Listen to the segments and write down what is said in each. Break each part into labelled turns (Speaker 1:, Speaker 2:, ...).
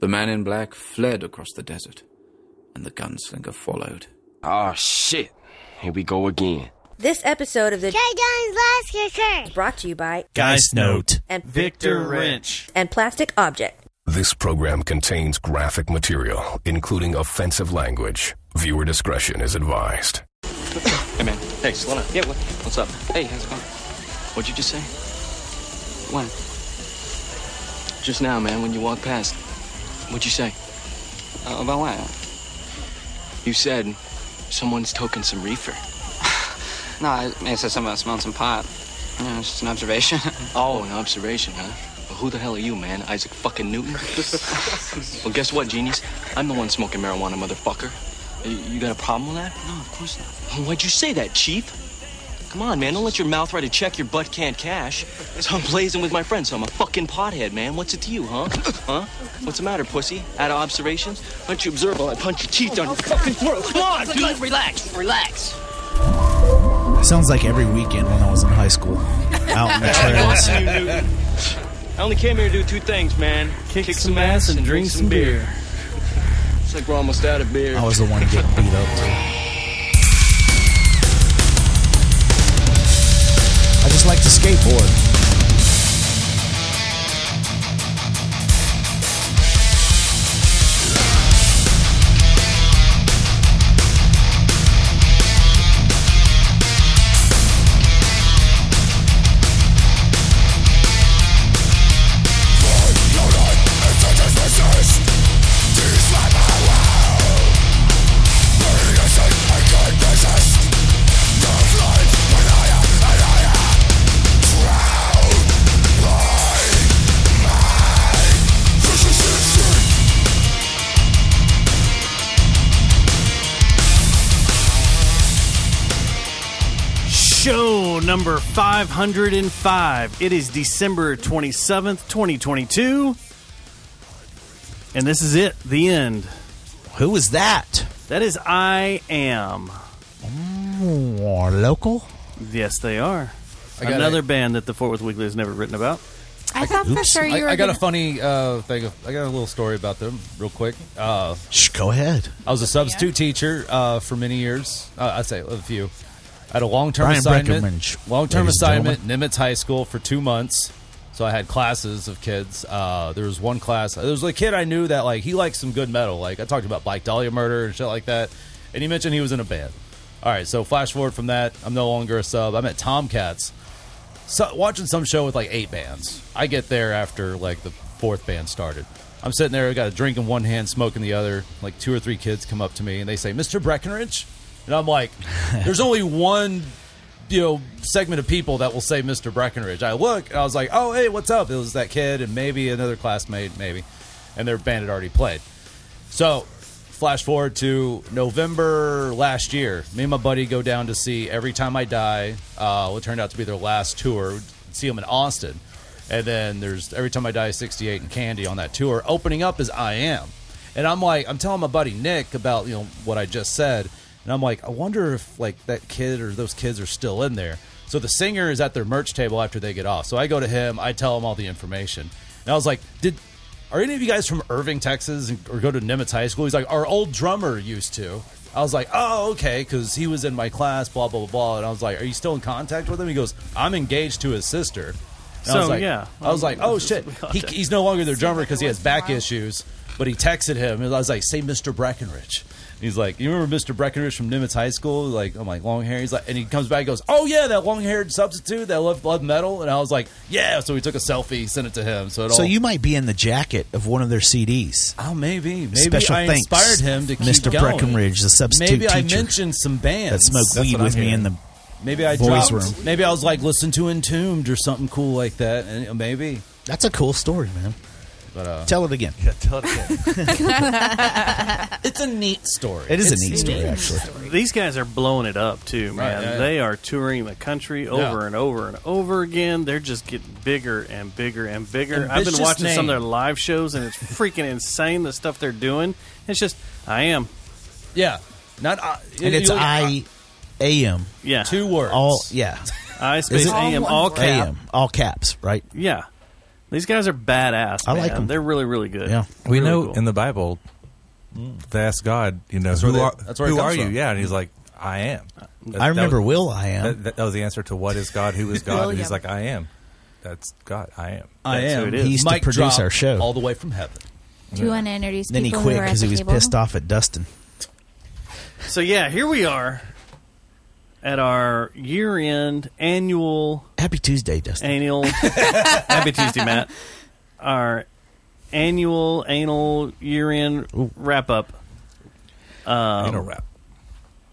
Speaker 1: The man in black fled across the desert, and the gunslinger followed.
Speaker 2: Oh, shit. Here we go again.
Speaker 3: This episode of the
Speaker 4: Jay Jones Last Kicker.
Speaker 3: is brought to you by
Speaker 5: Geist Note.
Speaker 3: and
Speaker 6: Victor Wrench.
Speaker 3: and Plastic Object.
Speaker 7: This program contains graphic material, including offensive language. Viewer discretion is advised.
Speaker 8: Hey, man. Hey, slow down. Yeah, what? What's up? Hey, how's it going? What'd you just say? What? Just now, man, when you walked past. What'd you say? Uh, about what? You said someone's toking some reefer.
Speaker 9: No, I, I said something about smelling some pot. You know, it's just an observation.
Speaker 8: Oh, an observation, huh? Well, who the hell are you, man? Isaac fucking Newton? well, guess what, genius? I'm the one smoking marijuana, motherfucker. You, you got a problem with that?
Speaker 9: no, of course not.
Speaker 8: Oh, Why'd you say that, Chief? Come on, man. Don't let your mouth write a check your butt can't cash. So I'm blazing with my friends, so I'm a fucking pothead, man. What's it to you, huh? Huh? What's the matter, pussy? Out of observations? Why don't you observe while I punch your teeth down your fucking throat? Come on, dude!
Speaker 9: Relax, relax.
Speaker 5: Sounds like every weekend when I was in high school. Out in the trails.
Speaker 8: I only came here to do two things, man.
Speaker 6: Kick, some ass and drink some beer.
Speaker 8: It's like we're almost out of beer.
Speaker 5: I was the one getting beat up to. I just like to skateboard.
Speaker 6: Show number 505. It is December 27th, 2022. And this is it, the end.
Speaker 5: Who was that?
Speaker 6: That is I Am.
Speaker 5: Or Oh, local?
Speaker 6: Yes, they are.
Speaker 10: I got
Speaker 6: Another
Speaker 10: a-
Speaker 6: band that the Fort Worth Weekly has never written about.
Speaker 11: I thought for sure you
Speaker 10: I,
Speaker 11: were.
Speaker 10: I got a
Speaker 11: gonna-
Speaker 10: funny uh, thing. I got a little story about them, real quick. Uh,
Speaker 5: Shh, go ahead.
Speaker 10: I was a substitute teacher uh, for many years. Uh, I'd say a few. I had a long term
Speaker 5: Brian
Speaker 10: assignment.
Speaker 5: Breckenridge,
Speaker 10: Long term
Speaker 5: ladies and
Speaker 10: assignment, Nimitz High School for two months. So I had classes of kids. Uh, there was one class. There was a kid I knew that like he liked some good metal. Like I talked about Black Dahlia Murder and shit like that. And he mentioned he was in a band. All right, so flash forward from that, I'm no longer a sub. I'm at Tomcats. So, watching some show with like eight bands. I get there after like the fourth band started. I'm sitting there, I got a drink in one hand, smoke in the other. Like two or three kids come up to me and they say, "Mr. Breckenridge," and I'm like, "There's only one." You know, segment of people that will say Mr. Breckenridge. I look and I was like, "Oh, hey, what's up?" It was that kid and maybe another classmate, maybe, and their band had already played. So, flash forward to November last year. Me and my buddy go down to see Every Time I Die, uh, what turned out to be their last tour. See them in Austin. And then there's Every Time I Die 68 and Candy on that tour. Opening up is I Am. And I'm like, I'm telling my buddy Nick about, you know, what I just said. And I'm like, I wonder if, like, that kid or those kids are still in there. So the singer is at their merch table after they get off. So I go to him, I tell him all the information. And I was like, did are any of you guys from Irving, Texas, and- or go to Nimitz High School? He's like, our old drummer used to. I was like, oh, okay, because he was in my class, blah, blah, blah, blah. And I was like, are you still in contact with him? He goes, I'm engaged to his sister. And I was
Speaker 6: So,
Speaker 10: like,
Speaker 6: yeah.
Speaker 10: I was like, oh, shit. He, he's no longer their drummer because he has back
Speaker 11: Wow.
Speaker 10: issues. But he texted him, and I was like, say Mr. Breckenridge. And he's like, you remember Mr. Breckenridge from Nimitz High School? Like, I'm like, long hair. He's like, and he comes back and goes, oh, yeah, that long haired substitute that loved blood metal. And I was like, yeah. So we took a selfie, sent it to him. So, it
Speaker 5: So
Speaker 10: all,
Speaker 5: you might be in the jacket of one of their CDs.
Speaker 10: Oh, maybe. Maybe
Speaker 5: Special
Speaker 10: I
Speaker 5: thanks,
Speaker 10: inspired him to keep
Speaker 5: Mr.
Speaker 10: going.
Speaker 5: Breckenridge, the substitute
Speaker 10: Maybe I
Speaker 5: teacher
Speaker 10: mentioned some
Speaker 5: That
Speaker 10: bands
Speaker 5: smoked weed with me in the.
Speaker 10: Maybe I
Speaker 5: voice
Speaker 10: dropped.
Speaker 5: room.
Speaker 10: Maybe I was like, listen to Entombed or something cool like that. And maybe.
Speaker 5: That's a cool story, man.
Speaker 10: But uh,
Speaker 5: Tell it again.
Speaker 10: it's a neat story.
Speaker 5: It is
Speaker 10: It's
Speaker 5: a neat story, actually.
Speaker 6: These guys are blowing it up too, man.
Speaker 10: Right, yeah, yeah.
Speaker 6: They are touring the country over and over and over again. They're just getting bigger and bigger and bigger. I've been
Speaker 10: Ambitious
Speaker 6: watching some of their
Speaker 10: name.
Speaker 6: live shows, and it's freaking insane the stuff they're doing. It's just, I am,
Speaker 10: Yeah. Not I.
Speaker 5: And it's I am
Speaker 6: yeah,
Speaker 10: Two words.
Speaker 5: all yeah
Speaker 6: I space
Speaker 5: it-
Speaker 6: am all
Speaker 5: am
Speaker 6: cap,
Speaker 5: all caps right.
Speaker 6: yeah. These guys are badass.
Speaker 5: I like
Speaker 6: man.
Speaker 5: them.
Speaker 6: They're really, really good.
Speaker 5: Yeah.
Speaker 11: We
Speaker 6: Really
Speaker 11: know
Speaker 6: cool.
Speaker 11: in the Bible, they ask God, you know,
Speaker 10: where
Speaker 11: who,
Speaker 10: they-
Speaker 11: are,
Speaker 10: that's where it
Speaker 11: who
Speaker 10: comes
Speaker 11: are you?
Speaker 10: from.
Speaker 11: Yeah, and he's like, I am.
Speaker 5: I remember
Speaker 11: That was,
Speaker 5: Will I am.
Speaker 11: That, that, that was the answer to what is God, who is God, and he's
Speaker 12: William.
Speaker 11: like, I am. That's God, I am.
Speaker 10: I
Speaker 6: That's who
Speaker 10: am.
Speaker 6: it is. He
Speaker 5: used to
Speaker 10: Mic
Speaker 5: produce
Speaker 10: drop
Speaker 5: our show.
Speaker 10: all the way from heaven.
Speaker 12: Do you want to introduce
Speaker 5: then he
Speaker 12: people
Speaker 5: quit
Speaker 12: because
Speaker 5: because he was pissed off at Dustin.
Speaker 6: So yeah, here we are at our year-end annual
Speaker 5: Happy Tuesday, Dustin.
Speaker 6: annual Happy Tuesday, Matt. Our annual anal year-end wrap-up. Um,
Speaker 11: Ain't no rap.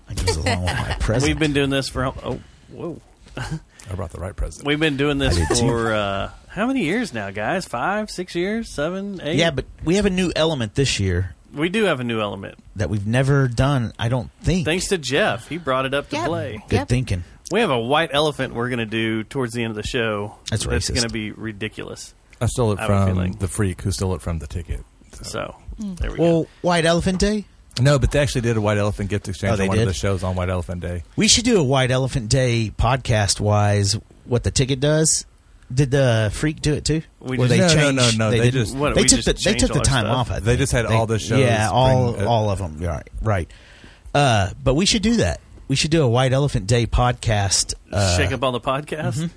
Speaker 5: I goes along with my present.
Speaker 6: We've been doing this for oh whoa,
Speaker 11: I brought the right president.
Speaker 6: we've been doing this
Speaker 5: I did too.
Speaker 6: for uh, how many years now, guys? Five, six years, seven, eight.
Speaker 5: yeah, but we have a new element this year
Speaker 6: we do have a new element.
Speaker 5: that we've never done. I don't think.
Speaker 6: Thanks to Jeff, he brought it up to
Speaker 12: Yep.
Speaker 6: play.
Speaker 5: Good
Speaker 12: Yep.
Speaker 5: thinking.
Speaker 6: We have a white elephant we're going to do towards the end of the show.
Speaker 5: That's
Speaker 6: That's
Speaker 5: racist.
Speaker 6: going to be ridiculous.
Speaker 11: I stole it
Speaker 6: I have a
Speaker 11: from
Speaker 6: feeling.
Speaker 11: the freak who stole it from the ticket.
Speaker 6: So
Speaker 11: Hmm.
Speaker 12: Mm.
Speaker 6: there we go.
Speaker 5: Well, White Elephant Day.
Speaker 11: No, but they actually did a White Elephant gift exchange
Speaker 5: Oh,
Speaker 11: on
Speaker 5: they
Speaker 11: one of
Speaker 5: did?
Speaker 11: the shows on White Elephant Day.
Speaker 5: We should do a White Elephant Day podcast. Wise, what the ticket does. Did the freak do it too?
Speaker 6: We
Speaker 5: Where
Speaker 6: just-
Speaker 5: they
Speaker 11: no,
Speaker 5: changed,
Speaker 11: no, no, no. They,
Speaker 5: didn't-
Speaker 11: just
Speaker 6: What,
Speaker 5: they
Speaker 6: we
Speaker 5: took
Speaker 6: just
Speaker 5: the they
Speaker 6: changed
Speaker 5: took
Speaker 6: all
Speaker 5: the
Speaker 6: our
Speaker 5: time
Speaker 6: stuff?
Speaker 5: off. I
Speaker 11: They
Speaker 5: think.
Speaker 11: just had all the shows
Speaker 5: Yeah, all
Speaker 11: bring-
Speaker 5: all of them. Right, right. Uh, but we should do that. We should do a White Elephant Day podcast. Uh, mm-hmm.
Speaker 6: Shake up all the podcasts.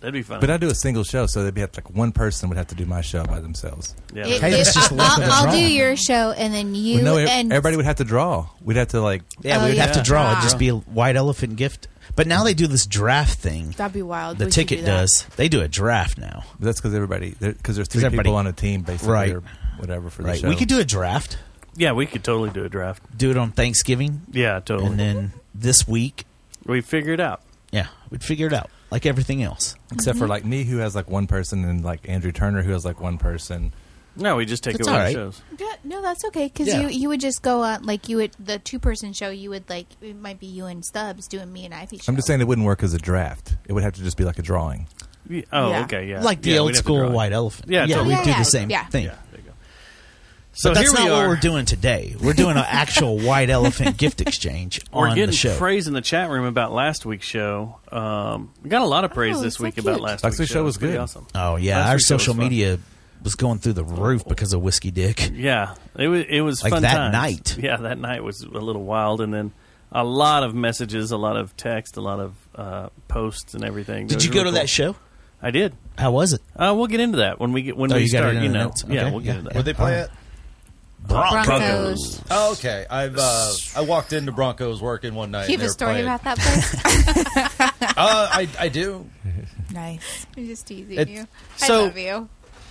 Speaker 6: That'd be fun.
Speaker 11: But I do a single show, so they'd be like one person would have to do my show by themselves.
Speaker 6: yeah,
Speaker 12: It,
Speaker 5: Hey,
Speaker 12: it-
Speaker 5: that's just
Speaker 12: I'll,
Speaker 5: luck of the
Speaker 12: I'll do
Speaker 5: draw.
Speaker 12: your show, and then you
Speaker 11: Well, no, e-
Speaker 12: and
Speaker 11: everybody would have to draw. We'd have to like.
Speaker 5: yeah,
Speaker 12: Oh,
Speaker 5: we'd
Speaker 12: yeah.
Speaker 5: have to draw. It'd
Speaker 12: Wow.
Speaker 5: just be a White Elephant gift. But now they do this draft thing.
Speaker 12: that'd be wild.
Speaker 5: The
Speaker 12: We should
Speaker 5: ticket
Speaker 12: do that.
Speaker 5: does. They do a draft now.
Speaker 11: That's because everybody, because there's three
Speaker 5: 'Cause everybody-
Speaker 11: people on a team, basically,
Speaker 5: Right.
Speaker 11: or whatever for the
Speaker 5: Right.
Speaker 11: show.
Speaker 5: We could do a draft.
Speaker 6: yeah, we could totally do a draft.
Speaker 5: Do it on Thanksgiving,
Speaker 6: Yeah, totally.
Speaker 5: and then this week,
Speaker 6: we figure it out.
Speaker 5: yeah, we'd figure it out like everything else.
Speaker 11: except for like me, who has like one person, and like Andrew Turner, who has like one person.
Speaker 6: No, we just take
Speaker 5: That's
Speaker 6: it with
Speaker 5: all
Speaker 6: the
Speaker 5: right.
Speaker 6: shows.
Speaker 12: Yeah, no, that's okay because
Speaker 5: Yeah.
Speaker 12: you you would just go on like you would the two person show. You would like it might be you and Stubbs doing me and Ivy. Show.
Speaker 11: I'm just saying it wouldn't work as a draft. It would have to just be like a drawing.
Speaker 6: Yeah, Oh,
Speaker 12: Yeah.
Speaker 6: okay, yeah.
Speaker 5: Like the
Speaker 6: Yeah, we'd
Speaker 5: old
Speaker 6: have to
Speaker 5: school
Speaker 6: draw it.
Speaker 5: White Elephant.
Speaker 6: Yeah,
Speaker 5: yeah,
Speaker 6: totally.
Speaker 5: we'd do
Speaker 12: Yeah,
Speaker 5: the same
Speaker 12: yeah.
Speaker 5: thing.
Speaker 6: Yeah, there you go.
Speaker 5: So
Speaker 6: So
Speaker 5: but that's
Speaker 6: here
Speaker 5: not
Speaker 6: we
Speaker 5: what
Speaker 6: are.
Speaker 5: we're doing today. We're doing an actual White Elephant gift exchange
Speaker 6: We're
Speaker 5: on
Speaker 6: getting
Speaker 5: the show.
Speaker 6: praise in the chat room about last week's show. Um, we got a lot of praise
Speaker 12: Oh,
Speaker 6: this
Speaker 12: so
Speaker 6: week
Speaker 12: cute.
Speaker 6: about last
Speaker 11: Last
Speaker 6: week's
Speaker 11: week's show was
Speaker 6: It's pretty
Speaker 11: good.
Speaker 6: Awesome.
Speaker 5: oh yeah,
Speaker 6: Last
Speaker 5: our
Speaker 6: week's show was
Speaker 5: social
Speaker 6: fun.
Speaker 5: media was going through the roof because of Whiskey Dick.
Speaker 6: Yeah, it was it was
Speaker 5: Like
Speaker 6: fun
Speaker 5: that
Speaker 6: times.
Speaker 5: night.
Speaker 6: Yeah, that night was a little wild, and then a lot of messages, a lot of text, a lot of uh, posts, and everything. It
Speaker 5: Did
Speaker 6: was
Speaker 5: you go
Speaker 6: really
Speaker 5: to
Speaker 6: cool.
Speaker 5: that show?
Speaker 6: I did.
Speaker 5: How was it?
Speaker 6: Uh, we'll get into that when we get when
Speaker 5: Oh,
Speaker 6: we
Speaker 5: you got it
Speaker 6: start.
Speaker 5: in
Speaker 6: you
Speaker 5: the
Speaker 6: know,
Speaker 5: notes.
Speaker 6: yeah,
Speaker 5: Okay,
Speaker 6: we'll
Speaker 5: yeah.
Speaker 6: get into that.
Speaker 10: Would they play it?
Speaker 12: Broncos.
Speaker 10: Oh, okay. I've uh, I walked into Broncos working one night.
Speaker 12: You have
Speaker 10: and they
Speaker 12: a
Speaker 10: were
Speaker 12: story
Speaker 10: playing.
Speaker 12: about that place?
Speaker 10: Uh, I I do.
Speaker 12: nice. I'm just teasing
Speaker 10: It-
Speaker 12: you. I
Speaker 10: so-
Speaker 12: love you.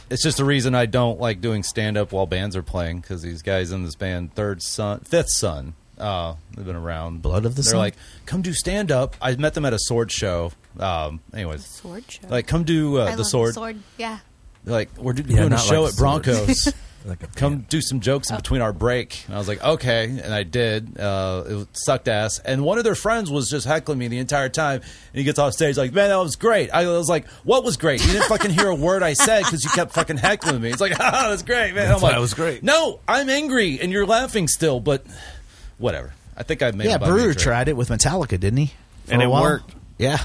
Speaker 10: It's just the reason I don't like doing stand up while bands are playing because these guys in this band, Third Son, Fifth Son, uh, they've been around.
Speaker 5: Blood of the
Speaker 10: They're
Speaker 5: Sun?
Speaker 10: like, come do stand up. I met them at a sword show. Um, anyways,
Speaker 12: Sword show.
Speaker 10: like come do
Speaker 12: I
Speaker 10: uh,
Speaker 12: love
Speaker 10: the sword.
Speaker 12: Yeah.
Speaker 10: Like we're do-
Speaker 11: Yeah,
Speaker 10: doing a
Speaker 11: not
Speaker 10: show
Speaker 11: like
Speaker 10: at
Speaker 11: the sword.
Speaker 10: Broncos.
Speaker 11: Like a
Speaker 10: come do some jokes in between our break. And I was like, okay. And I did. Uh, it sucked ass. And one of their friends was just heckling me the entire time. And he gets off stage like, man, that was great. I was like, what was great? You didn't fucking hear a word I said because you kept fucking heckling me. It's like, ah, that's great, man. I'm
Speaker 11: why
Speaker 10: like,
Speaker 11: it was great.
Speaker 10: No, I'm angry and you're laughing still, but whatever. I think I've made
Speaker 5: yeah,
Speaker 10: up my
Speaker 5: Brewer
Speaker 10: mind, right?
Speaker 5: tried it with Metallica, didn't he? For
Speaker 6: And
Speaker 5: a
Speaker 6: it
Speaker 5: while?
Speaker 6: worked.
Speaker 5: Yeah,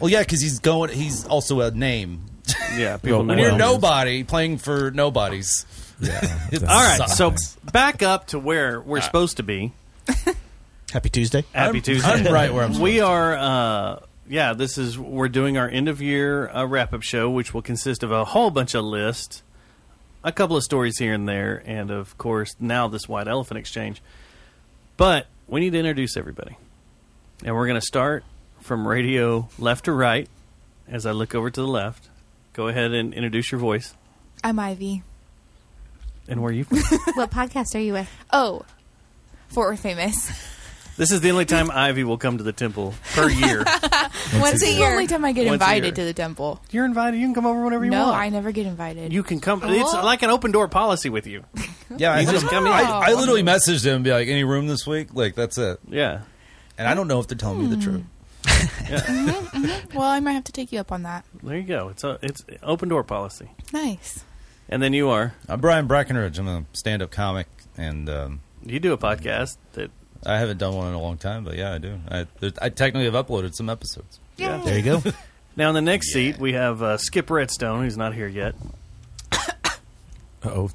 Speaker 10: Well, yeah, because he's going. He's also a name.
Speaker 6: Yeah, people
Speaker 10: When
Speaker 6: know.
Speaker 10: you're
Speaker 6: that.
Speaker 10: nobody playing for nobodies,
Speaker 11: Yeah.
Speaker 6: All right, so back up to where
Speaker 10: Uh,
Speaker 6: we're supposed to be.
Speaker 5: Happy Tuesday.
Speaker 6: Happy
Speaker 10: I'm-
Speaker 6: Tuesday.
Speaker 10: I'm right where I'm
Speaker 6: We are. Uh, yeah, this is we're doing our end of year uh, wrap up show, which will consist of a whole bunch of lists, a couple of stories here and there, and of course now this white elephant exchange. But we need to introduce everybody, and we're going to start from radio left to right. As I look over to the left, go ahead and introduce your voice
Speaker 12: I'm Ivy.
Speaker 6: and where you. from.
Speaker 12: what podcast are you with? Oh, Fort Worth Famous.
Speaker 6: this is the only time Ivy will come to the temple per year.
Speaker 12: Once a year. only time I
Speaker 6: Once a year.
Speaker 12: the temple.
Speaker 6: You're invited. You can come over whenever you want.
Speaker 12: never get invited.
Speaker 6: You can come. It's
Speaker 12: What?
Speaker 6: like an open door policy with you.
Speaker 10: yeah,
Speaker 6: You
Speaker 10: I
Speaker 6: just
Speaker 10: just
Speaker 6: come in.
Speaker 10: I, I literally messaged him and be like, "Any room this week?" Like that's it.
Speaker 6: Yeah. Hmm.
Speaker 10: And I don't know if they're telling me the truth.
Speaker 12: Mm-hmm, well, I might have to take you up on that.
Speaker 6: There you go. It's a, it's open door policy.
Speaker 12: Nice.
Speaker 6: And then you are
Speaker 10: I'm Brian Brackenridge. I'm a stand-up comic, and um,
Speaker 6: you do a podcast that
Speaker 10: I haven't done one in a long time. But yeah, I do. I, there- I technically have uploaded some episodes.
Speaker 6: yeah.
Speaker 5: There you go.
Speaker 6: Now in the next seat we have uh, Skip Redstone, who's not here yet.
Speaker 11: Oh,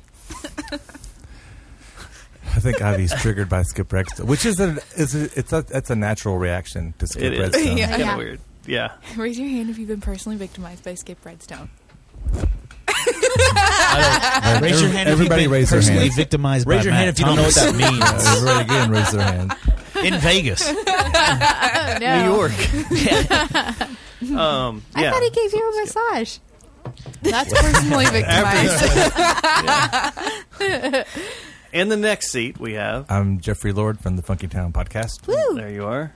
Speaker 11: I think Ivy's triggered by Skip Redstone, which is a is a, it's a that's a natural reaction to Skip
Speaker 6: It is.
Speaker 11: Redstone.
Speaker 6: It's kinda weird. Yeah.
Speaker 13: Raise your hand if you've been personally victimized by Skip Redstone.
Speaker 5: Raise your hand if you've
Speaker 11: Everybody
Speaker 5: been
Speaker 11: raise their
Speaker 5: personally
Speaker 11: hand.
Speaker 5: victimized by
Speaker 11: Raise your
Speaker 5: Matt
Speaker 11: hand if you don't know what
Speaker 5: Thomas.
Speaker 11: that means. Yeah, everybody again, raise their hand.
Speaker 5: In Vegas.
Speaker 13: No.
Speaker 6: New York. um,
Speaker 12: I
Speaker 6: yeah.
Speaker 12: thought he gave you a massage. That's personally victimized.
Speaker 6: In the next seat we have
Speaker 11: I'm Jeffrey Lord from the Funky Town podcast.
Speaker 6: There you are.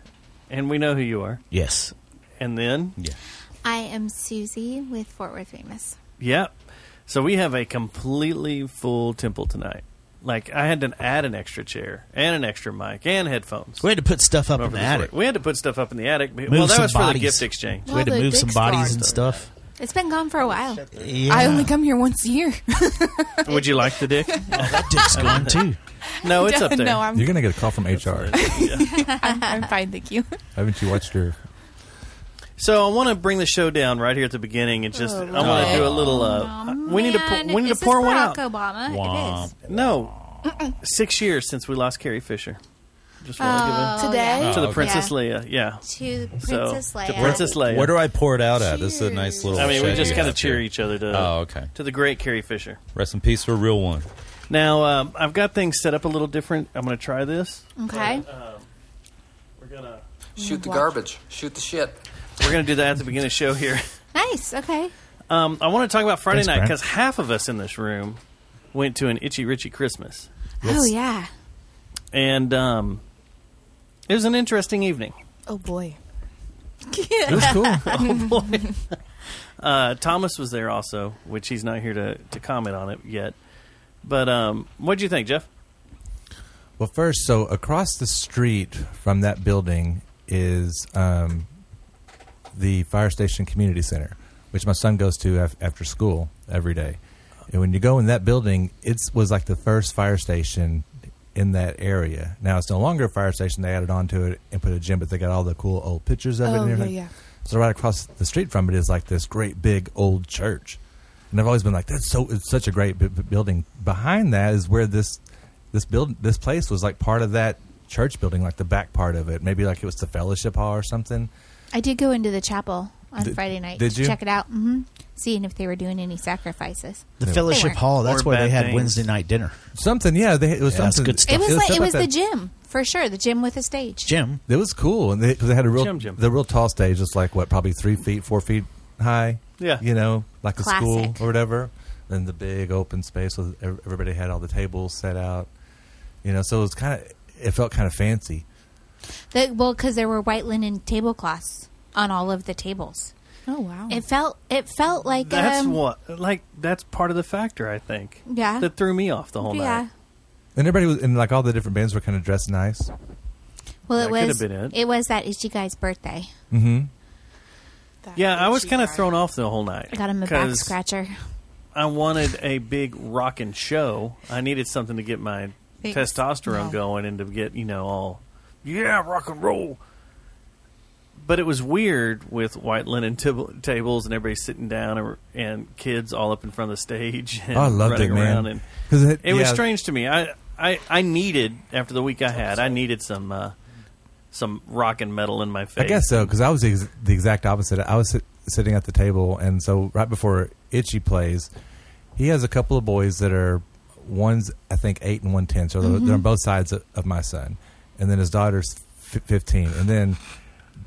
Speaker 6: And we know who you are.
Speaker 5: Yes.
Speaker 6: And then Yeah.
Speaker 12: I am Susie with Fort Worth Famous.
Speaker 6: Yep. So we have a completely full temple tonight. Like I had to add an extra chair and an extra mic and headphones.
Speaker 5: We had to put stuff up in
Speaker 6: Over
Speaker 5: the
Speaker 6: this
Speaker 5: attic.
Speaker 6: work. We had to put stuff up in the attic.
Speaker 5: Move
Speaker 6: well, that
Speaker 5: some
Speaker 6: was for the
Speaker 5: bodies.
Speaker 6: gift exchange.
Speaker 5: we had to
Speaker 12: Well, the
Speaker 5: move some
Speaker 12: dick's
Speaker 5: bodies
Speaker 12: gone.
Speaker 5: and stuff.
Speaker 12: It's been gone for a while.
Speaker 5: Yeah.
Speaker 13: I only come here once a year.
Speaker 6: Would you like the dick? that
Speaker 5: dick's gone too.
Speaker 6: No, it's up there.
Speaker 13: No, I'm-
Speaker 11: You're gonna get a call from HR.
Speaker 13: I'm, I'm fine, thank you.
Speaker 11: Haven't you watched your?
Speaker 6: So I want to bring the show down right here at the beginning and just
Speaker 12: Oh,
Speaker 6: I want to do a little. Uh, we need to
Speaker 12: Man,
Speaker 6: pour, we need
Speaker 12: is
Speaker 6: to pour
Speaker 12: this
Speaker 6: one
Speaker 12: Barack
Speaker 6: out.
Speaker 12: Obama. It is.
Speaker 6: No, six years since we lost Carrie Fisher. Just want to
Speaker 12: Oh,
Speaker 6: give a
Speaker 12: Today?
Speaker 6: to the
Speaker 12: yeah.
Speaker 6: Princess
Speaker 12: Yeah.
Speaker 6: Leia. Yeah,
Speaker 12: To
Speaker 6: So,
Speaker 12: Princess
Speaker 6: to
Speaker 12: Leia.
Speaker 6: Princess Leia.
Speaker 10: Where do I pour it out at? This is a nice little.
Speaker 6: I mean, we
Speaker 10: shed
Speaker 6: just
Speaker 10: you
Speaker 6: kind of
Speaker 10: have
Speaker 6: cheer
Speaker 10: here.
Speaker 6: each other to.
Speaker 10: Oh, okay.
Speaker 6: To the great Carrie Fisher.
Speaker 10: Rest in peace for a real one.
Speaker 6: Now um, I've got things set up a little different. I'm going to try this.
Speaker 12: Okay.
Speaker 6: Um, we're gonna
Speaker 9: Shoot the garbage. Shoot the shit.
Speaker 6: We're going to do that at the beginning of the show here.
Speaker 12: Nice. Okay.
Speaker 6: Um, I want to talk about Friday
Speaker 12: Thanks,
Speaker 6: night
Speaker 12: Brent.
Speaker 6: because half of us in this room went to an Itchy Richie Christmas,
Speaker 12: Oh yeah.
Speaker 6: and um, it was an interesting evening.
Speaker 13: Oh boy.
Speaker 6: It was cool. Oh, boy. Uh, Thomas was there also, which he's not here to, to comment on it yet. But um, what do you think, Jeff?
Speaker 11: Well, first, so across the street from that building is um, the fire station community center, which my son goes to af- after school every day. And when you go in that building, it was like the first fire station in that area. Now it's no longer a fire station; they added on to it and put a gym, but they got all the cool old pictures of it.
Speaker 13: Oh,
Speaker 11: And
Speaker 13: yeah,
Speaker 11: everything.
Speaker 13: yeah.
Speaker 11: So right across the street from it is like this great big old church, and I've always been like, "That's so it's such a great b- b- building." Behind that is where this this build this place was like part of that church building, like the back part of it. Maybe like it was the fellowship hall or something.
Speaker 12: I did go into the chapel on
Speaker 11: Did-
Speaker 12: Friday night
Speaker 11: did
Speaker 12: to
Speaker 11: you?
Speaker 12: check it out, hmm seeing if they were doing any sacrifices.
Speaker 5: The
Speaker 12: They
Speaker 5: Fellowship
Speaker 12: weren't.
Speaker 5: Hall. That's
Speaker 11: Or
Speaker 5: where they
Speaker 11: bad
Speaker 5: had
Speaker 11: things.
Speaker 5: Wednesday night dinner.
Speaker 11: Something, yeah. They, it was
Speaker 5: Yeah, that's
Speaker 11: something.
Speaker 5: good
Speaker 12: It was like it was
Speaker 11: stuff
Speaker 12: the
Speaker 11: like that.
Speaker 12: gym for sure. The gym with a stage.
Speaker 5: Jim.
Speaker 11: It was cool, and they, 'cause they had a real
Speaker 12: Gym, gym.
Speaker 11: the real tall stage, just like what probably three feet, four feet high.
Speaker 12: Yeah.
Speaker 11: you know, like
Speaker 12: Classic.
Speaker 11: a school or whatever. Then the big open space with ev- everybody had all the tables set out. You know, so it was kind of it felt kind of fancy.
Speaker 12: The, well, because there were white linen tablecloths on all of the tables.
Speaker 13: Oh wow.
Speaker 12: It felt it felt like
Speaker 6: That's
Speaker 12: um,
Speaker 6: what like that's part of the factor, I think.
Speaker 12: Yeah.
Speaker 6: that threw me off the whole night.
Speaker 12: Yeah.
Speaker 11: And everybody was, and like all the different bands were kind of dressed nice.
Speaker 12: Well,
Speaker 6: That
Speaker 12: it
Speaker 6: could
Speaker 12: was
Speaker 6: have been it.
Speaker 12: it. was that Ichi guy's birthday.
Speaker 11: Mm-hmm.
Speaker 6: Yeah, I was kind of thrown off the whole night.
Speaker 12: I got him a back
Speaker 6: 'cause
Speaker 12: scratcher.
Speaker 6: I wanted a big rockin' show. I needed something to get my
Speaker 12: Thanks.
Speaker 6: testosterone
Speaker 12: No.
Speaker 6: going and to get you know all yeah rock and roll. But it was weird with white linen tib- tables and everybody sitting down and, and kids all up in front of the stage. And
Speaker 11: Oh, I loved
Speaker 6: running
Speaker 11: it, man.
Speaker 6: around and
Speaker 11: 'Cause
Speaker 6: it
Speaker 11: it-
Speaker 6: was
Speaker 11: yeah.
Speaker 6: strange to me. I, I I needed after the week I had, I needed some uh, some rock and metal in my face.
Speaker 11: I guess so because I was the ex- the exact opposite. I was sit- sitting at the table, and so right before Itchy plays, he has a couple of boys that are one's I think eight and one ten, so they're,
Speaker 7: Mhm.
Speaker 13: Mm-hmm.
Speaker 11: they're on both sides of, of my son, and then his daughter's f- fifteen, and then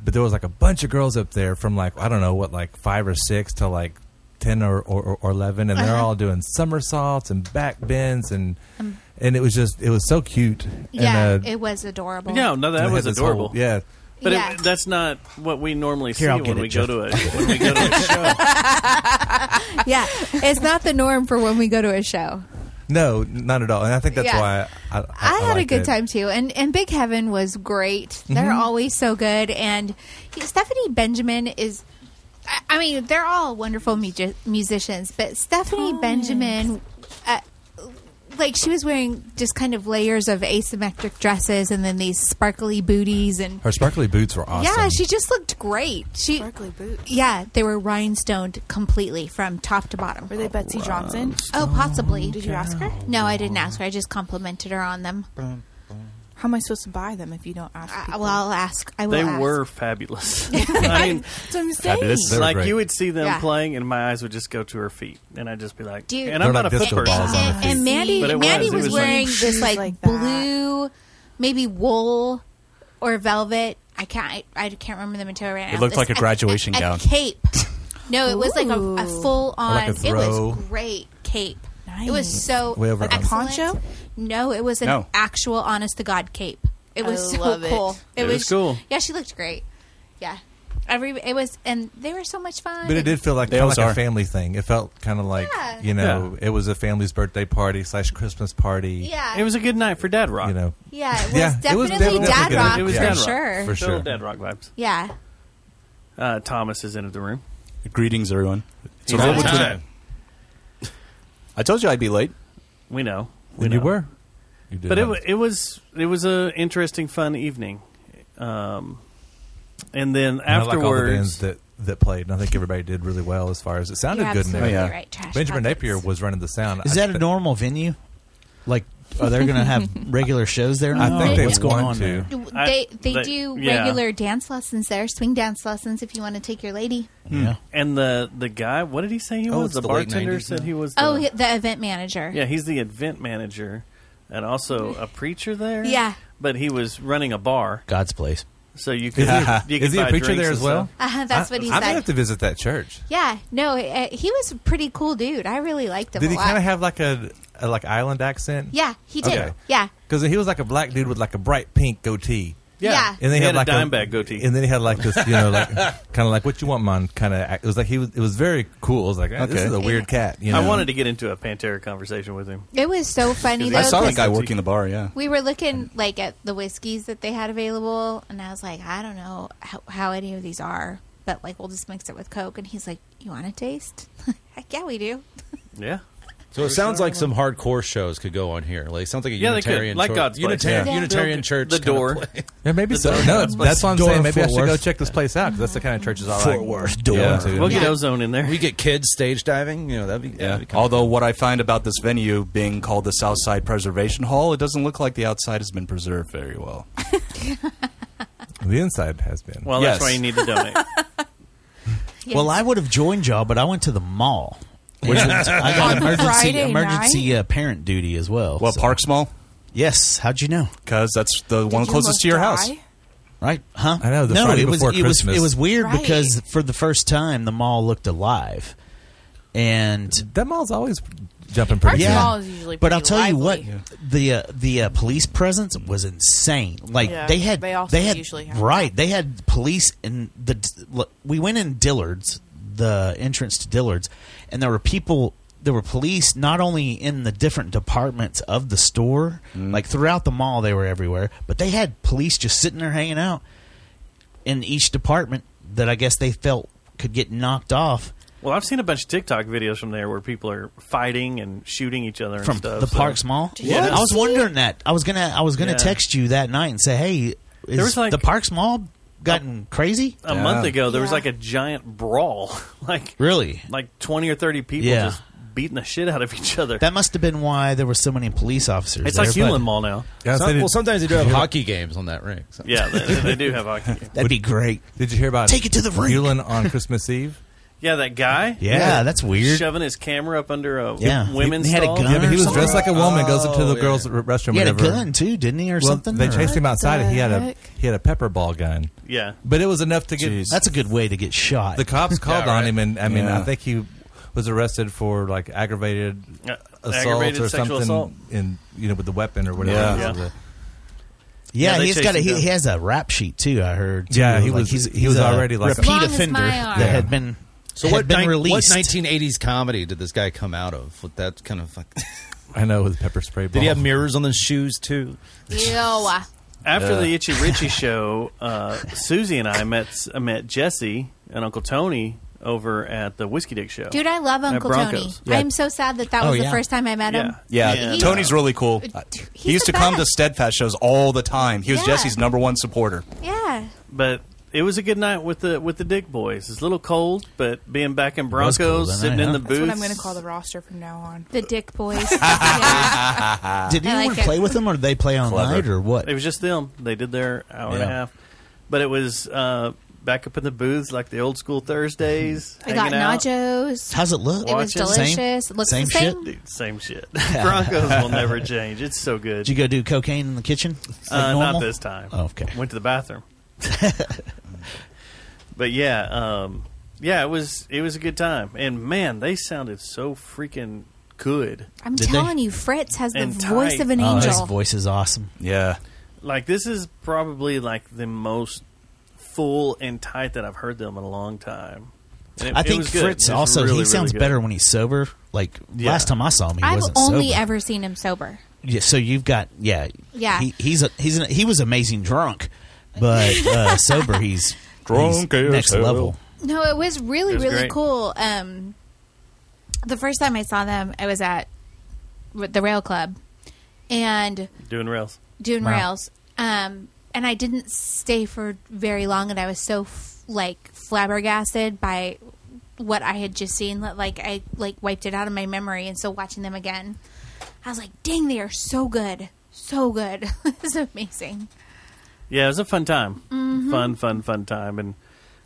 Speaker 11: but there was like a bunch of girls up there from like I don't know what like five or six to like ten or or, or eleven, and they're
Speaker 12: Uh-huh.
Speaker 11: all doing somersaults and back bends and.
Speaker 13: Um,
Speaker 11: and it was just it was so cute
Speaker 12: Yeah,
Speaker 11: and, uh,
Speaker 12: it was adorable.
Speaker 6: No, no,
Speaker 11: they
Speaker 6: that
Speaker 11: had
Speaker 6: was
Speaker 11: this whole-
Speaker 6: adorable.
Speaker 11: yeah
Speaker 6: But
Speaker 12: Yeah.
Speaker 6: it, that's not what we normally
Speaker 11: Here, I'll
Speaker 6: see
Speaker 11: get
Speaker 6: when
Speaker 11: it,
Speaker 6: we go
Speaker 11: Jeff.
Speaker 6: to a when we go to a show.
Speaker 13: yeah, it's not the norm for when we go to a show.
Speaker 11: No, not at all. And I think that's
Speaker 13: Yeah.
Speaker 11: why I, I,
Speaker 13: I, had a
Speaker 11: liked
Speaker 13: good
Speaker 11: it.
Speaker 13: time too, and and Big Heaven was great.
Speaker 12: They're
Speaker 13: Mhm.
Speaker 12: always so good, and he- Stephanie Benjamin is. I- I mean, they're all wonderful mu- musicians, but Stephanie Benjamin uh, like she was wearing just kind of layers of asymmetric dresses and then these sparkly booties and
Speaker 11: Her sparkly boots were awesome.
Speaker 12: yeah, she just looked great. She sparkly boots. Yeah, they were rhinestoned completely from top to bottom. Were they Betsy
Speaker 14: Johnson?
Speaker 12: Oh, possibly. Did
Speaker 14: you ask her?
Speaker 12: No, I didn't ask her. I just complimented her on them.
Speaker 14: How am I supposed to buy them if you don't ask?
Speaker 12: well, I'll ask. I will.
Speaker 6: they
Speaker 12: ask.
Speaker 6: were fabulous. I mean,
Speaker 12: That's what I'm saying.
Speaker 6: It's like you would see them
Speaker 12: Yeah.
Speaker 6: playing, and my eyes would just go to her feet, and I'd just be like,
Speaker 12: Dude.
Speaker 6: and I'm
Speaker 11: They're
Speaker 6: not a
Speaker 11: like
Speaker 6: foot
Speaker 11: disco
Speaker 6: person.
Speaker 11: balls on her
Speaker 12: And Mandy,
Speaker 6: But it
Speaker 12: Mandy
Speaker 6: it
Speaker 12: was,
Speaker 6: like-
Speaker 12: wearing this
Speaker 14: Shoes
Speaker 12: like,
Speaker 14: like that.
Speaker 12: blue, maybe wool or velvet. I can't. I, I can't remember the material right now.
Speaker 15: It looked
Speaker 12: This-
Speaker 15: like a graduation gown.
Speaker 12: cape. No, it was like a, a full on.
Speaker 15: Or like a
Speaker 12: it
Speaker 15: throw.
Speaker 12: was great cape. It was so
Speaker 15: Way over
Speaker 12: excellent.
Speaker 15: on.
Speaker 12: poncho. No, it was an
Speaker 15: No.
Speaker 12: actual honest to god cape. It
Speaker 14: I
Speaker 12: was so
Speaker 14: love it.
Speaker 12: cool.
Speaker 11: It was cool.
Speaker 12: Yeah, she looked great. Yeah, every it was, and they were so much fun.
Speaker 11: But it did feel like
Speaker 15: They
Speaker 11: kind
Speaker 15: always
Speaker 11: of like
Speaker 15: are.
Speaker 11: a family thing. It felt kind of like
Speaker 12: Yeah.
Speaker 11: you know it was a family's birthday party slash Christmas party.
Speaker 12: Yeah.
Speaker 6: It was a good night for Dad Rock.
Speaker 11: You know,
Speaker 12: Yeah, it was
Speaker 11: Yeah, it was
Speaker 12: definitely
Speaker 11: definitely
Speaker 12: dad
Speaker 11: good.
Speaker 12: rock
Speaker 11: It was
Speaker 12: for
Speaker 11: Dad Rock,
Speaker 12: sure.
Speaker 11: for
Speaker 6: Still
Speaker 11: sure.
Speaker 6: Dad Rock vibes.
Speaker 12: Yeah.
Speaker 6: Uh, Thomas is into the room.
Speaker 15: Greetings, everyone. It's
Speaker 6: About
Speaker 15: little between-
Speaker 6: time.
Speaker 15: I told you I'd be late.
Speaker 6: We know.
Speaker 11: And you were. You did
Speaker 6: but it,
Speaker 11: have-
Speaker 6: wa- it was it was a interesting, fun evening. Um, and then
Speaker 11: And I like all the
Speaker 6: afterwards,
Speaker 11: bands that that played, and I think everybody did really well as far as it sounded
Speaker 12: You're
Speaker 11: good. in there.
Speaker 12: absolutely Oh, yeah. right, Trash
Speaker 11: Benjamin
Speaker 12: Pockets.
Speaker 11: Napier was running the sound.
Speaker 5: Is
Speaker 11: I
Speaker 5: that a
Speaker 11: thi-
Speaker 5: normal venue? Like, are they going to have regular shows there?
Speaker 11: I
Speaker 5: Now?
Speaker 11: think they
Speaker 5: what's
Speaker 11: want
Speaker 5: going on
Speaker 11: to.
Speaker 5: there?
Speaker 12: They they
Speaker 6: they-
Speaker 12: do
Speaker 6: yeah.
Speaker 12: regular dance lessons there, swing dance lessons if you want to take your lady.
Speaker 5: Yeah.
Speaker 6: hmm, and the the guy, what did he say he
Speaker 11: Oh,
Speaker 6: was?
Speaker 11: it's
Speaker 6: The,
Speaker 11: the late
Speaker 6: bartender
Speaker 11: 90s
Speaker 6: said
Speaker 11: now.
Speaker 6: he was.
Speaker 12: Oh,
Speaker 6: the,
Speaker 12: he- the event manager.
Speaker 6: yeah, he's the event manager and also a preacher there.
Speaker 12: Yeah.
Speaker 6: but he was running a bar,
Speaker 5: God's place.
Speaker 6: so you could
Speaker 11: Is
Speaker 6: you
Speaker 11: he,
Speaker 6: could
Speaker 11: is he a
Speaker 6: buy
Speaker 11: preacher
Speaker 6: drinks
Speaker 11: there
Speaker 6: and
Speaker 11: as well?
Speaker 6: stuff.
Speaker 12: Uh-huh, that's what he
Speaker 11: I, I'm
Speaker 12: said.
Speaker 11: gonna have to visit that church.
Speaker 12: Yeah, no, uh, he was a pretty cool dude. I really liked him.
Speaker 11: Did
Speaker 12: a
Speaker 11: he
Speaker 12: lot.
Speaker 11: kind of have like a, a like island accent?
Speaker 12: Yeah, he did.
Speaker 11: Okay.
Speaker 12: Yeah,
Speaker 11: Because he was like a black dude with like a bright pink goatee.
Speaker 12: Yeah. Yeah.
Speaker 11: and then
Speaker 6: He
Speaker 11: he
Speaker 6: had
Speaker 11: had,
Speaker 6: a
Speaker 11: like
Speaker 6: dime bag goatee.
Speaker 11: and then he had like this, you know, like kind of like what you want, man. Kind of, it was like he was. It was very cool. It was like eh, this
Speaker 15: Okay.
Speaker 11: is a weird cat. You know,
Speaker 6: I wanted to get into a Pantera conversation with him.
Speaker 12: it was so funny. though,
Speaker 15: I saw that
Speaker 12: 'cause
Speaker 15: guy working the bar. Yeah.
Speaker 12: We were looking like at the whiskeys that they had available, and I was like, I don't know how, how any of these are, but like we'll just mix it with Coke. And he's like, You want a taste? Heck yeah, we do.
Speaker 6: Yeah.
Speaker 10: So it sounds like some hardcore shows could go on here. Like it sounds like a
Speaker 6: Yeah, they could.
Speaker 10: Unitarian,
Speaker 6: Like
Speaker 10: church-
Speaker 6: God's place.
Speaker 10: Unitarian,
Speaker 6: Yeah.
Speaker 10: Unitarian
Speaker 6: The-
Speaker 10: church.
Speaker 6: the
Speaker 10: kinda
Speaker 6: door.
Speaker 10: play.
Speaker 11: Yeah, maybe so. No, that's, what I'm
Speaker 10: Door
Speaker 11: saying. Maybe I
Speaker 10: Fort
Speaker 11: should go
Speaker 10: Worth.
Speaker 11: check this place out 'cause that's the kind of churches I like.
Speaker 5: Fort Worth door.
Speaker 11: Yeah.
Speaker 6: We'll get
Speaker 12: Yeah.
Speaker 6: ozone in there.
Speaker 10: We get kids stage diving. You know that'd be yeah. That'd be kinda-
Speaker 15: Although what I find about this venue being called the Southside Preservation Hall, it doesn't look like the outside has been preserved very well.
Speaker 11: The inside has been.
Speaker 6: Well,
Speaker 15: Yes.
Speaker 6: that's why you need to donate.
Speaker 5: Well, I would have joined y'all, but I went to the mall. Which was, I got
Speaker 14: On
Speaker 5: emergency
Speaker 14: Friday
Speaker 5: emergency uh, parent duty as well.
Speaker 15: Well,
Speaker 5: so-
Speaker 15: Parks Mall,
Speaker 5: Yes. How'd you know?
Speaker 15: because that's the one
Speaker 14: you
Speaker 15: closest to your
Speaker 14: almost
Speaker 15: house.
Speaker 14: die?
Speaker 5: Right? Huh?
Speaker 11: I know, the
Speaker 5: no,
Speaker 11: Friday
Speaker 5: it was
Speaker 11: before
Speaker 5: it was
Speaker 11: Christmas.
Speaker 5: it was weird
Speaker 14: Right.
Speaker 5: because for the first time the mall looked alive, and
Speaker 11: That mall's always jumping pretty.
Speaker 14: Parks
Speaker 11: good.
Speaker 14: Mall is usually
Speaker 5: but I'll
Speaker 14: pretty
Speaker 5: tell you what,
Speaker 14: lively.
Speaker 5: the uh, the uh, police presence was insane. Like
Speaker 14: Yeah,
Speaker 5: they had,
Speaker 14: they
Speaker 5: they,
Speaker 14: also
Speaker 5: had
Speaker 14: usually have
Speaker 5: right. They had police in the. d- Look, we went in Dillard's, the entrance to Dillard's, and there were people. There were police not only in the different departments of the store, like throughout the mall, they were everywhere. But they had police just sitting there hanging out in each department that I guess they felt could get knocked off
Speaker 6: Well, I've seen a bunch of TikTok videos from there where people are fighting and shooting each other and
Speaker 5: from
Speaker 6: stuff.
Speaker 5: the
Speaker 6: so-
Speaker 5: Parks Mall.
Speaker 6: Yeah.
Speaker 5: I was wondering that. I was gonna I was gonna
Speaker 6: Yeah.
Speaker 5: text you that night and say, hey,
Speaker 6: There
Speaker 5: is
Speaker 6: was, like-
Speaker 5: the Parks Mall gotten crazy?
Speaker 6: A month
Speaker 15: Yeah.
Speaker 6: ago, there was
Speaker 14: Yeah.
Speaker 6: like a giant brawl, like
Speaker 5: Really?
Speaker 6: like twenty or thirty people
Speaker 5: Yeah.
Speaker 6: just beating the shit out of each other.
Speaker 5: That must have been why there were so many police officers.
Speaker 6: it's
Speaker 5: there,
Speaker 6: like
Speaker 5: but
Speaker 6: Hewlin Mall now.
Speaker 11: Yeah, so
Speaker 10: Some-
Speaker 11: they did-
Speaker 10: well, sometimes they do have hockey games on that rink. So.
Speaker 6: Yeah, they, they do have hockey.
Speaker 5: That'd be great.
Speaker 11: Did you hear about
Speaker 5: Take it to the rink.
Speaker 11: Yulin on Christmas Eve?
Speaker 6: Yeah, that guy.
Speaker 5: Yeah, that's weird.
Speaker 6: Shoving his camera up under a
Speaker 5: Yeah.
Speaker 6: women's
Speaker 5: He had a
Speaker 6: stall. Oh,
Speaker 5: gun.
Speaker 11: Yeah, but he was
Speaker 5: Something
Speaker 11: dressed like a woman. Goes into the
Speaker 10: yeah.
Speaker 11: girls' r- restroom.
Speaker 5: He had a
Speaker 11: whatever.
Speaker 5: gun too, didn't he, or
Speaker 11: Well,
Speaker 5: something?
Speaker 11: They
Speaker 5: or-
Speaker 11: chased him outside. and He had a
Speaker 14: heck?
Speaker 11: he had a pepper ball gun,
Speaker 6: Yeah.
Speaker 11: but it was enough to get
Speaker 5: That's a good way to get shot.
Speaker 11: the cops called
Speaker 10: Yeah,
Speaker 11: on
Speaker 10: right.
Speaker 11: him, and I mean,
Speaker 15: Yeah.
Speaker 11: I think he was arrested for like aggravated
Speaker 6: Uh,
Speaker 11: assault
Speaker 6: aggravated
Speaker 11: or
Speaker 6: sexual
Speaker 11: something,
Speaker 6: assault.
Speaker 11: in you know with the weapon or whatever.
Speaker 15: Yeah.
Speaker 11: it was.
Speaker 6: Yeah.
Speaker 5: yeah,
Speaker 6: Yeah, they
Speaker 5: he's
Speaker 6: chased
Speaker 5: got a,
Speaker 6: him
Speaker 5: he,
Speaker 6: down.
Speaker 5: he has a rap sheet too. I heard. too.
Speaker 11: Yeah, he
Speaker 5: Like,
Speaker 11: was-
Speaker 5: He's,
Speaker 11: he
Speaker 5: he's
Speaker 11: was
Speaker 5: a
Speaker 11: already like a-
Speaker 5: repeat
Speaker 12: Long as my
Speaker 5: offender
Speaker 12: arm.
Speaker 5: that had been
Speaker 10: So
Speaker 5: had
Speaker 10: what,
Speaker 5: been
Speaker 10: nine- what
Speaker 5: released.
Speaker 10: 1980s comedy did this guy come out of? With that kind of like,
Speaker 11: I know with pepper spray. Ball.
Speaker 10: did he have mirrors on his shoes too?
Speaker 12: Ew.
Speaker 6: After the Itchy Richie show, uh, Susie and I met met Jesse and Uncle Tony over at the Whiskey Dick show.
Speaker 12: Dude, I love
Speaker 6: At
Speaker 12: Uncle Tony.
Speaker 6: Broncos.
Speaker 12: I'm so sad that that
Speaker 6: Oh,
Speaker 12: was
Speaker 6: yeah.
Speaker 12: the first time I met him.
Speaker 15: Yeah,
Speaker 12: He-
Speaker 15: Tony's really cool.
Speaker 5: Uh,
Speaker 15: Uh, he used to
Speaker 12: the
Speaker 15: come to
Speaker 12: best.
Speaker 15: Steadfast shows all the time. He was
Speaker 12: Yeah.
Speaker 15: Jesse's number one supporter.
Speaker 12: Yeah.
Speaker 6: But it was a good night with the with the Dick Boys. It's a little cold, but being back in
Speaker 5: was
Speaker 6: Broncos,
Speaker 5: cold that
Speaker 6: sitting
Speaker 5: night,
Speaker 6: in
Speaker 5: huh?
Speaker 6: the
Speaker 14: That's
Speaker 6: booth.
Speaker 14: what I'm going to call the roster from now on.
Speaker 12: The Dick Boys. Uh,
Speaker 5: Did
Speaker 6: I
Speaker 5: anyone
Speaker 6: like it.
Speaker 5: play with them, or did they play all
Speaker 6: Clever.
Speaker 5: night, or what?
Speaker 6: It was just them. They did their hour and a
Speaker 5: Yeah.
Speaker 6: half, but it was uh, back up in the booths like the old school Thursdays.
Speaker 12: I Mm-hmm. got
Speaker 6: hanging out.
Speaker 12: nachos.
Speaker 5: How's it look?
Speaker 12: It was
Speaker 6: Watching. Same-
Speaker 12: delicious. it looks
Speaker 5: same
Speaker 12: the same.
Speaker 5: shit?
Speaker 6: Dude, same shit. Broncos will never change. It's so good.
Speaker 5: Did you go do cocaine in the kitchen? Like
Speaker 6: uh,
Speaker 5: normal?
Speaker 6: not this time.
Speaker 5: Oh, okay.
Speaker 6: Went to the bathroom. but yeah, um, yeah, it was it was a good time, and man, they sounded so freaking good.
Speaker 12: I'm telling you, Fritz has the
Speaker 6: And
Speaker 12: voice
Speaker 6: tight.
Speaker 12: of an
Speaker 5: Oh,
Speaker 12: angel.
Speaker 5: his voice is awesome.
Speaker 15: Yeah.
Speaker 6: Like this is probably like the most full and tight that I've heard them in a long time. And it-
Speaker 5: I
Speaker 6: it
Speaker 5: think
Speaker 6: was good.
Speaker 5: Fritz
Speaker 6: It was
Speaker 5: also
Speaker 6: really,
Speaker 5: he
Speaker 6: really
Speaker 5: sounds
Speaker 6: good.
Speaker 5: better when he's sober. Like
Speaker 6: Yeah.
Speaker 5: last time I saw him, he
Speaker 12: I've
Speaker 5: wasn't
Speaker 12: only
Speaker 5: sober.
Speaker 12: ever seen him sober.
Speaker 5: Yeah, so you've got yeah,
Speaker 12: Yeah.
Speaker 5: He, he's a, he's an, he was amazing drunk, but uh, sober he's
Speaker 15: Drunk
Speaker 5: he's
Speaker 15: as
Speaker 5: next
Speaker 15: hell.
Speaker 5: level.
Speaker 12: No, it was really,
Speaker 6: It was
Speaker 12: really
Speaker 6: great.
Speaker 12: cool. Um, the first time I saw them, I was at w- the Rail Club and
Speaker 6: doing rails.
Speaker 12: doing
Speaker 6: Wow.
Speaker 12: rails. Um, and I didn't stay for very long, and I was so f- like flabbergasted by what I had just seen that like I like wiped it out of my memory. And so watching them again, I was like, "Dang, they are so good, so good! it's amazing."
Speaker 6: Yeah, it was a fun time.
Speaker 12: Mhm.
Speaker 6: Fun, fun, fun time. And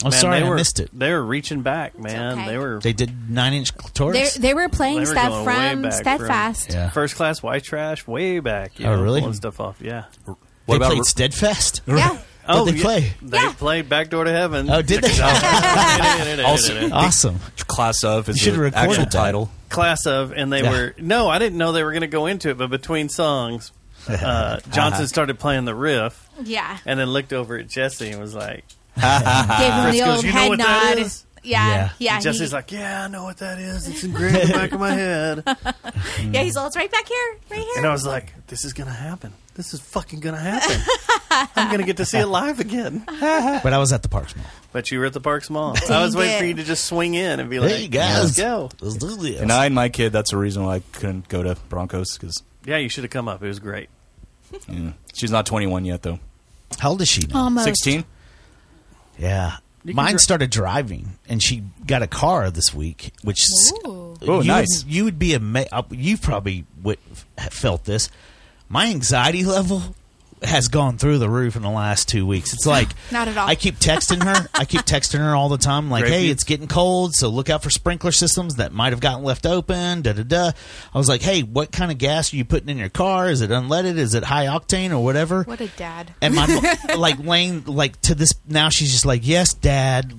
Speaker 5: I'm sorry
Speaker 6: they
Speaker 5: I
Speaker 6: were,
Speaker 5: missed it.
Speaker 6: They were reaching back, man. They were
Speaker 5: They did nine inch
Speaker 12: They
Speaker 5: Taurus.
Speaker 12: they were playing
Speaker 6: they were
Speaker 12: stuff
Speaker 6: going way
Speaker 12: from
Speaker 6: back
Speaker 12: Steadfast.
Speaker 5: Yeah.
Speaker 6: First class white trash, way back. you
Speaker 5: Oh,
Speaker 6: know,
Speaker 5: really?
Speaker 6: Pulling stuff off, yeah.
Speaker 5: They about played Re- Steadfast? Yeah.
Speaker 6: Oh,
Speaker 5: What'd they
Speaker 6: yeah.
Speaker 5: play?
Speaker 6: They played Backdoor to Heaven.
Speaker 5: Oh, did they?
Speaker 6: Also,
Speaker 5: awesome.
Speaker 15: Class of is
Speaker 5: You should've
Speaker 15: the
Speaker 5: recorded
Speaker 15: actual
Speaker 5: that.
Speaker 15: title.
Speaker 6: Class of, and they
Speaker 15: Yeah.
Speaker 6: were. No, I didn't know they were going to go into it, but between songs, uh, Johnson started playing the riff.
Speaker 12: Yeah.
Speaker 6: And then looked over at Jesse and was like,
Speaker 12: Gave him
Speaker 6: Fritz
Speaker 12: the
Speaker 6: goes,
Speaker 12: old
Speaker 6: "You know
Speaker 12: head
Speaker 6: what that
Speaker 12: nod.
Speaker 6: is?"
Speaker 12: Yeah, yeah.
Speaker 6: And Jesse's
Speaker 12: he-
Speaker 6: like, yeah, I know what that is. It's engraved in the back of my head.
Speaker 12: yeah, he's all, it's right back here, right here.
Speaker 6: And I was like, this is going to happen. This is fucking going to happen. I'm going to get to see it live again.
Speaker 5: But I was at the Parks Mall.
Speaker 6: But you were at the Parks Mall.
Speaker 5: Dang
Speaker 6: I was waiting for
Speaker 5: it.
Speaker 6: you to just swing in and be
Speaker 5: Hey,
Speaker 6: like,
Speaker 5: guys.
Speaker 6: let's go.
Speaker 5: Let's do this.
Speaker 15: And I and my kid, that's the reason why I couldn't go to Broncos because
Speaker 6: Yeah, you should have come up. It was great.
Speaker 15: she's not 21 yet, though.
Speaker 5: How old is she now?
Speaker 12: Almost.
Speaker 15: 16?
Speaker 5: Yeah.
Speaker 15: You can
Speaker 5: Mine
Speaker 15: dri-
Speaker 5: started driving, and she got a car this week, which s-
Speaker 15: Ooh.
Speaker 5: you
Speaker 15: Oh,
Speaker 5: would-
Speaker 15: nice.
Speaker 5: you would be amazed. You probably would have felt this. My anxiety level has gone through the roof in the last two weeks. It's like
Speaker 12: Not at all.
Speaker 5: I keep texting her. I keep texting her all the time, like,
Speaker 15: Grape
Speaker 5: "Hey,
Speaker 15: juice.
Speaker 5: it's getting cold, so look out for sprinkler systems that might have gotten left open." Da da da. I was like, "Hey, what kind of gas are you putting in your car? Is it unleaded? Is it high octane or whatever?"
Speaker 14: What a dad.
Speaker 5: And my mo- like Lane, like to this now, she's just like, "Yes, Dad."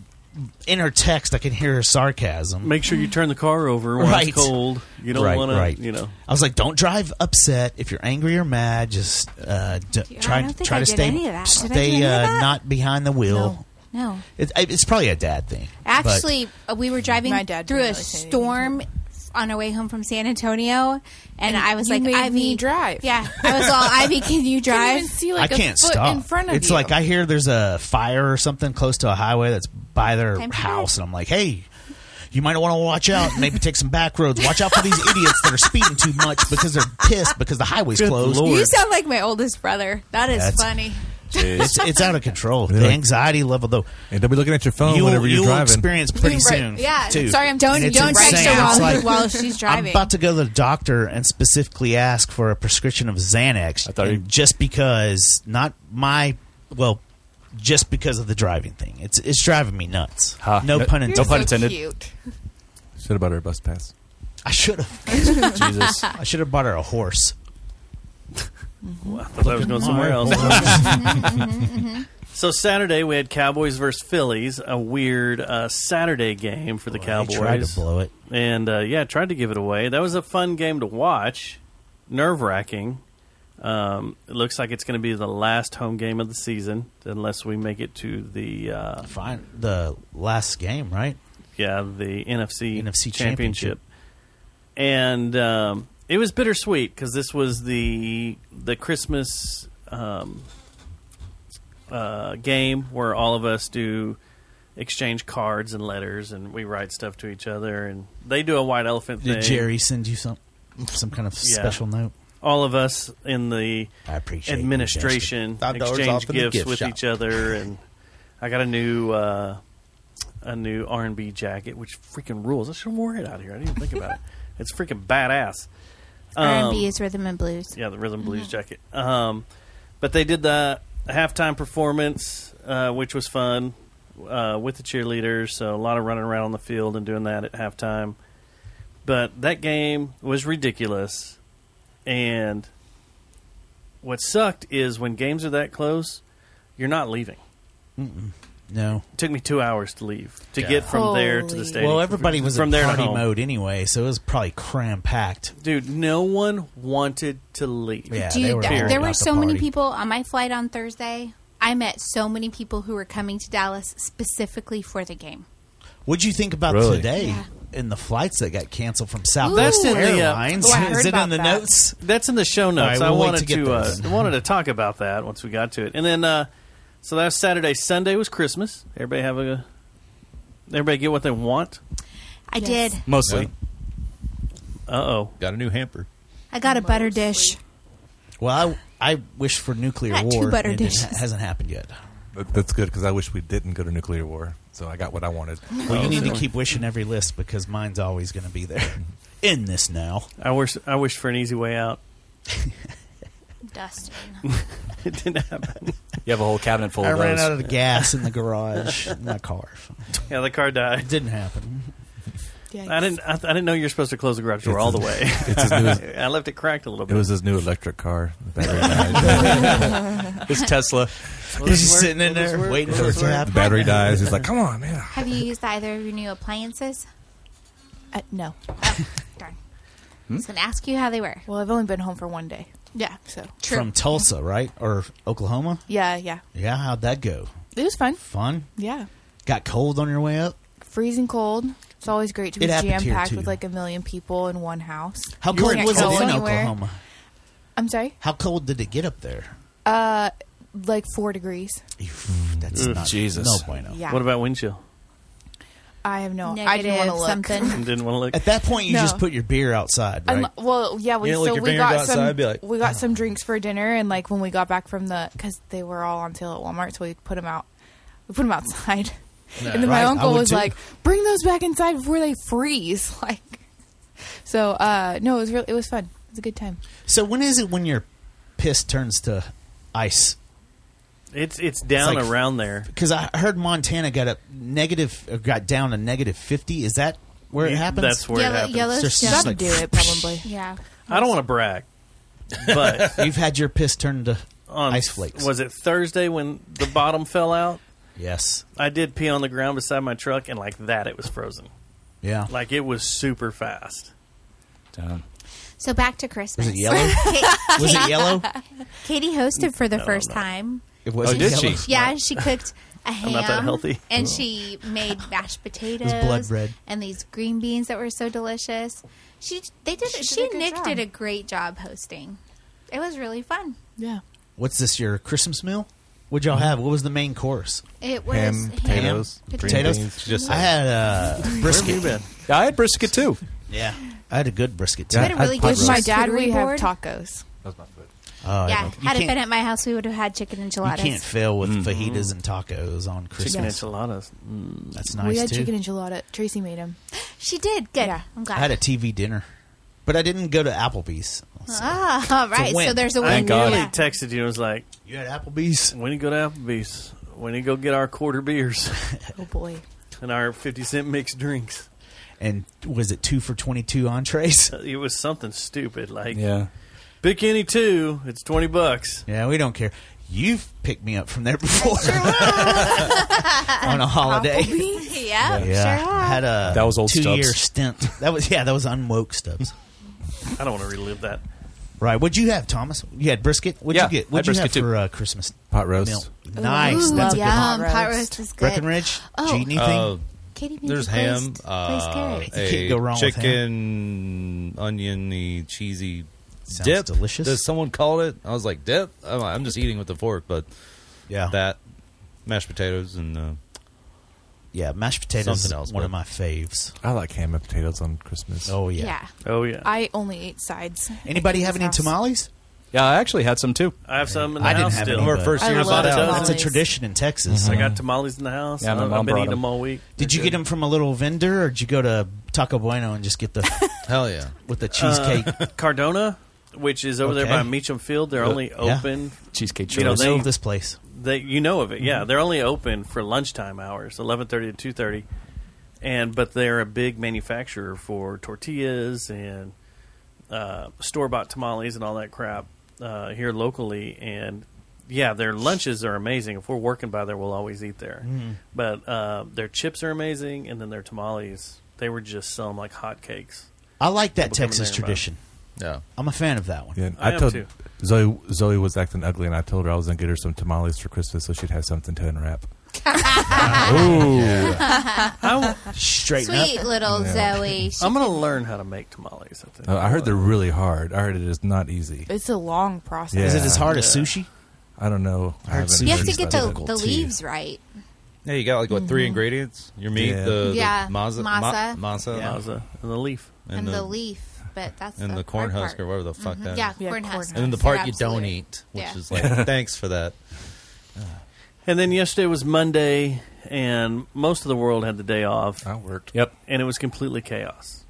Speaker 5: In her text, I can hear her sarcasm.
Speaker 6: Make sure you turn the car over when
Speaker 5: Right.
Speaker 6: it's cold. You don't
Speaker 5: Right,
Speaker 6: want
Speaker 5: right.
Speaker 6: to, you know.
Speaker 5: I was like, "Don't drive upset. If you're angry or mad, just uh, d- try
Speaker 12: don't think
Speaker 5: try
Speaker 12: I
Speaker 5: to
Speaker 12: did
Speaker 5: stay
Speaker 12: any of that. Did I do
Speaker 5: stay
Speaker 12: any of
Speaker 5: uh,
Speaker 12: that?
Speaker 5: not behind the wheel."
Speaker 12: No.
Speaker 5: It, it's probably a dad thing. but-
Speaker 12: Actually, uh, we were driving
Speaker 14: My dad
Speaker 12: through
Speaker 14: didn't
Speaker 12: a
Speaker 14: really say anything
Speaker 12: storm on our way home from San Antonio, and, I was
Speaker 14: you
Speaker 12: like,
Speaker 14: made
Speaker 12: "Ivy,
Speaker 14: me drive."
Speaker 12: Yeah, I was all, "Ivy, can you drive?"
Speaker 14: even see, like,
Speaker 5: I can't stop. it's like I hear there's a fire or something close to a highway that's by their
Speaker 12: Time to
Speaker 5: house, and I'm like, "Hey." You might want to watch out. Maybe take some back roads. Watch out for these idiots that are speeding too much because they're pissed because the highway's closed.
Speaker 12: You sound like my oldest brother. That is
Speaker 5: That's-
Speaker 12: funny.
Speaker 5: It's, it's out of control. The anxiety level, though.
Speaker 11: And don't be looking at your phone
Speaker 5: You'll-
Speaker 11: whenever you're
Speaker 5: you'll
Speaker 11: driving.
Speaker 5: experience pretty soon.
Speaker 12: Yeah.
Speaker 5: too.
Speaker 12: Sorry, I'm don't
Speaker 5: It's
Speaker 12: don't text her
Speaker 5: insane.
Speaker 12: while,
Speaker 5: It's like-
Speaker 12: while she's
Speaker 5: I'm
Speaker 12: driving.
Speaker 5: about to go to the doctor and specifically ask for a prescription of Xanax. I thought just because, not my, well, just because of the driving thing. It's it's driving me nuts. No,
Speaker 11: No-
Speaker 5: pun
Speaker 11: no
Speaker 5: intended.
Speaker 11: pun intended. Should have bought her a bus pass.
Speaker 5: I should have.
Speaker 11: Jesus.
Speaker 5: I should have bought her a horse.
Speaker 6: I thought I was going somewhere else. so Saturday we had Cowboys versus Phillies, a weird uh, Saturday game for the Cowboys.
Speaker 5: tried to blow it.
Speaker 6: and uh, yeah, tried to give it away. That was a fun game to watch, nerve wracking. Um, it looks like it's going to be the last home game of the season, unless we make it to the uh,
Speaker 5: Fine, the last game, right?
Speaker 6: Yeah, the NFC
Speaker 5: NFC
Speaker 6: championship.
Speaker 5: championship.
Speaker 6: and um, it was bittersweet because this was the the Christmas um, uh, game where all of us do exchange cards and letters, and we write stuff to each other. And they do a white elephant
Speaker 5: Did
Speaker 6: thing.
Speaker 5: Jerry send you some some kind of
Speaker 6: Yeah.
Speaker 5: special note?
Speaker 6: All of us in the
Speaker 5: appreciate you,
Speaker 6: administration
Speaker 5: Justin. $5
Speaker 6: exchange
Speaker 5: off in the
Speaker 6: gifts
Speaker 5: gift
Speaker 6: with
Speaker 5: shop.
Speaker 6: each other, and I got a new uh, a new R and B jacket, which freaking rules. I should have worn it out here. I didn't even think about it. It's freaking badass.
Speaker 12: R&B
Speaker 6: Um,
Speaker 12: is rhythm and blues.
Speaker 6: yeah, the rhythm and blues jacket. Um, but they did the halftime performance, uh, which was fun uh, with the cheerleaders. So a lot of running around on the field and doing that at halftime. But that game was ridiculous, and what sucked is when games are that close, you're not leaving.
Speaker 5: Mm-mm. No.
Speaker 6: It took me two hours to leave to get from there to the stadium.
Speaker 5: Well, everybody was
Speaker 6: from
Speaker 5: in
Speaker 6: there
Speaker 5: party
Speaker 6: to home.
Speaker 5: mode anyway, so it was probably cram packed.
Speaker 6: Dude, no one wanted to leave.
Speaker 5: Yeah,
Speaker 12: Dude,
Speaker 5: they were
Speaker 12: th-
Speaker 5: all
Speaker 12: there were
Speaker 5: about the
Speaker 12: so many
Speaker 5: party.
Speaker 12: people on my flight on Thursday. I met so many people who were coming to Dallas specifically for the game.
Speaker 5: What'd you think about
Speaker 11: Really?
Speaker 5: today
Speaker 12: Yeah.
Speaker 5: in the flights that got canceled from
Speaker 6: That's
Speaker 5: Southwest
Speaker 6: in the uh,
Speaker 12: Oh,
Speaker 5: Airlines? Is it in the notes?
Speaker 6: That's in the show notes.
Speaker 5: All right, we'll
Speaker 6: I
Speaker 5: wait
Speaker 6: wanted
Speaker 5: to get
Speaker 6: to, uh,
Speaker 5: those.
Speaker 6: wanted to talk about that once we got to it, and then uh, so that's Saturday. Sunday was Christmas. Everybody have a everybody get what they want.
Speaker 12: I did.
Speaker 6: Mostly. Uh oh,
Speaker 10: got a new hamper.
Speaker 12: I got a butter dish.
Speaker 5: Well, I, I wish for nuclear
Speaker 12: I got two
Speaker 5: war.
Speaker 12: butter
Speaker 5: and it
Speaker 12: dishes.
Speaker 5: ha- hasn't happened yet.
Speaker 11: That- That's good because I wish we didn't go to nuclear war. So I got what I wanted.
Speaker 5: Well, you need to keep wishing every list because mine's always going to be there. In this now.
Speaker 6: I wish I wish for an easy way out.
Speaker 12: Dustin.
Speaker 6: it didn't happen.
Speaker 15: You have a whole cabinet full
Speaker 5: I
Speaker 15: of
Speaker 5: ran
Speaker 15: those.
Speaker 5: out of the gas in the garage in my car.
Speaker 6: Yeah, the car died. It
Speaker 5: didn't happen.
Speaker 6: I didn't. I, th- I didn't know you were supposed to close the garage door
Speaker 11: It's
Speaker 6: all
Speaker 11: as-
Speaker 6: the way.
Speaker 11: it's as new as-
Speaker 6: I left it cracked a little
Speaker 11: It
Speaker 6: bit.
Speaker 11: was his new electric car. The battery died.
Speaker 6: His Tesla.
Speaker 5: He's just sitting in there waiting for it to
Speaker 11: The
Speaker 5: happen.
Speaker 11: battery dies. He's like, "Come on, man!"
Speaker 12: Have you used either of your new appliances? Oh,
Speaker 14: Uh, no.
Speaker 12: Darn.
Speaker 5: Hmm?
Speaker 12: I was going to ask you how they were.
Speaker 14: Well, I've only been home for one day.
Speaker 12: Yeah.
Speaker 14: So
Speaker 12: True.
Speaker 5: From Tulsa, right? Or Oklahoma?
Speaker 14: Yeah, yeah.
Speaker 5: Yeah, how'd that go?
Speaker 14: It was fun.
Speaker 5: Fun?
Speaker 14: Yeah.
Speaker 5: Got cold on your way up?
Speaker 14: Freezing cold. It's always great to be
Speaker 5: It happened here,
Speaker 14: jam packed
Speaker 5: too.
Speaker 14: with like a million people in one house.
Speaker 5: How
Speaker 14: You
Speaker 5: cold
Speaker 14: can't
Speaker 5: was it
Speaker 14: go
Speaker 5: in
Speaker 14: anywhere.
Speaker 5: Oklahoma?
Speaker 14: I'm sorry.
Speaker 5: How cold did it get up there?
Speaker 14: Uh, like four degrees.
Speaker 5: That's
Speaker 6: Ugh,
Speaker 5: not
Speaker 6: Jesus.
Speaker 5: No bueno.
Speaker 14: Yeah.
Speaker 6: What about wind chill?
Speaker 14: I have no. I didn't want to
Speaker 12: Negative
Speaker 14: look.
Speaker 12: something.
Speaker 6: Didn't want to look.
Speaker 5: At that point, you
Speaker 14: No.
Speaker 5: just put your beer outside, right?
Speaker 14: Unle- well, yeah, we
Speaker 5: You know, like
Speaker 14: so
Speaker 5: your
Speaker 14: we
Speaker 5: fingers
Speaker 14: got
Speaker 5: outside,
Speaker 14: some
Speaker 5: I'd be like, "Ah."
Speaker 14: we got some drinks for dinner, and like when we got back from the because they were all on sale at Walmart, so we put them out. We put them outside,
Speaker 12: Yeah.
Speaker 14: and then my
Speaker 12: Right, I
Speaker 14: uncle
Speaker 12: would
Speaker 14: was
Speaker 12: too.
Speaker 14: like, "Bring those back inside before they freeze." Like, so uh no, it was really it was fun. It was a good time.
Speaker 5: so when is it when your piss turns to ice?
Speaker 6: It's it's down
Speaker 5: like-
Speaker 6: around there.
Speaker 5: Because I heard Montana got up negative, or got down to negative fifty. Is that where it
Speaker 6: Yeah,
Speaker 5: happens?
Speaker 6: that's where it Yellow- happens. Yellowstone.
Speaker 5: There's just like-
Speaker 14: probably.
Speaker 12: Yeah.
Speaker 6: I don't want to brag, but
Speaker 5: you've had your piss turned to
Speaker 6: on
Speaker 5: ice flakes.
Speaker 6: Was it Thursday when the bottom fell out?
Speaker 5: Yes.
Speaker 6: I did pee on the ground beside my truck, and like that, it was frozen.
Speaker 5: Yeah.
Speaker 6: Like it was super fast.
Speaker 15: Down.
Speaker 12: So back to Christmas.
Speaker 6: Was it yellow?
Speaker 12: Ka-
Speaker 6: Was it
Speaker 12: Katie-
Speaker 6: yellow?
Speaker 12: Katie hosted for the
Speaker 6: No,
Speaker 12: first
Speaker 6: no.
Speaker 12: time.
Speaker 5: It
Speaker 6: wasn't Oh, did yellow? she?
Speaker 12: Yeah, she cooked a ham.
Speaker 6: I'm not that healthy.
Speaker 12: And
Speaker 6: Oh.
Speaker 12: she made mashed potatoes.
Speaker 6: blood red.
Speaker 12: And these green beans that were so delicious. She they did. She,
Speaker 14: did a
Speaker 12: and
Speaker 14: good
Speaker 12: Nick
Speaker 14: job.
Speaker 12: did a great job hosting. It was really fun.
Speaker 14: Yeah.
Speaker 5: What's this? Your Christmas meal? What'd y'all have? What was the main course?
Speaker 12: It was Ham, ham, potatoes, green
Speaker 5: potatoes.
Speaker 12: beans. She just
Speaker 5: I
Speaker 12: said-
Speaker 5: had uh, brisket.
Speaker 6: Where have you been?
Speaker 15: Yeah, I had brisket too.
Speaker 5: Yeah, I had a good brisket too.
Speaker 12: You had a really good
Speaker 14: With my dad,
Speaker 12: charcuterie
Speaker 14: we
Speaker 12: board.
Speaker 14: have tacos.
Speaker 5: Oh,
Speaker 12: yeah,
Speaker 5: you
Speaker 12: had it
Speaker 5: can't-
Speaker 12: been at my house, we would have had chicken enchiladas.
Speaker 5: You can't fail with fajitas and tacos on Christmas.
Speaker 6: enchiladas.
Speaker 5: That's
Speaker 14: we
Speaker 5: nice
Speaker 14: had
Speaker 5: too.
Speaker 14: chicken enchilada. Tracy made them.
Speaker 12: She did good. I'm glad.
Speaker 5: I had a TV dinner, but I didn't go to Applebee's.
Speaker 12: Ah, all
Speaker 5: It's a
Speaker 12: right. So
Speaker 5: win.
Speaker 12: there's a
Speaker 6: I
Speaker 12: win.
Speaker 6: nearly
Speaker 12: Yeah.
Speaker 6: texted you and was like,
Speaker 5: "You had Applebee's.
Speaker 6: When you go to Applebee's, when you go get our quarter beers
Speaker 14: Oh boy.
Speaker 6: and our fifty cent mixed drinks.
Speaker 5: And was it two for twenty-two entrees?
Speaker 6: It was something stupid. Like,
Speaker 5: Yeah.
Speaker 6: pick any two. It's twenty bucks.
Speaker 5: Yeah, we don't care. You've picked me up from there before on a holiday.
Speaker 12: yeah,
Speaker 5: yeah, I had a
Speaker 15: That was old
Speaker 5: two-year
Speaker 15: Stubbs.
Speaker 5: stint. That was yeah, that was unwoke Stubbs.
Speaker 6: I don't want to relive that.
Speaker 5: Right. What'd you have, Thomas? You had brisket. What'd
Speaker 6: Yeah,
Speaker 5: you get?
Speaker 6: I
Speaker 5: What'd you have
Speaker 6: brisket
Speaker 5: for uh, Christmas?
Speaker 11: Pot roast.
Speaker 5: Meal? Nice.
Speaker 12: Ooh,
Speaker 5: That's a good
Speaker 12: yum. Pot roast is good.
Speaker 5: Breckenridge?
Speaker 12: Oh,
Speaker 5: Did you eat anything?
Speaker 10: Uh,
Speaker 12: Katie made
Speaker 10: there's
Speaker 12: the
Speaker 10: ham,
Speaker 12: glazed- glazed
Speaker 10: uh,
Speaker 12: carrots.
Speaker 5: You can't
Speaker 10: a
Speaker 5: go wrong with ham.
Speaker 10: chicken, oniony, cheesy
Speaker 5: Sounds
Speaker 10: dip.
Speaker 5: delicious.
Speaker 10: Does someone call it? I was like dip. I'm, like, I'm just eating with the fork, but
Speaker 5: yeah,
Speaker 10: that mashed potatoes and uh,
Speaker 5: yeah, mashed potatoes
Speaker 11: Something
Speaker 5: is
Speaker 11: else,
Speaker 5: one
Speaker 11: but-
Speaker 5: of my faves.
Speaker 11: I like ham and potatoes on Christmas.
Speaker 5: Oh yeah.
Speaker 6: Oh yeah.
Speaker 14: I only ate sides.
Speaker 5: Anybody
Speaker 14: At
Speaker 5: have
Speaker 14: his
Speaker 5: any
Speaker 14: house.
Speaker 5: tamales?
Speaker 15: Yeah, I actually had some too.
Speaker 6: I have some in the
Speaker 5: I didn't
Speaker 6: house
Speaker 5: have
Speaker 6: still.
Speaker 5: any. but-
Speaker 6: I love
Speaker 5: That's a
Speaker 6: tamales.
Speaker 5: tradition in Texas.
Speaker 6: I got tamales in the house.
Speaker 5: Yeah, my
Speaker 6: I've-
Speaker 5: mom
Speaker 6: I've been
Speaker 5: brought
Speaker 6: eating
Speaker 5: them.
Speaker 6: them all week.
Speaker 5: Did you get them from a little vendor, or did you go to Taco Bueno and just get the
Speaker 10: hell yeah
Speaker 5: with the cheesecake?
Speaker 6: Uh, Cardona, which is over there
Speaker 5: Okay.
Speaker 6: by Meacham Field. They're
Speaker 5: Yeah.
Speaker 6: only open
Speaker 5: Cheesecake
Speaker 6: You know,
Speaker 5: churros.
Speaker 6: they,
Speaker 5: Know of this place.
Speaker 6: They, you know of it, yeah.
Speaker 5: Mhm.
Speaker 6: They're only open for lunchtime hours, eleven thirty to two thirty, and but they're a big manufacturer for tortillas and uh, store bought tamales and all that crap uh, here locally. And yeah, their lunches are amazing. If we're working by there, we'll always eat there.
Speaker 5: Mm.
Speaker 6: But uh, their chips are amazing, and then their tamales. They were just selling like hotcakes.
Speaker 5: I like that
Speaker 6: People coming
Speaker 5: Texas
Speaker 6: there and buying.
Speaker 5: tradition.
Speaker 10: Yeah,
Speaker 5: I'm a fan of that one.
Speaker 11: Yeah,
Speaker 6: I
Speaker 11: I,
Speaker 6: am
Speaker 11: told
Speaker 6: too.
Speaker 11: Zoe Zoe was acting ugly, and I told her I was gonna get her some tamales for Christmas so she'd have something to unwrap. Ooh.
Speaker 5: Straighten
Speaker 12: Sweet little
Speaker 11: Yeah.
Speaker 12: Oh, Zoe. She
Speaker 6: I'm gonna learn how to make tamales. I think.
Speaker 11: Oh, I heard they're really hard. I heard it is not easy.
Speaker 14: It's a long process.
Speaker 11: Yeah.
Speaker 5: as sushi?
Speaker 11: I don't know. I
Speaker 5: heard
Speaker 11: haven't
Speaker 5: sushi
Speaker 12: You have
Speaker 11: really
Speaker 12: to get the,
Speaker 11: studied it.
Speaker 12: the leaves right.
Speaker 10: Yeah, you got like what
Speaker 12: Mm-hmm.
Speaker 10: three ingredients? Your meat,
Speaker 11: Yeah.
Speaker 10: the, the
Speaker 12: Yeah,
Speaker 10: maza,
Speaker 12: masa.
Speaker 10: ma- masa,
Speaker 6: Yeah. Masa, and the leaf,
Speaker 12: And, the, leaf, but that's
Speaker 10: and the, corn
Speaker 12: hard
Speaker 10: husk
Speaker 12: part.
Speaker 10: or whatever the fuck
Speaker 12: Mhm.
Speaker 10: that
Speaker 12: Yeah,
Speaker 10: is.
Speaker 12: yeah, corn husk.
Speaker 10: And then the part you don't eat, which
Speaker 12: Yeah.
Speaker 10: is like thanks for that.
Speaker 6: And then yesterday was Monday, and most of the world had the day off. I
Speaker 11: worked.
Speaker 6: Yep. And it was completely chaos.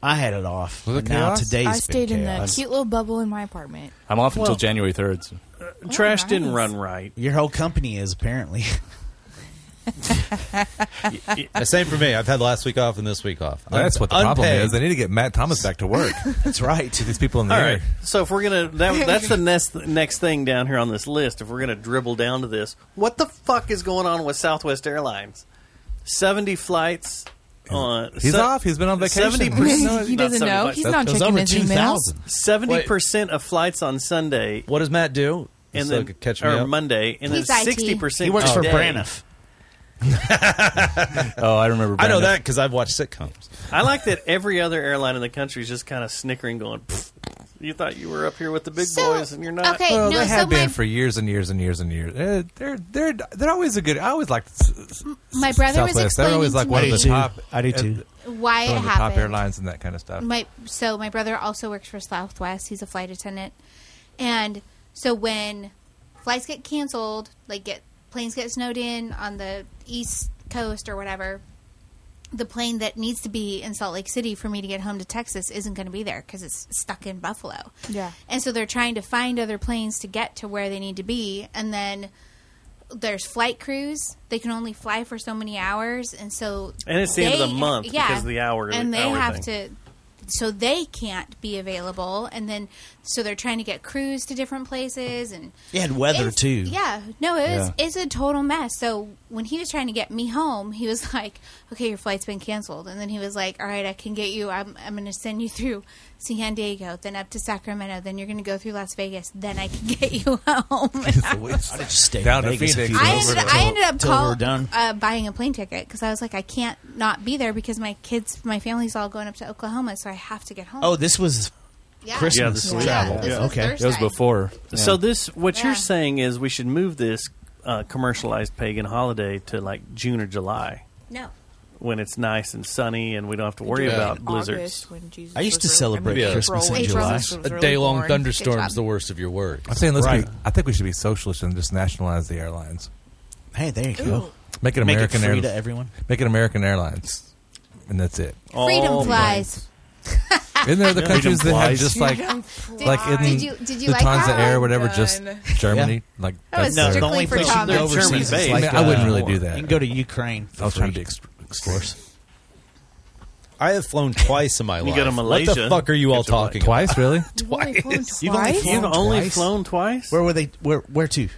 Speaker 5: I had it off.
Speaker 6: Was it
Speaker 5: but now
Speaker 6: chaos?
Speaker 5: today's
Speaker 14: I
Speaker 5: been
Speaker 14: stayed in the
Speaker 5: chaos.
Speaker 14: cute little bubble in my apartment.
Speaker 15: I'm off
Speaker 6: Well-
Speaker 15: until January 3rd. so-
Speaker 6: Trash
Speaker 14: nice.
Speaker 6: didn't run right.
Speaker 5: Your whole company is apparently.
Speaker 10: Uh, Same for me. I've had last week off and this week off.
Speaker 11: That's
Speaker 10: Un-
Speaker 11: what the problem
Speaker 10: unpaid.
Speaker 11: is. They need to get Matt Thomas back to work.
Speaker 5: That's right. To
Speaker 11: these people in the
Speaker 6: All
Speaker 11: air.
Speaker 6: right. So if we're gonna, that, that's the next next thing down here on this list. If we're gonna dribble down to this, what the fuck is going on with Southwest Airlines? Seventy flights. On
Speaker 11: He's off. He's been on vacation.
Speaker 6: Seventy percent.
Speaker 14: He doesn't know. He's not That's- checking that's over his emails. 2,000.
Speaker 6: Seventy percent of flights on Sunday.
Speaker 10: What does Matt do?
Speaker 6: And
Speaker 10: So
Speaker 6: then
Speaker 10: it could catch me
Speaker 6: or
Speaker 10: up?
Speaker 6: Monday, and
Speaker 10: He's
Speaker 6: then
Speaker 10: IT.
Speaker 6: sixty percent.
Speaker 10: He works for
Speaker 5: Braniff.
Speaker 15: oh, I remember.
Speaker 10: I know
Speaker 6: Braniff.
Speaker 10: that because I've watched sitcoms.
Speaker 6: I like that every other airline in the country is just kind of snickering, going, "Pfft, "You thought you were up here with the big boys, and you're not."
Speaker 12: okay,
Speaker 11: well,
Speaker 12: no,
Speaker 11: they
Speaker 12: so
Speaker 11: have been
Speaker 12: my-
Speaker 11: for years and years and years and years. They're they're they're, they're always a good. I always like s-
Speaker 12: My brother was
Speaker 11: Southwest. They're
Speaker 12: explaining
Speaker 11: always like
Speaker 12: to
Speaker 11: one
Speaker 12: me
Speaker 11: of the top.
Speaker 5: I do too.
Speaker 12: why
Speaker 11: one
Speaker 12: it
Speaker 11: of the
Speaker 12: happened.
Speaker 11: top airlines and that kind of stuff.
Speaker 12: My so my brother also works for Southwest. He's a flight attendant, and so when flights get canceled, like get planes get snowed in on the East Coast or whatever, the plane that needs to be in Salt Lake City for me to get home to Texas isn't going to be there because it's stuck in Buffalo.
Speaker 14: Yeah.
Speaker 12: And so they're trying to find other planes to get to where they need to be. And then there's flight crews. They can only fly for so many hours. And so.
Speaker 6: And it's the end of
Speaker 12: they-
Speaker 6: the month because of the hour-
Speaker 12: And they
Speaker 6: hour
Speaker 12: have
Speaker 6: thing.
Speaker 12: to. So they can't be available. And then. So they're trying to get crews to different places. And.
Speaker 5: You had weather
Speaker 12: It's-
Speaker 5: too.
Speaker 12: Yeah, no, it was,
Speaker 5: Yeah.
Speaker 12: it's a total mess. So when he was trying to get me home, he was like, "Okay, your flight's been canceled," and then he was like, "All right, I can get you. I'm I'm going to send you through San Diego, then up to Sacramento, then you're going to go through Las Vegas, then I can get you home."
Speaker 5: I just stay
Speaker 11: Down
Speaker 5: in
Speaker 11: to
Speaker 5: Vegas
Speaker 11: Phoenix.
Speaker 5: a few
Speaker 12: I
Speaker 5: days
Speaker 12: ended,
Speaker 5: till-
Speaker 12: I ended up
Speaker 5: till
Speaker 12: call,
Speaker 5: we're done.
Speaker 12: Uh, buying a plane ticket because I was like, I can't not be there because my kids, my family's all going up to Oklahoma, so I have to get home.
Speaker 5: Oh, this was
Speaker 12: Yeah.
Speaker 6: Yeah,
Speaker 5: Christmas
Speaker 6: this was-
Speaker 5: travel.
Speaker 6: Yeah, this
Speaker 12: was
Speaker 5: okay,
Speaker 12: Thursday. It was
Speaker 15: before.
Speaker 6: So this, what
Speaker 12: Yeah.
Speaker 6: you're saying is, we should move this uh, commercialized pagan holiday to like June or July.
Speaker 12: No.
Speaker 6: When it's nice and sunny, and we don't have to worry
Speaker 10: Yeah.
Speaker 6: about
Speaker 10: August
Speaker 6: blizzards.
Speaker 14: when Jesus
Speaker 5: I used to celebrate
Speaker 10: Maybe a-
Speaker 5: Christmas in
Speaker 10: April.
Speaker 5: July.
Speaker 10: A day long thunderstorm's the worst of your worries.
Speaker 11: I'm saying let's
Speaker 10: Right.
Speaker 11: be. I think we should be socialist and just nationalize the airlines.
Speaker 5: Hey, there you go.
Speaker 11: Make it American
Speaker 5: Make it free
Speaker 11: Airlines.
Speaker 5: to everyone.
Speaker 11: Make it American Airlines, and that's it.
Speaker 12: Freedom
Speaker 5: oh
Speaker 6: All
Speaker 12: flies.
Speaker 11: Isn't there the
Speaker 6: Yeah.
Speaker 11: countries
Speaker 6: Freedom
Speaker 11: that
Speaker 6: flies.
Speaker 11: have just like
Speaker 12: Freedom
Speaker 11: like
Speaker 12: flies.
Speaker 11: in
Speaker 12: Did you- did you
Speaker 11: the
Speaker 12: like
Speaker 11: Lufthansa
Speaker 12: that?
Speaker 11: Air or whatever? Just
Speaker 12: Done.
Speaker 11: Germany,
Speaker 5: Yeah.
Speaker 11: like
Speaker 12: That was
Speaker 11: their-
Speaker 5: the only place you can go
Speaker 6: They're
Speaker 5: overseas.
Speaker 6: German-based.
Speaker 5: is like,
Speaker 11: I mean, I wouldn't
Speaker 5: uh,
Speaker 11: really do that.
Speaker 5: You can go to Ukraine. For
Speaker 11: I was
Speaker 5: free.
Speaker 11: trying to ex- explore.
Speaker 10: I have flown twice in my
Speaker 6: You
Speaker 10: life.
Speaker 6: go to
Speaker 10: What
Speaker 6: Malaysia,
Speaker 10: the fuck are you all talking
Speaker 11: twice,
Speaker 10: about?
Speaker 11: really?
Speaker 10: twice.
Speaker 6: You've only flown,
Speaker 10: You've only
Speaker 6: twice?
Speaker 10: flown
Speaker 5: Where were they? Where? Where to?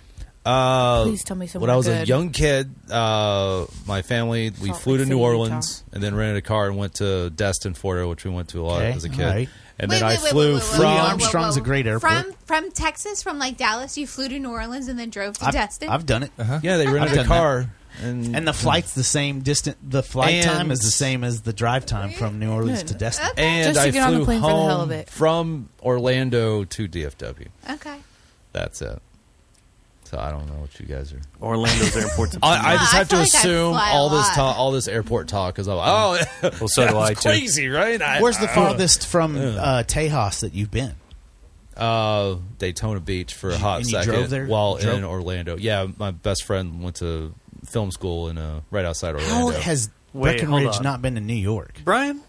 Speaker 10: Uh,
Speaker 14: Please tell me
Speaker 10: When
Speaker 14: somewhere
Speaker 10: I was a
Speaker 14: good.
Speaker 10: young kid, uh, my family we
Speaker 14: Salt
Speaker 10: flew
Speaker 14: Lake
Speaker 10: to New
Speaker 14: City,
Speaker 10: Orleans and then rented a car and went to Destin, Florida, which we went to a lot
Speaker 5: Okay,
Speaker 10: as a kid.
Speaker 5: alright.
Speaker 10: And
Speaker 12: Wait,
Speaker 10: then
Speaker 12: wait,
Speaker 10: I
Speaker 12: wait,
Speaker 10: flew
Speaker 12: wait, wait, wait,
Speaker 10: from
Speaker 12: wait, wait, wait,
Speaker 5: Armstrong's
Speaker 12: wait.
Speaker 5: a great airport.
Speaker 12: From from Texas, from like Dallas, you flew to New Orleans and then drove to Destin.
Speaker 5: I've done it.
Speaker 10: Yeah, they rented
Speaker 5: I've
Speaker 10: a
Speaker 5: done
Speaker 10: car
Speaker 5: that.
Speaker 10: and-
Speaker 5: the flight's the same distant. The flight
Speaker 10: And-
Speaker 5: time is the same as the drive time from New Orleans to Destin.
Speaker 10: and
Speaker 14: Just to
Speaker 10: I
Speaker 14: get on the
Speaker 10: flew
Speaker 14: plane for
Speaker 10: home
Speaker 14: the hell of it.
Speaker 10: from Orlando to DFW.
Speaker 12: Okay.
Speaker 10: That's it. So I don't know what you guys are.
Speaker 6: Orlando's airport's a
Speaker 10: I, I
Speaker 6: pain.
Speaker 10: just
Speaker 6: I
Speaker 10: have
Speaker 6: feel
Speaker 10: to
Speaker 6: like I
Speaker 10: assume
Speaker 6: fly a
Speaker 10: all this
Speaker 6: lot.
Speaker 10: ta- all this airport talk is like, oh,
Speaker 15: Well, so
Speaker 10: that
Speaker 15: do
Speaker 10: was
Speaker 15: I, too.
Speaker 10: Crazy, right? I-
Speaker 5: Where's the
Speaker 10: I-
Speaker 5: farthest from
Speaker 10: Ugh.
Speaker 5: uh, Tejas that you've been?
Speaker 10: Uh, Daytona Beach for a hot
Speaker 5: And you
Speaker 10: second
Speaker 5: drove there?
Speaker 10: while
Speaker 5: Drove?
Speaker 10: in Orlando. Yeah, my best friend went to film school in uh, right outside
Speaker 5: How
Speaker 10: Orlando.
Speaker 5: has Breckenridge not been to New York?
Speaker 6: Brian?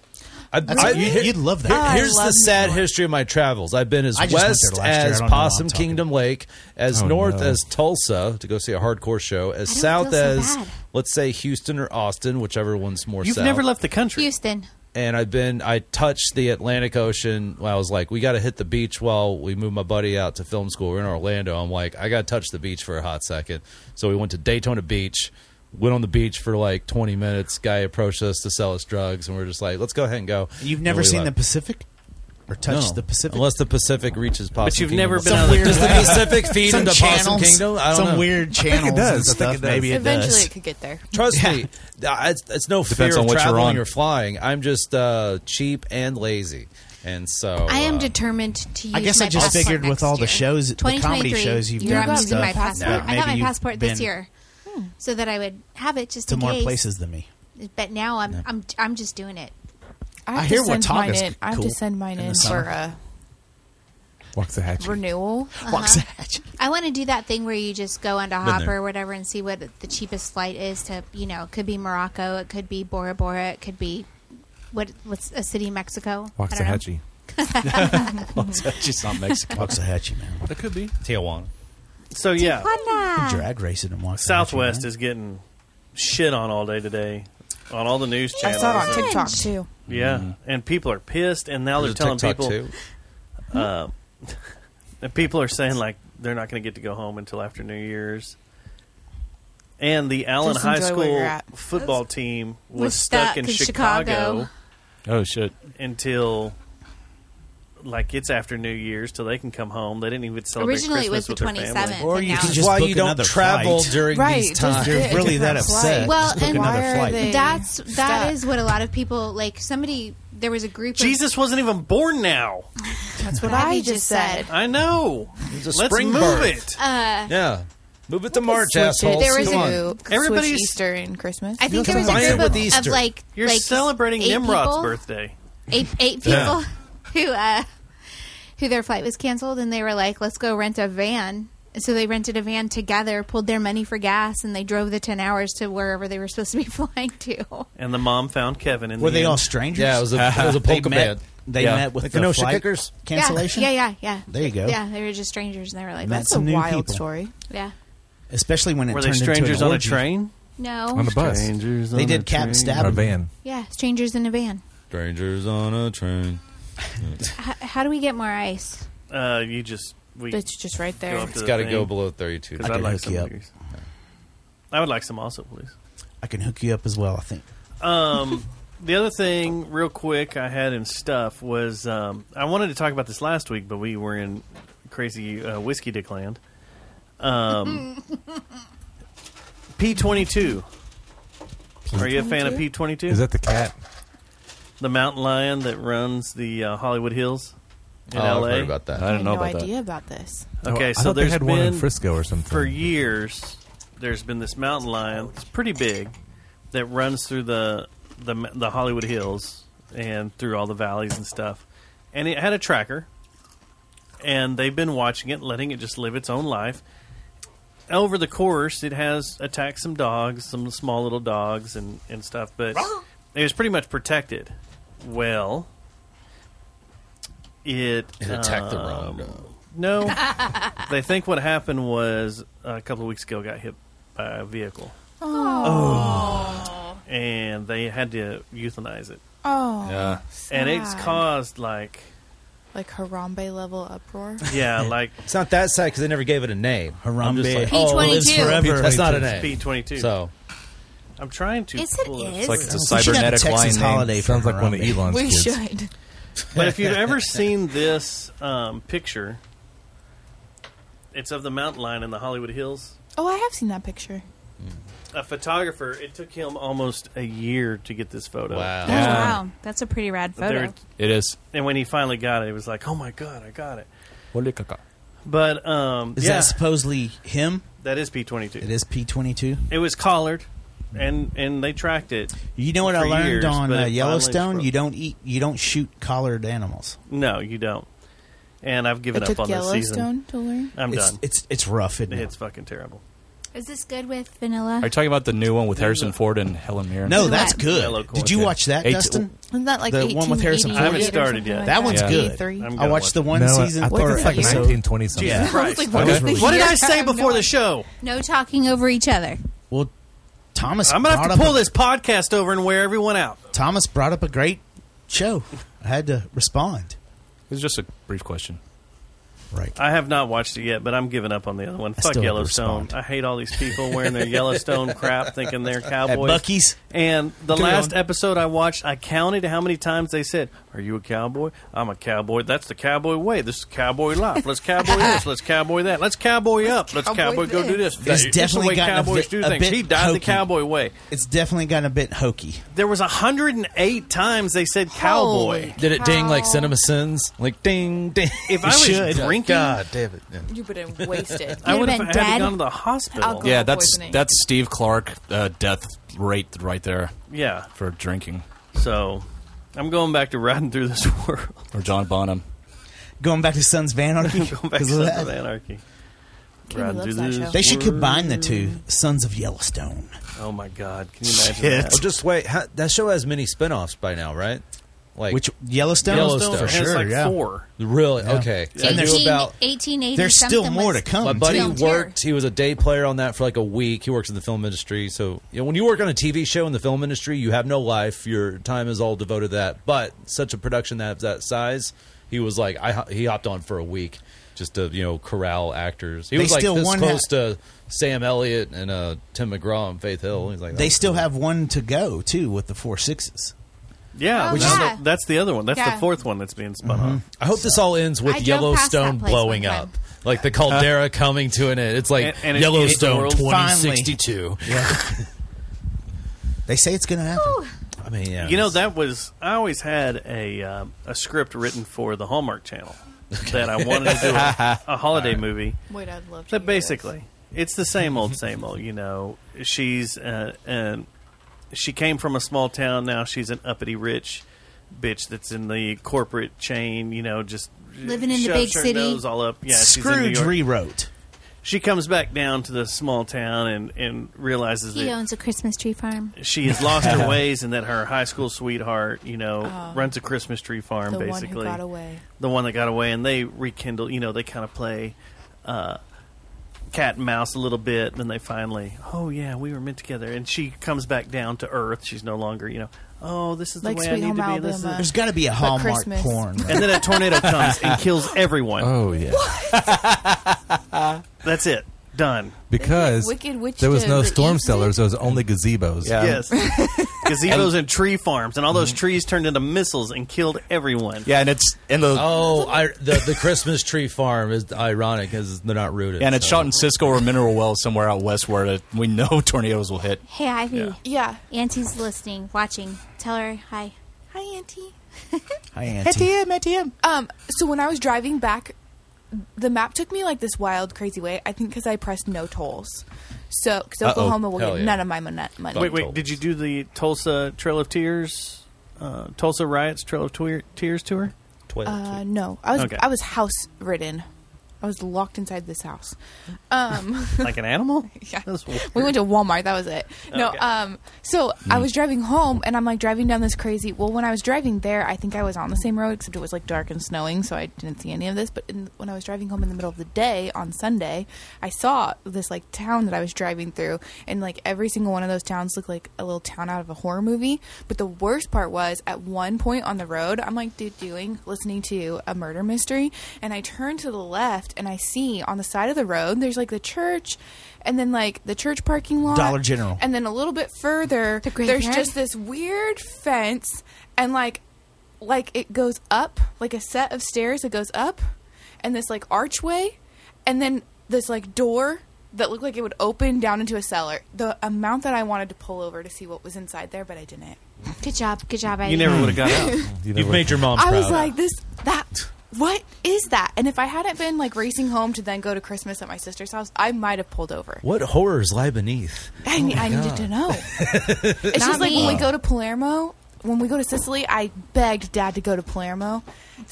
Speaker 10: I,
Speaker 5: That's-
Speaker 10: I-
Speaker 5: you-
Speaker 10: here-
Speaker 5: you'd love that.
Speaker 10: here-
Speaker 5: I
Speaker 10: here's the
Speaker 5: love
Speaker 10: sad history of my travels. I've been as
Speaker 5: I just went there
Speaker 10: west
Speaker 5: last year. I
Speaker 10: as
Speaker 5: don't know why I'm
Speaker 10: Possum Kingdom Lake, as
Speaker 5: Oh,
Speaker 10: north
Speaker 5: no.
Speaker 10: as Tulsa to go see a hardcore show, as south
Speaker 12: feel so
Speaker 10: as
Speaker 12: bad.
Speaker 10: let's say Houston or Austin, whichever one's more.
Speaker 12: You've
Speaker 10: south.
Speaker 12: never
Speaker 6: left the country.
Speaker 12: Houston.
Speaker 10: and I've been I touched the Atlantic Ocean. I was like, we got to hit the beach while we move my buddy out to film school. We're in Orlando. I'm like, I got to touch the beach for a hot second. So we went to Daytona Beach. Went on the beach for like 20 minutes. Guy approached us to sell us drugs, and we're just like, "Let's go ahead and go."
Speaker 5: You've never
Speaker 10: And we
Speaker 5: seen
Speaker 10: left.
Speaker 5: the Pacific or touched
Speaker 10: No.
Speaker 5: the Pacific?
Speaker 10: unless the Pacific reaches Possum.
Speaker 5: you've
Speaker 10: Kingdom.
Speaker 5: never been
Speaker 10: Some
Speaker 5: out of the
Speaker 10: weird- Does the
Speaker 5: way.
Speaker 10: Pacific feed
Speaker 5: Some
Speaker 10: into Possum
Speaker 5: channels-
Speaker 10: Kingdom? I don't
Speaker 5: some
Speaker 10: know.
Speaker 5: weird I think it channels and does. I stuff, think it does. maybe it
Speaker 13: Eventually,
Speaker 5: does.
Speaker 13: it could get there.
Speaker 10: Trust me, I- it's, it's no
Speaker 15: Depends
Speaker 10: fear of
Speaker 15: on what you're
Speaker 10: traveling
Speaker 15: on.
Speaker 10: or flying. I'm just uh, cheap and lazy, and
Speaker 14: Oh,
Speaker 10: so
Speaker 12: I am
Speaker 10: uh,
Speaker 12: determined to use
Speaker 5: I guess
Speaker 12: my
Speaker 5: I just
Speaker 12: passport
Speaker 5: figured
Speaker 12: next
Speaker 5: with all the
Speaker 12: year.
Speaker 5: shows, the comedy
Speaker 12: 2023,
Speaker 5: shows you've
Speaker 12: you're
Speaker 5: done,
Speaker 12: not
Speaker 5: and
Speaker 12: using
Speaker 5: stuff,
Speaker 12: my passport.
Speaker 5: that
Speaker 12: I got my
Speaker 5: maybe you've
Speaker 12: passport this
Speaker 5: been
Speaker 12: year, so that I would have it just
Speaker 5: to
Speaker 12: in
Speaker 5: more
Speaker 12: case.
Speaker 5: places than me.
Speaker 12: But now I'm
Speaker 5: No.
Speaker 12: I'm I'm just doing it.
Speaker 14: I have
Speaker 5: I
Speaker 14: to
Speaker 5: hear
Speaker 14: send mine
Speaker 5: Watauga's
Speaker 14: in. I have
Speaker 5: cool
Speaker 14: to send mine
Speaker 5: in
Speaker 14: in
Speaker 5: the
Speaker 14: for uh,
Speaker 5: summer.
Speaker 12: uh,
Speaker 14: a
Speaker 11: Walk the hatchet.
Speaker 14: renewal.
Speaker 12: Uh-huh. I want to do that thing where you just go onto
Speaker 11: Been
Speaker 12: Hopper
Speaker 11: there.
Speaker 12: or whatever and see what the cheapest flight is to, you know, it could be Morocco, it could be Bora Bora, it could be what what's a city in Mexico? I don't know.
Speaker 11: Waxahachie.
Speaker 15: Waxahachie's not Mexico.
Speaker 5: Waxahachie, man.
Speaker 6: That could be.
Speaker 10: Tijuana.
Speaker 6: So yeah,
Speaker 5: Drag racing in Waxahachie.
Speaker 6: Southwest is getting shit on all day today on all the news
Speaker 14: I
Speaker 6: channels.
Speaker 14: saw it on
Speaker 6: and-
Speaker 14: TikTok
Speaker 5: Mm.
Speaker 14: too.
Speaker 6: Yeah, and people are pissed, and now
Speaker 10: There's
Speaker 6: they're
Speaker 10: a
Speaker 6: telling
Speaker 10: TikTok,
Speaker 6: people. Uh, and people are saying like they're not going to get to go home until after New Year's. And the Allen
Speaker 14: Just
Speaker 6: High
Speaker 14: enjoy where you're
Speaker 6: School
Speaker 14: at.
Speaker 6: football team was,
Speaker 14: was
Speaker 6: stuck,
Speaker 14: stuck
Speaker 6: in
Speaker 14: in
Speaker 6: Chicago.
Speaker 14: Chicago.
Speaker 15: Oh shit!
Speaker 6: Until like it's after New Year's till they can come home. They didn't even celebrate
Speaker 12: Originally it was
Speaker 6: Christmas
Speaker 12: the
Speaker 6: with their
Speaker 12: 27th,
Speaker 6: family.
Speaker 12: Or and you now- can
Speaker 10: just Why book you don't another travel flight. during Right, these just times. get a You're really that different upset. flight.
Speaker 12: Well,
Speaker 10: Just book
Speaker 12: and
Speaker 10: another Why are flight. they
Speaker 12: that's that is
Speaker 10: stuck?
Speaker 12: what a lot of people like. Somebody there was a group.
Speaker 6: Jesus wasn't even born now.
Speaker 12: of, that's
Speaker 14: what I just said.
Speaker 6: I know.
Speaker 10: It's a
Speaker 6: Let's
Speaker 10: spring
Speaker 6: move
Speaker 10: birth.
Speaker 6: it.
Speaker 12: Uh,
Speaker 10: Yeah. Move it to March,
Speaker 14: Switch it.
Speaker 10: assholes.
Speaker 14: There was
Speaker 10: Come on.
Speaker 14: a everybody's
Speaker 12: Everybody's-
Speaker 14: Easter and Christmas.
Speaker 12: I think there was a
Speaker 10: Combine it
Speaker 12: group of,
Speaker 10: with
Speaker 12: of
Speaker 10: Easter.
Speaker 12: like
Speaker 6: You're
Speaker 12: like
Speaker 6: celebrating
Speaker 12: eight
Speaker 6: Nimrod's
Speaker 12: people,
Speaker 6: birthday.
Speaker 12: Eight eight people
Speaker 6: Yeah.
Speaker 12: who uh who their flight was canceled and they were like, let's go rent a van. So they rented a van together, pulled their money for gas, and they drove the ten hours to wherever they were supposed to be flying to.
Speaker 6: And the mom found Kevin. In
Speaker 5: Were
Speaker 6: the
Speaker 5: they
Speaker 6: end.
Speaker 5: all strangers?
Speaker 6: They
Speaker 5: they
Speaker 6: met-
Speaker 5: met, They
Speaker 6: Yeah.
Speaker 5: met with
Speaker 6: Like
Speaker 5: the
Speaker 6: Kenosha
Speaker 5: flight
Speaker 6: Kickers?
Speaker 5: cancellation.
Speaker 12: Yeah, yeah, yeah. yeah.
Speaker 5: There you go.
Speaker 12: Yeah, they were just strangers, and they were like,
Speaker 5: Met
Speaker 12: "That's
Speaker 5: some
Speaker 12: a
Speaker 5: new
Speaker 12: wild
Speaker 5: people.
Speaker 12: story." Yeah.
Speaker 5: Especially when it
Speaker 6: Were they
Speaker 5: turned
Speaker 6: strangers
Speaker 5: into
Speaker 6: on
Speaker 5: an
Speaker 6: a
Speaker 5: orgy.
Speaker 6: train?
Speaker 12: No. On
Speaker 10: the bus.
Speaker 6: Strangers
Speaker 5: They
Speaker 6: on
Speaker 5: did
Speaker 6: a
Speaker 5: cat
Speaker 6: train.
Speaker 5: and stab
Speaker 10: On a
Speaker 5: him.
Speaker 10: van.
Speaker 12: Yeah, strangers in a van.
Speaker 10: Strangers on a train.
Speaker 12: H- how do we get more ice?
Speaker 6: Uh, you just we.
Speaker 14: It's just right there.
Speaker 6: go up to
Speaker 10: It's
Speaker 6: the
Speaker 10: got to
Speaker 6: thing.
Speaker 10: go below 32.
Speaker 6: 'Cause I'd like some. please. I would like some also, please.
Speaker 5: I can hook you up as well. I think.
Speaker 6: Um, the other thing, real quick, I had in stuff was um, I wanted to talk about this last week, but we were in crazy uh, whiskey dick land. Um, P twenty two. Are you a fan of P twenty two?
Speaker 11: Is that the cat?
Speaker 6: the mountain lion that runs the uh, Hollywood Hills in
Speaker 11: Oh, I've
Speaker 6: LA?
Speaker 11: heard about that. I
Speaker 14: I had no idea about this.
Speaker 6: Okay,
Speaker 11: Oh, I
Speaker 6: so
Speaker 11: thought they
Speaker 6: there's
Speaker 11: had
Speaker 6: been
Speaker 11: one in Frisco or something.
Speaker 6: For years, there's been this mountain lion. It's pretty big that runs through the the the Hollywood Hills and through all the valleys and stuff. And it had a tracker, and they've been watching it, letting it just live its own life. Over the course, it has attacked some dogs, some small little dogs and, and stuff, but it was pretty much protected. Well, it,
Speaker 10: It attacked the wrong
Speaker 6: um, No, they think what happened was uh, a couple of weeks ago got hit by a vehicle. Oh. And they had to euthanize it.
Speaker 14: Oh, Yeah.
Speaker 6: And it's
Speaker 14: sad.
Speaker 6: caused like
Speaker 14: Like Harambe level uproar.
Speaker 6: yeah, like
Speaker 10: it's not that sad because they never gave it a name. I'm just
Speaker 14: Harambe.
Speaker 10: like, oh, it lives
Speaker 14: P22.
Speaker 10: forever. That's not a name.
Speaker 6: P22.
Speaker 10: So
Speaker 6: I'm trying to.
Speaker 14: Yes, it
Speaker 6: pull up-
Speaker 14: is. It's like
Speaker 11: the cybernetic line name. Sounds like one of Elon's
Speaker 14: we
Speaker 11: kids.
Speaker 14: should.
Speaker 6: But if you've ever seen this um, picture, it's of the mountain lion in the Hollywood Hills.
Speaker 14: Oh, I have seen that picture.
Speaker 6: A photographer. It took him almost a year to get this photo.
Speaker 12: Oh, wow, that's a pretty rad
Speaker 6: But
Speaker 12: photo.
Speaker 6: there-
Speaker 15: It is.
Speaker 6: And when he finally got it, he was like, "Oh my god, I got it!" But um,
Speaker 5: Is
Speaker 6: yeah,
Speaker 5: that supposedly him?
Speaker 6: That is P twenty two.
Speaker 5: It is P twenty two.
Speaker 6: It was collared, and and they tracked it.
Speaker 5: You know what I
Speaker 6: for
Speaker 5: learned
Speaker 6: years,
Speaker 5: on
Speaker 6: but
Speaker 5: uh,
Speaker 6: it finally
Speaker 5: Yellowstone?
Speaker 6: broke.
Speaker 5: You don't eat. You don't shoot collared animals.
Speaker 6: No, you don't. And I've given
Speaker 12: It
Speaker 6: up
Speaker 12: took
Speaker 6: on this
Speaker 12: Yellowstone
Speaker 6: season.
Speaker 12: to learn?
Speaker 6: I'm
Speaker 5: It's-
Speaker 6: done.
Speaker 5: It's it's rough. Isn't it?
Speaker 6: It's fucking terrible.
Speaker 12: Is this good with vanilla?
Speaker 15: Are you talking about the new one with Harrison Ford and Helen Mirren?
Speaker 5: No, that's good. Did you watch that,
Speaker 15: Eight-
Speaker 5: Dustin?
Speaker 12: Isn't that like
Speaker 5: the one with Harrison?
Speaker 12: 1888
Speaker 5: Ford?
Speaker 12: I haven't or started something yet. like
Speaker 5: That
Speaker 12: that?
Speaker 5: one's
Speaker 12: Yeah.
Speaker 5: good.
Speaker 12: E3.
Speaker 5: I
Speaker 12: I'm
Speaker 5: watched
Speaker 12: gonna
Speaker 5: the
Speaker 12: watch
Speaker 5: one
Speaker 11: it. No, I-
Speaker 5: season.
Speaker 11: I thought it was like 1920 something.
Speaker 5: Yeah.
Speaker 11: Jesus Christ.
Speaker 5: That was really
Speaker 6: What did
Speaker 5: good.
Speaker 6: I say before the show?
Speaker 12: No talking over each other.
Speaker 5: Well, Thomas.
Speaker 6: I'm gonna have
Speaker 5: brought
Speaker 6: to
Speaker 5: up
Speaker 6: pull
Speaker 5: a-
Speaker 6: this podcast over and wear everyone out.
Speaker 5: Thomas brought up a great show. I had to respond.
Speaker 15: It was just a brief question.
Speaker 5: Right.
Speaker 6: I have not watched it yet, but I'm giving up on the other one.
Speaker 5: I
Speaker 6: Fuck
Speaker 5: still
Speaker 6: Yellowstone. I hate all these people wearing their Yellowstone crap, thinking they're cowboys.
Speaker 5: Buc-ee's?
Speaker 6: And the
Speaker 5: Carry
Speaker 6: last
Speaker 5: on.
Speaker 6: episode I watched, I counted how many times they said, "Are you a cowboy? I'm a cowboy. That's the cowboy way. This is cowboy life. Let's cowboy this. Let's cowboy that. Let's cowboy up. Let's
Speaker 5: cowboy
Speaker 6: cowboy go do
Speaker 5: this."
Speaker 6: this.
Speaker 5: It's
Speaker 6: This is
Speaker 5: definitely
Speaker 6: the way
Speaker 5: gotten a
Speaker 6: cowboys
Speaker 5: bit-
Speaker 6: do
Speaker 5: a
Speaker 6: things.
Speaker 5: bit
Speaker 6: He died
Speaker 5: hokey.
Speaker 6: the cowboy way.
Speaker 5: It's definitely gotten a bit hokey.
Speaker 6: There was 108 times they said cowboy.
Speaker 10: Did it ding like Cinema Sins? Like ding ding.
Speaker 6: If I was
Speaker 10: Should.
Speaker 6: drinking-
Speaker 10: God damn it. Yeah.
Speaker 14: You would have wasted.
Speaker 6: I
Speaker 14: You'd
Speaker 6: would
Speaker 14: have
Speaker 6: have
Speaker 14: been
Speaker 6: had
Speaker 14: dead.
Speaker 6: to gone to the hospital.
Speaker 14: Alcohol
Speaker 15: yeah, that's
Speaker 14: poisoning.
Speaker 15: that's Steve Clark uh, death rate right there.
Speaker 6: Yeah.
Speaker 15: for drinking
Speaker 6: So I'm going back to riding through this world.
Speaker 15: or John Bonham.
Speaker 5: Going back to Sons of Anarchy.
Speaker 6: Going back to
Speaker 5: 'Cause
Speaker 6: Sons
Speaker 5: of that.
Speaker 6: of Anarchy.
Speaker 5: Kenny
Speaker 6: Riding
Speaker 5: loves
Speaker 6: through
Speaker 5: that
Speaker 6: this
Speaker 5: show. They should combine the
Speaker 6: world.
Speaker 5: two. Sons of Yellowstone.
Speaker 6: Oh my God! Can you imagine that?
Speaker 10: Well, just wait. ha- That show has many spin-offs by now, right? Like
Speaker 5: Which- Yellowstone?
Speaker 10: Yellowstone
Speaker 5: Yellowstone. For sure,
Speaker 10: like
Speaker 5: yeah.
Speaker 10: four. Really?
Speaker 5: Yeah.
Speaker 10: Okay.
Speaker 5: Yeah.
Speaker 10: I knew
Speaker 5: 18
Speaker 10: about.
Speaker 12: 1880 something was-
Speaker 10: My buddy
Speaker 12: Film tier.
Speaker 10: worked. He was a day player on that for like a week. He works in the film industry. So you know, when you work on a TV show in the film industry, you have no life. Your time is all devoted to that. But such a production that that size, he was like, I ho- he hopped on for a week just to you know corral actors. He
Speaker 5: They
Speaker 10: was like
Speaker 5: still
Speaker 10: this
Speaker 5: won
Speaker 10: close to Sam Elliott and uh, Tim McGraw and Faith Hill. He's like,
Speaker 5: They still have one to go too with the four sixes.
Speaker 6: Yeah,
Speaker 10: Oh,
Speaker 6: that's,
Speaker 10: yeah.
Speaker 6: The, that's the other one. That's
Speaker 10: Yeah.
Speaker 6: the fourth one that's being spun off.
Speaker 10: Mm-hmm. I hope this all ends with
Speaker 6: I drove past that
Speaker 10: Yellowstone
Speaker 6: place
Speaker 10: blowing
Speaker 6: one time.
Speaker 10: up. Like the caldera coming to an end. It's like
Speaker 6: And- and it-
Speaker 10: Yellowstone
Speaker 6: it- it-
Speaker 5: Finally.
Speaker 10: 2062.
Speaker 5: They say it's going to happen.
Speaker 6: Oh.
Speaker 10: I mean, yeah.
Speaker 6: You know, that was I always had a um, a script written for the Hallmark Channel that I wanted to do Oh, a, a holiday movie.
Speaker 14: Wait, I'd love to
Speaker 6: But basically, it's the same old, same old. You know, she's uh, and she came from a small town. Now she's an uppity rich bitch that's in the corporate chain. You know, just
Speaker 12: Living in the
Speaker 6: shoves
Speaker 12: big
Speaker 6: her
Speaker 12: city.
Speaker 6: Nose all up. Yeah, she's in New
Speaker 5: Scrooge
Speaker 6: York.
Speaker 5: rewrote.
Speaker 6: She comes back down to the small town and and realizes
Speaker 12: He
Speaker 6: that
Speaker 12: owns a Christmas tree farm.
Speaker 6: she has lost her ways and that her high school sweetheart, you know,
Speaker 12: Oh.
Speaker 6: runs a Christmas tree farm,
Speaker 12: The one who
Speaker 6: basically.
Speaker 12: got away.
Speaker 6: The one that got away, and they rekindle, you know, they kind of play uh, cat and mouse a little bit, and then they finally, oh, yeah, we were meant together. And she comes back down to earth. She's no longer, you know, oh, this is the
Speaker 14: Like
Speaker 6: way I
Speaker 14: Sweet
Speaker 6: need to
Speaker 14: Home
Speaker 6: be. This is-
Speaker 14: Alabama,
Speaker 5: There's got to be a Hallmark
Speaker 14: Christmas.
Speaker 5: porn.
Speaker 6: And then a tornado comes and kills everyone.
Speaker 11: Oh yeah.
Speaker 6: That's it. Done.
Speaker 11: Because
Speaker 14: Wicked Witch
Speaker 11: there was
Speaker 14: did
Speaker 11: no
Speaker 14: the
Speaker 11: storm
Speaker 14: East
Speaker 11: cellars. There was only gazebos.
Speaker 6: Yes. Gazebos and tree farms, and all those trees turned into missiles and killed everyone.
Speaker 15: Yeah, and it's and the
Speaker 10: oh, I, the the Christmas tree farm is ironic because they're not rooted.
Speaker 15: Yeah, and it's
Speaker 10: so.
Speaker 15: shot in Cisco or Mineral Wells somewhere out west where it, we know tornadoes will hit.
Speaker 12: Hey, Ivy.
Speaker 15: Yeah.
Speaker 12: yeah. Auntie's listening, watching. Tell her hi.
Speaker 14: Hi, Auntie.
Speaker 5: Hi,
Speaker 14: ATM. Um, so when I was driving back, the map took me like this wild, crazy way. I think because I pressed no tolls. So, because
Speaker 6: Uh-oh.
Speaker 14: Oklahoma will
Speaker 6: Hell
Speaker 14: get
Speaker 6: yeah.
Speaker 14: none of my mon- money.
Speaker 6: Wait, wait. Did you do the Tulsa Trail of Tears, uh, Tulsa Riots Trail of Twe- Tears tour?
Speaker 14: Uh, no, I was
Speaker 6: Okay.
Speaker 14: I was house ridden. I was locked inside this house. Um,
Speaker 6: like an animal.
Speaker 14: yeah. We went to Walmart. That was it. No.
Speaker 6: Okay.
Speaker 14: Um. So I was driving home, and I'm like driving down this crazy. Well, when I was driving there, I think I was on the same road, except it was like dark and snowing, so I didn't see any of this. But in, when I was driving home in the middle of the day on Sunday, I saw this like town that I was driving through, and like every single one of those towns looked like a little town out of a horror movie. But the worst part was at one point on the road, I'm like dude, doing listening to a murder mystery, and I turn to the left, and I see on the side of the road there's like the church. And then, like the church parking lot,
Speaker 5: Dollar General.
Speaker 14: and then a little bit further, there's
Speaker 12: graveyard?
Speaker 14: just this weird fence, and like, like it goes up, like a set of stairs that goes up, and this like archway, and then this like door that looked like it would open down into a cellar. The amount that I wanted to pull over to see what was inside there, but I didn't.
Speaker 12: Good job. Good job, Ivy.
Speaker 6: You never would have got out.
Speaker 10: You've made your mom
Speaker 14: I
Speaker 10: proud.
Speaker 14: was like, this that what is that? And if I hadn't been like racing home to then go to Christmas at my sister's house, I might have pulled over.
Speaker 5: What horrors lie beneath?
Speaker 10: Oh
Speaker 6: Oh
Speaker 14: I, ne-
Speaker 5: my
Speaker 14: I
Speaker 5: God.
Speaker 14: needed to know. it's just like
Speaker 5: me.
Speaker 14: when we
Speaker 5: Wow.
Speaker 14: go to Palermo. When we go to Sicily, I begged Dad to go to Palermo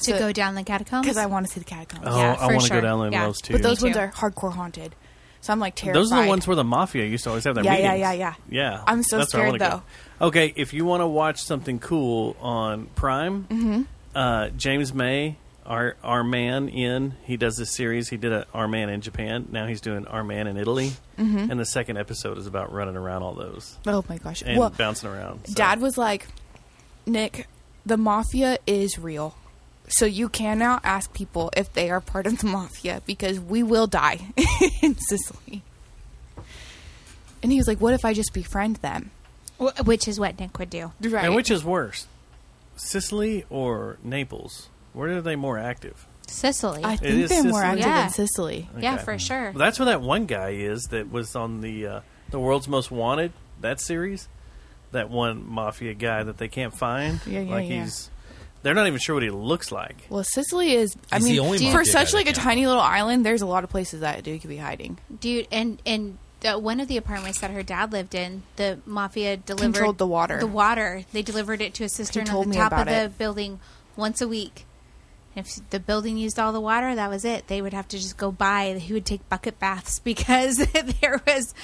Speaker 12: To go down the catacombs
Speaker 14: because I want to see the catacombs.
Speaker 6: Oh, Yeah, I for wanna go sure. down there Yeah. those too.
Speaker 14: But those
Speaker 6: Me
Speaker 14: ones
Speaker 6: too.
Speaker 14: are hardcore haunted, so I'm like terrified.
Speaker 6: Those are the ones where the mafia used to always have their
Speaker 14: Yeah,
Speaker 6: meetings.
Speaker 14: yeah, yeah, yeah.
Speaker 6: Yeah.
Speaker 14: I'm so
Speaker 6: That's where I
Speaker 14: scared,
Speaker 6: wanna go. Okay, if you want to watch something cool on Prime,
Speaker 12: Mm-hmm.
Speaker 14: Mhm.
Speaker 6: uh, James May, our our man in he does this series. He did a Our Man in Japan. Now he's doing Our Man in Italy,
Speaker 14: Mhm.
Speaker 6: and the second episode is about running around all those.
Speaker 14: Oh my gosh.
Speaker 6: And
Speaker 14: Well,
Speaker 6: bouncing around. so-
Speaker 14: Dad was like, Nick, the mafia is real. So you can now ask people if they are part of the mafia because we will die in Sicily. And he was like, what if I just befriend them?
Speaker 12: which is what Nick would do.
Speaker 14: Right.
Speaker 6: And which is worse, Sicily or Naples? Where are they more active?
Speaker 12: Sicily.
Speaker 14: I
Speaker 6: It
Speaker 14: think
Speaker 6: is
Speaker 14: they're more
Speaker 6: Sicily?
Speaker 14: active
Speaker 12: Yeah.
Speaker 14: in Sicily.
Speaker 12: Yeah, for sure.
Speaker 6: Well, that's where that one guy is that was on the uh, the world's most wanted that series. That one mafia guy that they can't find.
Speaker 14: Yeah, yeah,
Speaker 6: like
Speaker 14: yeah.
Speaker 6: he's they're not even sure what he looks like.
Speaker 14: Well, Sicily is. I
Speaker 6: He's the
Speaker 14: mean,
Speaker 6: only
Speaker 14: for
Speaker 6: mafia
Speaker 14: such
Speaker 6: guy
Speaker 14: like
Speaker 6: that
Speaker 14: a tiny little island, there's a lot of places that dude could be hiding.
Speaker 12: dude and and the, one of the apartments that her dad lived in the mafia delivered
Speaker 14: Controlled the water.
Speaker 12: the water they delivered it to a cistern
Speaker 14: told
Speaker 12: on the
Speaker 14: me
Speaker 12: top of
Speaker 14: about
Speaker 12: the
Speaker 14: it.
Speaker 12: building once a week if the building used all the water that was it they would have to just go by he would take bucket baths because there was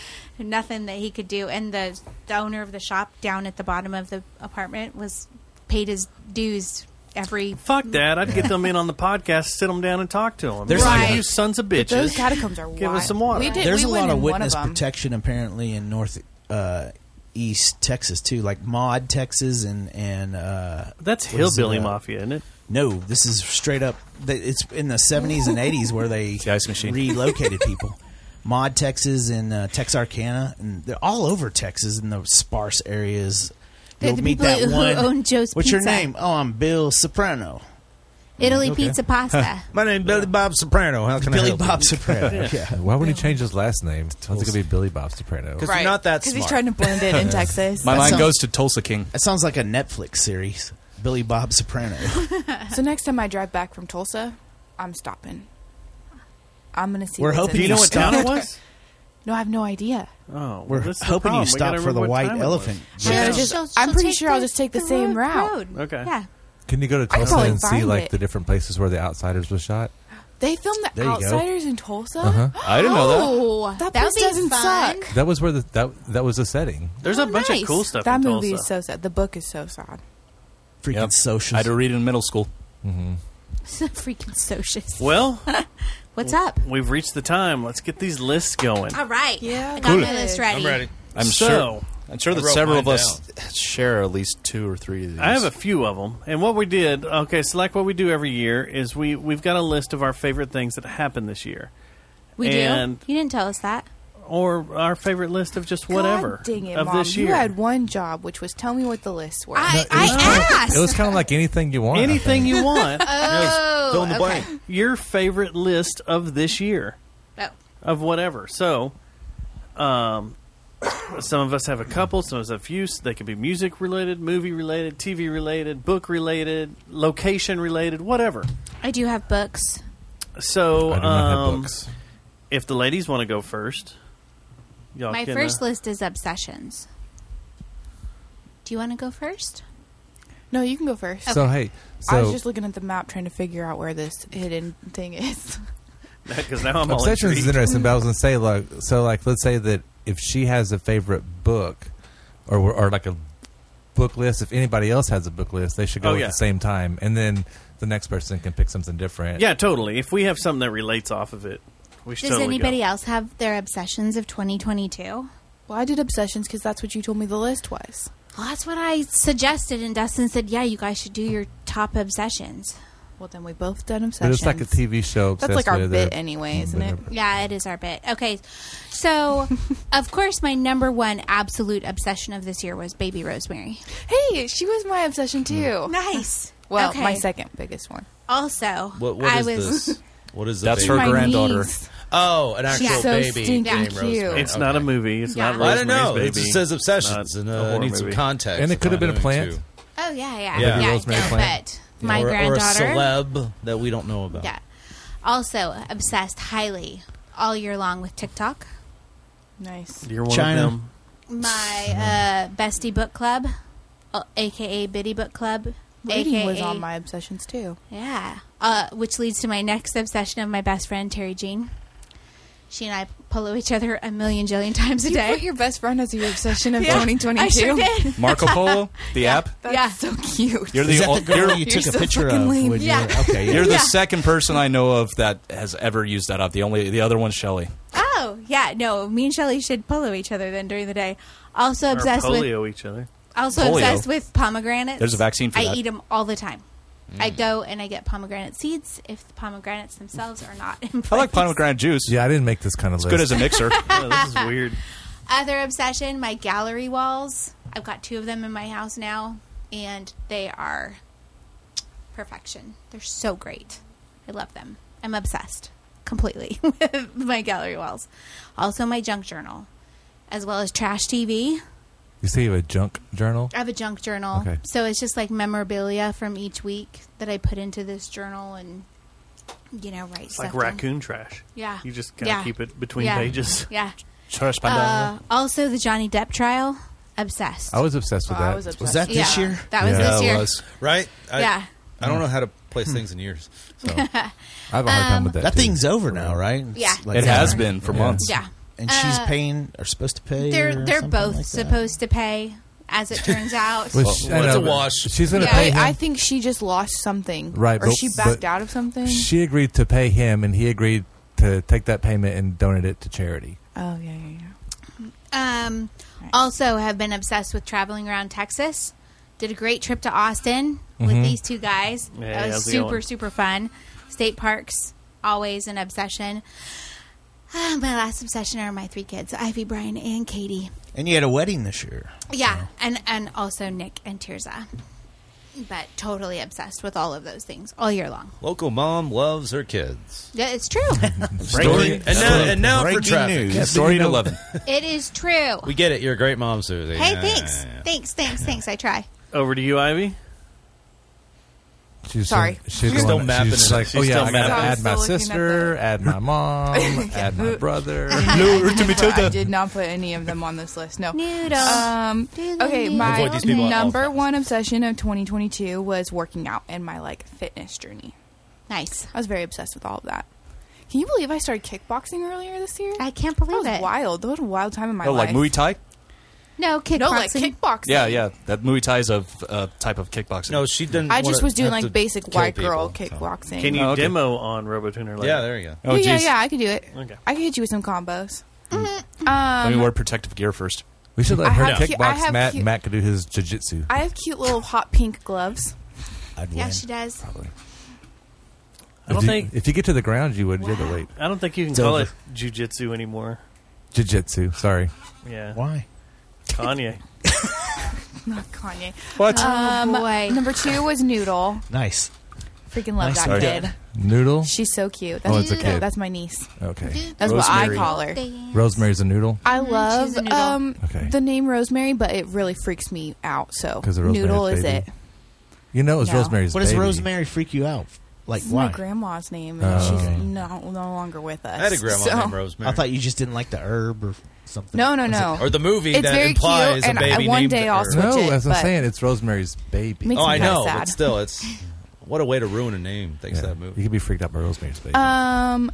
Speaker 12: nothing that he could do and the, the owner of the shop down at the bottom of the apartment was paid his dues every
Speaker 6: Fuck that! I'd get them in on the podcast, sit them down, and talk to them. There's
Speaker 5: There's like
Speaker 6: like
Speaker 5: a-
Speaker 6: you sons of bitches.
Speaker 5: But those
Speaker 14: catacombs are
Speaker 6: Give
Speaker 14: wild.
Speaker 6: us some water.
Speaker 14: We did-
Speaker 5: There's
Speaker 14: we
Speaker 5: a
Speaker 14: went
Speaker 5: lot of
Speaker 14: in one of
Speaker 5: witness
Speaker 14: them.
Speaker 5: protection apparently in North uh, East Texas too, like Maud, Texas, and and uh,
Speaker 6: That's
Speaker 5: what is it,
Speaker 6: hillbilly
Speaker 5: uh,
Speaker 6: mafia, isn't it?
Speaker 5: No, this is straight up. th- It's in the 70s and 80s where they relocated people. Maud, Texas, and uh, Texarkana, and they're all over Texas in the sparse areas.
Speaker 12: They're
Speaker 5: You'll
Speaker 12: the
Speaker 5: meet
Speaker 12: people
Speaker 5: that
Speaker 12: who
Speaker 5: one.
Speaker 12: own Joe's
Speaker 5: What's your
Speaker 12: Pizza.
Speaker 5: name? Oh, I'm Bill Soprano.
Speaker 12: italy pizza pasta
Speaker 5: My name's Billy Bob Soprano. How
Speaker 11: can I
Speaker 5: Billy
Speaker 11: help
Speaker 5: Bob
Speaker 11: you?
Speaker 5: Soprano. yeah.
Speaker 11: Why would he change his last name? It's going to be Billy Bob Soprano.
Speaker 5: Because you're not that
Speaker 14: Because he's trying to blend it in Texas.
Speaker 11: My mind
Speaker 5: goes
Speaker 15: to Tulsa King.
Speaker 5: That sounds like a Netflix series. Billy Bob Soprano.
Speaker 6: Oh,
Speaker 14: so next time I drive back from Tulsa, I'm stopping. I'm gonna see.
Speaker 5: We're
Speaker 14: what's
Speaker 5: hoping
Speaker 14: in
Speaker 5: you
Speaker 14: there.
Speaker 5: know what town it was?
Speaker 14: No, I have no idea.
Speaker 6: Oh,
Speaker 5: We're
Speaker 6: this is the
Speaker 5: hoping you
Speaker 6: problem. We
Speaker 5: stop
Speaker 6: gotta
Speaker 5: for
Speaker 6: remember
Speaker 5: the
Speaker 6: what
Speaker 5: white
Speaker 6: time it
Speaker 5: elephant.
Speaker 6: was.
Speaker 14: I
Speaker 6: Yeah.
Speaker 14: was just, I'm pretty sure I'll just take the, same route.
Speaker 6: Okay.
Speaker 14: Yeah.
Speaker 11: Can you go to
Speaker 14: I'd
Speaker 11: Tulsa
Speaker 14: probably
Speaker 11: and see
Speaker 14: find
Speaker 11: like
Speaker 14: it.
Speaker 11: the different places where The Outsiders was shot?
Speaker 14: They filmed the
Speaker 11: There you go.
Speaker 14: Outsiders in Tulsa.
Speaker 11: Uh-huh. I didn't know that.
Speaker 14: Oh, that. place doesn't suck.
Speaker 11: That was where the that that was the setting.
Speaker 6: There's
Speaker 12: Oh,
Speaker 6: a bunch of cool stuff
Speaker 14: That
Speaker 6: in
Speaker 14: movie
Speaker 6: Tulsa.
Speaker 14: is so sad. The book is so sad.
Speaker 5: Freaking social.
Speaker 15: I had to read in middle school.
Speaker 11: Mm-hmm.
Speaker 12: freaking socius
Speaker 6: Well,
Speaker 12: what's up
Speaker 6: We've reached the time. Let's get these lists going.
Speaker 12: All right. Yeah. I got
Speaker 6: Cool.
Speaker 12: my list ready.
Speaker 15: I'm
Speaker 6: So,
Speaker 15: sure. I'm sure
Speaker 6: I
Speaker 15: that
Speaker 6: wrote
Speaker 15: several of
Speaker 6: mine
Speaker 15: us share at least two or three of these.
Speaker 6: I have a few of them, and what we did, okay, so like what we do every year is we we've got a list of our favorite things that happened this year.
Speaker 12: We
Speaker 6: and,
Speaker 12: do. You didn't tell us that.
Speaker 6: or our favorite list of just whatever
Speaker 14: God dang it,
Speaker 6: of
Speaker 14: Mom.
Speaker 6: this
Speaker 14: You
Speaker 6: year.
Speaker 14: had one job, which was tell me what the lists were.
Speaker 12: I,
Speaker 11: It was kind of like anything you want. I
Speaker 6: Anything
Speaker 11: think.
Speaker 6: you want.
Speaker 12: Oh, fill in the okay.
Speaker 6: blank. Your favorite list of this year.
Speaker 12: Oh.
Speaker 6: Of whatever. So, um, some of us have a couple, some of us have few. So they could be music related, movie related, TV related, book related, location related, whatever.
Speaker 12: I do have books.
Speaker 6: So,
Speaker 12: I do not have
Speaker 6: um, if the ladies want to go first, y'all
Speaker 12: my
Speaker 6: can,
Speaker 12: first
Speaker 6: uh,
Speaker 12: list is obsessions. Do you want to go first?
Speaker 14: No, you can go first.
Speaker 11: So, hey,
Speaker 14: I was
Speaker 11: so-
Speaker 14: just looking at the map trying to figure out where this hidden thing is.
Speaker 6: Because uh, now I'm all
Speaker 11: Obsessions is
Speaker 6: intrigued.
Speaker 11: interesting, but I was going to say, like, so, like, let's say that if she has a favorite book, or or like a book list, if anybody else has a book list, they should go
Speaker 6: Oh,
Speaker 11: at
Speaker 6: yeah.
Speaker 11: the same time, and then the next person can pick something different.
Speaker 6: Yeah, totally. If we have something that relates off of it, we should
Speaker 12: Does
Speaker 6: totally
Speaker 12: anybody else have their obsessions of 2022? Well,
Speaker 14: I did obsessions because that's what you told me the list was.
Speaker 12: that's what I suggested, and Dustin said, "Yeah, you guys should do your top obsessions."
Speaker 14: Well, then we both done
Speaker 11: But it's like a TV show.
Speaker 14: That's like
Speaker 11: obsessed
Speaker 14: our
Speaker 11: with
Speaker 14: bit
Speaker 11: a-
Speaker 14: anyway, isn't it?
Speaker 12: Yeah, it is our bit. Okay, so of course, my number one absolute obsession of this year was Baby Rosemary.
Speaker 14: Hey, she was my
Speaker 11: Hmm.
Speaker 14: obsession too.
Speaker 12: Nice.
Speaker 14: Well,
Speaker 12: Okay.
Speaker 14: my second biggest one.
Speaker 12: Also,
Speaker 10: What, what
Speaker 12: I
Speaker 10: is
Speaker 12: was
Speaker 10: this? What is the
Speaker 15: That's
Speaker 10: baby?
Speaker 15: her My granddaughter. niece.
Speaker 10: Oh, an actual
Speaker 12: She's so
Speaker 10: baby.
Speaker 12: stinking
Speaker 10: named
Speaker 12: cute.
Speaker 10: Rosemary.
Speaker 6: It's not a movie. It's not
Speaker 10: I don't know.
Speaker 6: Rosemary's
Speaker 10: It just
Speaker 6: Baby.
Speaker 10: says obsessions,
Speaker 6: Not
Speaker 10: and
Speaker 6: a
Speaker 10: uh, I
Speaker 6: horror
Speaker 10: need some
Speaker 6: movie.
Speaker 10: context.
Speaker 11: And it could have been a plant.
Speaker 12: Oh yeah, yeah,
Speaker 10: Yeah.
Speaker 12: yeah.
Speaker 10: Maybe
Speaker 12: I
Speaker 10: Rosemary
Speaker 12: know,
Speaker 10: plant.
Speaker 12: but My
Speaker 10: or, or a
Speaker 12: granddaughter.
Speaker 10: celeb that we don't know about.
Speaker 12: Yeah. Also obsessed highly all year long with TikTok.
Speaker 14: Nice.
Speaker 6: You're one
Speaker 10: China.
Speaker 6: of them.
Speaker 10: Mm-hmm.
Speaker 12: My uh, bestie book club, uh, aka Biddy Book Club,
Speaker 14: Reading
Speaker 12: aka
Speaker 14: was on my obsessions too.
Speaker 12: yeah, uh, which leads to my next obsession of my best friend Terry Jean. She and I pillow each other a million jillion times a
Speaker 14: You
Speaker 12: day.
Speaker 14: put your best friend as your obsession of
Speaker 12: Yeah,
Speaker 14: 2022.
Speaker 12: I sure did.
Speaker 15: Marco Polo, the app.
Speaker 14: That's yeah. so cute.
Speaker 15: You're the,
Speaker 5: Is that
Speaker 15: o-
Speaker 5: the girl
Speaker 15: you're-
Speaker 5: you took You're a so picture fucking of lame. when you were- Yeah. okay, yeah.
Speaker 15: You're the
Speaker 12: Yeah.
Speaker 15: second person I know of that has ever used that app. The only the other one's Shelly.
Speaker 12: Oh yeah, no. Me and Shelly should pillow each other then during the day. Also
Speaker 15: Or
Speaker 12: obsessed with
Speaker 15: polio
Speaker 6: each other.
Speaker 12: also
Speaker 15: Polio.
Speaker 12: obsessed with pomegranates.
Speaker 15: There's a vaccine for
Speaker 12: I
Speaker 15: that.
Speaker 12: eat them all the time.
Speaker 15: Mm.
Speaker 12: I go and I get pomegranate seeds if the pomegranates themselves are not. In
Speaker 15: I like pomegranate juice.
Speaker 11: Yeah, I didn't make this kind of
Speaker 15: It's
Speaker 11: list.
Speaker 15: good as a mixer.
Speaker 6: this is weird.
Speaker 12: Other obsession: my gallery walls. I've got two of them in my house now, and they are perfection. They're so great. I love them. I'm obsessed completely with my gallery walls. Also, my junk journal, as well as trash TV.
Speaker 11: You say you have a junk journal?
Speaker 12: I have a junk journal.
Speaker 11: Okay.
Speaker 12: So it's just like memorabilia from each week that I put into this journal and, you know, write
Speaker 6: It's
Speaker 12: stuff.
Speaker 6: like
Speaker 12: down.
Speaker 6: raccoon trash.
Speaker 12: Yeah.
Speaker 6: You just kind of
Speaker 12: Yeah.
Speaker 6: keep it between
Speaker 12: Yeah.
Speaker 6: pages.
Speaker 12: Yeah.
Speaker 15: Trash
Speaker 12: Uh, also, the Johnny Depp trial. Obsessed.
Speaker 11: I was obsessed with
Speaker 12: Oh, I
Speaker 11: that.
Speaker 12: was Was obsessed that with this that. year? That was
Speaker 11: Yeah,
Speaker 12: this
Speaker 11: it
Speaker 12: year.
Speaker 11: was.
Speaker 10: Right? I,
Speaker 12: Yeah.
Speaker 10: I don't know how to place things in years. So.
Speaker 11: I have a hard time with that.
Speaker 5: That
Speaker 11: too.
Speaker 5: thing's over now, right? It's
Speaker 12: Yeah.
Speaker 5: like-
Speaker 11: It has been
Speaker 15: for months.
Speaker 12: Yeah.
Speaker 5: And she's
Speaker 12: Uh,
Speaker 5: paying or supposed to pay.
Speaker 12: They're
Speaker 5: or
Speaker 12: they're
Speaker 5: something
Speaker 12: both
Speaker 5: like that?
Speaker 12: supposed to pay, as it turns out.
Speaker 11: Well, she- I know, but She's going to
Speaker 14: I,
Speaker 11: pay him.
Speaker 14: I think she just lost something.
Speaker 11: Right,
Speaker 14: Or
Speaker 11: but-
Speaker 14: she backed
Speaker 11: but
Speaker 14: out of something.
Speaker 11: She agreed to pay him, and he agreed to take that payment and donate it to charity.
Speaker 14: oh, yeah, yeah, yeah.
Speaker 12: Um, Also, have been obsessed with traveling around Texas. Did a great trip to Austin with
Speaker 10: Mm-hmm.
Speaker 11: Mhm.
Speaker 12: these two guys.
Speaker 11: Yeah,
Speaker 12: that was
Speaker 11: how's it
Speaker 12: super,
Speaker 11: going?
Speaker 12: super fun. State parks, always an obsession. Ah, my last obsession are my three kids Ivy, Brian, and Katie.
Speaker 5: And you had a wedding this year.
Speaker 12: Yeah, and, and also Nick and Tirza. But totally obsessed with all of those things all year long.
Speaker 10: Local mom loves her kids.
Speaker 12: Yeah, it's true.
Speaker 10: Story. And now, and now for traffic.
Speaker 15: Story to eleven.
Speaker 12: it is true.
Speaker 10: We get it. You're a great mom, Susie.
Speaker 12: Hey,
Speaker 10: Yeah,
Speaker 12: thanks.
Speaker 10: yeah, yeah.
Speaker 12: Thanks, thanks, thanks. I try.
Speaker 6: Over to you, Ivy.
Speaker 11: She's
Speaker 12: Sorry.
Speaker 11: she's
Speaker 10: You're
Speaker 11: the
Speaker 10: still
Speaker 11: one that-
Speaker 10: mapping
Speaker 11: she's
Speaker 10: it.
Speaker 11: like,
Speaker 10: She's
Speaker 11: oh yeah,
Speaker 10: still
Speaker 11: I gotta
Speaker 10: mapping it.
Speaker 11: add my
Speaker 10: Still looking at
Speaker 11: sister, add my mom, add my brother. No,
Speaker 14: I did not put any of them on this list. No.
Speaker 12: Noodle.
Speaker 14: Um, okay,
Speaker 12: Doodle
Speaker 14: my
Speaker 12: Avoid these people at all
Speaker 14: number one obsession of 2022 was working out and my like fitness journey.
Speaker 12: Nice.
Speaker 14: I was very obsessed with all of that. Can you believe I started kickboxing earlier this year?
Speaker 12: I can't believe
Speaker 14: that was
Speaker 12: it.
Speaker 14: Wild. That was a wild time in my
Speaker 15: Oh, like
Speaker 14: life.
Speaker 15: Muay Thai.
Speaker 12: No, kickboxing.
Speaker 14: No, like kickboxing.
Speaker 15: Yeah, yeah. That Muay Thai is a uh, type of kickboxing. No,
Speaker 10: she didn't.
Speaker 14: I just was doing like basic white girl kickboxing.
Speaker 6: Can you
Speaker 15: Oh, okay.
Speaker 6: demo on RoboTuner later?
Speaker 10: Yeah, there you go.
Speaker 15: Oh,
Speaker 14: yeah, yeah,
Speaker 15: jeez.
Speaker 14: yeah, I could do it.
Speaker 6: Okay.
Speaker 14: I could hit you with some combos.
Speaker 12: Mm-hmm.
Speaker 15: Let me
Speaker 14: Um,
Speaker 15: wear protective gear first.
Speaker 11: We should let
Speaker 14: I
Speaker 11: her
Speaker 14: have cu- I
Speaker 11: kickbox
Speaker 14: have
Speaker 11: Matt,
Speaker 14: cu-
Speaker 11: and Matt could do his jujitsu.
Speaker 14: I have cute little hot pink gloves.
Speaker 11: I'd
Speaker 12: Yeah, she does.
Speaker 6: I don't
Speaker 11: if you,
Speaker 6: think-
Speaker 11: if you get to the ground, you would. You had to wait.
Speaker 6: I don't think you can
Speaker 11: It's
Speaker 6: call
Speaker 11: over.
Speaker 6: it jujitsu anymore.
Speaker 11: Jujitsu. Sorry.
Speaker 6: Yeah.
Speaker 5: Why?
Speaker 6: Kanye.
Speaker 14: Not Kanye.
Speaker 11: What? Oh,
Speaker 14: Um,
Speaker 12: boy.
Speaker 14: Number two was Noodle.
Speaker 5: Nice.
Speaker 14: Freaking love
Speaker 5: Nice
Speaker 14: that
Speaker 5: idea.
Speaker 14: kid.
Speaker 11: Noodle.
Speaker 14: She's so cute.
Speaker 11: Oh, it's a
Speaker 14: Noodle.
Speaker 11: kid.
Speaker 14: That's my niece.
Speaker 11: Okay.
Speaker 14: That's what I
Speaker 11: Rosemary.
Speaker 14: call Mm, her.
Speaker 11: Rosemary's a noodle.
Speaker 14: I love
Speaker 12: she's a noodle.
Speaker 14: um,
Speaker 11: Okay.
Speaker 14: the name Rosemary, but it really freaks me out. So
Speaker 11: 'Cause of Rosemary's
Speaker 14: Noodle is
Speaker 11: Baby.
Speaker 14: it?
Speaker 11: You know, it's
Speaker 14: No.
Speaker 11: Rosemary's.
Speaker 5: What does
Speaker 11: baby.
Speaker 5: Rosemary freak you out? Like
Speaker 14: It's
Speaker 5: why?
Speaker 14: my grandma's name, and
Speaker 5: Oh.
Speaker 14: she's
Speaker 5: Okay.
Speaker 14: no, no longer with us.
Speaker 10: I had a grandma
Speaker 14: so-
Speaker 10: named Rosemary.
Speaker 5: I thought you just didn't like the herb or something.
Speaker 14: No, no,
Speaker 5: Was it-
Speaker 14: no.
Speaker 10: Or the movie
Speaker 14: It's
Speaker 10: that
Speaker 14: very
Speaker 10: implies
Speaker 14: cute,
Speaker 10: a
Speaker 14: and
Speaker 10: baby
Speaker 14: I- one
Speaker 10: named
Speaker 14: day I'll
Speaker 10: Irv.
Speaker 14: switch
Speaker 11: No,
Speaker 14: it,
Speaker 11: that's what
Speaker 14: but-
Speaker 11: I'm saying. It's Rosemary's baby.
Speaker 14: Makes
Speaker 10: oh,
Speaker 14: me
Speaker 10: I
Speaker 14: kinda
Speaker 10: know.
Speaker 14: sad.
Speaker 10: But still, it's what a way to ruin a name. Thanks to that movie.
Speaker 11: You could be freaked out by Rosemary's baby.
Speaker 14: Um,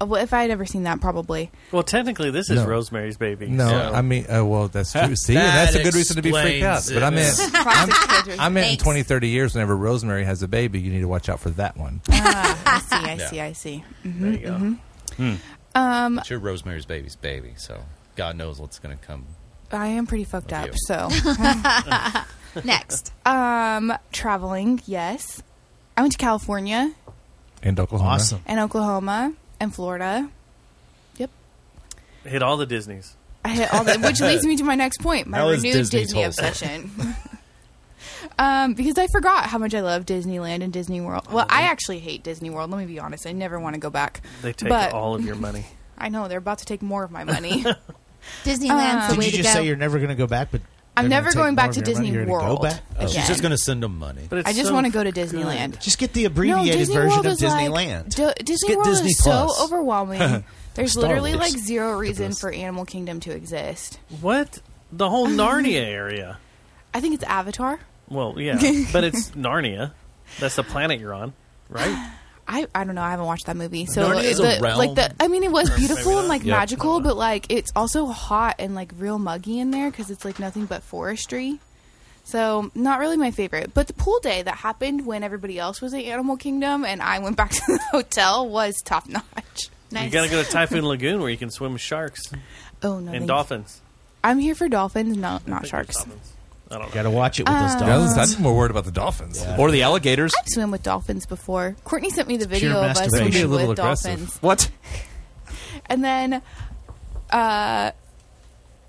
Speaker 14: well, if I had ever seen that, probably.
Speaker 6: Well, technically, this is
Speaker 11: No.
Speaker 6: Rosemary's Baby.
Speaker 11: no,
Speaker 6: so-
Speaker 11: I mean, uh, well, that's true. See,
Speaker 6: That
Speaker 11: that's a good reason to be freaked out.
Speaker 6: explains
Speaker 11: But I
Speaker 6: it.
Speaker 11: meant,
Speaker 14: Classic kids are-
Speaker 11: I meant in
Speaker 14: Thanks.
Speaker 11: 20, 30 years, whenever Rosemary has a baby, you need to watch out for that one.
Speaker 14: Ah, I see. I
Speaker 10: Yeah.
Speaker 14: see. I see. Mhm,
Speaker 10: There you go.
Speaker 14: mhm.
Speaker 10: Hmm.
Speaker 14: Um,
Speaker 10: it's your Rosemary's Baby's baby, so God knows what's going to come.
Speaker 14: I am pretty fucked up.
Speaker 10: you.
Speaker 14: So
Speaker 12: next,
Speaker 14: um, traveling. Yes, I went to California
Speaker 11: And Oklahoma.
Speaker 5: Awesome.
Speaker 14: and Oklahoma and Florida.
Speaker 6: Hit all the Disneys.
Speaker 14: I hit all that, which leads me to my next point: my
Speaker 6: How is
Speaker 14: renewed
Speaker 6: Disney
Speaker 14: Disney,
Speaker 6: told?
Speaker 14: obsession. um, because I forgot how much I love Disneyland and Disney World. Well, I actually hate Disney World. Let me be honest; I never want to go back.
Speaker 6: They take
Speaker 14: But-
Speaker 6: all of your money.
Speaker 14: I know they're about to take more of my money.
Speaker 12: Disneyland's the
Speaker 5: Did
Speaker 12: way
Speaker 5: you
Speaker 12: to
Speaker 6: Ah.
Speaker 5: just
Speaker 12: go.
Speaker 5: say you're never going to go back? But
Speaker 14: I'm
Speaker 10: They're
Speaker 14: never
Speaker 10: gonna
Speaker 14: going
Speaker 10: take
Speaker 14: back
Speaker 10: more
Speaker 14: to
Speaker 10: of your money.
Speaker 14: Disney
Speaker 10: You're gonna go
Speaker 14: World.
Speaker 10: back? Oh.
Speaker 14: again.
Speaker 10: She's just going to send them money.
Speaker 14: But it's I just so wanna go to Disneyland. good.
Speaker 5: Just get the
Speaker 14: No,
Speaker 5: abbreviated
Speaker 14: Disney
Speaker 5: version
Speaker 14: World
Speaker 5: of
Speaker 14: is like-
Speaker 5: Disneyland.
Speaker 14: Do- Disney
Speaker 5: get
Speaker 14: World
Speaker 5: Disney
Speaker 14: is
Speaker 5: Plus.
Speaker 14: so overwhelming. There's
Speaker 5: Star
Speaker 14: literally
Speaker 5: Wars.
Speaker 14: like zero reason for Animal Kingdom to exist.
Speaker 6: What? The whole Narnia area.
Speaker 14: I think it's Avatar.
Speaker 6: Well, yeah, but it's Narnia. That's the planet you're on, right?
Speaker 14: I, I don't know. I haven't watched that movie. So
Speaker 6: Narnia is
Speaker 14: the-
Speaker 6: a realm.
Speaker 14: like the I mean it was
Speaker 6: Maybe
Speaker 14: beautiful and like
Speaker 6: not. Yep.
Speaker 14: magical, but like it's also hot and like real muggy in there because it's like nothing but forestry. So not really my favorite. But the pool day that happened when everybody else was at Animal Kingdom and I went back to the hotel was top notch.
Speaker 6: You got to go to Typhoon Lagoon where you can swim with sharks
Speaker 14: Oh no! thank
Speaker 6: and
Speaker 14: you.
Speaker 6: dolphins.
Speaker 14: I'm here for dolphins, not not sharks.
Speaker 6: I don't know.
Speaker 5: Got to watch it
Speaker 14: with those Uh, dolphins.
Speaker 11: I'm more worried about the dolphins
Speaker 15: or the alligators.
Speaker 14: I've swam with dolphins before. Courtney sent me the
Speaker 15: pure
Speaker 14: video of us
Speaker 15: masturbation. Be a
Speaker 14: swimming
Speaker 15: little
Speaker 14: with
Speaker 15: aggressive.
Speaker 14: dolphins.
Speaker 15: What?
Speaker 14: And then, uh,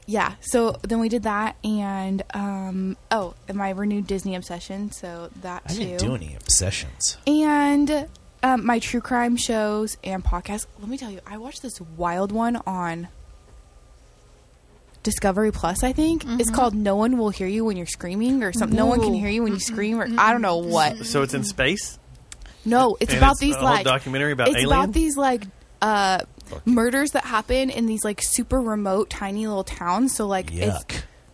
Speaker 14: yeah. So then we did that, and um, oh, and my renewed Disney obsession. So that
Speaker 5: I
Speaker 14: too.
Speaker 5: didn't do any obsessions.
Speaker 14: And um, my true crime shows and podcasts. Let me tell you, I watched this wild one on Discovery Plus. I think it's called "No One Will Hear You When You're Screaming" or something. No one can
Speaker 6: Ooh.
Speaker 14: hear you when you scream, or I don't know what.
Speaker 6: So it's in space.
Speaker 14: No, it's
Speaker 6: And
Speaker 14: about
Speaker 6: it's
Speaker 14: these
Speaker 6: a whole
Speaker 14: like
Speaker 6: documentary about
Speaker 14: it's
Speaker 6: aliens?
Speaker 14: about these like uh, murders that happen in these like super remote, tiny little towns. So like it's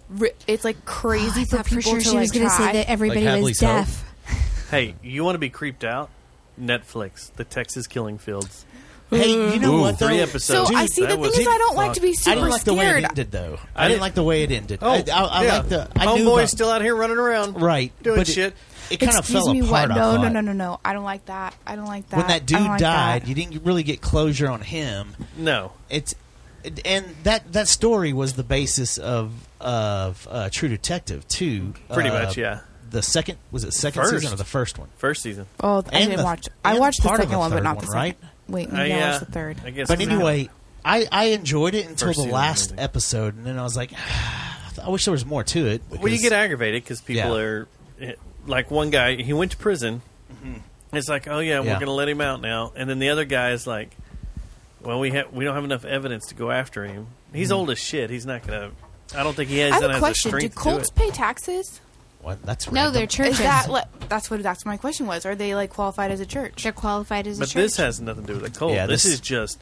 Speaker 14: ri- it's like crazy
Speaker 13: Oh,
Speaker 14: for
Speaker 13: thought for
Speaker 14: people
Speaker 13: sure
Speaker 14: to
Speaker 13: she
Speaker 14: like
Speaker 13: was gonna say
Speaker 14: try.
Speaker 13: that everybody Like was Hadley's Hope? deaf.
Speaker 6: Hey, you want to be creeped out? Netflix, The Texas Killing Fields.
Speaker 5: Hey, you know
Speaker 6: Ooh,
Speaker 5: what? Though?
Speaker 6: Three episodes.
Speaker 14: So I see the
Speaker 6: That
Speaker 14: thing
Speaker 6: was-
Speaker 14: is I don't like to be
Speaker 5: I didn't
Speaker 14: super
Speaker 5: like the way it
Speaker 14: scared.
Speaker 5: ended, though.
Speaker 6: I
Speaker 5: I, didn't
Speaker 6: didn't-
Speaker 5: like the way it ended.
Speaker 6: Oh,
Speaker 5: I, I, I
Speaker 6: yeah.
Speaker 5: like the. I knew
Speaker 6: Homeboy's
Speaker 5: about-
Speaker 6: still out here running around,
Speaker 5: Right,
Speaker 6: doing
Speaker 5: but it-
Speaker 6: shit.
Speaker 5: it kinda
Speaker 14: Excuse
Speaker 5: fell
Speaker 14: me,
Speaker 5: apart, I
Speaker 14: What? No, no,
Speaker 5: thought.
Speaker 14: no, no, no. I don't like that. I don't like that. Oh,
Speaker 5: when that
Speaker 14: I
Speaker 5: dude
Speaker 14: don't like
Speaker 5: died,
Speaker 14: that.
Speaker 5: you didn't really get closure on him.
Speaker 6: No,
Speaker 5: it's it- and that that story was the basis of of uh, True Detective too.
Speaker 6: Pretty
Speaker 5: Uh,
Speaker 6: much, yeah.
Speaker 5: The second was it second season or the first one?
Speaker 6: First season.
Speaker 14: Oh, I
Speaker 5: And
Speaker 14: didn't
Speaker 5: the-
Speaker 14: watch. I
Speaker 5: and
Speaker 14: watched the
Speaker 5: part of
Speaker 14: second one, but
Speaker 5: third
Speaker 14: not the
Speaker 5: right?
Speaker 14: second. Wait, maybe I watched the third.
Speaker 6: Uh, I guess
Speaker 5: but
Speaker 6: not.
Speaker 5: anyway, I I enjoyed it until
Speaker 6: First
Speaker 5: the
Speaker 6: season,
Speaker 5: last episode, and then I was like, I wish there was more to it.
Speaker 6: well, you
Speaker 5: because-
Speaker 6: get aggravated because people are eh, like one guy. He went to prison.
Speaker 14: Mm-hmm.
Speaker 6: It's like, oh yeah, we're
Speaker 5: Yeah.
Speaker 6: going to let him out now. And then the other guy is like, well, we have we don't have enough evidence to go after him. He's
Speaker 5: Mhm.
Speaker 6: old as shit. He's not going to. I don't think he
Speaker 14: I
Speaker 6: has.
Speaker 14: have
Speaker 6: that
Speaker 14: a
Speaker 6: has
Speaker 14: question.
Speaker 6: The
Speaker 14: Do
Speaker 6: strength
Speaker 14: Colts
Speaker 6: To
Speaker 14: pay taxes?
Speaker 5: What? That's
Speaker 6: No, they're
Speaker 14: Is
Speaker 6: churches.
Speaker 14: that, le- that's what that's what my question was. Are they like qualified as a church? They're qualified
Speaker 6: it.
Speaker 14: as
Speaker 6: But this has nothing to do with a cult.
Speaker 5: Yeah,
Speaker 6: this,
Speaker 5: this-
Speaker 6: is just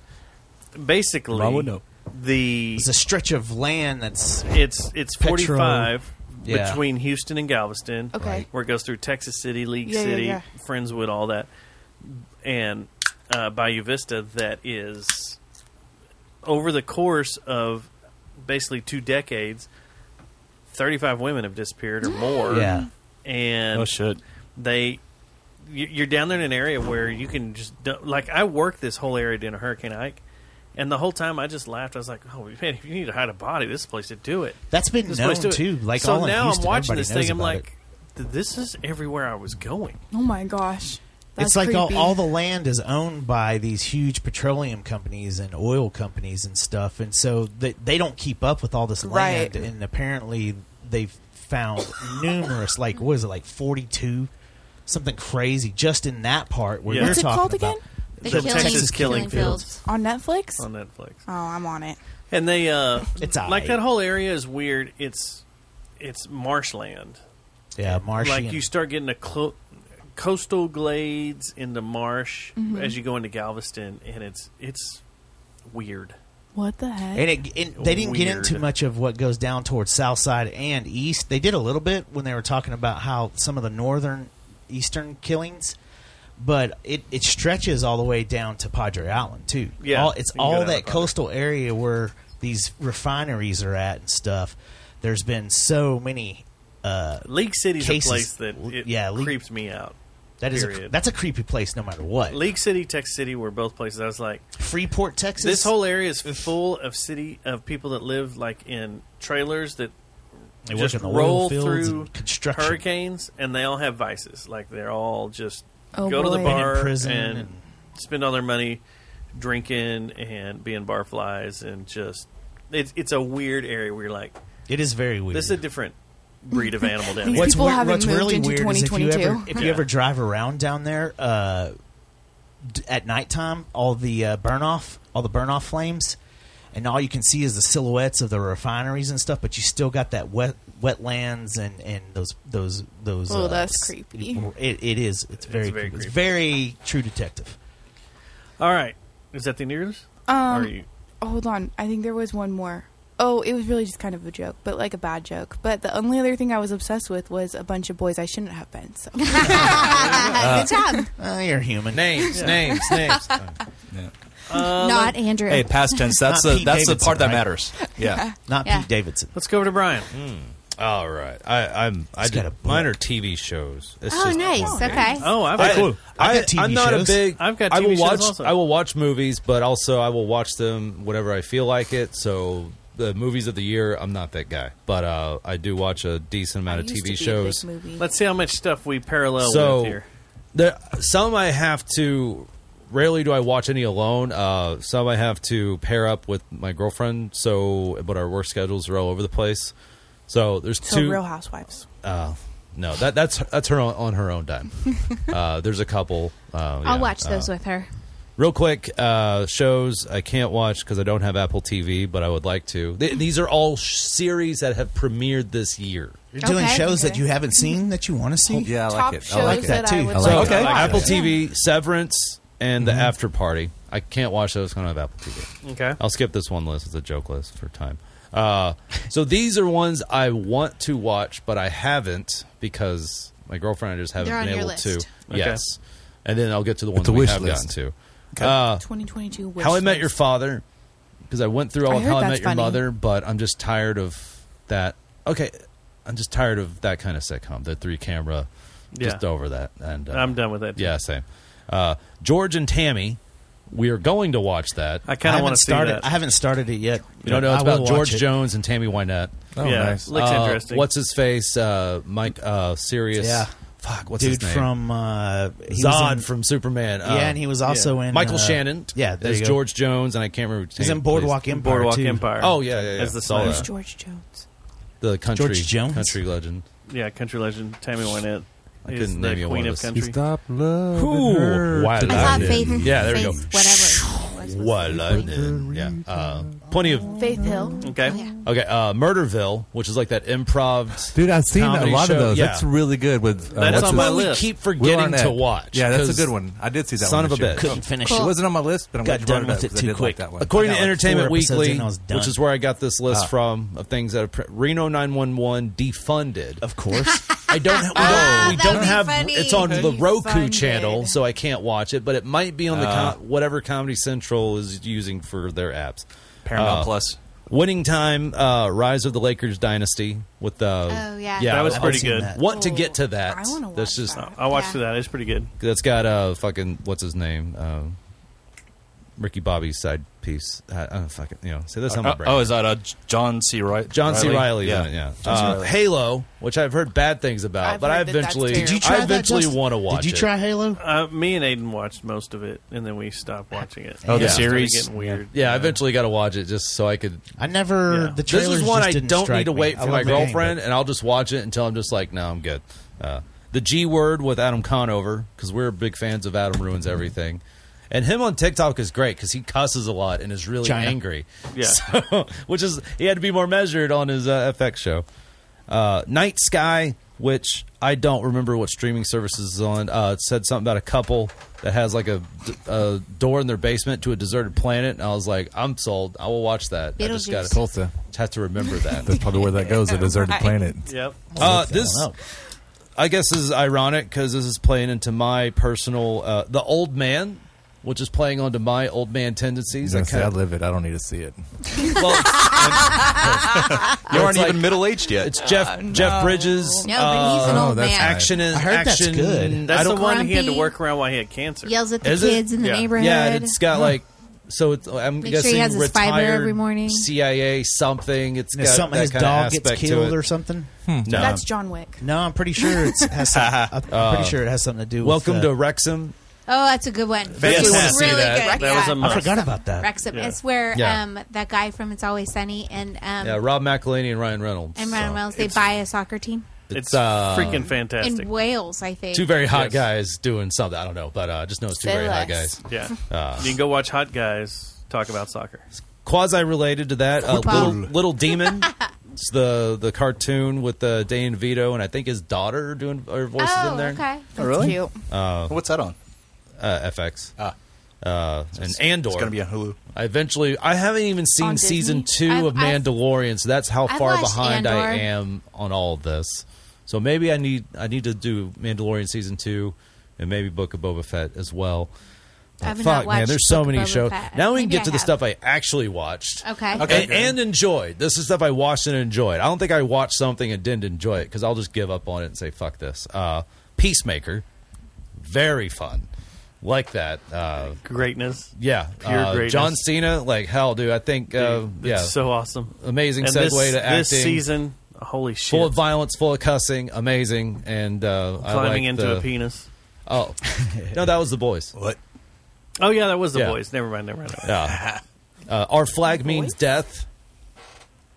Speaker 6: basically
Speaker 5: I would know.
Speaker 6: the
Speaker 5: it's a stretch of land that's
Speaker 6: it's it's forty
Speaker 5: petrol-
Speaker 6: five
Speaker 5: Yeah.
Speaker 6: between Houston and Galveston.
Speaker 5: Okay.
Speaker 6: where it goes through Texas City, League
Speaker 5: Yeah, yeah,
Speaker 6: City,
Speaker 5: yeah.
Speaker 6: Friendswood, all that, and uh, Bayou Vista. That is over the course of basically two decades, thirty five women have disappeared or more.
Speaker 15: Yeah.
Speaker 6: and
Speaker 15: Oh, shit.
Speaker 6: they. you- You're down there in an area where you can just du- like I worked this whole area during Hurricane Ike, and the whole time I just laughed. I was like, "Oh man, if you need to hide a body, this is the place to do it."
Speaker 5: That's been
Speaker 6: This
Speaker 5: known,
Speaker 6: place to do it.
Speaker 5: too, like,
Speaker 6: so
Speaker 5: all in
Speaker 6: now
Speaker 5: Houston,
Speaker 6: I'm watching
Speaker 5: everybody
Speaker 6: this
Speaker 5: knows
Speaker 6: thing. I'm
Speaker 5: about
Speaker 6: like, "Th- "This is everywhere I was going."
Speaker 14: Oh my gosh, that's
Speaker 5: it's like all,
Speaker 14: creepy.
Speaker 5: all the land is owned by these huge petroleum companies and oil companies and stuff, and so they, they don't keep up with all this
Speaker 14: Right.
Speaker 5: land. And apparently, they've found numerous, like what is it, like forty two, something crazy, just in that part where
Speaker 6: Yeah.
Speaker 5: you're
Speaker 6: What's it
Speaker 5: talking
Speaker 6: called
Speaker 5: about.
Speaker 6: again? The The Killing- Texas Killing Killing Fields. Fields.
Speaker 14: on Netflix.
Speaker 6: On Netflix.
Speaker 14: Oh, I'm on it.
Speaker 6: And they uh,
Speaker 5: It's
Speaker 6: like
Speaker 5: aight.
Speaker 6: that whole area is weird. It's it's marshland.
Speaker 5: Yeah, marshy.
Speaker 6: Like
Speaker 5: and-
Speaker 6: you start getting a clo- coastal glades into marsh
Speaker 14: Mhm.
Speaker 6: as you go into Galveston, and it's it's weird.
Speaker 14: What the heck?
Speaker 5: and it, and they didn't get
Speaker 6: Weird.
Speaker 5: into much of what goes down towards south side and east. They did a little bit when they were talking about how some of the northern eastern killings, but it, it stretches all the way down to Padre Island too.
Speaker 6: Yeah,
Speaker 5: all, it's
Speaker 6: you can go
Speaker 5: all
Speaker 6: down to
Speaker 5: that
Speaker 6: Padre.
Speaker 5: coastal area where these refineries are at and stuff. There's been so many. Uh,
Speaker 6: League City's
Speaker 5: cases.
Speaker 6: a place that it
Speaker 5: yeah, League-
Speaker 6: creeps me out.
Speaker 5: that is a,
Speaker 6: period.
Speaker 5: that's a creepy place no matter what.
Speaker 6: League City, Texas City were both places. I was like
Speaker 5: Freeport, Texas.
Speaker 6: This whole area is full of city of people that live like in trailers that
Speaker 5: They work
Speaker 6: just
Speaker 5: in the oil
Speaker 6: roll
Speaker 5: fields
Speaker 6: through
Speaker 5: and construction.
Speaker 6: hurricanes, and they all have vices. Like they're all just
Speaker 5: Oh,
Speaker 6: go to the
Speaker 5: boy. And in
Speaker 6: bar
Speaker 5: prison
Speaker 6: and,
Speaker 5: and-
Speaker 6: spend all their money drinking and being barflies and just it's it's a weird area where you're like
Speaker 5: It is very weird.
Speaker 6: this is a different breed of animal down
Speaker 14: These
Speaker 6: here.
Speaker 14: people
Speaker 5: weir-
Speaker 14: haven't moved into
Speaker 5: is if you ever
Speaker 14: 2022.
Speaker 5: if you
Speaker 6: Yeah.
Speaker 5: ever drive around down there uh, d- at nighttime, all the uh, burn off, all the burn off flames, and all you can see is the silhouettes of the refineries and stuff. But you still got that wet wetlands and and those those those.
Speaker 14: Oh,
Speaker 5: uh,
Speaker 14: that's
Speaker 5: s-
Speaker 14: creepy.
Speaker 5: It, it is. It's very.
Speaker 6: very
Speaker 5: creepy. It's
Speaker 6: creepy.
Speaker 5: very True Detective.
Speaker 6: All right. Is that the news?
Speaker 14: Um,
Speaker 6: Or you-
Speaker 14: oh, hold on. I think there was one more. Oh, it was really just kind of a joke, but like a bad joke. But the only other thing I was obsessed with was a bunch of boys I shouldn't have been. So
Speaker 5: Uh,
Speaker 14: job.
Speaker 5: Uh, you're human.
Speaker 10: Names,
Speaker 5: Yeah.
Speaker 10: names, names.
Speaker 14: Not Andrew.
Speaker 15: Hey, past tense. That's
Speaker 10: Not
Speaker 15: the
Speaker 10: Pete
Speaker 15: that's the
Speaker 10: Davidson,
Speaker 15: part that
Speaker 10: right?
Speaker 15: matters. Yeah.
Speaker 5: Not
Speaker 10: Yeah. Hmm.
Speaker 5: Pete Davidson.
Speaker 6: Let's go over to Brian.
Speaker 10: All right, I, I'm. I did, mine are TV shows. It's
Speaker 12: Oh,
Speaker 10: just
Speaker 12: nice.
Speaker 10: one.
Speaker 12: Okay.
Speaker 6: Oh, I've got- cool.
Speaker 10: I,
Speaker 6: I've got TV
Speaker 10: am not
Speaker 6: shows.
Speaker 10: a big.
Speaker 6: I've got
Speaker 10: I
Speaker 6: TV
Speaker 10: will
Speaker 6: shows
Speaker 10: watch.
Speaker 6: also.
Speaker 10: I will watch movies, but also I will watch them whenever I feel like it. So the movies of the year, I'm not that guy, but uh, I do watch a decent amount of TV shows.
Speaker 6: Let's see how much stuff we parallel
Speaker 10: so
Speaker 6: with here.
Speaker 10: There, some I have to. Rarely do I watch any alone. Uh, some I have to pair up with my girlfriend. So, but our work schedules are all over the place. So there's
Speaker 14: So
Speaker 10: two
Speaker 14: Real Housewives.
Speaker 10: Uh, no, that that's that's her on, on her own dime. uh, there's a couple. Uh, yeah,
Speaker 12: I'll watch
Speaker 10: uh,
Speaker 12: those with her.
Speaker 10: Real quick, uh, shows I can't watch because I don't have Apple TV, but I would like to. Th- these are all sh- series that have premiered this year.
Speaker 5: You're doing shows that you haven't seen that you want to see. Yeah, I
Speaker 10: like Top it.
Speaker 5: I like that too.
Speaker 10: So,
Speaker 5: okay.
Speaker 10: Apple TV, Severance, and The After Party. I can't watch those. 'cause I don't have Apple TV.
Speaker 6: Okay.
Speaker 10: I'll skip this one list. It's a joke list for time. Uh, so these are ones I want to watch, but I haven't because my girlfriend and I just haven't
Speaker 14: They're on
Speaker 10: been
Speaker 14: your
Speaker 10: able
Speaker 14: list.
Speaker 10: to.
Speaker 14: Okay.
Speaker 10: Yes. And then I'll get to the ones
Speaker 15: the
Speaker 10: we
Speaker 15: wish
Speaker 10: have
Speaker 15: list.
Speaker 10: gotten to. Uh,
Speaker 14: 2022 wish
Speaker 10: How I Met
Speaker 14: list.
Speaker 10: Your Father, because I went through all
Speaker 14: I
Speaker 10: of How
Speaker 14: heard
Speaker 10: I Met
Speaker 14: that's
Speaker 10: Your
Speaker 14: funny.
Speaker 10: Mother, but I'm just tired of that. Okay, I'm just tired of that kind of sitcom, the three camera, just
Speaker 6: Yeah.
Speaker 10: over that. And uh,
Speaker 6: I'm done with that.
Speaker 10: Yeah, same. Uh, George and Tammy, we are going to watch that.
Speaker 6: I kinda I haven't wanna see started- that.
Speaker 5: I haven't started it yet.
Speaker 10: You don't know
Speaker 5: I
Speaker 10: it's
Speaker 5: will
Speaker 10: about George
Speaker 5: watch it.
Speaker 10: Jones and Tammy Wynette.
Speaker 5: Oh, Yeah, nice. looks
Speaker 10: Uh,
Speaker 5: interesting.
Speaker 10: What's his face? Uh, Mike uh, Sirius.
Speaker 5: Yeah.
Speaker 10: Fuck. What's
Speaker 5: Dude
Speaker 10: his name?
Speaker 5: from, uh, he was
Speaker 10: Zod
Speaker 5: in-
Speaker 10: from Superman. Uh,
Speaker 5: Yeah, and he was also in,
Speaker 10: Michael
Speaker 5: uh,
Speaker 10: Shannon.
Speaker 5: yeah, there
Speaker 10: as
Speaker 5: you go.
Speaker 10: George Jones, and I can't remember.
Speaker 5: He's
Speaker 10: Tammy,
Speaker 5: in Boardwalk
Speaker 10: please.
Speaker 5: Empire, Boardwalk too. Empire.
Speaker 10: Oh yeah, yeah, yeah.
Speaker 6: As the
Speaker 10: Saw
Speaker 6: Snyder.
Speaker 10: that.
Speaker 14: George Jones.
Speaker 10: the country
Speaker 5: George Jones?
Speaker 10: country legend.
Speaker 6: Yeah, country legend Tammy Wynette
Speaker 10: I
Speaker 6: is
Speaker 10: couldn't
Speaker 6: the
Speaker 10: name you
Speaker 6: queen
Speaker 10: one of
Speaker 6: of
Speaker 10: those.
Speaker 6: country.
Speaker 11: Stop loving
Speaker 10: Ooh,
Speaker 11: her.
Speaker 10: Why
Speaker 11: I
Speaker 10: London?
Speaker 11: thought Faith-
Speaker 10: Yeah, there we go.
Speaker 11: Faith
Speaker 12: Whatever.
Speaker 10: Why London? Yeah, uh, plenty of
Speaker 14: Faith Hill.
Speaker 6: Okay.
Speaker 10: Okay, uh, Murderville, which is like that improv.
Speaker 11: Dude, I've seen a
Speaker 10: comedy
Speaker 11: lot
Speaker 10: show.
Speaker 11: of those.
Speaker 10: Yeah.
Speaker 11: That's really good. With uh,
Speaker 10: That's
Speaker 11: what's
Speaker 10: on
Speaker 11: his-
Speaker 10: my list. We keep forgetting
Speaker 11: Will Arnett.
Speaker 10: to watch,
Speaker 11: Yeah, that's a
Speaker 10: 'cause-
Speaker 11: good one. I did see that.
Speaker 10: Son
Speaker 11: one
Speaker 10: of a
Speaker 11: this year.
Speaker 10: bitch. Couldn't finish
Speaker 11: It
Speaker 10: it.
Speaker 11: wasn't on my list, but I'm
Speaker 5: Got
Speaker 11: glad you
Speaker 5: done
Speaker 11: brought
Speaker 5: with
Speaker 11: up,
Speaker 5: it
Speaker 11: 'cause I
Speaker 5: too
Speaker 11: did like
Speaker 5: quick.
Speaker 11: that one.
Speaker 10: According
Speaker 11: I
Speaker 10: to
Speaker 11: got, like, four
Speaker 10: Entertainment
Speaker 11: episodes
Speaker 10: Weekly,
Speaker 11: in, I was done.
Speaker 10: which is where I got this list
Speaker 11: Ah.
Speaker 10: from of things that are pre- Reno 911 defunded. Of
Speaker 5: course.
Speaker 10: I don't we don't, we don't have it's on the Roku
Speaker 5: Defunded.
Speaker 10: channel, so I can't watch it, but it might be on the
Speaker 6: Uh,
Speaker 15: Ah.
Speaker 10: com- whatever Comedy Central is using for their apps.
Speaker 15: Paramount
Speaker 10: Uh,
Speaker 15: Plus.
Speaker 10: Winning Time, uh, Rise of the Lakers Dynasty with the
Speaker 6: Oh, yeah. That was
Speaker 10: I-
Speaker 6: pretty
Speaker 10: I've seen
Speaker 6: good.
Speaker 10: that. Want to get to that.
Speaker 6: I wanna
Speaker 10: That's just
Speaker 6: I watched that. It's pretty good.
Speaker 10: that's got uh fucking what's his name uh, Ricky Bobby's side piece. I, I don't fucking you know. See that's how my
Speaker 15: Uh,
Speaker 10: brain.
Speaker 15: oh, is that uh, J- John C. Riley?
Speaker 10: John C. Riley's
Speaker 15: yeah.
Speaker 10: in it. Yeah,
Speaker 15: John C.
Speaker 10: Uh,
Speaker 15: Reilly.
Speaker 10: Halo, which I've heard bad things about,
Speaker 15: I've
Speaker 10: but I
Speaker 15: heard that that's
Speaker 10: eventually,
Speaker 15: terrible. Did you try
Speaker 10: I
Speaker 15: that,
Speaker 10: eventually
Speaker 15: Justin?
Speaker 10: want to watch. it.
Speaker 5: Halo?
Speaker 6: Uh, me and Aiden watched most of it, and then we stopped watching it.
Speaker 10: Oh, the
Speaker 6: It started
Speaker 10: series?
Speaker 6: getting weird.
Speaker 10: Yeah, I eventually got to watch it just so I could.
Speaker 5: I never. The
Speaker 10: This
Speaker 5: trailers
Speaker 10: is one
Speaker 5: just
Speaker 10: I
Speaker 5: didn't
Speaker 10: don't
Speaker 5: strike
Speaker 10: need to
Speaker 5: me.
Speaker 10: wait
Speaker 5: I
Speaker 10: for my
Speaker 5: love the game,
Speaker 10: girlfriend, and I'll just watch it until I'm just like, no, I'm good. Uh, the G word with Adam Conover because we're big fans of Adam ruins everything, and him on TikTok is great because he cusses a lot and is really
Speaker 5: China.
Speaker 10: angry.
Speaker 5: Yeah.
Speaker 10: So- which is he had to be more measured on his uh, FX show. Uh, Night Sky, which I don't remember what streaming services is on, uh, it said something about a couple that has like a, a door in their basement to a deserted planet. And I was like, I'm sold. I will watch that. I just got
Speaker 11: Beetlejuice. Tulsa.
Speaker 10: Have to remember that.
Speaker 11: That's probably where that goes. A deserted
Speaker 10: Right.
Speaker 11: planet.
Speaker 6: Yep.
Speaker 10: Uh, this, I guess, this is ironic because this is playing into my personal, uh, the old man, which is playing onto my old man tendencies.
Speaker 11: I,
Speaker 10: I
Speaker 11: say,
Speaker 10: kind
Speaker 11: I
Speaker 10: of
Speaker 11: live it. I don't need to see it.
Speaker 15: You
Speaker 10: Uh, It's
Speaker 15: aren't
Speaker 10: like-
Speaker 15: even middle aged yet.
Speaker 10: It's Jeff
Speaker 6: Uh,
Speaker 10: Jeff Bridges.
Speaker 12: Oh, No, but he's an
Speaker 10: uh,
Speaker 12: old man.
Speaker 10: Action is action. I
Speaker 6: That's the
Speaker 10: don't-
Speaker 6: one he had to work around while he had cancer.
Speaker 12: Yells at the
Speaker 10: Is it?
Speaker 12: kids in the
Speaker 10: yeah.
Speaker 12: neighborhood.
Speaker 10: Yeah, and it's got like so. It's, I'm
Speaker 12: Make sure
Speaker 10: guessing
Speaker 12: he has his fiber
Speaker 10: retired
Speaker 12: every morning.
Speaker 10: CIA something. It's
Speaker 5: Is
Speaker 10: got
Speaker 5: something
Speaker 10: that
Speaker 5: his
Speaker 10: kinda
Speaker 5: dog gets
Speaker 10: aspect to
Speaker 5: killed
Speaker 10: it.
Speaker 5: or something?
Speaker 10: No.
Speaker 14: That's John Wick.
Speaker 5: No, I'm pretty sure it's has. Some, I'm
Speaker 10: Uh,
Speaker 5: pretty sure it has something to do. with
Speaker 10: Welcome
Speaker 5: uh,
Speaker 10: to Wrexham.
Speaker 12: Oh, that's a good one.
Speaker 10: Yes.
Speaker 12: That's
Speaker 10: Yes.
Speaker 12: really
Speaker 10: That-
Speaker 12: good.
Speaker 10: that was a
Speaker 12: Yeah.
Speaker 10: must. I forgot about that.
Speaker 12: Wrexham.
Speaker 10: Yeah.
Speaker 12: It's where
Speaker 10: Yeah.
Speaker 12: um, that guy from It's Always Sunny and um,
Speaker 10: Yeah, Rob McElhaney and Ryan Reynolds.
Speaker 12: and Ryan
Speaker 10: So,
Speaker 12: Reynolds. They buy a soccer team
Speaker 10: It's uh,
Speaker 6: freaking fantastic.
Speaker 12: in Wales, I think.
Speaker 10: Two very hot guys doing something. I don't know, but uh, just know it's two
Speaker 12: Say
Speaker 10: very hot
Speaker 12: less.
Speaker 10: guys.
Speaker 6: Yeah.
Speaker 10: Uh,
Speaker 6: you can go watch Hot Guys talk about soccer.
Speaker 10: quasi related to that. Uh,
Speaker 16: Football.
Speaker 10: little, little Demon. It's the the cartoon with uh, Dane Vito and I think his daughter doing her voices
Speaker 16: Oh,
Speaker 10: in there.
Speaker 16: okay. That's really? cute.
Speaker 10: Uh,
Speaker 15: What's that on?
Speaker 10: Uh, FX. Ah. Uh, and
Speaker 15: it's-
Speaker 10: Andor.
Speaker 15: it's gonna be on Hulu.
Speaker 10: I eventually, I haven't even
Speaker 15: On
Speaker 10: seen
Speaker 15: Disney?
Speaker 10: season 2
Speaker 15: I've-
Speaker 10: of
Speaker 15: I've-
Speaker 10: Mandalorian, so that's how
Speaker 15: I've
Speaker 10: far
Speaker 15: watched
Speaker 10: behind I
Speaker 15: Andor.
Speaker 10: am on all of this. So maybe I need I need to do Mandalorian season two, and maybe Book of Boba Fett as well.
Speaker 12: I have
Speaker 10: But
Speaker 12: not
Speaker 10: fuck man,
Speaker 12: watched
Speaker 10: there's so
Speaker 12: Book of
Speaker 10: many
Speaker 12: Boba
Speaker 10: shows.
Speaker 12: Fett.
Speaker 10: Now we can
Speaker 12: Maybe
Speaker 10: get
Speaker 12: I
Speaker 10: to the
Speaker 12: have.
Speaker 10: stuff I actually watched.
Speaker 12: Okay.
Speaker 10: And- and, enjoyed. This is stuff I watched and enjoyed. I don't think I watched something and didn't enjoy it because I'll just give up on it and say fuck this. Uh, Peacemaker, very fun, like that uh,
Speaker 6: greatness.
Speaker 10: Yeah,
Speaker 6: Pure
Speaker 10: uh,
Speaker 6: greatness.
Speaker 10: John Cena, like hell, dude. I think uh,
Speaker 6: Dude,
Speaker 10: yeah,
Speaker 6: it's so awesome.
Speaker 10: amazing
Speaker 6: And
Speaker 10: segue
Speaker 6: this-
Speaker 10: to acting.
Speaker 6: This season, holy shit!
Speaker 10: full of violence, full of cussing, amazing, and uh, I
Speaker 6: Climbing
Speaker 10: like
Speaker 6: into
Speaker 10: the-
Speaker 6: a penis.
Speaker 10: Oh no, that was the boys. What?
Speaker 6: Oh yeah, that was the
Speaker 10: Yeah.
Speaker 6: boys. Never mind. Never mind. Never mind.
Speaker 10: Yeah. Uh, our flag means death.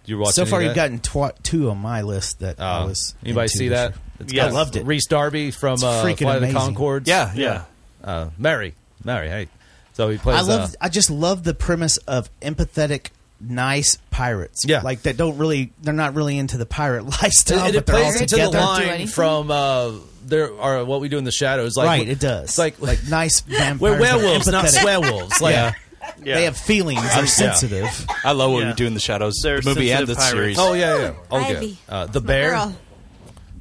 Speaker 10: You watching
Speaker 5: so far,
Speaker 10: any
Speaker 5: you've
Speaker 10: of that? Uh,
Speaker 5: gotten tw- two on my list that I was.
Speaker 10: Anybody
Speaker 5: into
Speaker 10: see
Speaker 5: this
Speaker 10: that?
Speaker 5: year.
Speaker 10: It's
Speaker 5: I
Speaker 10: got
Speaker 5: loved it.
Speaker 10: Reese Darby from
Speaker 5: It's
Speaker 10: uh,
Speaker 5: freaking
Speaker 10: Flight of the
Speaker 5: amazing.
Speaker 10: Concords.
Speaker 5: Yeah, yeah.
Speaker 10: Uh, Mary, Mary. Hey, so he plays.
Speaker 5: I love.
Speaker 10: uh,
Speaker 5: I just love the premise of empathetic, nice pirates.
Speaker 10: Yeah.
Speaker 5: like that don't really. They're not really into the pirate lifestyle.
Speaker 10: It, it
Speaker 5: but they're
Speaker 10: plays
Speaker 5: all
Speaker 10: into
Speaker 5: together.
Speaker 10: the line from uh, there are what we do in the shadows. Like,
Speaker 5: right, it does.
Speaker 10: It's like
Speaker 5: like nice vampires.
Speaker 10: we're
Speaker 5: that are
Speaker 10: werewolves, not
Speaker 5: empathetic.
Speaker 10: swearwolves. Like,
Speaker 5: Yeah.
Speaker 10: Yeah.
Speaker 5: They have feelings.
Speaker 10: I'm-
Speaker 5: They're
Speaker 10: yeah.
Speaker 5: sensitive.
Speaker 15: I love what
Speaker 10: Yeah.
Speaker 15: we do in the shadows.
Speaker 10: They're
Speaker 15: the movie and the
Speaker 10: sensitive pirates.
Speaker 15: series.
Speaker 10: Oh, yeah, yeah. Oh, yeah.
Speaker 15: Ivy.
Speaker 10: Uh, the bear,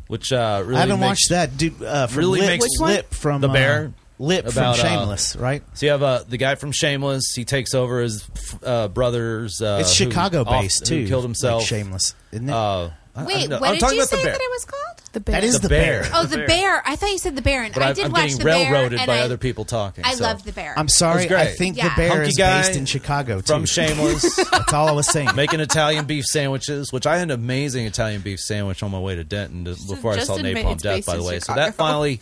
Speaker 10: which uh, really
Speaker 5: I haven't
Speaker 10: makes-
Speaker 5: watched that. Dude, uh, from
Speaker 10: really
Speaker 5: Lip,
Speaker 10: makes
Speaker 5: Lip from
Speaker 10: the
Speaker 5: uh,
Speaker 10: bear.
Speaker 5: Lip
Speaker 10: about, uh,
Speaker 5: from Shameless, right?
Speaker 10: So you have uh, the guy from Shameless. He takes over his uh, brother's. Uh,
Speaker 5: it's
Speaker 10: who
Speaker 5: Chicago
Speaker 10: off-
Speaker 5: based
Speaker 10: who
Speaker 5: too.
Speaker 10: Killed himself.
Speaker 5: Like Shameless, isn't it?
Speaker 10: Uh, I- I
Speaker 12: Wait,
Speaker 10: know.
Speaker 12: what
Speaker 10: I'm
Speaker 12: did
Speaker 10: talking
Speaker 12: you
Speaker 10: about
Speaker 12: say
Speaker 10: the bear.
Speaker 12: that it was called?
Speaker 14: The
Speaker 10: bear. is The the bear. bear.
Speaker 12: Oh,
Speaker 10: The
Speaker 12: the
Speaker 10: bear.
Speaker 12: bear. I thought you said the bear, and
Speaker 10: But
Speaker 12: I
Speaker 10: I'm,
Speaker 12: did
Speaker 10: I'm
Speaker 12: watch
Speaker 10: getting
Speaker 12: the bear,
Speaker 10: railroaded
Speaker 12: and
Speaker 10: by
Speaker 12: I,
Speaker 10: other people talking.
Speaker 12: I
Speaker 10: so.
Speaker 12: loved the bear.
Speaker 5: I'm
Speaker 10: It was
Speaker 5: sorry.
Speaker 10: great.
Speaker 5: I think
Speaker 10: Yeah.
Speaker 5: the bear
Speaker 10: Hunky
Speaker 5: is
Speaker 10: guy
Speaker 5: based in Chicago too.
Speaker 10: from Shameless.
Speaker 5: That's all I was saying.
Speaker 10: Making Italian beef sandwiches, which I had an amazing Italian beef sandwich on my way to Denton to, before I
Speaker 5: just
Speaker 10: saw
Speaker 5: admit
Speaker 10: Napalm
Speaker 5: it's
Speaker 10: Death,
Speaker 5: based
Speaker 10: by the
Speaker 5: in
Speaker 10: way. So
Speaker 5: Chicago.
Speaker 10: that finally,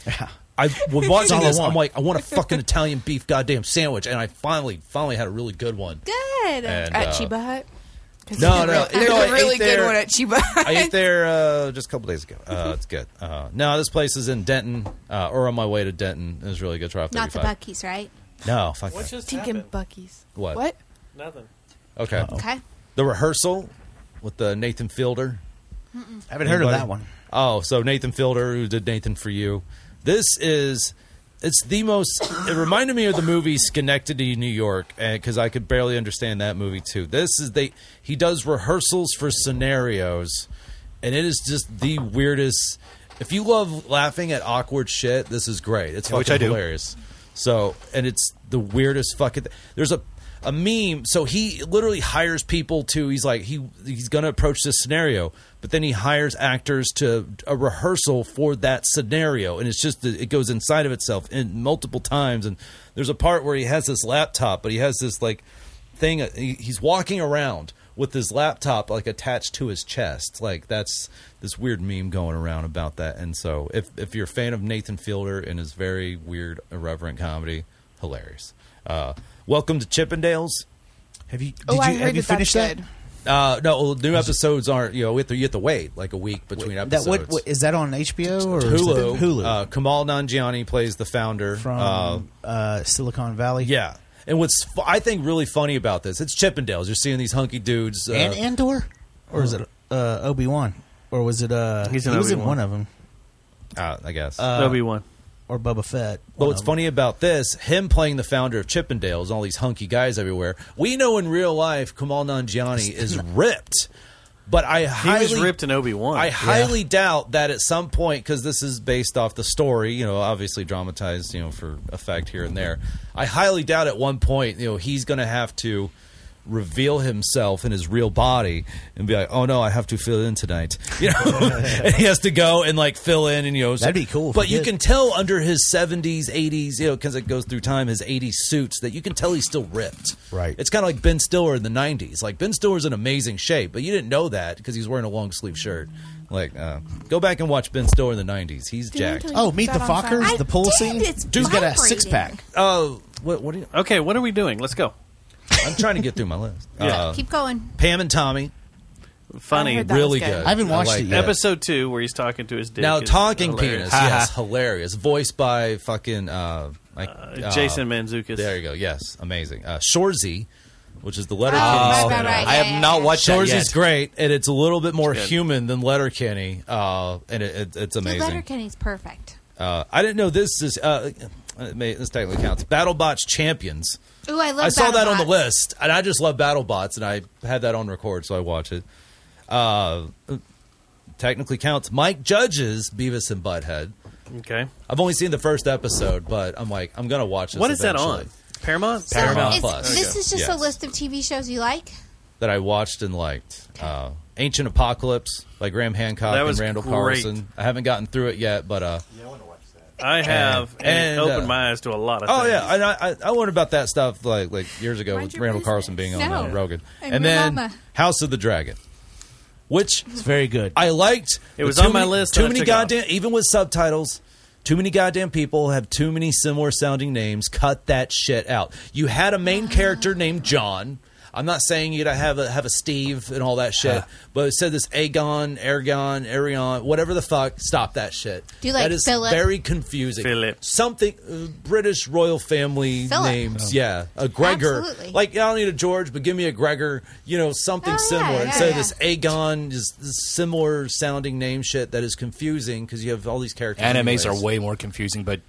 Speaker 10: I was watching
Speaker 5: all I
Speaker 10: this.
Speaker 5: want.
Speaker 10: I'm like, I want a fucking Italian beef goddamn sandwich, and I finally, finally had a really good one.
Speaker 14: Good.
Speaker 10: And,
Speaker 14: at
Speaker 10: uh,
Speaker 14: Chiba Hut? 'Cause
Speaker 10: No,
Speaker 14: there's
Speaker 10: no,
Speaker 14: a real-
Speaker 10: no, I
Speaker 14: There's a really
Speaker 10: ate there-
Speaker 14: good one at Chiba Hut.
Speaker 10: I ate there uh, just a couple days ago. Uh, it's good. Uh, no, this place is in Denton, uh, or on my way to Denton. It was really good. Try off
Speaker 12: Not the
Speaker 10: 35.
Speaker 12: Buckies, right?
Speaker 10: No, fuck that.
Speaker 14: Stinking Buckies.
Speaker 10: What?
Speaker 14: What?
Speaker 6: Nothing.
Speaker 10: Okay.
Speaker 12: Okay.
Speaker 10: The rehearsal with the Nathan Fielder.
Speaker 12: Mm-mm.
Speaker 5: Haven't heard of that one.
Speaker 10: Oh, so Nathan Fielder, who did Nathan for You. This is. It's the most. It reminded me of the movie Schenectady, New York, because I could barely understand that movie too. This is they. He does rehearsals for scenarios, and it is just the weirdest. If you love laughing at awkward shit, this is great. It's fucking
Speaker 15: Which I do.
Speaker 10: hilarious. So, and it's the weirdest fucking. Th- There's a a meme. So he literally hires people to. He's like he he's gonna approach this scenario, but then he hires actors to a rehearsal for that scenario, and it's just that it goes inside of itself in multiple times. And there's a part where he has this laptop, but he has this like thing. uh, he- He's walking around with his laptop like attached to his chest. Like that's this weird meme going around about that. And so if if you're a fan of Nathan Fielder and his very weird irreverent comedy, hilarious. Uh, welcome to Chippendales.
Speaker 5: Have you did
Speaker 14: Oh,
Speaker 5: you
Speaker 14: I heard
Speaker 5: have you
Speaker 14: that that's
Speaker 5: finished that?
Speaker 14: good.
Speaker 10: Uh, no, well, new episodes aren't. You know, we have to, you have to wait like a week between episodes.
Speaker 5: That what, what is that on HBO or is
Speaker 10: Hulu,
Speaker 5: that- Hulu
Speaker 10: Uh, Kamal Nanjiani plays the founder
Speaker 5: from
Speaker 10: Uh,
Speaker 5: uh, Silicon Valley?
Speaker 10: yeah. And what's fu- I think really funny about this, it's Chippendales. You're seeing these hunky dudes. Uh,
Speaker 5: and Andor, or is it uh, Obi Wan, or was it? Uh,
Speaker 10: He's
Speaker 5: he
Speaker 10: in
Speaker 5: was in
Speaker 10: Obi-Wan.
Speaker 5: one of them.
Speaker 10: uh, I guess.
Speaker 5: Wan, or Boba Fett.
Speaker 10: But
Speaker 5: one
Speaker 10: what's
Speaker 5: of 'em.
Speaker 10: funny about this, him playing the founder of Chippendales, all these hunky guys everywhere. We know in real life, Kamal Nanjiani is ripped. But I
Speaker 6: He
Speaker 10: highly
Speaker 6: was ripped in Obi Wan.
Speaker 10: I highly doubt that at some point, because this is based off the story, you know, obviously dramatized, you know, for effect here and there. I highly doubt at one point, you know, he's going to have to reveal himself in his real body and be like, "Oh no, I have to fill in tonight," you know, and he has to go and like fill in and you know so-
Speaker 5: That'd be cool if
Speaker 10: But
Speaker 5: he
Speaker 10: you
Speaker 5: did.
Speaker 10: can tell under his seventies, eighties, you know, because it goes through time, his '80s suits that you can tell he's still ripped.
Speaker 5: Right.
Speaker 10: It's kind of like Ben Stiller in the 90s. Like, Ben Stiller's in amazing shape, but you didn't know that because he's wearing a long sleeve shirt. Like, uh, go back and watch Ben Stiller in the 90s. He's jacked.
Speaker 5: Oh, meet the Fockers, the pool scene. Dude's got a six pack.
Speaker 10: Oh, what, what are you?
Speaker 6: Okay, what are we doing? Let's go.
Speaker 10: I'm trying to get through my list. Uh,
Speaker 6: Yeah.
Speaker 12: Keep going.
Speaker 10: Pam and Tommy.
Speaker 6: Funny.
Speaker 10: Really good. like that.
Speaker 6: Episode two, where he's talking to his dick.
Speaker 10: Now,
Speaker 6: is
Speaker 10: talking
Speaker 6: hilarious.
Speaker 10: penis. yes, hilarious. Voiced by fucking uh, like,
Speaker 6: Jason Manzukis.
Speaker 10: There you go. Yes, amazing. Uh, Shorzy which is the Letterkenny
Speaker 15: Oh,
Speaker 10: spinoff.
Speaker 15: right, right, I yeah, have yeah, not yeah. watched that
Speaker 10: Shores
Speaker 15: yet.
Speaker 10: is great, and it's a little bit more
Speaker 15: It's good.
Speaker 10: human than Letterkenny, uh, and it, it, it's
Speaker 12: Dude,
Speaker 10: amazing.
Speaker 12: Letterkenny's perfect.
Speaker 10: Uh, I didn't know this is. Uh, it may, this technically counts. BattleBots Champions.
Speaker 12: Ooh, I love
Speaker 10: I saw that on the
Speaker 12: BattleBots.
Speaker 10: list, and I just love BattleBots, and I had that on record, so I watch it. Uh, technically counts. Mike Judge's Beavis and Butthead.
Speaker 6: Okay.
Speaker 10: I've only seen the first episode, but I'm like, I'm gonna watch this.
Speaker 6: What is that on?
Speaker 10: Paramount.
Speaker 6: So
Speaker 10: Paramount
Speaker 12: It's-
Speaker 10: Plus.
Speaker 12: This is just
Speaker 10: Yes
Speaker 12: a list of TV shows you like.
Speaker 10: that I watched and liked. Uh, Ancient Apocalypse by Graham Hancock
Speaker 6: That was
Speaker 10: and Randall
Speaker 6: great.
Speaker 10: Carlson. I haven't gotten through it yet, but uh,
Speaker 6: I have and,
Speaker 10: And, uh,
Speaker 6: opened my eyes to a lot of.
Speaker 10: oh
Speaker 6: things.
Speaker 10: yeah, and I, I I learned about that stuff like like years ago with Randall Carlson being on
Speaker 6: No.
Speaker 10: uh, Rogan,
Speaker 6: I'm
Speaker 10: and
Speaker 6: your
Speaker 10: then
Speaker 6: mama.
Speaker 10: House of the Dragon, which it's very good. I liked.
Speaker 6: It
Speaker 10: but
Speaker 6: was
Speaker 10: too
Speaker 6: on my
Speaker 10: many-
Speaker 6: list, and
Speaker 10: Too
Speaker 6: I
Speaker 10: many
Speaker 6: took it off.
Speaker 10: goddamn, even with subtitles. Too many goddamn people have too many similar sounding names. Cut that shit out. You had a main character named John. I'm not saying you gotta have a have a Steve and all that shit, but it said this Aegon, Aragon, Arion, whatever the fuck. Stop that shit.
Speaker 12: Do you like
Speaker 10: that is
Speaker 12: Philip?
Speaker 10: very confusing. Philip, something uh, British royal family
Speaker 12: Philip.
Speaker 6: Oh.
Speaker 10: names. Yeah, a Gregor.
Speaker 12: Absolutely.
Speaker 10: Like I don't need a George, but give me a Gregor. You know
Speaker 14: Oh,
Speaker 10: something similar.
Speaker 12: yeah,
Speaker 10: Instead of
Speaker 12: yeah.
Speaker 10: this Aegon is this similar sounding name shit that is confusing because you have all these characters.
Speaker 15: Animes
Speaker 10: anyways.
Speaker 15: are way more confusing, but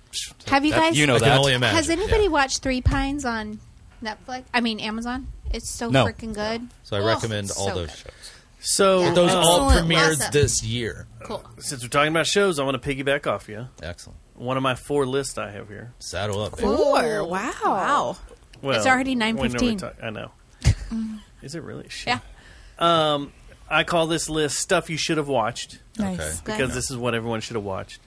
Speaker 12: Have you
Speaker 15: that-
Speaker 12: guys?
Speaker 15: You know that.
Speaker 12: Has anybody watched Three Pines on Netflix? I mean Amazon. It's so
Speaker 10: No.
Speaker 12: freaking good.
Speaker 10: So I
Speaker 12: Oh,
Speaker 10: recommend
Speaker 12: it's
Speaker 10: all
Speaker 12: so
Speaker 10: those
Speaker 12: good.
Speaker 10: shows.
Speaker 6: So
Speaker 10: But those all
Speaker 6: Excellent.
Speaker 10: premiered
Speaker 6: Awesome.
Speaker 10: this year.
Speaker 12: Cool.
Speaker 6: Since we're talking about shows, I want to piggyback off you.
Speaker 10: Excellent.
Speaker 6: One of my four lists I have here.
Speaker 10: Saddle up.
Speaker 14: Four. Wow. Wow.
Speaker 6: Well,
Speaker 12: It's already
Speaker 6: we know we
Speaker 12: 9:15.
Speaker 6: talk- I know.
Speaker 14: Mm,
Speaker 6: Is it really? Shit. Yeah. Um, I call this list stuff you should have watched.
Speaker 14: Nice. Okay.
Speaker 6: Because
Speaker 14: Good.
Speaker 6: this is what everyone should have watched.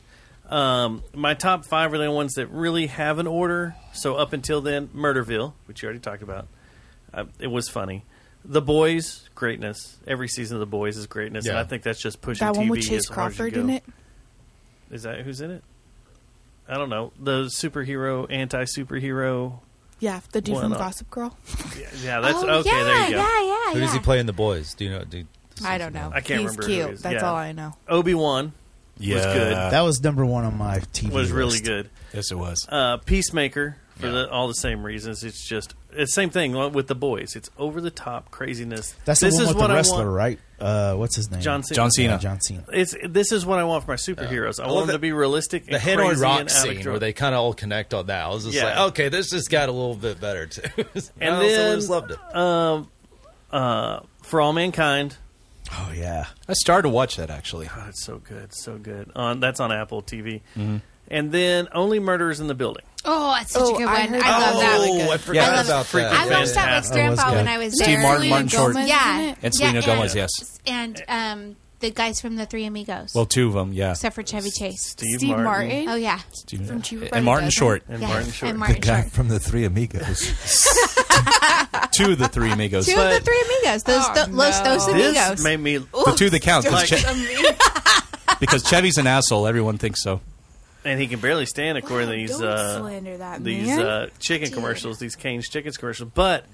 Speaker 6: Um, my top five are the ones that really have an order. So up until then, Murderville, which you already talked about, uh, it was funny. The Boys, greatness. Every season of The Boys is greatness, and
Speaker 14: Yeah.
Speaker 6: I think that's just pushing
Speaker 14: That
Speaker 6: TV
Speaker 14: one with Chase
Speaker 6: as hard as you
Speaker 14: Crawford
Speaker 6: go.
Speaker 14: in it?
Speaker 6: Is that who's in it? I don't know. The superhero, anti superhero.
Speaker 14: Yeah, the dude from Gossip Girl.
Speaker 6: Yeah, that's
Speaker 14: Oh,
Speaker 6: okay. there you go.
Speaker 14: yeah, yeah,
Speaker 10: Who does he
Speaker 14: yeah.
Speaker 10: play in the boys? Do you know? Do,
Speaker 14: I don't know.
Speaker 6: I can't
Speaker 14: He's
Speaker 6: remember.
Speaker 14: Cute.
Speaker 6: Who he is.
Speaker 14: That's
Speaker 6: Yeah.
Speaker 14: all I know.
Speaker 6: Obi Wan. was good.
Speaker 5: That was number one on my TV.
Speaker 6: was really
Speaker 5: list.
Speaker 6: good.
Speaker 15: Yes, it was.
Speaker 6: Uh, Peacemaker for the, all the same reasons. It's just it's same thing with the boys. It's over the top craziness.
Speaker 5: That's
Speaker 6: this
Speaker 5: the one
Speaker 6: is
Speaker 5: with
Speaker 6: what
Speaker 5: the
Speaker 6: I
Speaker 5: wrestler,
Speaker 6: want.
Speaker 5: right? Uh, what's his name?
Speaker 6: John Cena.
Speaker 5: Yeah, John Cena.
Speaker 6: It's this is what I want for my superheroes. I
Speaker 10: Well,
Speaker 6: want them to
Speaker 10: the-
Speaker 6: be realistic.
Speaker 10: The
Speaker 6: and
Speaker 10: head on
Speaker 6: crazy
Speaker 10: rock
Speaker 6: and out of
Speaker 10: scene
Speaker 6: control.
Speaker 10: where they kind of all connect on that. I was just
Speaker 6: Yeah.
Speaker 10: like, okay, this just got a little bit better too.
Speaker 6: and
Speaker 10: I
Speaker 6: then
Speaker 10: also Oh, loved it.
Speaker 6: Um, uh, for all mankind. Ah,
Speaker 5: Oh yeah,
Speaker 15: I started to watch that actually.
Speaker 6: it's so good, so good. On that's on Apple TV.
Speaker 10: Mm-hmm.
Speaker 15: Mhm.
Speaker 6: And then only murders in the building.
Speaker 12: Oh, that's such
Speaker 14: Oh,
Speaker 12: a good
Speaker 14: I
Speaker 12: one.
Speaker 14: heard
Speaker 12: I love
Speaker 14: that.
Speaker 12: that.
Speaker 14: Oh,
Speaker 12: one.
Speaker 14: I forgot
Speaker 12: love
Speaker 15: about
Speaker 12: it.
Speaker 15: that.
Speaker 12: I watched that with
Speaker 15: Freaking fantastic.
Speaker 12: grandpa when
Speaker 15: That
Speaker 12: I
Speaker 15: was
Speaker 12: was
Speaker 15: good.
Speaker 12: there.
Speaker 15: Steve Martin, Selena Martin Short. Gomez,
Speaker 12: yeah,
Speaker 15: isn't it? And Selena
Speaker 12: yeah,
Speaker 15: Gomez,
Speaker 12: and,
Speaker 15: yes.
Speaker 12: and um, the guys from the Three Amigos.
Speaker 15: Well, two of them, yeah.
Speaker 12: except for Chevy Chase.
Speaker 15: Steve Steve Martin. Martin?
Speaker 12: Oh yeah,
Speaker 15: Steve- and Martin Short.
Speaker 12: Yeah, And
Speaker 11: the
Speaker 12: Martin
Speaker 11: guy
Speaker 12: Short.
Speaker 11: from the Three Amigos.
Speaker 15: Two of the three amigos.
Speaker 12: Two of the Three Amigos. Those
Speaker 14: Oh,
Speaker 12: tho- Los
Speaker 14: no.
Speaker 12: Dos
Speaker 6: This
Speaker 12: Amigos.
Speaker 6: made me
Speaker 15: The two that count, 'cause
Speaker 6: Like-
Speaker 15: Che- because Chevy's an asshole. Everyone thinks so.
Speaker 6: and he can barely stand according to these
Speaker 14: don't
Speaker 6: uh,
Speaker 14: slander that
Speaker 6: these
Speaker 14: man.
Speaker 6: Uh, chicken commercials, these Cane's chickens commercials. But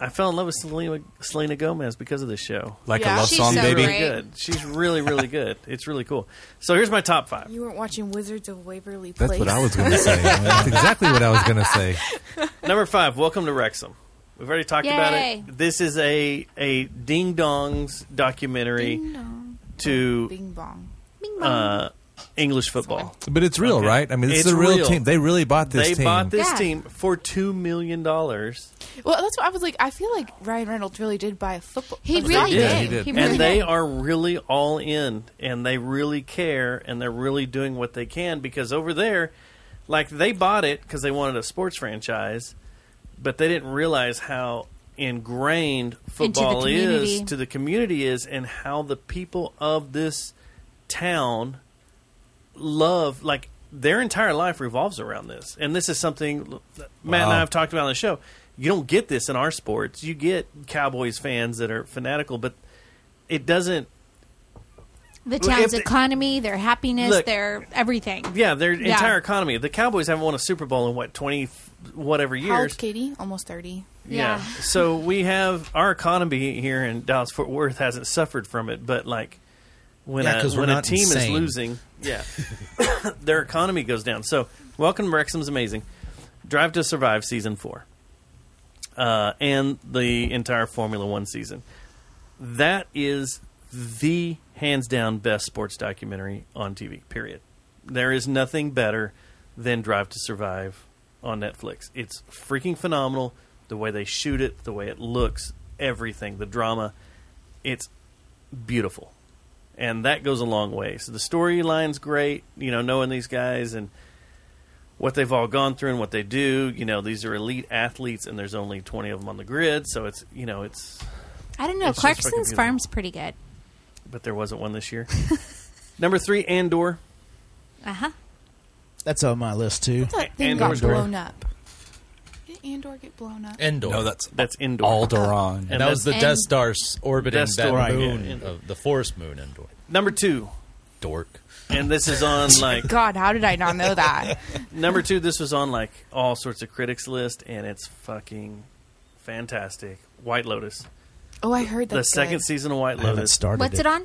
Speaker 6: I fell in love with Selena, Selena Gomez because of this show.
Speaker 15: Like a Yeah. love She's song, so baby?
Speaker 6: Really good. She's really, really good. It's really cool. So here's my top five.
Speaker 14: You weren't watching Wizards of Waverly Place.
Speaker 11: That's what I was going to say. That's exactly what I was going to say.
Speaker 6: Number five. Welcome to Wrexham. We've already talked about
Speaker 14: Yay.
Speaker 6: it. This is a a Ding Dongs documentary to
Speaker 14: Bing bong.
Speaker 6: uh, English football.
Speaker 11: But it's real, right? I mean, this is a real, team. They really bought this
Speaker 6: They
Speaker 11: team.
Speaker 6: bought this
Speaker 14: Yeah.
Speaker 6: team for two million dollars.
Speaker 14: Well, that's what I was like. I feel like Ryan Reynolds really did buy a football. He
Speaker 6: and they are really all in, and they really care, and they're really doing what they can because over there, like they bought it because they wanted a sports franchise, but they didn't realize how ingrained football is
Speaker 15: community.
Speaker 6: to the community is, and how the people of this town love like their entire life revolves around this and this is something that matt and i
Speaker 15: Wow.
Speaker 6: have talked about on the show you don't get this in our sports you get cowboys fans that are fanatical but it doesn't
Speaker 12: the
Speaker 6: Look, if
Speaker 12: town's
Speaker 6: they-
Speaker 12: economy, their happiness,
Speaker 6: Look.
Speaker 12: their everything.
Speaker 6: yeah their
Speaker 12: Yeah.
Speaker 6: entire economy the cowboys haven't won a super bowl in what 20 whatever
Speaker 14: How old,
Speaker 6: years
Speaker 14: Katie? Almost thirty.
Speaker 6: yeah. so we have our economy here in dallas fort worth hasn't suffered from it but like when
Speaker 10: Yeah,
Speaker 6: a,
Speaker 10: 'cause we're
Speaker 6: when a
Speaker 10: not
Speaker 6: team is
Speaker 10: insane.
Speaker 6: losing yeah their economy goes down so welcome to wrexham's amazing drive to survive season four uh, and the entire Formula One season. That is the hands down best sports documentary on TV. Period. There is nothing better than Drive to Survive on Netflix. It's freaking phenomenal. The way they shoot it, the way it looks, everything, the drama, it's beautiful, and that goes a long way. So the storyline's great. You know, knowing these guys and what they've all gone through and what they do. You know, these are elite athletes, and there's only 20 of them on the grid, so it's you know it's.
Speaker 12: I don't know.
Speaker 6: it's just fucking
Speaker 12: Clarkson's
Speaker 6: beautiful.
Speaker 12: farm's pretty good.
Speaker 6: but there wasn't one this year. Number three, Andor.
Speaker 12: Uh huh.
Speaker 5: That's on my list too.
Speaker 14: That thing
Speaker 6: Andor
Speaker 14: got
Speaker 6: is great.
Speaker 14: blown up. Did Andor get blown up?
Speaker 10: Endor.
Speaker 15: No, that's
Speaker 6: that's Endor.
Speaker 15: Alderaan.
Speaker 10: And that was the Death Star's orbiting
Speaker 6: Death
Speaker 10: that
Speaker 6: Star, right,
Speaker 10: moon,
Speaker 6: yeah, Endor.
Speaker 10: of the forest moon, Endor.
Speaker 6: Number two,
Speaker 10: Dork.
Speaker 6: And this is on like
Speaker 14: God, how did I not know that?
Speaker 6: number two. This was on like all sorts of critics list, and it's fucking fantastic. White Lotus.
Speaker 14: Oh, I heard
Speaker 6: the
Speaker 14: that's
Speaker 6: second
Speaker 14: good.
Speaker 6: season of White
Speaker 5: I haven't
Speaker 6: Lotus
Speaker 5: started
Speaker 12: What's it on?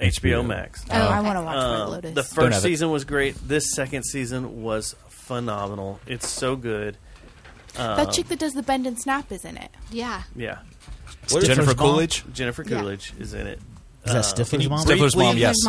Speaker 6: HBO Max.
Speaker 12: Oh, I wanna
Speaker 14: watch
Speaker 6: Um,
Speaker 14: White Lotus.
Speaker 6: The
Speaker 14: Don't
Speaker 6: first
Speaker 14: have it.
Speaker 6: season was great. This second season was phenomenal. It's so good. Um,
Speaker 14: that chick that does the bend and snap is in it.
Speaker 12: Yeah.
Speaker 6: Yeah.
Speaker 10: What is Jennifer Stifler's mom? Coolidge?
Speaker 6: Jennifer
Speaker 10: Yeah.
Speaker 6: Coolidge is in it.
Speaker 10: Is
Speaker 6: Uh,
Speaker 10: that Stifler's mom?
Speaker 6: Can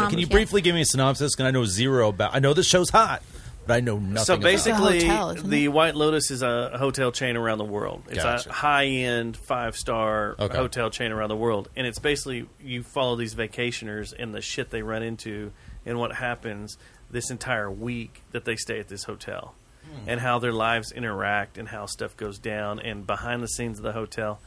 Speaker 10: Can
Speaker 6: you
Speaker 10: you briefly give me a synopsis? Because I know zero about. I know this show's hot, but I know nothing.
Speaker 6: So basically,
Speaker 10: about it.
Speaker 6: the White Lotus is a hotel chain around the world. It's
Speaker 10: Gotcha.
Speaker 6: a high-end five-star
Speaker 10: Okay.
Speaker 6: hotel chain around the world, and it's basically you follow these vacationers and the shit they run into and what happens this entire week that they stay at this hotel,
Speaker 16: Hmm.
Speaker 6: and how their lives interact and how stuff goes down and behind the scenes of the hotel.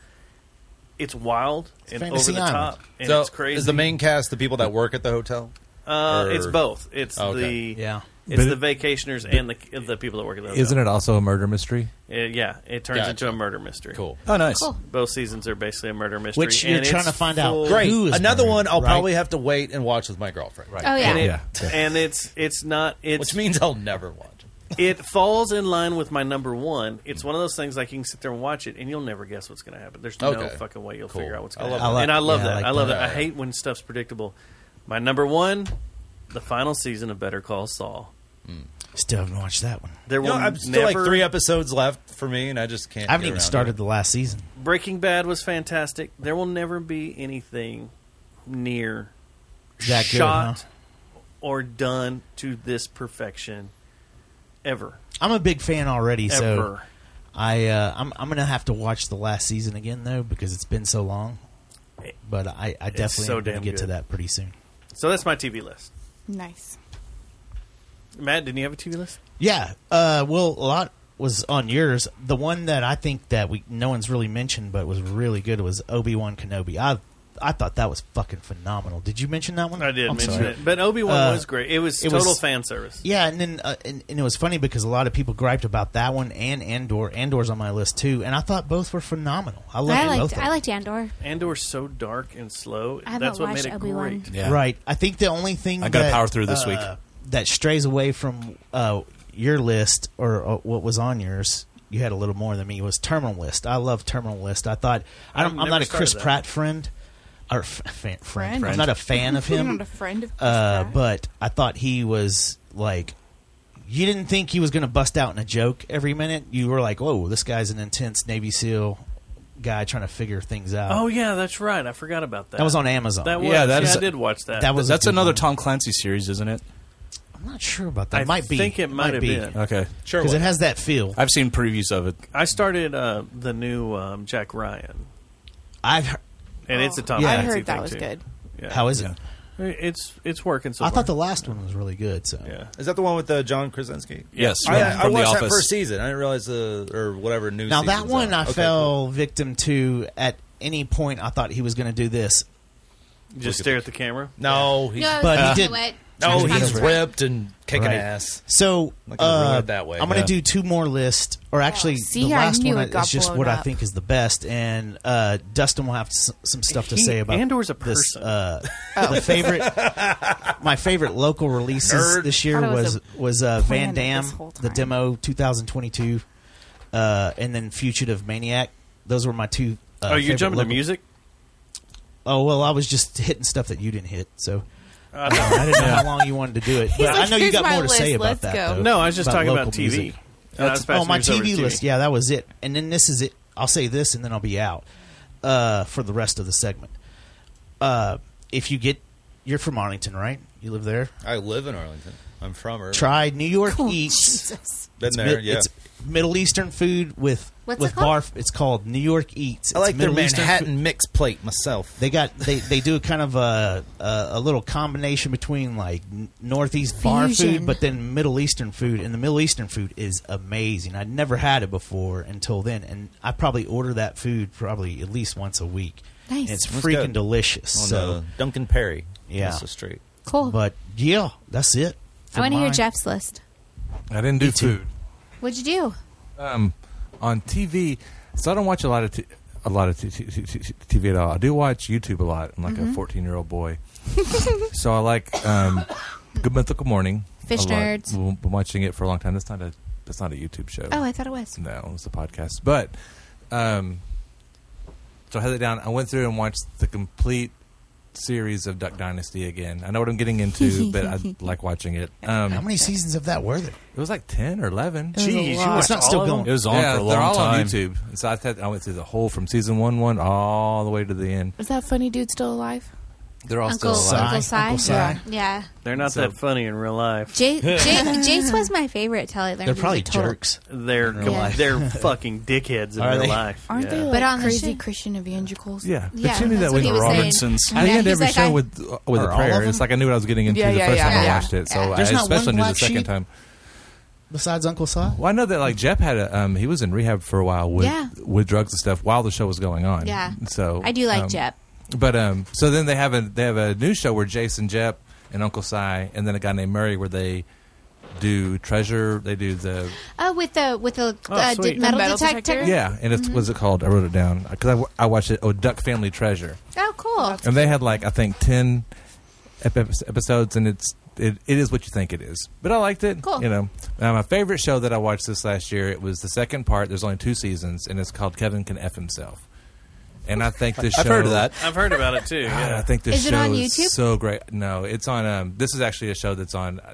Speaker 6: It's wild and over the top, uh, and
Speaker 10: so
Speaker 6: it's crazy.
Speaker 10: Is the main cast the people that work at the hotel?
Speaker 6: Uh,
Speaker 10: Or- Oh,
Speaker 6: it's both. It's
Speaker 10: Okay.
Speaker 6: the It's
Speaker 11: But
Speaker 6: the
Speaker 11: it-
Speaker 6: vacationers and the the people that work at the hotel.
Speaker 11: Isn't it also a murder mystery?
Speaker 6: Uh, yeah, it turns
Speaker 11: Gotcha.
Speaker 6: into a murder mystery. Cool.
Speaker 11: Oh, nice.
Speaker 5: Cool.
Speaker 6: Both seasons are basically a murder mystery.
Speaker 10: Which you're
Speaker 6: and
Speaker 10: trying
Speaker 6: it's
Speaker 10: to find out
Speaker 6: full-
Speaker 10: Great. who is Another murdered, one I'll right? probably have to wait and watch with my girlfriend. Right. Oh, yeah.
Speaker 6: And, it-
Speaker 10: Yeah, yeah.
Speaker 6: and it's it's not it's
Speaker 10: Which means I'll never watch.
Speaker 6: it falls in line with my number one. It's one of those things like you can sit there and watch it, and you'll never guess what's going to happen. There's no
Speaker 10: Okay.
Speaker 6: fucking way you'll
Speaker 10: Cool.
Speaker 6: figure out what's
Speaker 10: I
Speaker 6: going to
Speaker 10: love
Speaker 6: happen.
Speaker 10: that.
Speaker 6: and I love
Speaker 10: Yeah, I
Speaker 6: that.
Speaker 10: like
Speaker 6: I love
Speaker 10: that.
Speaker 6: that. I hate when stuff's predictable. My number one, the final season of Better Call Saul.
Speaker 5: Still haven't watched that one.
Speaker 6: There
Speaker 10: You know,
Speaker 6: will
Speaker 10: I'm still like
Speaker 6: never-
Speaker 10: three episodes left for me, and I just can't.
Speaker 5: I haven't
Speaker 10: get
Speaker 5: even
Speaker 10: around
Speaker 5: started
Speaker 10: to
Speaker 5: the last season.
Speaker 6: Breaking Bad was fantastic. There will never be anything near
Speaker 5: That good,
Speaker 6: shot or done to this perfection ever.
Speaker 5: I'm a big fan already, so
Speaker 6: Ever.
Speaker 5: I uh, I'm I'm gonna have to watch the last season again though because it's been so long. But I, I
Speaker 6: It's
Speaker 5: definitely
Speaker 6: so
Speaker 5: am gonna
Speaker 6: damn
Speaker 5: get to
Speaker 6: good.
Speaker 5: that pretty soon.
Speaker 6: So that's my TV list.
Speaker 14: Nice.
Speaker 6: Matt, didn't you have a TV list?
Speaker 5: Yeah. Uh, well, a lot was on yours. The one that I think that we no one's really mentioned but was really good was Obi Wan Kenobi. I I thought that was fucking phenomenal. Did you mention that one?
Speaker 6: I did
Speaker 5: I'm
Speaker 6: mention
Speaker 5: sorry.
Speaker 6: it. But Obi-Wan
Speaker 5: Uh,
Speaker 6: was great. It was total fan service.
Speaker 5: Yeah, and then uh, and, and it was funny because a lot of people griped about that one and Andor. Andor's on my list too, and I thought both were phenomenal. I loved
Speaker 12: I
Speaker 5: both.
Speaker 12: liked
Speaker 5: of them.
Speaker 12: I liked Andor.
Speaker 6: Andor's so dark and slow.
Speaker 12: I haven't
Speaker 6: That's what
Speaker 12: watched
Speaker 6: made it
Speaker 12: Obi-Wan.
Speaker 6: great.
Speaker 5: Right. I think the only thing
Speaker 15: I gotta
Speaker 5: that,
Speaker 15: power through this
Speaker 5: uh,
Speaker 15: week.
Speaker 5: that strays away from uh, your list or uh, what was on yours. You had a little more than me. Was Terminal List? I love Terminal List. I thought I
Speaker 14: I've
Speaker 5: don't, I'm
Speaker 14: never
Speaker 5: not a Chris
Speaker 14: started that.
Speaker 5: Pratt friend or f- fan, friend.
Speaker 14: Friend?
Speaker 5: I'm not a fan of him.
Speaker 14: You're not a friend of Chris
Speaker 5: uh, But I thought he was like. You didn't think he was going to bust out in a joke every minute. You were like, "Whoa, this guy's an intense Navy SEAL guy trying to figure things out."
Speaker 6: Oh yeah, that's right. I forgot about that.
Speaker 5: That was on Amazon.
Speaker 6: That was,
Speaker 5: Yeah,
Speaker 6: yeah,
Speaker 5: that is-
Speaker 6: I did watch that.
Speaker 5: that was a
Speaker 15: that's
Speaker 5: good
Speaker 15: another Tom Clancy series, isn't it?
Speaker 5: I'm not sure about that.
Speaker 6: I
Speaker 5: It might be.
Speaker 6: think it might have
Speaker 5: be.
Speaker 6: been.
Speaker 15: Okay,
Speaker 6: Sure
Speaker 5: Because it
Speaker 6: was.
Speaker 5: has that feel.
Speaker 15: I've seen previews of it.
Speaker 6: I started uh, the new um, Jack Ryan.
Speaker 5: I've heard,
Speaker 6: and it's a Tom.
Speaker 5: Yeah. I
Speaker 6: Clancy
Speaker 5: heard that
Speaker 6: thing,
Speaker 5: was
Speaker 6: too.
Speaker 5: good.
Speaker 14: Oh.
Speaker 6: Yeah.
Speaker 5: How is it?
Speaker 6: It's it's working. So
Speaker 5: I
Speaker 6: far.
Speaker 5: thought the last one was really good. So
Speaker 6: yeah,
Speaker 10: Is that the one with uh, John Krasinski?
Speaker 5: Yes,
Speaker 10: I,
Speaker 5: right,
Speaker 10: I
Speaker 5: from The
Speaker 10: watched that
Speaker 5: Office.
Speaker 10: first season. I didn't realize the or whatever new.
Speaker 5: now that
Speaker 10: season's
Speaker 5: one I
Speaker 10: out. Okay,
Speaker 5: fell victim to. At any point, I thought he was going to do this.
Speaker 6: You just stare at the camera.
Speaker 10: No, he-
Speaker 5: No, But he uh, did-
Speaker 10: do it. No, he's ripped and kicking ass.
Speaker 5: So
Speaker 10: Not gonna ruin
Speaker 5: uh,
Speaker 10: it that way.
Speaker 5: I'm going to
Speaker 10: Yeah.
Speaker 5: do two more lists, or actually,
Speaker 14: see,
Speaker 5: the
Speaker 14: I
Speaker 5: last
Speaker 14: knew
Speaker 5: one
Speaker 14: it got
Speaker 5: is just
Speaker 14: blown
Speaker 5: what I
Speaker 14: up.
Speaker 5: think is the best. And uh, Dustin will have s- some stuff to
Speaker 6: He-
Speaker 5: say about
Speaker 6: Andor's a
Speaker 5: this.
Speaker 6: person.
Speaker 5: Uh,
Speaker 14: Oh.
Speaker 5: the favorite, my favorite local releases
Speaker 6: Nerd.
Speaker 5: this year
Speaker 6: Thought it was a
Speaker 5: was was uh, Van
Speaker 6: planet
Speaker 5: Damme,
Speaker 6: this whole
Speaker 5: the demo 2022, uh, and then Fugitive Maniac. Those were my two.
Speaker 6: oh,
Speaker 5: Uh,
Speaker 6: you're
Speaker 5: favorite
Speaker 6: jumping
Speaker 5: local-
Speaker 6: to music.
Speaker 5: Oh well, I was just hitting stuff that you didn't hit, so
Speaker 6: Uh,
Speaker 5: uh, I didn't know how long you wanted to do it.
Speaker 6: He's
Speaker 5: But I
Speaker 6: like,
Speaker 5: know you
Speaker 6: "Here's
Speaker 5: got
Speaker 6: my
Speaker 5: more to say
Speaker 6: list,
Speaker 5: about
Speaker 6: let's
Speaker 5: that.
Speaker 6: go."
Speaker 5: though,
Speaker 6: No, I was just talking about
Speaker 5: local
Speaker 6: TV.
Speaker 5: music.
Speaker 6: And I was
Speaker 5: oh,
Speaker 6: passing
Speaker 5: my
Speaker 6: yours over to
Speaker 5: TV list.
Speaker 6: TV.
Speaker 5: Yeah, that was it. And then this is it. I'll say this and then I'll be out uh, for the rest of the segment. Uh, if you get, you're from Arlington, right? You live there.
Speaker 10: I live in Arlington. I'm from Irvine.
Speaker 5: Try New York Eats.
Speaker 10: Been
Speaker 5: It's
Speaker 10: there,
Speaker 5: mid-
Speaker 10: yeah.
Speaker 5: It's Middle Eastern food with
Speaker 10: What's
Speaker 5: with
Speaker 10: it called?
Speaker 5: barf. It's called New York Eats.
Speaker 10: I
Speaker 5: It's
Speaker 10: like their
Speaker 5: Middle Eastern
Speaker 10: Manhattan
Speaker 5: food.
Speaker 10: mixed plate myself.
Speaker 5: They got they, they do kind of a, a a little combination between like n- northeast bar
Speaker 10: Fusion.
Speaker 5: food, but then Middle Eastern food, and the Middle Eastern food is amazing. I'd never had it before until then, and I probably order that food probably at least once a week.
Speaker 10: Nice.
Speaker 5: And it's
Speaker 10: That's
Speaker 5: freaking
Speaker 10: good.
Speaker 5: delicious.
Speaker 10: On,
Speaker 5: so
Speaker 10: uh, Duncan Perry,
Speaker 5: yeah,
Speaker 10: Russell Street.
Speaker 12: Cool.
Speaker 5: But yeah, that's it.
Speaker 12: I want to hear
Speaker 11: mine.
Speaker 12: Jeff's list.
Speaker 11: I didn't do food.
Speaker 12: What'd you do?
Speaker 11: Um, on TV, so I don't watch a lot of t- a lot of t- t- t- t- TV at all. I do watch YouTube a lot. I'm like
Speaker 12: Mhm.
Speaker 11: a 14 year old boy, so I like um, Good Mythical Morning.
Speaker 12: Fish
Speaker 11: a lot.
Speaker 12: Nerds.
Speaker 11: We've been watching it for a long time. That's not a that's not a YouTube show.
Speaker 12: Oh, I thought it was.
Speaker 11: No, it was a podcast. But um, so I had it down. I went through and watched the complete series of Duck Dynasty again. I know what I'm getting into, but I like watching it. Um,
Speaker 5: How many seasons of that were there?
Speaker 11: It was like ten or eleven.
Speaker 5: It was a Jeez, you lot. watched all of them? It was on
Speaker 11: yeah,
Speaker 5: for a
Speaker 11: they're
Speaker 5: long
Speaker 11: all
Speaker 5: time.
Speaker 11: on YouTube. And so I, th- I went through the whole from season one, one all the way to the end.
Speaker 14: Is that funny dude still alive?
Speaker 11: They're all
Speaker 12: Uncle,
Speaker 11: still alive.
Speaker 12: Uncle Cy.
Speaker 6: Cy.
Speaker 12: Yeah.
Speaker 6: They're not that funny in real life.
Speaker 12: J- J- Jace was my favorite till I learned he was a total
Speaker 6: They're
Speaker 12: real
Speaker 6: com-
Speaker 12: life.
Speaker 6: they're fucking dickheads in
Speaker 11: Are
Speaker 6: real
Speaker 11: they?
Speaker 6: life.
Speaker 14: Aren't they
Speaker 6: Yeah.
Speaker 14: like
Speaker 12: But on the
Speaker 14: crazy
Speaker 12: sh-
Speaker 14: Christian evangelicals?
Speaker 11: Yeah, but you knew that with
Speaker 6: Robinsons.
Speaker 11: I
Speaker 14: Yeah,
Speaker 11: end
Speaker 14: he's
Speaker 11: every
Speaker 14: like,
Speaker 11: show
Speaker 14: I-
Speaker 11: with uh, with
Speaker 5: Are
Speaker 11: a
Speaker 5: all of
Speaker 11: prayer.
Speaker 5: them?
Speaker 11: It's like I knew what I was getting into
Speaker 14: Yeah,
Speaker 11: the
Speaker 14: yeah,
Speaker 11: first
Speaker 14: yeah,
Speaker 11: time
Speaker 14: yeah.
Speaker 11: I watched it. So I
Speaker 5: There's not
Speaker 11: especially
Speaker 5: one
Speaker 11: knew the
Speaker 5: black
Speaker 11: second
Speaker 5: sheep?
Speaker 11: time.
Speaker 5: Besides Uncle Si.
Speaker 11: Well, I know that like Jeff had a um, he was in rehab for a while with
Speaker 12: Yeah.
Speaker 11: with drugs and stuff while the show was going on.
Speaker 12: Yeah.
Speaker 11: so
Speaker 12: I do like
Speaker 11: um,
Speaker 12: Jep.
Speaker 11: But um, so then they have a they have a new show where Jason Jepp and Uncle Cy and then a guy named Murray where they do treasure. They do the
Speaker 12: Oh, with the with the
Speaker 14: Oh,
Speaker 12: uh,
Speaker 14: sweet.
Speaker 12: d- metal,
Speaker 14: The metal
Speaker 12: detector.
Speaker 14: detector?
Speaker 11: yeah, and it's
Speaker 12: Mhm.
Speaker 11: what's it called? I wrote it down because I, w- I watched it. Oh, Duck Family Treasure,
Speaker 12: Oh, cool.
Speaker 11: and they had like I think ten ep- ep- episodes, and it's it, it is what you think it is. But I liked it.
Speaker 12: Cool.
Speaker 11: You know, now, my favorite show that I watched this last year. It was the second part. There's only two seasons, and it's called Kevin Can F Himself. And I think this
Speaker 15: I've
Speaker 11: show
Speaker 15: heard of that.
Speaker 6: I've heard about it too.
Speaker 11: God,
Speaker 6: yeah.
Speaker 11: I think this
Speaker 6: Is
Speaker 11: show
Speaker 6: it on YouTube?
Speaker 11: is so great. No, it's on. Um, this is actually a show that's on. uh,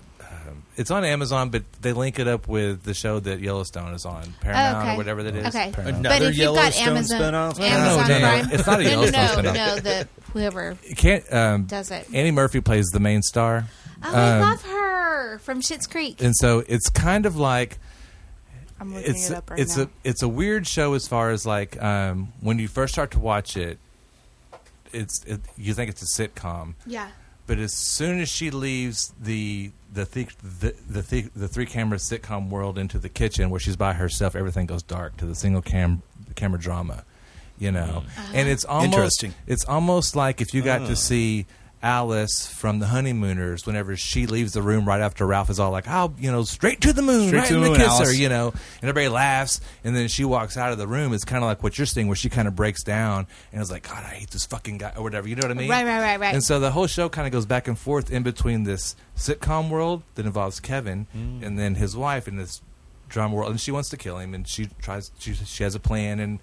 Speaker 11: Um, it's on Amazon, but they link it up with the show that Yellowstone is on Paramount
Speaker 12: okay.
Speaker 11: or whatever that is.
Speaker 12: Okay.
Speaker 11: Paramount.
Speaker 12: But if you've got Amazon, Amazon
Speaker 11: no, no, no,
Speaker 12: Prime,
Speaker 11: it's not a
Speaker 12: no, no,
Speaker 11: Yellowstone
Speaker 12: no,
Speaker 11: spinoff.
Speaker 12: no, the whoever.
Speaker 11: It can't. Um,
Speaker 12: Does it.
Speaker 11: Annie Murphy plays the main star.
Speaker 12: Oh, I
Speaker 11: Um,
Speaker 12: love her from Schitt's Creek.
Speaker 11: And so it's kind of like
Speaker 14: I'm looking
Speaker 11: it's
Speaker 14: it up right
Speaker 11: it's
Speaker 14: now.
Speaker 11: a it's a weird show as far as like um, when you first start to watch it, it's it, you think it's a sitcom.
Speaker 12: Yeah.
Speaker 11: But as soon as she leaves the the thi- the the, thi- the three camera sitcom world into the kitchen where she's by herself, everything goes dark to the single cam camera drama, you know. And it's almost
Speaker 15: Interesting.
Speaker 11: It's almost like if you got
Speaker 15: Ah.
Speaker 11: to see Alice from The Honeymooners whenever she leaves the room right after Ralph is all like, "I'll you know straight to the moon."
Speaker 15: Straight
Speaker 11: right
Speaker 15: to
Speaker 11: in
Speaker 15: the moon,
Speaker 11: the kisser,
Speaker 15: Alice.
Speaker 11: you know. And everybody laughs, and then she walks out of the room. It's kind of like what you're seeing, where she kind of breaks down and is like, "God, I hate this fucking guy," or whatever. You know what I mean?
Speaker 12: Right, right, right, right.
Speaker 11: And so the whole show kind of goes back and forth in between this sitcom world that involves Kevin and then his wife and this drama world, and she wants to kill him, and she tries. She she has a plan, and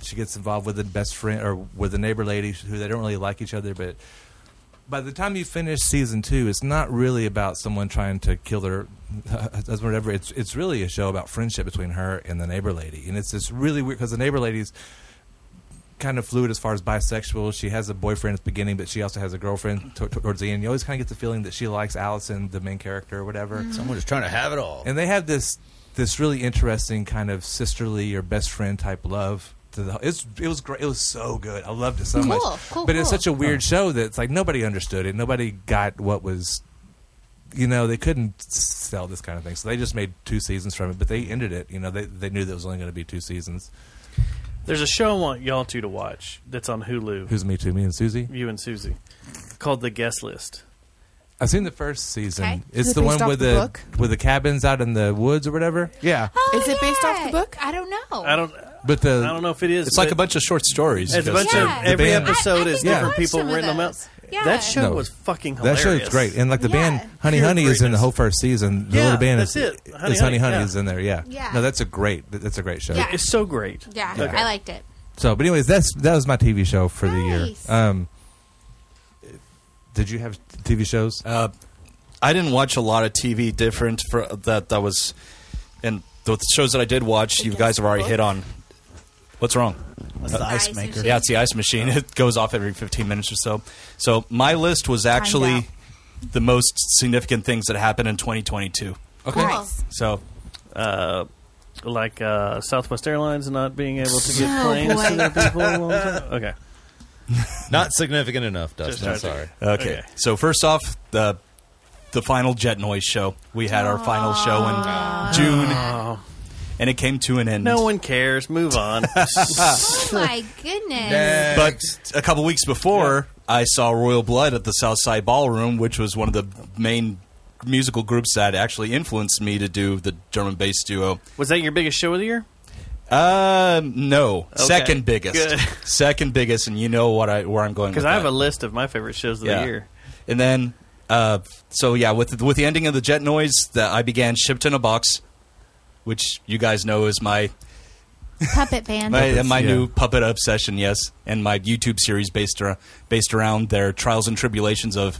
Speaker 11: she gets involved with the best friend or with the neighbor lady who they don't really like each other, but by the time you finish season two, it's not really about someone trying to kill their husband or whatever. It's it's really a show about friendship between her and the neighbor lady, and it's this really weird because the neighbor lady's kind of fluid as far as bisexual. She has a boyfriend at the beginning, but she also has a girlfriend to- to- towards the end. You always kind of get the feeling that she likes Allison, the main character, or whatever.
Speaker 10: Mhm. Someone is trying to have it all.
Speaker 11: and they have this this really interesting kind of sisterly or best friend type love. To the, it's it was great. It was so good. I loved it so
Speaker 15: Cool,
Speaker 11: much.
Speaker 15: cool,
Speaker 11: but it's
Speaker 15: cool.
Speaker 11: such a
Speaker 6: Oh.
Speaker 11: weird show that it's like nobody understood it. Nobody got what was, you know, they couldn't s- sell this kind of thing. So they just made two seasons from it, but they ended it. You know, they they knew there was only going to be two seasons.
Speaker 6: There's a show I want y'all two to watch that's on Hulu.
Speaker 11: Who's me too? Me and Susie.
Speaker 6: You and Susie. Called The Guest List.
Speaker 11: I've seen the first season.
Speaker 6: Okay. Is
Speaker 11: It's
Speaker 6: it
Speaker 11: the one
Speaker 6: based off
Speaker 11: with
Speaker 6: the
Speaker 11: the,
Speaker 6: book?
Speaker 11: with the cabins out in the woods or whatever. Yeah,
Speaker 14: Is it based off the book?
Speaker 12: Oh, I don't know.
Speaker 6: I don't.
Speaker 11: but the
Speaker 6: I don't know if it is.
Speaker 15: It's like
Speaker 6: but
Speaker 15: a bunch of short stories.
Speaker 6: It's a bunch of
Speaker 11: The
Speaker 6: every
Speaker 11: band-
Speaker 6: episode
Speaker 11: I- I
Speaker 6: is
Speaker 11: think I
Speaker 6: different
Speaker 11: watched
Speaker 6: people
Speaker 11: some of
Speaker 6: written them out. That show
Speaker 11: No.
Speaker 6: was fucking
Speaker 11: That
Speaker 6: hilarious.
Speaker 11: show is great, and like the band Honey
Speaker 6: Pure
Speaker 11: Honey is in the whole first season. The
Speaker 6: Yeah,
Speaker 11: little band
Speaker 6: that's
Speaker 11: is
Speaker 6: it. Honey
Speaker 11: is
Speaker 6: Honey,
Speaker 11: Honey Honey
Speaker 6: yeah.
Speaker 11: is in there. Yeah.
Speaker 12: Yeah.
Speaker 11: no, that's a great that's a great show.
Speaker 12: Yeah.
Speaker 6: It's so great.
Speaker 12: Yeah,
Speaker 11: Okay.
Speaker 12: I liked it.
Speaker 11: So, but anyways, that's that was my TV show for
Speaker 12: Nice.
Speaker 11: the year. Um, did you have TV shows?
Speaker 15: Uh, I didn't watch a lot of TV different for that. That was, and the shows that I did watch, you guys have already hit on. What's wrong? Uh,
Speaker 5: That's the ice maker.
Speaker 15: Yeah, it's the ice machine. It goes off every 15 minutes or so. So my list was actually the most significant things that happened in 2022.
Speaker 6: Okay. Nice.
Speaker 15: So,
Speaker 6: uh, like uh, Southwest Airlines not being able to get
Speaker 15: Oh,
Speaker 6: planes
Speaker 15: boy.
Speaker 6: to their people. a long time. Okay.
Speaker 10: Not significant enough,
Speaker 6: Just
Speaker 10: Dustin. I'm
Speaker 6: trying to-
Speaker 10: sorry.
Speaker 15: Okay. So first off, the the final Jet Noise show. We had our final show in June, and it came to an end.
Speaker 6: No one cares. Move on.
Speaker 12: Oh my goodness.
Speaker 15: but a couple weeks before, I saw Royal Blood at the Southside Ballroom, which was one of the main musical groups that actually influenced me to do the German bass duo.
Speaker 6: Was that your biggest show of the year?
Speaker 15: Uh, no,
Speaker 6: Okay.
Speaker 15: second biggest,
Speaker 6: Good.
Speaker 15: second biggest, and you know what I where I'm going
Speaker 6: Because
Speaker 15: with
Speaker 6: I have
Speaker 15: that.
Speaker 6: a list of my favorite shows of the year.
Speaker 15: And then, uh, so yeah, with with the ending of the jet noise, that I began shipped in a box, which you guys know is my
Speaker 12: Puppet band.
Speaker 15: my, my new puppet obsession, yes, and my YouTube series based ar- based around their trials and tribulations of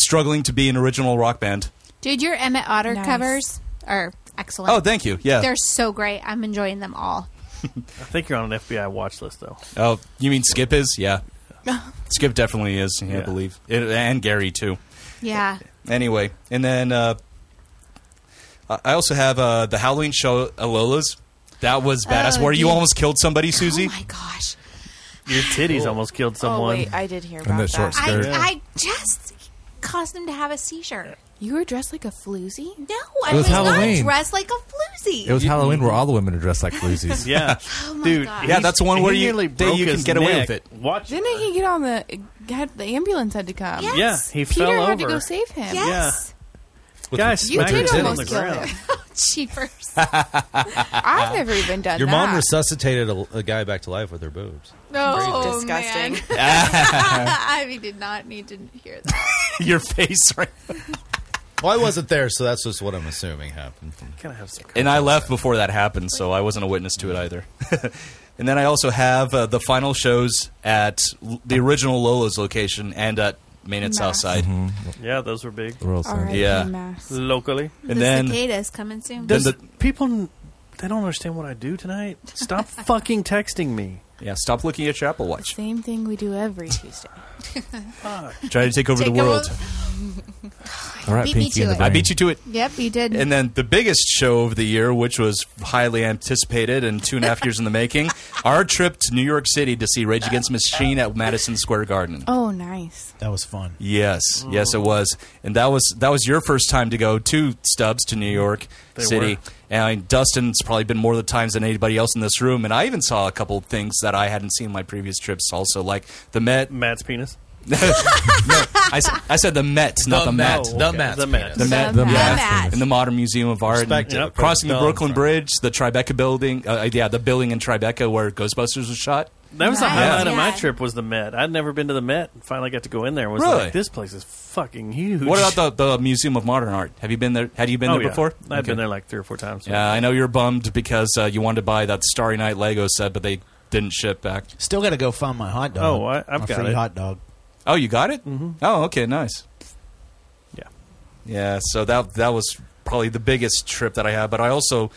Speaker 15: struggling to be an original rock band.
Speaker 12: Dude, your Emmett Otter covers are excellent.
Speaker 15: Oh, thank you. Yeah.
Speaker 12: They're so great. I'm enjoying them all.
Speaker 6: I think you're on an FBI watch list, though.
Speaker 15: Oh, you mean Skip is? Yeah,
Speaker 14: Uh-huh.
Speaker 15: Skip definitely is. I believe, It- and Gary too.
Speaker 12: Yeah.
Speaker 15: Anyway, and then uh, I I also have uh, the Halloween show Alola's. That was badass.
Speaker 14: Oh,
Speaker 15: Where you
Speaker 14: yeah.
Speaker 15: almost killed somebody, Susie.
Speaker 12: my gosh!
Speaker 6: Your titties almost killed someone.
Speaker 14: Oh wait, I did hear
Speaker 15: And
Speaker 14: about
Speaker 15: the short
Speaker 14: that.
Speaker 15: skirt.
Speaker 12: I, I just caused him to have a seizure.
Speaker 14: You were dressed like a floozy?
Speaker 12: No, I
Speaker 11: It
Speaker 12: was,
Speaker 11: was
Speaker 12: not
Speaker 11: Halloween.
Speaker 12: dressed like a floozy.
Speaker 11: It was Halloween where all the women are dressed like floozies.
Speaker 6: yeah,
Speaker 12: Oh
Speaker 15: dude. Yeah, that's the one
Speaker 6: He
Speaker 15: where you,
Speaker 6: nearly
Speaker 15: day
Speaker 6: broke
Speaker 15: you can
Speaker 6: his
Speaker 15: get away
Speaker 6: neck.
Speaker 15: with it.
Speaker 6: Watch.
Speaker 14: Didn't he get on the? Had, the ambulance had to come.
Speaker 6: Yes. Yeah, he
Speaker 14: Peter
Speaker 6: fell
Speaker 14: had to
Speaker 6: over.
Speaker 14: go save him.
Speaker 6: Yeah. Guys,
Speaker 14: You
Speaker 6: smacked
Speaker 14: did
Speaker 6: his head on
Speaker 14: almost
Speaker 6: the
Speaker 14: kill
Speaker 6: ground.
Speaker 14: him.
Speaker 12: Oh, Cheapers.
Speaker 14: I've never even done
Speaker 10: Your
Speaker 14: that.
Speaker 10: mom resuscitated a, a guy back to life with her boobs.
Speaker 12: No,
Speaker 14: Disgusting.
Speaker 12: Oh, man. I did not need to hear that.
Speaker 15: Your face, right?
Speaker 10: well, I wasn't there, so that's just what I'm assuming happened.
Speaker 6: Can I have some?
Speaker 15: And I left before that happened, so I wasn't a witness to it either. and then I also have uh, the final shows at l- the original Lola's location and at Main at Southside.
Speaker 6: Yeah, those were big.
Speaker 11: Rural
Speaker 12: Center. R.I.P.
Speaker 15: Yeah.
Speaker 12: Mass.
Speaker 6: Locally.
Speaker 15: And then
Speaker 12: cicadas coming soon.
Speaker 6: Does people n- they don't understand what I do tonight? Stop fucking texting me.
Speaker 15: Yeah, stop looking at your Apple Watch.
Speaker 14: Same thing we do every Tuesday.
Speaker 15: Try to take over the world.
Speaker 11: All right,
Speaker 12: Beat me Pinky to and the it.
Speaker 15: I beat you to it.
Speaker 12: Yep, you did.
Speaker 15: And then the biggest show of the year, which was highly anticipated and two and a half years in the making, our trip to New York City to see Rage Against the Machine at Madison Square Garden.
Speaker 14: Oh, nice.
Speaker 5: That was fun.
Speaker 15: Yes, yes, it was, and that was that was your first time to go to Stubbs to New York
Speaker 6: They
Speaker 15: City,
Speaker 6: were.
Speaker 15: and Dustin's probably been more the times than anybody else in this room. And I even saw a couple of things that I hadn't seen in my previous trips, also like the Met.
Speaker 6: Matt's penis.
Speaker 15: I, s- I said the Met, not
Speaker 6: The
Speaker 15: the Met.
Speaker 6: Met. The Okay. Met's
Speaker 15: the Met,
Speaker 6: penis.
Speaker 15: the Met,
Speaker 6: The
Speaker 15: yeah.
Speaker 6: Met.
Speaker 15: in the Modern Museum of Art, and
Speaker 10: Respect it. Yep.
Speaker 15: crossing the
Speaker 10: Done.
Speaker 15: Brooklyn Bridge, the Tribeca building, uh, yeah, the building in Tribeca where Ghostbusters was shot.
Speaker 6: That was the
Speaker 15: Yeah.
Speaker 6: highlight of my trip was the Met. I'd never been to the Met and finally got to go in there and was
Speaker 15: Really?
Speaker 6: like, this place is fucking huge.
Speaker 15: What about the, the Museum of Modern Art? Have you been there? Had you been
Speaker 6: Oh,
Speaker 15: there
Speaker 6: yeah.
Speaker 15: before?
Speaker 6: I've
Speaker 15: Okay.
Speaker 6: been there like three or four times.
Speaker 15: Yeah, I know you're bummed because uh, you wanted to buy that Starry Night Lego set, but they didn't ship back.
Speaker 5: Still got to go find my hot dog.
Speaker 15: Oh, I- I've
Speaker 5: my
Speaker 15: got
Speaker 5: free
Speaker 15: it.
Speaker 5: hot dog.
Speaker 15: Oh, you got it? Mm-hmm. Oh, okay, nice.
Speaker 6: Yeah.
Speaker 15: Yeah, so that that was probably the biggest trip that I had, but I also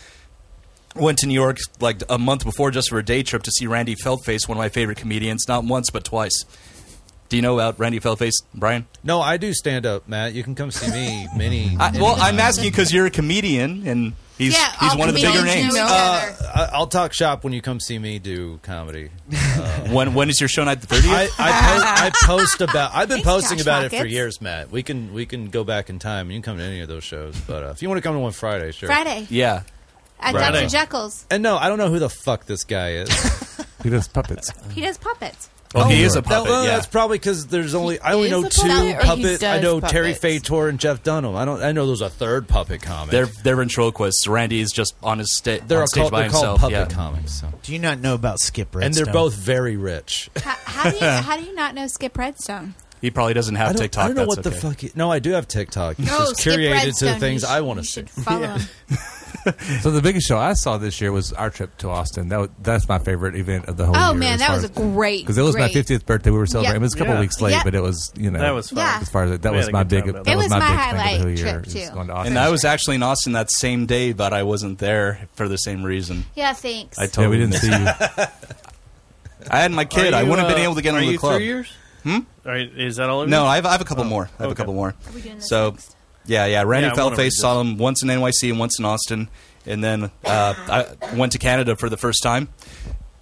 Speaker 15: went to New York like a month before just for a day trip to see Randy Feltface, one of my favorite comedians, not once but twice. Do you know about Randy Feltface, Brian?
Speaker 10: No, I do stand up, Matt. You can come see me many.
Speaker 15: I, well, I'm asking you
Speaker 10: because
Speaker 15: because you're a comedian and he's he's one of the bigger names.
Speaker 10: Uh, I- I'll talk shop when you come see me do comedy.
Speaker 15: when when is your show night? The thirtieth.
Speaker 10: I, I, po- I post about. I've been
Speaker 15: Thanks,
Speaker 10: posting
Speaker 15: Josh
Speaker 10: about it for
Speaker 15: Rockets.
Speaker 10: years, Matt. We can we can go back in time. You can come to any of those shows, but uh, if you want to come to one Friday, sure.
Speaker 12: Friday.
Speaker 15: Yeah.
Speaker 12: At Dr. Jekyll's,
Speaker 10: And no, I don't know who the fuck this guy is.
Speaker 11: he does puppets.
Speaker 12: he does puppets.
Speaker 15: Well, he is a puppet,
Speaker 10: well,
Speaker 15: yeah.
Speaker 10: That's probably because there's only I only
Speaker 12: is
Speaker 10: know
Speaker 12: a
Speaker 10: two
Speaker 12: puppet, or he
Speaker 10: puppets. I
Speaker 12: does
Speaker 10: know Terry
Speaker 12: puppets.
Speaker 10: Fator and Jeff Dunham. I don't. I know there's a third puppet comic.
Speaker 15: They're they're ventriloquists. Randy is just on his sta-
Speaker 10: They're
Speaker 15: on stage
Speaker 10: called-
Speaker 15: by
Speaker 10: they're called
Speaker 15: himself.
Speaker 10: puppet
Speaker 15: yeah.
Speaker 10: comics. So.
Speaker 5: Do you not know about Skip Redstone?
Speaker 10: and they're both very rich.
Speaker 12: How do you how do you not know Skip Redstone?
Speaker 15: He probably doesn't have
Speaker 10: I don't,
Speaker 15: TikTok,
Speaker 10: I don't know
Speaker 15: that's
Speaker 10: what
Speaker 15: okay.
Speaker 10: the fuck. He, no, I do have TikTok. It's
Speaker 12: Oh,
Speaker 10: just
Speaker 12: Skip
Speaker 10: curated to
Speaker 12: Redstone,
Speaker 10: the things
Speaker 12: you
Speaker 10: I
Speaker 12: should-
Speaker 10: want
Speaker 12: you
Speaker 10: to see.
Speaker 12: should follow him.
Speaker 11: so the biggest show I saw this year was our trip to Austin. That was, that's my favorite event of the whole.
Speaker 12: Oh, man, that was a great,
Speaker 11: because it was my
Speaker 12: great-
Speaker 11: fiftieth birthday. We were celebrating.
Speaker 12: Yeah.
Speaker 11: It was a couple
Speaker 12: Yeah.
Speaker 11: weeks late,
Speaker 12: Yeah.
Speaker 11: but it was you know
Speaker 15: That was fun. Yeah.
Speaker 11: As far as that, that
Speaker 15: We had
Speaker 11: was
Speaker 15: a
Speaker 11: my
Speaker 15: good time
Speaker 11: big.
Speaker 15: about
Speaker 11: That
Speaker 15: that.
Speaker 11: was,
Speaker 15: It
Speaker 11: my,
Speaker 15: was
Speaker 11: big
Speaker 15: my
Speaker 11: thing of the whole
Speaker 15: highlight
Speaker 11: year.
Speaker 15: trip,
Speaker 11: is
Speaker 15: too.
Speaker 11: Going to Austin.
Speaker 15: and I was actually in Austin that same day, but I wasn't there for the same reason.
Speaker 12: Yeah, thanks.
Speaker 15: I
Speaker 12: Yeah,
Speaker 15: totally
Speaker 11: we didn't
Speaker 15: missed
Speaker 11: see
Speaker 15: it.
Speaker 11: you.
Speaker 15: I had my kid.
Speaker 6: Are
Speaker 15: I
Speaker 6: you,
Speaker 15: wouldn't have been
Speaker 6: uh,
Speaker 15: able to get
Speaker 6: are
Speaker 15: into the
Speaker 6: you
Speaker 15: club.
Speaker 6: Three years?
Speaker 15: Hmm?
Speaker 6: All right, is that all? Of
Speaker 15: No,
Speaker 6: you?
Speaker 15: I have, I have a couple
Speaker 6: Oh,
Speaker 15: more. I have
Speaker 6: okay.
Speaker 15: a couple more.
Speaker 6: we doing this
Speaker 15: so, yeah, yeah. Randy
Speaker 6: Yeah, I wanna read
Speaker 15: Fellface
Speaker 6: this.
Speaker 15: saw him once in NYC and once in Austin, and then uh, I went to Canada for the first time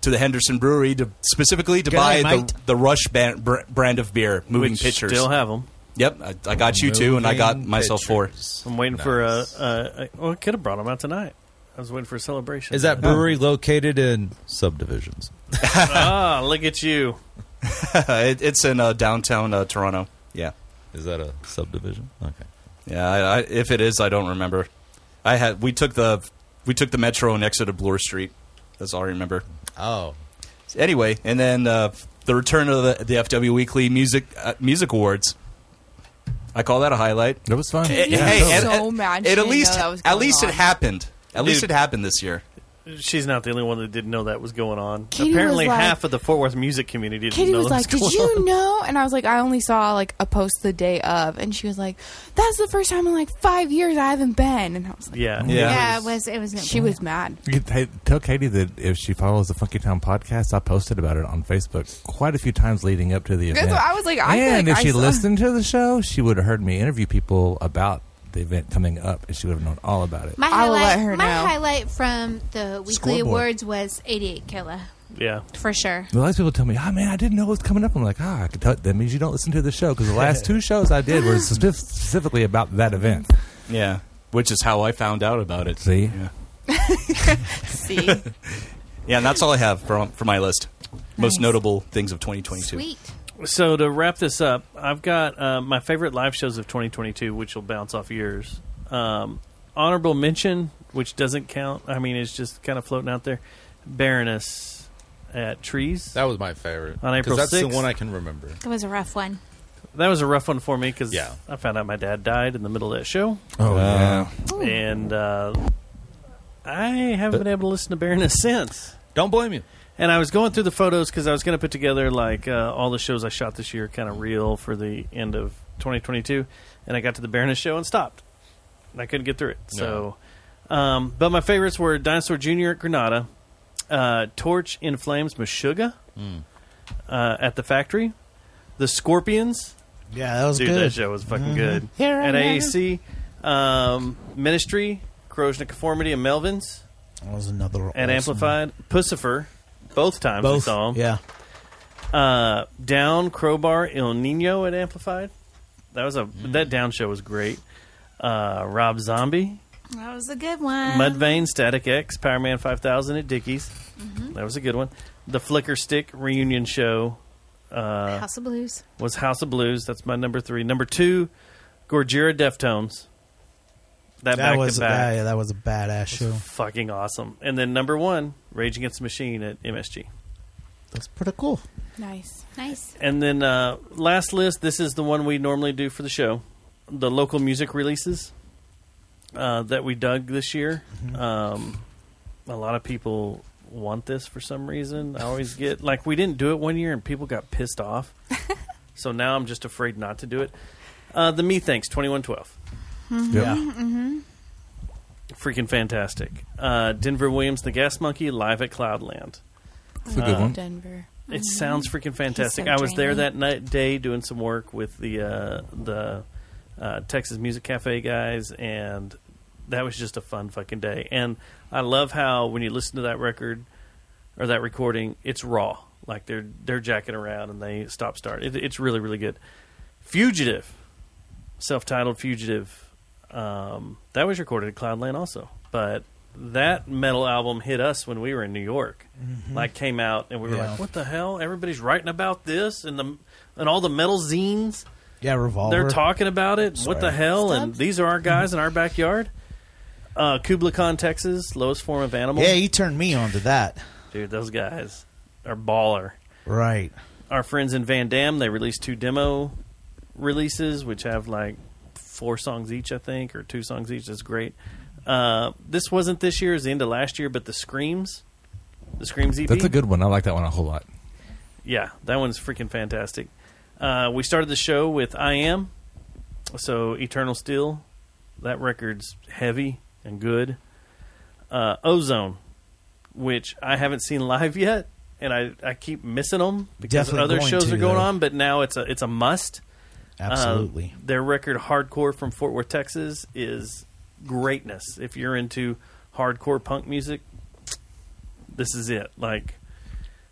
Speaker 15: to the Henderson Brewery to specifically to
Speaker 6: Good
Speaker 15: buy
Speaker 6: night,
Speaker 15: the, the Rush ban- br- brand of beer, moving
Speaker 6: Which
Speaker 15: pictures.
Speaker 6: still have 'em.
Speaker 15: Yep, I, I got you two, and I got
Speaker 6: Moving
Speaker 15: myself four.
Speaker 6: I'm waiting for uh, a. a, a well, oh, I could have brought them out tonight. I was waiting for a celebration.
Speaker 10: Is
Speaker 15: Oh.
Speaker 10: that brewery located in subdivisions?
Speaker 6: ah, look at you.
Speaker 15: it, it's in uh, downtown uh, Toronto. Yeah.
Speaker 10: Is that a subdivision? Okay.
Speaker 15: Yeah, I, I, if it is, I don't remember. I had we took the we took the metro and exited Bloor Street. That's all I remember.
Speaker 10: Oh.
Speaker 15: Anyway, and then uh, the return of the, the FW Weekly Music uh, Music Awards. I call that a highlight.
Speaker 11: That was fun.
Speaker 15: Hey,
Speaker 14: Yeah,
Speaker 15: hey,
Speaker 14: I was
Speaker 15: and-
Speaker 14: so
Speaker 15: and-
Speaker 14: mad she
Speaker 15: it at
Speaker 14: didn't
Speaker 15: least
Speaker 14: know that was
Speaker 15: at
Speaker 14: going
Speaker 15: least it
Speaker 14: on.
Speaker 15: happened. At least it
Speaker 6: Dude.
Speaker 15: happened this year.
Speaker 6: She's not the only one that didn't know that was going on.
Speaker 14: Katie
Speaker 6: Apparently,
Speaker 14: was like-
Speaker 6: half of the Fort Worth music community didn't
Speaker 14: Katie
Speaker 6: know
Speaker 14: was
Speaker 6: that
Speaker 14: like,
Speaker 6: was
Speaker 14: "Did
Speaker 6: going on.
Speaker 14: you know?" And I was like, "I only saw like a post the day of," and she was like, "That's the first time in like five years I haven't been." And I was like,
Speaker 15: Yeah.
Speaker 12: Yeah, it was. It was.
Speaker 14: She was mad.
Speaker 11: You could- hey, tell Katie that if she follows the Funky Town podcast, I posted about it on Facebook quite a few times leading up to the
Speaker 14: That's
Speaker 11: event.
Speaker 14: what I was like, I feel
Speaker 11: and
Speaker 14: like
Speaker 11: if
Speaker 14: I
Speaker 11: she
Speaker 14: saw-
Speaker 11: listened to the show, she would have heard me interview people about the event coming up, and she would have known all about it.
Speaker 12: My
Speaker 14: I will
Speaker 12: highlight,
Speaker 14: let her
Speaker 12: my
Speaker 14: know.
Speaker 12: highlight from the weekly
Speaker 11: Scoreboard.
Speaker 12: awards was 88 Killa.
Speaker 6: Yeah.
Speaker 12: For sure.
Speaker 11: The last people tell me, "Oh man, I didn't know it was coming up." I'm like, "Ah, I could tell that means you don't listen to the show because the last two shows I did were spef- specifically about that event."
Speaker 15: Yeah, which is how I found out about it.
Speaker 11: See,
Speaker 15: yeah,
Speaker 14: See,
Speaker 15: yeah and that's all I have for for my list. Most notable things of 2022.
Speaker 6: So to wrap this up, I've got uh, my favorite live shows of 2022, which will bounce off yours. Um, honorable mention, which doesn't count. I mean, it's just kind of floating out there. Baroness at Trees.
Speaker 10: That was my favorite.
Speaker 6: On
Speaker 10: 'Cause
Speaker 6: April
Speaker 10: that's
Speaker 6: 6th.
Speaker 10: the one I can remember.
Speaker 12: It was a rough one.
Speaker 6: That was a rough one for me because
Speaker 10: Yeah.
Speaker 6: I found out my dad died in the middle of that show.
Speaker 11: Oh, yeah.
Speaker 6: And uh, I haven't been able to listen to Baroness since.
Speaker 10: Don't blame you.
Speaker 6: And I was going through the photos because I was going to put together like uh, all the shows I shot this year, kind of real for the end of 2022. And I got to the Baroness show and stopped. And I couldn't get through it. So, um, but my favorites were Dinosaur Jr. at Granada, uh, Torch in Flames, Meshuggah
Speaker 10: Mm.
Speaker 6: uh, at the factory. The Scorpions.
Speaker 5: Yeah, that was
Speaker 6: Dude,
Speaker 5: good.
Speaker 6: That show was fucking
Speaker 5: Mhm.
Speaker 6: good.
Speaker 5: Here I
Speaker 6: at
Speaker 5: am.
Speaker 6: AAC, um, Ministry, Corrosion of Conformity, and Melvins.
Speaker 5: That was another.
Speaker 6: At
Speaker 5: awesome-
Speaker 6: Amplified, Pussifer. Both times we
Speaker 5: Both,
Speaker 6: saw 'em.
Speaker 5: yeah.
Speaker 6: Uh, down, Crowbar, El Nino at Amplified. That was a that down show was great. Uh, Rob Zombie,
Speaker 12: That was a good one.
Speaker 6: Mudvayne, Static X, Power Man 5000 at Dickies.
Speaker 12: Mm-hmm.
Speaker 6: That was a good one. The Flicker Stick reunion show. Uh,
Speaker 12: House of Blues.
Speaker 6: Was House of Blues. That's my number three. Number two, Gorgira Deftones. That,
Speaker 5: That
Speaker 6: back
Speaker 5: was
Speaker 6: to back.
Speaker 5: yeah, yeah, that was a badass show.
Speaker 6: Fucking awesome. And then number one, Rage Against the Machine at MSG.
Speaker 5: That's pretty cool.
Speaker 14: nice,
Speaker 12: nice.
Speaker 6: And then uh, last list, this is the one we normally do for the show the local music releases uh, that we dug this year. Um, a lot of people want this for some reason. I always get, like, we didn't do it one year and people got pissed off. so now I'm just afraid not to do it. Uh, the Me Thanks 2112.
Speaker 5: Mm-hmm.
Speaker 12: Mhm,
Speaker 6: Yeah.
Speaker 12: mhm.
Speaker 6: Freaking fantastic. Uh, Denver Williams, The Gas Monkey, live at Cloudland. Uh,
Speaker 11: It's a good one.
Speaker 14: Denver.
Speaker 6: It sounds freaking fantastic.
Speaker 14: so
Speaker 6: I was there
Speaker 14: dreamy.
Speaker 6: that night day doing some work with the uh, the uh, Texas Music Cafe guys, and that was just a fun fucking day. And I love how when you listen to that record or that recording, it's raw. Like they're they're jacking around and they stop start. It, it's really really good. Fugitive, self titled Fugitive, um, that was recorded at Cloudland also, but. That metal album hit us when we were in New York.
Speaker 16: Mhm.
Speaker 6: Like came out and we were
Speaker 5: Yeah.
Speaker 6: like, "What the hell? Everybody's writing about this and the and all the metal zines.
Speaker 5: Yeah, Revolver.
Speaker 6: They're talking about it.
Speaker 5: That's
Speaker 6: What the
Speaker 5: right.
Speaker 6: hell? And these are our guys in our backyard. Uh, Kubla Khan, Texas, lowest form of animal.
Speaker 5: Yeah, he turned me on to that.
Speaker 6: dude, those guys are baller.
Speaker 5: Right.
Speaker 6: Our friends in Van Dam, they released two demo releases, which have like four songs each, I think, or two songs each. That's great. Uh, this wasn't this year; it was the end of last year. But the screams, the screams E EP.
Speaker 11: That's a good one. I like that one a whole lot.
Speaker 6: Yeah, that one's freaking fantastic. Uh, we started the show with I Am. So Eternal Steel, that record's heavy and good. Uh, Ozone, which I haven't seen live yet, and I, I keep missing them because
Speaker 5: Definitely
Speaker 6: other
Speaker 5: going
Speaker 6: shows
Speaker 5: to,
Speaker 6: are going
Speaker 5: though.
Speaker 6: on, but now it's a it's a must. Uh,
Speaker 5: Absolutely.
Speaker 6: their record Hardcore from Fort Worth, Texas is greatness. If you're into hardcore punk music, this is it. Like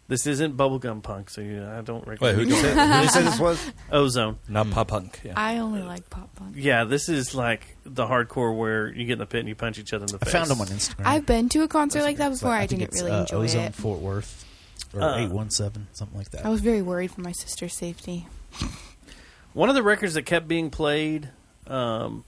Speaker 6: this isn't bubblegum punk, so you, I don't recommend.
Speaker 15: who did you say- who did you say this was?
Speaker 6: Ozone,
Speaker 15: not pop punk. Yeah.
Speaker 14: I only like pop punk.
Speaker 6: yeah, this is like the hardcore where you get in the pit and you punch each other in the
Speaker 5: I
Speaker 6: face.
Speaker 5: found them on Instagram.
Speaker 14: I've been to a concert like that
Speaker 5: But
Speaker 14: before. I,
Speaker 5: think
Speaker 14: didn't
Speaker 5: it's,
Speaker 14: really
Speaker 5: uh,
Speaker 14: enjoy
Speaker 5: Ozone
Speaker 14: it.
Speaker 5: Fort Worth or
Speaker 6: Uh,
Speaker 5: 817, something like that.
Speaker 14: I was very worried for my sister's safety.
Speaker 6: One of the records that kept being played, um,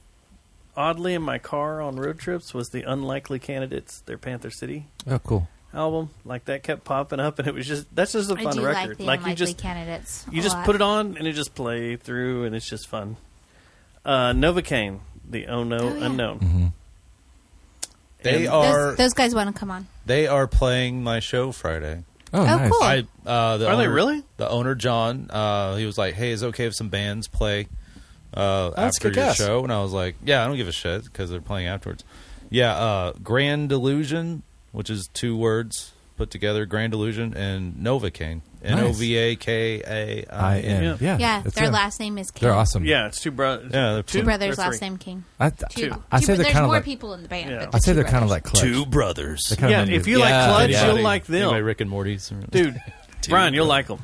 Speaker 6: oddly, in my car on road trips was the Unlikely Candidates, their Panther City.
Speaker 11: Oh, cool.
Speaker 6: Album like that kept popping up, and it was just that's just a
Speaker 12: I
Speaker 6: fun
Speaker 12: do like
Speaker 6: record.
Speaker 12: the
Speaker 6: you
Speaker 12: Unlikely
Speaker 6: just
Speaker 12: Candidates
Speaker 6: you
Speaker 12: a
Speaker 6: just
Speaker 12: lot.
Speaker 6: put it on and it just play through, and it's just fun. Uh, Novocaine, the Oh No
Speaker 12: Oh, yeah.
Speaker 6: Unknown.
Speaker 11: Mm-hmm.
Speaker 10: They
Speaker 6: And-
Speaker 10: are
Speaker 12: Those, those guys want to come on.
Speaker 10: they are playing my show Friday.
Speaker 12: Oh, Oh, nice. cool.
Speaker 10: I, uh, the
Speaker 6: Are they
Speaker 10: owner-
Speaker 6: really?
Speaker 10: The owner John, uh, he was like, "Hey, is it okay if some bands play uh,
Speaker 15: That's
Speaker 10: after your
Speaker 15: kick-ass.
Speaker 10: show?" And I was like, "Yeah, I don't give a shit because they're playing afterwards." Yeah, uh, Grand Delusion, which is two words put together, Grand Delusion and Novocaine, N O V A K A I
Speaker 11: I
Speaker 10: N.
Speaker 11: N. Yeah,
Speaker 12: Yeah, their last name is King.
Speaker 11: They're awesome.
Speaker 6: Yeah, it's two brothers.
Speaker 10: Yeah, they're
Speaker 12: Two,
Speaker 10: two-
Speaker 12: brothers,
Speaker 6: they're
Speaker 12: last
Speaker 6: three.
Speaker 12: name King.
Speaker 11: I-
Speaker 12: two.
Speaker 11: I- I
Speaker 12: Two,
Speaker 11: say
Speaker 12: but
Speaker 11: they're
Speaker 12: there's
Speaker 11: kinda
Speaker 12: more
Speaker 11: like-
Speaker 12: people in the band.
Speaker 6: Yeah.
Speaker 12: but
Speaker 11: I say
Speaker 12: two
Speaker 11: they're kind
Speaker 12: brothers.
Speaker 11: of like Clutch.
Speaker 15: Two brothers.
Speaker 11: They kinda
Speaker 6: Yeah,
Speaker 11: remind
Speaker 6: if
Speaker 11: me
Speaker 6: you
Speaker 11: of-
Speaker 6: like Clutch, you'll
Speaker 10: Anybody-
Speaker 6: like them.
Speaker 10: anybody Rick and Morty's,
Speaker 6: dude. Brian, you'll like them.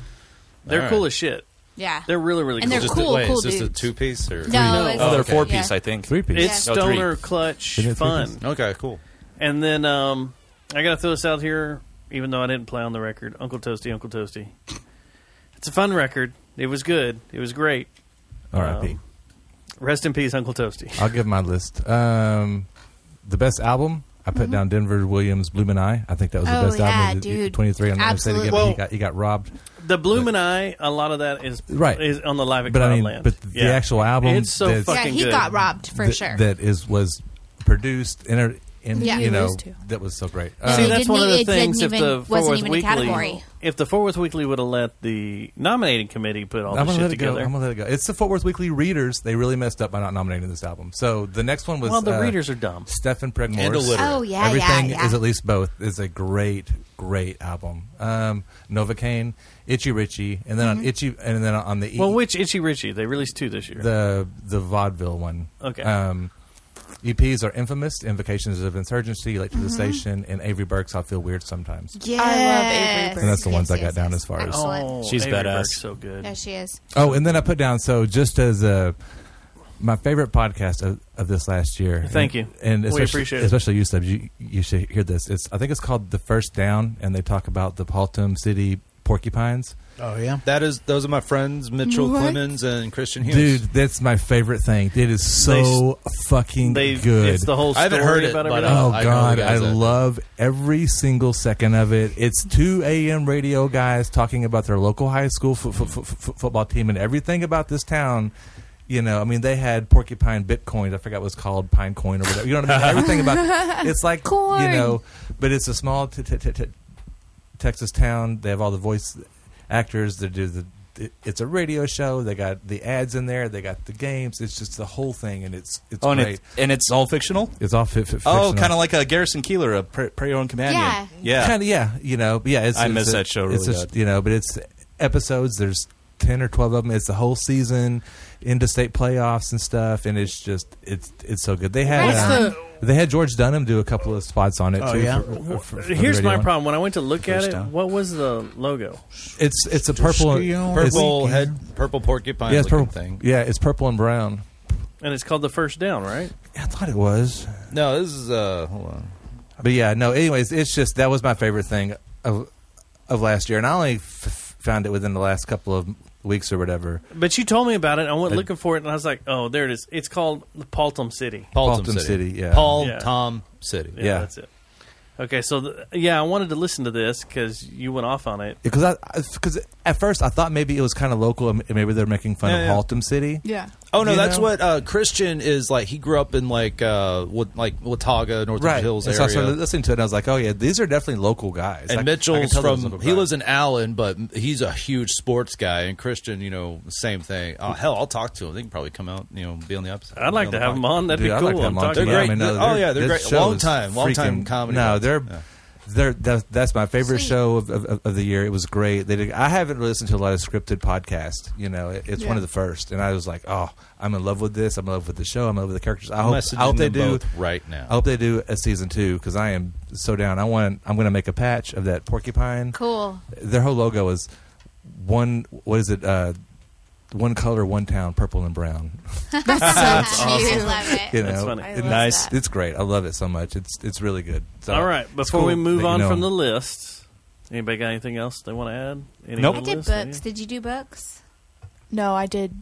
Speaker 6: They're
Speaker 10: All
Speaker 6: cool
Speaker 10: right.
Speaker 6: as shit.
Speaker 12: Yeah.
Speaker 6: they're really really
Speaker 12: And
Speaker 6: cool.
Speaker 12: they're Just a- cool, wait, cool
Speaker 10: Is this a
Speaker 12: dudes.
Speaker 10: two piece or
Speaker 12: No, it's-
Speaker 15: Oh, they're
Speaker 10: okay.
Speaker 15: four piece,
Speaker 12: Yeah.
Speaker 15: I think.
Speaker 11: Three piece.
Speaker 6: It's
Speaker 15: No, three.
Speaker 6: stoner clutch
Speaker 11: Isn't it three
Speaker 6: fun.
Speaker 10: Oh, Okay, cool.
Speaker 6: And then um, I got to throw this out here, even though I didn't play on the record. Uncle Toasty, Uncle Toasty. It's a fun record. It was good. It was great.
Speaker 11: R.I.P..
Speaker 6: Um, rest in peace, Uncle Toasty.
Speaker 11: I'll give my list. Um, the best album I put down Denver Williams Bloomin' Eye. I think that was the
Speaker 12: Mm-hmm. Oh,
Speaker 11: best
Speaker 12: yeah,
Speaker 11: album.
Speaker 12: dude.
Speaker 11: Twenty three. I'm not gonna say it again. but
Speaker 6: Absolutely.
Speaker 11: he got he got robbed.
Speaker 6: The Bloomin' Eye. A lot of that is
Speaker 11: Right.
Speaker 6: is on the live at
Speaker 11: But I mean,
Speaker 6: Cloudland.
Speaker 11: but the actual album
Speaker 6: It's so
Speaker 11: that's-
Speaker 12: yeah,
Speaker 6: fucking
Speaker 12: he
Speaker 6: good.
Speaker 12: got robbed for
Speaker 11: that-
Speaker 12: sure.
Speaker 11: That is was produced and and
Speaker 12: Yeah.
Speaker 11: you
Speaker 12: You
Speaker 11: know
Speaker 12: used to.
Speaker 11: that was so great. Um,
Speaker 12: And
Speaker 6: Uh, See,
Speaker 12: it
Speaker 6: that's
Speaker 12: didn't
Speaker 6: one of the
Speaker 12: even- it
Speaker 6: things. If
Speaker 12: didn't
Speaker 6: the
Speaker 12: even-
Speaker 6: Fort
Speaker 12: wasn't
Speaker 6: Worth
Speaker 12: even a
Speaker 6: Weekly,
Speaker 12: category.
Speaker 6: if the Fort Worth Weekly would have let the nominating committee put all
Speaker 11: I'm
Speaker 6: the
Speaker 11: gonna
Speaker 6: shit
Speaker 11: let it go.
Speaker 6: together,
Speaker 11: I'm gonna let it go. It's the Fort Worth Weekly readers. They really messed up by not nominating this album. So the next one was
Speaker 6: Well, the
Speaker 11: uh,
Speaker 6: readers are dumb.
Speaker 11: Stefan Pregmore.
Speaker 10: And illiterate.
Speaker 12: Oh, yeah, yeah,
Speaker 11: everything
Speaker 12: yeah.
Speaker 11: is at least both. Is a great, great album. Um, Novocaine, Itchy Richie, and then on
Speaker 12: Mm-hmm.
Speaker 11: Itchy, and then on the E,
Speaker 6: well, which Itchy Richie? They released two this year.
Speaker 11: the the vaudeville one.
Speaker 6: Okay.
Speaker 11: Um, EPs are infamous, Invocations of Insurgency, Late to the Station, and Avery Burks. I feel weird sometimes.
Speaker 12: Mm-hmm. Yes.
Speaker 14: I love Avery Burke.
Speaker 11: And that's the ones I
Speaker 12: yes,
Speaker 11: got down
Speaker 12: yes.
Speaker 11: as far as.
Speaker 12: Excellent.
Speaker 15: She's
Speaker 6: Avery
Speaker 15: badass.
Speaker 6: Burke's so good.
Speaker 12: Yeah, she is.
Speaker 11: Oh, and then I put down so just as a my favorite podcast of, of this last year.
Speaker 6: Thank
Speaker 11: And-
Speaker 6: you.
Speaker 11: and
Speaker 6: We
Speaker 11: especially,
Speaker 6: appreciate it.
Speaker 11: especially you, Sub. You, you should hear this. It's I think it's called the First Down, and they talk about the Paltum City porcupines.
Speaker 5: Oh, yeah.
Speaker 10: That is those are my friends Mitchell
Speaker 14: What?
Speaker 10: Clemens and Christian Hughes.
Speaker 11: Dude, that's my favorite thing. It is so fucking
Speaker 6: they-
Speaker 11: good.
Speaker 6: it's the whole
Speaker 10: I haven't heard
Speaker 6: story
Speaker 10: it,
Speaker 6: about
Speaker 10: but uh,
Speaker 6: everything.
Speaker 10: I-
Speaker 11: Oh
Speaker 10: know the
Speaker 11: God, I
Speaker 10: guys that-
Speaker 11: love every single second of it. It's two a.m. radio guys talking about their local high school fo- fo- fo- fo- football team and everything about this town. You know, I mean, they had porcupine bitcoins. I forgot what it's called, pine coin or whatever. You know what I mean? Everything about it's like
Speaker 14: Corn.
Speaker 11: you know, but it's a small t- t- t- t- Texas town. They have all the voice actors. They do the. it- It's a radio show. They got the ads in there. They got the games. It's just the whole thing, and it's it's
Speaker 15: Oh, and,
Speaker 11: great.
Speaker 15: it's, and it's all fictional.
Speaker 11: It's all fi- fi-
Speaker 15: Oh,
Speaker 11: fictional.
Speaker 15: kind of like a Garrison Keeler, a Pray, Pray Your Own Companion.
Speaker 12: Yeah.
Speaker 15: yeah.
Speaker 11: kind of yeah you know but yeah it's,
Speaker 15: I
Speaker 11: it's
Speaker 15: miss
Speaker 11: a-
Speaker 15: that show
Speaker 11: it's
Speaker 15: really
Speaker 11: a-
Speaker 15: bad.
Speaker 11: you know but it's episodes there's 10 or 12 of them it's the whole season into state playoffs and stuff and it's just it's it's so good they had
Speaker 12: What's
Speaker 11: um, they had George Dunham do a couple of spots on it
Speaker 5: Oh,
Speaker 11: too
Speaker 5: yeah?
Speaker 11: for- for- for- for the
Speaker 6: Here's
Speaker 11: radio
Speaker 6: my
Speaker 11: one.
Speaker 6: problem. When I went to look at
Speaker 15: First
Speaker 6: it,
Speaker 15: down.
Speaker 6: what was the logo?
Speaker 11: it's it's a purple it's-
Speaker 10: purple head, purple porcupine
Speaker 11: yeah it's
Speaker 10: looking
Speaker 11: purple
Speaker 10: thing.
Speaker 11: yeah it's purple and brown
Speaker 6: And it's called the first down, right?
Speaker 11: I thought it was
Speaker 10: No, this is uh, hold on.
Speaker 11: But yeah, no. Anyways, it's just that was my favorite thing of of last year, and I only f- found it within the last couple of weeks or whatever.
Speaker 6: But you told me about it. I went
Speaker 11: I-
Speaker 6: looking for it, and I was like, "Oh, there it is. It's called the Paltom City."
Speaker 10: Paulton
Speaker 11: Paulton City, yeah.
Speaker 10: Paul
Speaker 6: Yeah.
Speaker 10: Tom City.
Speaker 6: Yeah,
Speaker 11: Yeah.
Speaker 6: that's it. Okay, so th yeah, I wanted to listen to this because you went off on it.
Speaker 11: Because I because at first I thought maybe it was kind of local. and Maybe they're making fun
Speaker 10: Yeah, yeah.
Speaker 11: of Haltom City.
Speaker 14: Yeah.
Speaker 10: Oh no,
Speaker 11: You
Speaker 10: that's
Speaker 11: know?
Speaker 10: what uh, Christian is like. He grew up in like uh, what, like Watauga, North
Speaker 11: right.
Speaker 10: Hills
Speaker 11: and
Speaker 10: area.
Speaker 11: so I started listening to it, and I was like, oh yeah, these are definitely local guys. I-
Speaker 10: and
Speaker 11: I can
Speaker 10: Mitchell's
Speaker 11: tell those
Speaker 10: from
Speaker 11: local
Speaker 10: he lives in Allen, but he's a huge sports guy. And Christian, you know, same thing. Oh hell, I'll talk to him. They can probably come out, you know, be on the episode.
Speaker 6: I'd like
Speaker 10: Be
Speaker 6: to
Speaker 10: the
Speaker 6: have
Speaker 10: podcast.
Speaker 6: them on. That'd be
Speaker 10: Dude, I'd
Speaker 6: cool.
Speaker 10: like to have
Speaker 6: I'm
Speaker 10: them on,
Speaker 6: talking
Speaker 10: too.
Speaker 6: about
Speaker 10: They're great.
Speaker 11: No,
Speaker 10: Oh, yeah, they're
Speaker 11: this
Speaker 10: great.
Speaker 11: show
Speaker 10: Long
Speaker 11: is
Speaker 10: time, long time comedy
Speaker 11: No,
Speaker 10: guys.
Speaker 11: they're they're that, that's my favorite
Speaker 10: Sweet.
Speaker 11: show of, of, of the year. It was great. They did, I haven't listened to a lot of scripted podcasts. You know, it, it's one
Speaker 10: Yeah.
Speaker 11: of the first, and I was like, oh, I'm in love with this. I'm in love with the show. I'm in love with the characters. I hope, I
Speaker 10: Messaging
Speaker 11: hope they
Speaker 10: them
Speaker 11: do
Speaker 10: both right now.
Speaker 11: I hope they do a season two because I am so down. I want. I'm going to make a patch of that porcupine.
Speaker 12: Cool.
Speaker 11: Their whole logo is one. What is it? Uh, one color, one town, purple and brown.
Speaker 6: That's so That's cute. awesome. I love it.
Speaker 11: You know,
Speaker 6: That's funny. I
Speaker 11: it-
Speaker 6: love Nice. that.
Speaker 11: It's great. I love it so much. It's it's really good. So,
Speaker 6: All right,
Speaker 11: it's
Speaker 6: before
Speaker 11: cool
Speaker 6: we move
Speaker 11: that you
Speaker 6: on
Speaker 11: know
Speaker 6: from
Speaker 11: them.
Speaker 6: the list, anybody got anything else they want to add? Any
Speaker 11: Nope.
Speaker 6: other
Speaker 12: I did
Speaker 6: list?
Speaker 12: books. Did you do books?
Speaker 14: No, I did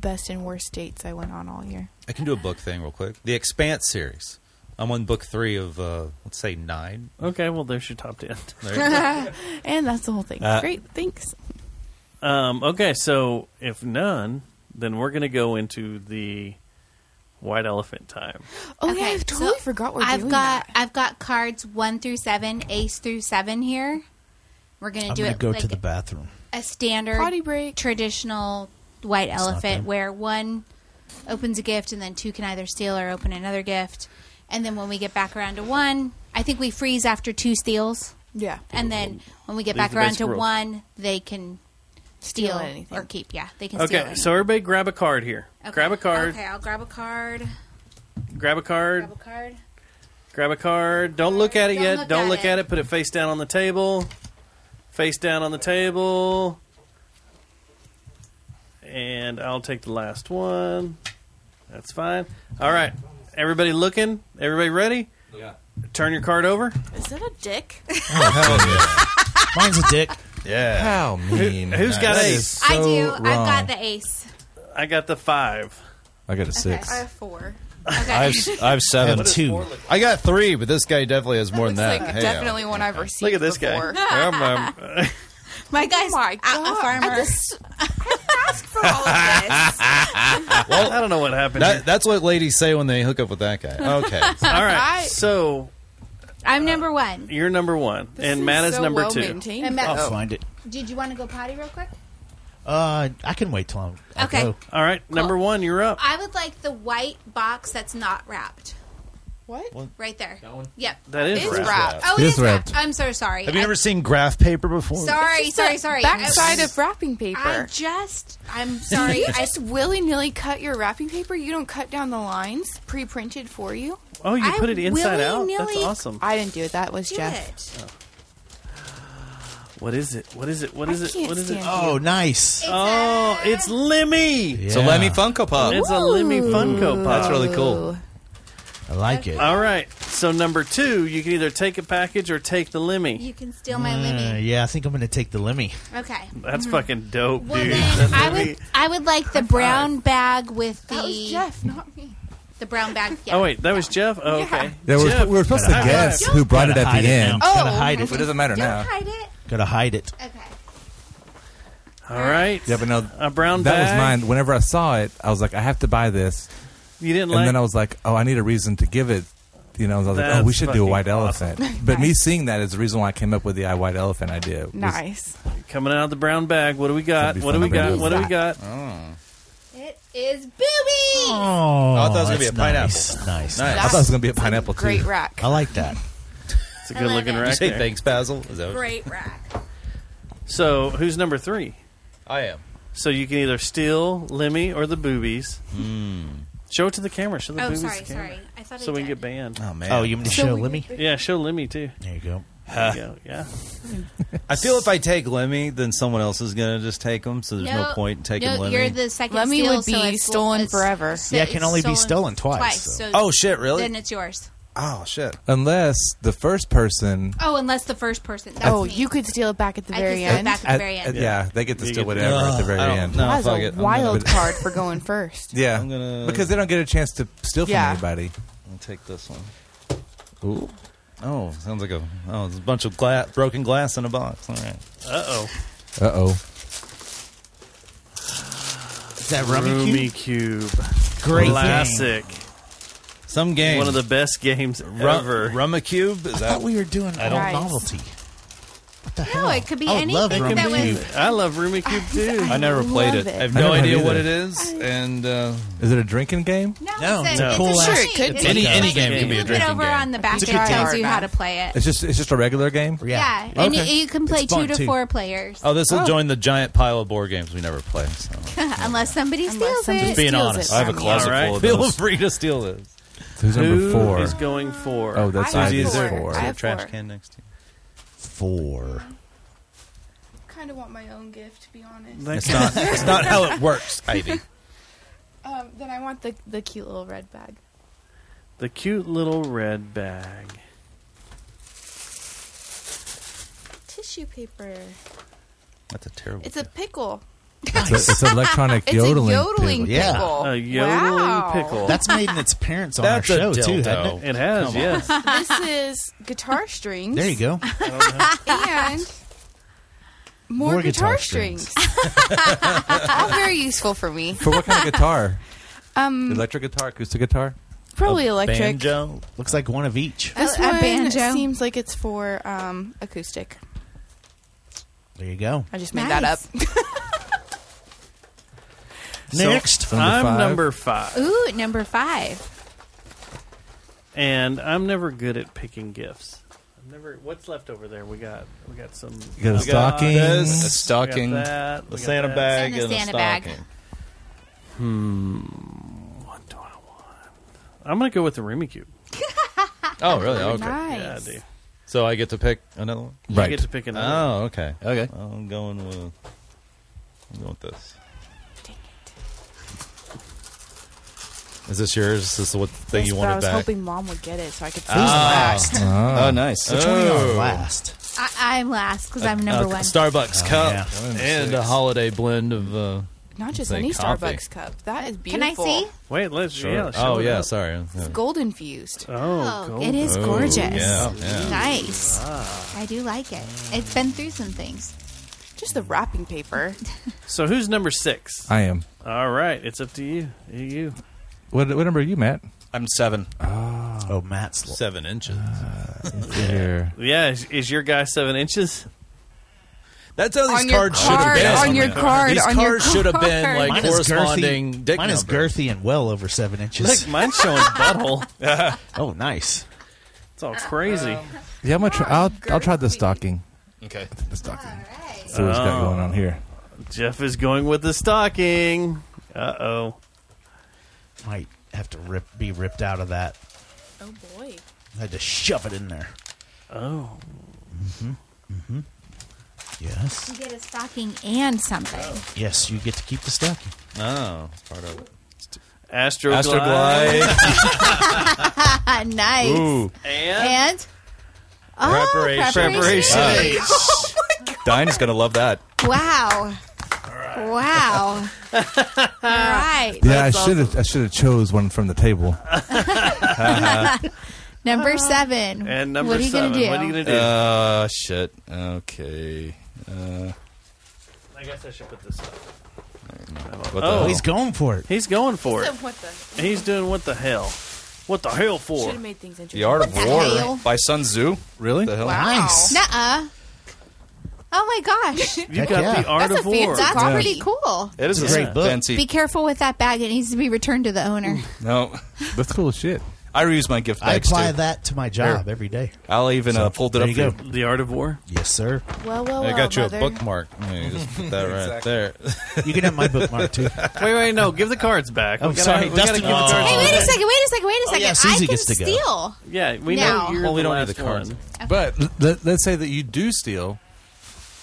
Speaker 14: best and worst dates I went on all year.
Speaker 10: I can do a book thing real quick. The Expanse series. I'm on book three of uh, let's say nine.
Speaker 6: Okay, well there's your top ten.
Speaker 14: and that's the whole thing.
Speaker 6: Uh,
Speaker 14: Great, thanks.
Speaker 6: Um, okay, so if none, then we're going to go into the white elephant time.
Speaker 14: Oh yeah, I totally forgot we're
Speaker 12: I've
Speaker 14: doing
Speaker 12: got I've got cards one through seven, ace through seven here. We're gonna
Speaker 5: I'm
Speaker 12: do
Speaker 5: gonna
Speaker 12: it
Speaker 5: go
Speaker 12: like
Speaker 5: to the bathroom.
Speaker 12: a standard traditional white
Speaker 5: It's not
Speaker 12: elephant
Speaker 5: bad.
Speaker 12: where one opens a gift and then two can either steal or open another gift. And then when we get back around to one, I think we freeze after two steals.
Speaker 14: Yeah.
Speaker 12: And then when we get
Speaker 6: Leave
Speaker 12: back
Speaker 6: the
Speaker 12: around
Speaker 6: basic
Speaker 12: to
Speaker 6: rule.
Speaker 12: one, they can steal,
Speaker 14: Steal anything.
Speaker 12: or keep. Yeah, they can steal.
Speaker 6: Okay,
Speaker 12: anything.
Speaker 6: so everybody grab a card here.
Speaker 12: Okay.
Speaker 6: Grab a card.
Speaker 12: Okay, I'll grab a card.
Speaker 6: Grab a card.
Speaker 12: Grab a card.
Speaker 6: Grab a card. Don't look at it
Speaker 12: Don't
Speaker 6: yet.
Speaker 12: look
Speaker 6: Don't
Speaker 12: at
Speaker 6: look at it. Put it face down on the table. Face down on the table. And I'll take the last one. That's fine. All right. Everybody looking? Everybody ready?
Speaker 11: Yeah.
Speaker 6: Turn your card over.
Speaker 14: Is that a dick?
Speaker 10: Oh,
Speaker 5: Mine's a dick.
Speaker 10: Yeah.
Speaker 11: How mean?
Speaker 6: Who, has got
Speaker 11: That
Speaker 6: ace?
Speaker 11: is so
Speaker 12: I do.
Speaker 11: Wrong.
Speaker 12: I've got the ace.
Speaker 6: I got the five.
Speaker 11: I got a
Speaker 12: Okay, I have four. Okay.
Speaker 10: I've I've seven
Speaker 6: What does four look
Speaker 10: I got three, but this guy definitely has more than that.
Speaker 14: like
Speaker 10: Hey,
Speaker 14: definitely one I've received.
Speaker 10: Look at this guy.
Speaker 14: before.
Speaker 10: I'm, um,
Speaker 12: My guy's
Speaker 14: Oh my
Speaker 12: a farmer.
Speaker 14: I just-
Speaker 10: well,
Speaker 6: I don't know what happened.
Speaker 10: Oh, That, that's what ladies say when they hook up with that guy. Okay.
Speaker 6: All right.
Speaker 12: I-
Speaker 6: So
Speaker 12: I'm number one.
Speaker 6: you're number one, and Matt is, number two.
Speaker 12: And Matt-
Speaker 5: I'll find it.
Speaker 12: Did you want to go potty real quick?
Speaker 5: Uh, I can wait till I'm. I
Speaker 12: Okay.
Speaker 5: go.
Speaker 6: All right, number one, you're up.
Speaker 12: I would like the white box that's not wrapped.
Speaker 14: What?
Speaker 12: Right there. That one? Yep.
Speaker 6: That is
Speaker 10: It's
Speaker 6: wrapped.
Speaker 10: wrapped.
Speaker 12: Oh,
Speaker 10: It
Speaker 12: it
Speaker 10: is
Speaker 12: is wrapped.
Speaker 10: wrapped.
Speaker 12: I'm so sorry.
Speaker 10: Have you
Speaker 12: I-
Speaker 10: ever seen graph paper before?
Speaker 12: Sorry,
Speaker 14: It's
Speaker 12: sorry,
Speaker 14: the
Speaker 12: sorry.
Speaker 14: Backside
Speaker 12: I-
Speaker 14: of wrapping paper.
Speaker 12: I just.
Speaker 14: Sorry,
Speaker 12: I'm sorry.
Speaker 14: you
Speaker 12: I
Speaker 14: just willy nilly cut your wrapping paper. You don't cut down the lines pre printed for you.
Speaker 6: Oh, you
Speaker 14: I
Speaker 6: put it inside out. That's
Speaker 14: willy-nilly-
Speaker 6: awesome.
Speaker 14: I didn't do it. That was Jeff.
Speaker 6: What is it? What is it? What is
Speaker 14: I
Speaker 6: it?
Speaker 14: can't
Speaker 6: What is it?
Speaker 14: stand
Speaker 5: Oh, nice.
Speaker 6: Oh, it's Lemmy.
Speaker 5: It's a Lemmy
Speaker 15: Funko
Speaker 5: Pop.
Speaker 6: It's a Lemmy
Speaker 5: Ooh.
Speaker 6: Funko Pop.
Speaker 5: That's really cool. I like it.
Speaker 6: All right. So number two, you can either take a package or take the Lemmy.
Speaker 12: you can steal my lemmy.
Speaker 5: Uh, yeah, I think I'm going to take the Lemmy.
Speaker 12: Okay. Mm.
Speaker 6: That's fucking dope,
Speaker 12: Well,
Speaker 6: dude.
Speaker 12: then
Speaker 6: That
Speaker 12: I
Speaker 6: Lemmy-
Speaker 12: would. I would like the brown bag with the.
Speaker 14: Jeff, not me.
Speaker 12: The brown bag. Yeah.
Speaker 6: Oh wait, that was Jeff. Oh, okay.
Speaker 11: Yeah, we're,
Speaker 6: Jeff.
Speaker 11: we were supposed to
Speaker 6: High
Speaker 11: guess
Speaker 6: five.
Speaker 11: who brought it at
Speaker 5: hide
Speaker 11: the
Speaker 5: it
Speaker 11: end.
Speaker 5: now. Gotta Oh. hide it.
Speaker 11: It doesn't matter
Speaker 5: Don't
Speaker 11: now.
Speaker 12: Hide it.
Speaker 5: Got to hide it.
Speaker 6: All right.
Speaker 11: Yeah, but no,
Speaker 6: a brown
Speaker 11: that
Speaker 6: bag.
Speaker 11: was mine. Whenever I saw it, I was like, I have to buy this.
Speaker 6: You didn't
Speaker 11: and
Speaker 6: like-
Speaker 11: then I was like, oh, I need a reason to give it. You know, I was like, oh,
Speaker 6: That's
Speaker 11: we should do a
Speaker 6: fucking
Speaker 11: white
Speaker 6: awesome.
Speaker 11: elephant. But me seeing that is the reason why I came up with the I white elephant idea. was-
Speaker 14: Nice.
Speaker 6: Coming out of the brown bag. What do we got?
Speaker 11: That'd be
Speaker 6: What do
Speaker 11: fun
Speaker 6: we
Speaker 11: to
Speaker 6: got?
Speaker 11: do.
Speaker 6: What do we got?
Speaker 11: Oh.
Speaker 12: It is boobies.
Speaker 5: Oh,
Speaker 11: I thought it was gonna be
Speaker 5: that's
Speaker 11: a pineapple.
Speaker 5: Nice. nice.
Speaker 11: I thought it was going to be a pineapple
Speaker 14: Great
Speaker 11: too.
Speaker 14: rack.
Speaker 5: I like that.
Speaker 6: It's a
Speaker 12: I
Speaker 6: good
Speaker 12: love
Speaker 6: looking
Speaker 12: it.
Speaker 6: rack.
Speaker 10: Say
Speaker 6: there.
Speaker 10: thanks, Basil. Is that what-
Speaker 12: Great rack.
Speaker 6: So who's number three?
Speaker 10: I am.
Speaker 6: So you can either steal Lemmy or the boobies.
Speaker 10: Hmm.
Speaker 6: Show it to the camera. Show the
Speaker 12: Oh,
Speaker 6: boobies. to
Speaker 12: sorry,
Speaker 6: the camera.
Speaker 12: sorry. I thought I
Speaker 6: so we can get banned.
Speaker 10: Oh man.
Speaker 5: Oh, you mean to show Lemmy?
Speaker 6: Yeah, show Lemmy too.
Speaker 5: There you go.
Speaker 6: There you go. Yeah.
Speaker 10: I feel if I take Lemmy, then someone else is gonna just take him. So there's no, point in taking
Speaker 12: no,
Speaker 10: Lemmy.
Speaker 12: You're the second
Speaker 14: Lemmy
Speaker 12: steal,
Speaker 14: would be
Speaker 12: so it's-
Speaker 14: stolen
Speaker 12: it's-
Speaker 14: forever.
Speaker 12: it's-
Speaker 5: Yeah, it can only be stolen twice,
Speaker 12: so-
Speaker 10: Oh, shit, really?
Speaker 12: Then it's yours.
Speaker 10: oh shit.
Speaker 11: Unless the first person.
Speaker 12: Oh, unless the first person. That
Speaker 14: Oh,
Speaker 12: was me.
Speaker 14: you could steal it back at the
Speaker 12: I could
Speaker 14: very
Speaker 12: steal it
Speaker 14: end.
Speaker 12: back at the
Speaker 11: at-
Speaker 12: very
Speaker 11: at-
Speaker 12: end.
Speaker 11: yeah, they get to
Speaker 10: You
Speaker 11: steal
Speaker 10: get-
Speaker 11: whatever at the very
Speaker 10: Ugh, I don't-
Speaker 11: end.
Speaker 10: Oh, no,
Speaker 14: That's
Speaker 10: fuck
Speaker 14: a
Speaker 10: it. I'm
Speaker 14: wild
Speaker 10: gonna-
Speaker 14: card for going first.
Speaker 11: Yeah,
Speaker 10: I'm gonna-
Speaker 11: because they don't get a chance to steal from
Speaker 14: Yeah.
Speaker 11: anybody.
Speaker 10: I'll take this one.
Speaker 11: Ooh.
Speaker 10: Oh, sounds like a oh, there's a bunch of gla- broken glass in a box. All right.
Speaker 6: Uh oh.
Speaker 11: Uh oh.
Speaker 5: Is that Rummy Cube?
Speaker 6: Cube.
Speaker 5: Great
Speaker 6: Classic.
Speaker 10: Some game.
Speaker 6: One of the best games ever.
Speaker 10: Rummy Cube? Is
Speaker 5: I thought we were doing
Speaker 6: I
Speaker 5: a
Speaker 6: don't-
Speaker 5: novelty. What the hell?
Speaker 12: No, it could be
Speaker 5: I would
Speaker 12: anything
Speaker 5: love Rummy
Speaker 12: that was.
Speaker 5: Cube.
Speaker 6: I love Rumi Cube too.
Speaker 10: I never played
Speaker 12: love
Speaker 10: it.
Speaker 12: it.
Speaker 10: I have
Speaker 11: I
Speaker 10: no
Speaker 11: never
Speaker 10: idea
Speaker 11: have
Speaker 10: what it
Speaker 11: either.
Speaker 10: is. And uh,
Speaker 11: Is it a drinking game?
Speaker 12: No, it's a, it's a
Speaker 10: Sure,
Speaker 12: game.
Speaker 10: it could
Speaker 12: It's
Speaker 10: be. Any-
Speaker 12: like
Speaker 10: any
Speaker 12: if
Speaker 10: game
Speaker 12: you
Speaker 10: can be a
Speaker 12: flip
Speaker 10: drinking
Speaker 12: it over
Speaker 10: game.
Speaker 12: on the back,
Speaker 11: It's
Speaker 12: it
Speaker 11: a good
Speaker 12: tells
Speaker 11: game.
Speaker 12: you how to play it.
Speaker 11: It's just it's just a regular game.
Speaker 12: Yeah, and you, you can play
Speaker 10: It's
Speaker 12: two
Speaker 10: fun,
Speaker 12: to
Speaker 10: too.
Speaker 12: four players.
Speaker 10: oh, this will
Speaker 12: Oh.
Speaker 10: join the giant pile of board games we never play. So.
Speaker 12: unless somebody steals it.
Speaker 10: Just being honest,
Speaker 15: I have a closet
Speaker 10: All right.
Speaker 15: full of
Speaker 10: Feel
Speaker 15: those.
Speaker 10: free to steal this.
Speaker 11: Who's
Speaker 6: Who
Speaker 11: number four?
Speaker 6: is going for?
Speaker 11: Oh, that's
Speaker 6: I have
Speaker 11: Izzy is
Speaker 6: four.
Speaker 11: four.
Speaker 10: Is there a trash can next to you?
Speaker 5: Four.
Speaker 16: kind of want my own gift, to be honest.
Speaker 10: That's not- that's not how it works, Ivy.
Speaker 16: Um, then I want the the cute little red bag.
Speaker 6: The cute little red bag.
Speaker 16: Tissue paper.
Speaker 10: That's a terrible.
Speaker 16: It's a pickle.
Speaker 11: It's, a, it's an electronic
Speaker 16: It's a
Speaker 11: yodeling.
Speaker 16: yodeling
Speaker 11: pickle.
Speaker 5: Yeah.
Speaker 16: pickle.
Speaker 6: A yodeling
Speaker 16: Wow.
Speaker 6: pickle.
Speaker 5: That's made in its parents on
Speaker 6: That's
Speaker 5: our
Speaker 6: a
Speaker 5: show too,
Speaker 6: dildo.
Speaker 5: hasn't it?
Speaker 6: It has,
Speaker 5: Come on.
Speaker 6: yes.
Speaker 16: this is guitar strings.
Speaker 5: There you go.
Speaker 16: And more,
Speaker 5: More
Speaker 16: guitar,
Speaker 5: guitar
Speaker 16: strings. All very useful for me.
Speaker 11: For what kind of guitar?
Speaker 16: Um,
Speaker 11: electric guitar, acoustic guitar.
Speaker 16: probably electric.
Speaker 5: Banjo. Looks like one of each.
Speaker 16: This
Speaker 12: A- a
Speaker 16: one
Speaker 12: banjo.
Speaker 16: seems like it's for um, acoustic.
Speaker 5: There you go.
Speaker 16: I just made that up.
Speaker 6: So,
Speaker 5: Next.
Speaker 6: I'm
Speaker 5: Number
Speaker 6: number
Speaker 5: five.
Speaker 6: five,
Speaker 12: Ooh, number five.
Speaker 6: and I'm never good at picking gifts. I'm never. What's left over there? We got. We got some.
Speaker 11: You got a
Speaker 6: we got
Speaker 11: stocking.
Speaker 6: this,
Speaker 11: A
Speaker 6: we
Speaker 15: stocking.
Speaker 6: got that,
Speaker 10: A
Speaker 6: we got
Speaker 10: Santa
Speaker 6: that.
Speaker 10: bag
Speaker 12: Santa
Speaker 10: and a
Speaker 12: Santa bag.
Speaker 10: stocking.
Speaker 6: Hmm. What do I want? I'm gonna go with the Remy cube.
Speaker 10: Oh, really? Okay.
Speaker 6: Yeah, I do. You
Speaker 10: So I get to pick another one.
Speaker 6: get to pick another.
Speaker 10: Oh, okay.
Speaker 15: Okay.
Speaker 10: I'm going with. I'm going with this. Is this yours? Is this what thing
Speaker 14: Yes,
Speaker 10: you
Speaker 14: but
Speaker 10: wanted
Speaker 14: I was
Speaker 10: back?
Speaker 14: hoping mom would get it so I could.
Speaker 10: Ah.
Speaker 14: last?
Speaker 10: Oh, nice.
Speaker 5: Which one are
Speaker 10: Oh.
Speaker 5: you last?
Speaker 12: I, I'm last because I'm number
Speaker 10: A
Speaker 12: one.
Speaker 10: Starbucks
Speaker 5: Oh,
Speaker 10: cup
Speaker 5: yeah.
Speaker 10: and a holiday blend of. Uh,
Speaker 14: Not just
Speaker 10: say
Speaker 14: any
Speaker 10: coffee.
Speaker 14: Starbucks cup. That is
Speaker 12: Can I
Speaker 14: beautiful.
Speaker 12: see?
Speaker 6: Wait, let's.
Speaker 10: Sure.
Speaker 6: Yeah, let's
Speaker 10: oh
Speaker 6: show it
Speaker 10: yeah,
Speaker 6: up.
Speaker 10: sorry.
Speaker 14: It's gold infused.
Speaker 6: Oh,
Speaker 12: Oh, it is
Speaker 10: Oh,
Speaker 12: gorgeous.
Speaker 10: yeah, yeah.
Speaker 12: Nice.
Speaker 15: Ah.
Speaker 12: I do like it. It's been through some things.
Speaker 14: Just the wrapping paper.
Speaker 6: So who's number six?
Speaker 11: I am.
Speaker 6: All right, it's up to you. You. you.
Speaker 11: What, what number are you, Matt?
Speaker 15: I'm seven.
Speaker 5: Oh, Matt's l-
Speaker 10: Seven inches. Ah.
Speaker 11: Here.
Speaker 6: Yeah, is, is your guy seven inches?
Speaker 10: That's how these
Speaker 14: On your
Speaker 10: cards should have
Speaker 14: card,
Speaker 10: been.
Speaker 14: on your card,
Speaker 10: these
Speaker 14: on your
Speaker 10: cards should have been
Speaker 14: card.
Speaker 10: like
Speaker 5: Mine is
Speaker 10: corresponding
Speaker 5: girthy.
Speaker 10: dick
Speaker 5: Mine is
Speaker 10: numbers.
Speaker 5: girthy and well over seven inches.
Speaker 6: Look, mine's showing butthole.
Speaker 5: oh, nice.
Speaker 6: It's all crazy.
Speaker 11: Yeah, I'm gonna try. I'll, I'll try the stocking.
Speaker 15: Okay.
Speaker 11: The stocking. See what's got
Speaker 6: Oh.
Speaker 11: going on here.
Speaker 6: Jeff is going with the stocking. Uh oh.
Speaker 5: Might have to rip, be ripped out of that.
Speaker 14: Oh boy.
Speaker 5: I had to shove it in there. Mm-hmm.
Speaker 6: Oh.
Speaker 5: Yes.
Speaker 12: You get a stocking and something.
Speaker 5: Yes, you get to keep the stocking.
Speaker 10: Oh, it's part of it.
Speaker 6: Astroglide.
Speaker 15: Astroglide.
Speaker 12: nice.
Speaker 6: And
Speaker 12: And oh,
Speaker 15: Preparation. Ah.
Speaker 12: preparation.
Speaker 15: Preparation. Dine's gonna love that.
Speaker 12: Wow. Wow. All right.
Speaker 11: Yeah, I should have. I should have chose one from the table.
Speaker 12: Number seven.
Speaker 6: and number
Speaker 12: what are you
Speaker 6: seven.
Speaker 12: gonna do?
Speaker 6: What are you gonna do?
Speaker 15: Uh, shit. Okay. Uh,
Speaker 6: I guess I should put this up.
Speaker 15: what the
Speaker 6: Oh.
Speaker 15: hell?
Speaker 5: He's going for it.
Speaker 6: He's going for it.
Speaker 14: What the?
Speaker 6: And He's doing what the hell? What the hell for?
Speaker 14: Should have made things interesting.
Speaker 15: The Art of
Speaker 12: What the
Speaker 15: War
Speaker 12: hell?
Speaker 15: by Sun Tzu.
Speaker 11: Really?
Speaker 15: The hell?
Speaker 5: Nice.
Speaker 12: Nuh-uh. Oh my gosh.
Speaker 6: You
Speaker 5: Heck
Speaker 6: got
Speaker 5: yeah.
Speaker 6: the art
Speaker 14: That's
Speaker 6: of
Speaker 14: a
Speaker 6: war.
Speaker 14: fancy
Speaker 12: That's
Speaker 14: Coffee.
Speaker 12: pretty cool.
Speaker 15: It is a
Speaker 5: It's a great book.
Speaker 15: fancy.
Speaker 12: Be careful with that bag. It needs to be returned to the owner.
Speaker 15: no,
Speaker 11: That's cool as shit.
Speaker 15: I reuse my gift
Speaker 5: I
Speaker 15: bags
Speaker 5: apply
Speaker 15: too.
Speaker 5: that to my job every day.
Speaker 15: I'll even
Speaker 5: So,
Speaker 15: uh, pulled it up.
Speaker 5: there you
Speaker 15: for
Speaker 5: go.
Speaker 6: The art of war.
Speaker 5: Yes, sir.
Speaker 14: Well, well, well.
Speaker 10: I got you
Speaker 14: mother.
Speaker 10: a bookmark. Let me just put that right there.
Speaker 5: You can have my bookmark too.
Speaker 6: Wait, wait, no. Give the cards back.
Speaker 5: I'm
Speaker 6: We gotta-
Speaker 5: sorry,
Speaker 6: we gotta
Speaker 5: Dustin
Speaker 6: give the
Speaker 5: wants
Speaker 6: cards
Speaker 12: Hey, wait
Speaker 6: back.
Speaker 12: a second, wait a second, wait a second.
Speaker 5: Oh. yeah, Susie
Speaker 12: I can
Speaker 5: gets to go.
Speaker 12: steal.
Speaker 6: Yeah, we
Speaker 12: Now.
Speaker 6: know you're
Speaker 10: Well, we
Speaker 6: the
Speaker 10: don't need
Speaker 6: last
Speaker 10: the cards.
Speaker 6: one.
Speaker 11: But let, let's say that you do steal.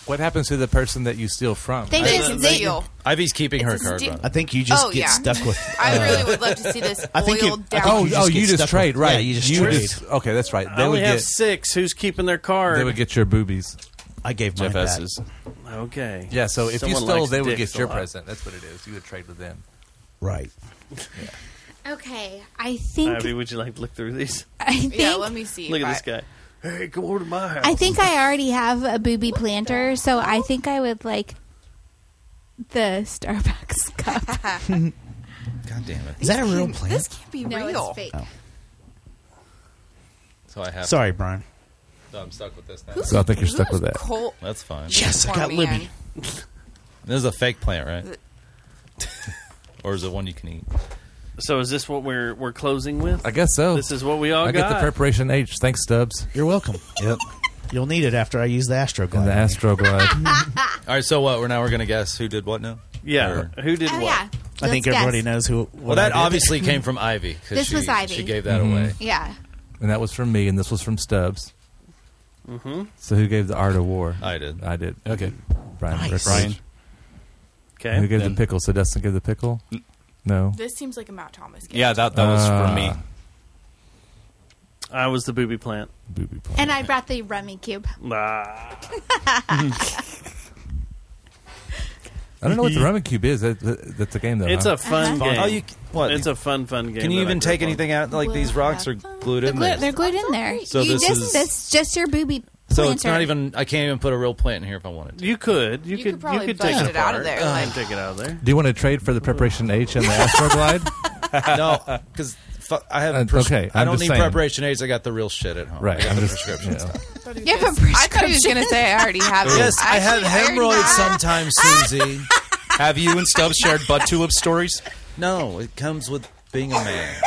Speaker 11: What happens to the person that you steal from?
Speaker 12: They just
Speaker 14: It's a
Speaker 12: they,
Speaker 14: deal.
Speaker 10: Ivy's keeping her
Speaker 14: It's a
Speaker 10: card.
Speaker 14: steal.
Speaker 10: by the way.
Speaker 5: I think you just
Speaker 14: Oh,
Speaker 5: get
Speaker 14: yeah.
Speaker 5: stuck with.
Speaker 14: I
Speaker 5: uh,
Speaker 14: really would love to see this
Speaker 5: I think you-
Speaker 14: oiled
Speaker 5: I
Speaker 14: down.
Speaker 5: think
Speaker 11: oh,
Speaker 5: you
Speaker 11: oh,
Speaker 5: just get
Speaker 11: you
Speaker 5: stuck
Speaker 11: just
Speaker 5: with-
Speaker 11: trade, right?
Speaker 5: yeah, you just trade.
Speaker 11: okay, that's right.
Speaker 6: I
Speaker 11: They
Speaker 6: only
Speaker 11: would
Speaker 6: have
Speaker 11: get.
Speaker 6: six. Who's keeping their card?
Speaker 11: They would get your boobies.
Speaker 5: I gave mine
Speaker 15: Jeff
Speaker 5: back.
Speaker 15: S's.
Speaker 6: Okay.
Speaker 11: Yeah. So if
Speaker 6: Someone
Speaker 11: you stole,
Speaker 6: likes
Speaker 11: they would
Speaker 6: dicks
Speaker 11: get your
Speaker 6: a lot.
Speaker 11: present. That's what it is. You would trade with them.
Speaker 5: Right.
Speaker 12: Okay. I think
Speaker 6: Abby, would you like to look through these?
Speaker 12: I think
Speaker 14: Yeah, let me see.
Speaker 6: Look
Speaker 14: if
Speaker 6: at
Speaker 14: I-
Speaker 6: this guy. Hey, come over to my house.
Speaker 12: I think I already have a booby planter, so I think I would like the Starbucks cup.
Speaker 10: God damn it.
Speaker 5: Is that a real plant?
Speaker 12: This can't be no,
Speaker 16: real.
Speaker 12: It's fake.
Speaker 10: So I have.
Speaker 5: Sorry, Brian.
Speaker 10: So I'm stuck with this now.
Speaker 11: Who's- So I think you're stuck with who's that.
Speaker 16: Col-
Speaker 10: That's fine.
Speaker 5: Oh. Yes, I got
Speaker 16: Poor
Speaker 5: Libby.
Speaker 10: This is a fake plant, right? or is it one you can eat?
Speaker 6: So is this what we're we're closing with?
Speaker 11: I guess so.
Speaker 6: This is what we all
Speaker 11: I
Speaker 6: got.
Speaker 11: get the preparation H. Thanks, Stubbs.
Speaker 5: You're welcome.
Speaker 11: Yep.
Speaker 5: You'll need it after I use the Astro Glide.
Speaker 11: The Astroglide.
Speaker 10: All right, so what? We're now we're gonna guess who did what now?
Speaker 6: Yeah, who did
Speaker 12: Oh, yeah.
Speaker 5: I think
Speaker 12: Let's
Speaker 5: everybody
Speaker 12: guess.
Speaker 5: knows who. What
Speaker 10: Well, that
Speaker 5: I did.
Speaker 10: obviously came from Ivy. 'cause
Speaker 12: This
Speaker 10: she,
Speaker 12: was Ivy.
Speaker 10: She gave that
Speaker 11: Mhm.
Speaker 10: away.
Speaker 12: Yeah.
Speaker 11: And that was from me, and this was from Stubbs.
Speaker 6: Mm-hmm.
Speaker 11: So who gave the Art of War?
Speaker 10: I did.
Speaker 11: I did.
Speaker 15: Okay.
Speaker 11: Brian.
Speaker 5: Nice.
Speaker 11: Rickles.
Speaker 15: Brian.
Speaker 6: Okay.
Speaker 11: Who gave
Speaker 15: Then-
Speaker 11: the pickle? So Dustin gave the pickle? No.
Speaker 14: This seems like a Mount Thomas game.
Speaker 15: Yeah, that that was
Speaker 11: Ah.
Speaker 15: from me.
Speaker 6: I was the booby plant.
Speaker 11: Booby plant.
Speaker 12: And I brought the rummy cube.
Speaker 11: I don't know what the Roman Cube is. That, that- that's a game, though.
Speaker 6: it's
Speaker 11: huh?
Speaker 6: a fun game.
Speaker 10: Oh, you- what?
Speaker 6: It's a fun, fun game.
Speaker 10: Can you
Speaker 6: that I
Speaker 10: even take
Speaker 6: grew up on.
Speaker 10: anything out? Like these rocks are glued
Speaker 12: They're
Speaker 10: in
Speaker 12: glued,
Speaker 10: there.
Speaker 12: they're glued in there.
Speaker 10: So
Speaker 12: you
Speaker 10: this
Speaker 12: just,
Speaker 10: is-
Speaker 12: that's just your booby planter.
Speaker 10: So it's not even. I can't even put a real plant in here if I wanted to.
Speaker 6: You could. You,
Speaker 16: You
Speaker 6: could.
Speaker 16: could probably
Speaker 6: you could
Speaker 16: bust
Speaker 6: take it,
Speaker 16: it out of
Speaker 6: apart.
Speaker 16: there,
Speaker 6: You
Speaker 16: like-
Speaker 6: can take it out of there.
Speaker 11: Do you want to trade for the preparation H and the Astroglide?
Speaker 10: no, because I have.
Speaker 11: Uh,
Speaker 10: pres-
Speaker 11: okay,
Speaker 10: I
Speaker 11: I'm
Speaker 10: don't
Speaker 11: just
Speaker 10: need
Speaker 11: saying.
Speaker 10: preparation aids. I got the real shit at home.
Speaker 11: Right,
Speaker 10: I got
Speaker 11: I'm
Speaker 10: the
Speaker 11: just-
Speaker 10: prescription
Speaker 11: yeah.
Speaker 10: stuff.
Speaker 12: You have a
Speaker 16: I thought he was
Speaker 12: prescription.
Speaker 16: going to say I already have it.
Speaker 10: Yes, I have
Speaker 16: Actually, already
Speaker 10: hemorrhoids
Speaker 16: have-
Speaker 10: sometimes, Susie.
Speaker 15: Have you and Stubbs shared butt tulip stories?
Speaker 10: no, it comes with being a man.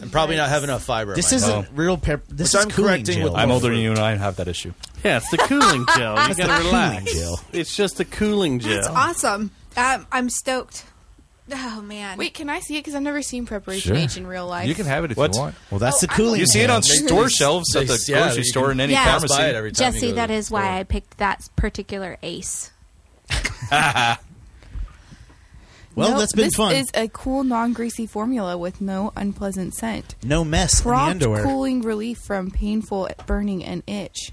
Speaker 10: I'm probably not having enough fiber. in
Speaker 5: This
Speaker 10: my
Speaker 5: isn't
Speaker 10: diet.
Speaker 5: real pep. This
Speaker 10: Which
Speaker 5: is
Speaker 10: I'm
Speaker 5: cooling
Speaker 10: correcting
Speaker 5: gel.
Speaker 10: with-
Speaker 15: Oh. I'm older than you, and I have that issue.
Speaker 6: Yeah, it's the cooling gel. You
Speaker 5: It's
Speaker 6: gotta
Speaker 5: the
Speaker 6: relax.
Speaker 5: cooling gel.
Speaker 6: It's just the cooling
Speaker 12: That's
Speaker 6: gel.
Speaker 12: awesome. Um, I'm stoked. Oh, man.
Speaker 16: Wait, can I see it? Because I've never seen Preparation
Speaker 11: Sure.
Speaker 16: H in real life.
Speaker 11: You can have it if
Speaker 15: What?
Speaker 11: you want.
Speaker 5: Well, that's the cooling.
Speaker 15: You see it
Speaker 5: gel.
Speaker 15: on store shelves at
Speaker 10: They-
Speaker 15: the
Speaker 10: yeah,
Speaker 15: grocery
Speaker 10: you
Speaker 15: store
Speaker 10: can
Speaker 15: and any
Speaker 12: Yeah. pass
Speaker 15: pharmacy.
Speaker 10: by it every time you go
Speaker 12: Jesse,
Speaker 10: to
Speaker 12: that
Speaker 10: the
Speaker 12: is
Speaker 10: store.
Speaker 12: why I picked that particular ace.
Speaker 5: Well,
Speaker 14: Nope,
Speaker 5: that's been
Speaker 14: this
Speaker 5: fun.
Speaker 14: is a cool, non-greasy formula with no unpleasant scent.
Speaker 5: no mess in the
Speaker 14: Prompt
Speaker 5: underwear.
Speaker 14: cooling relief from painful burning and itch.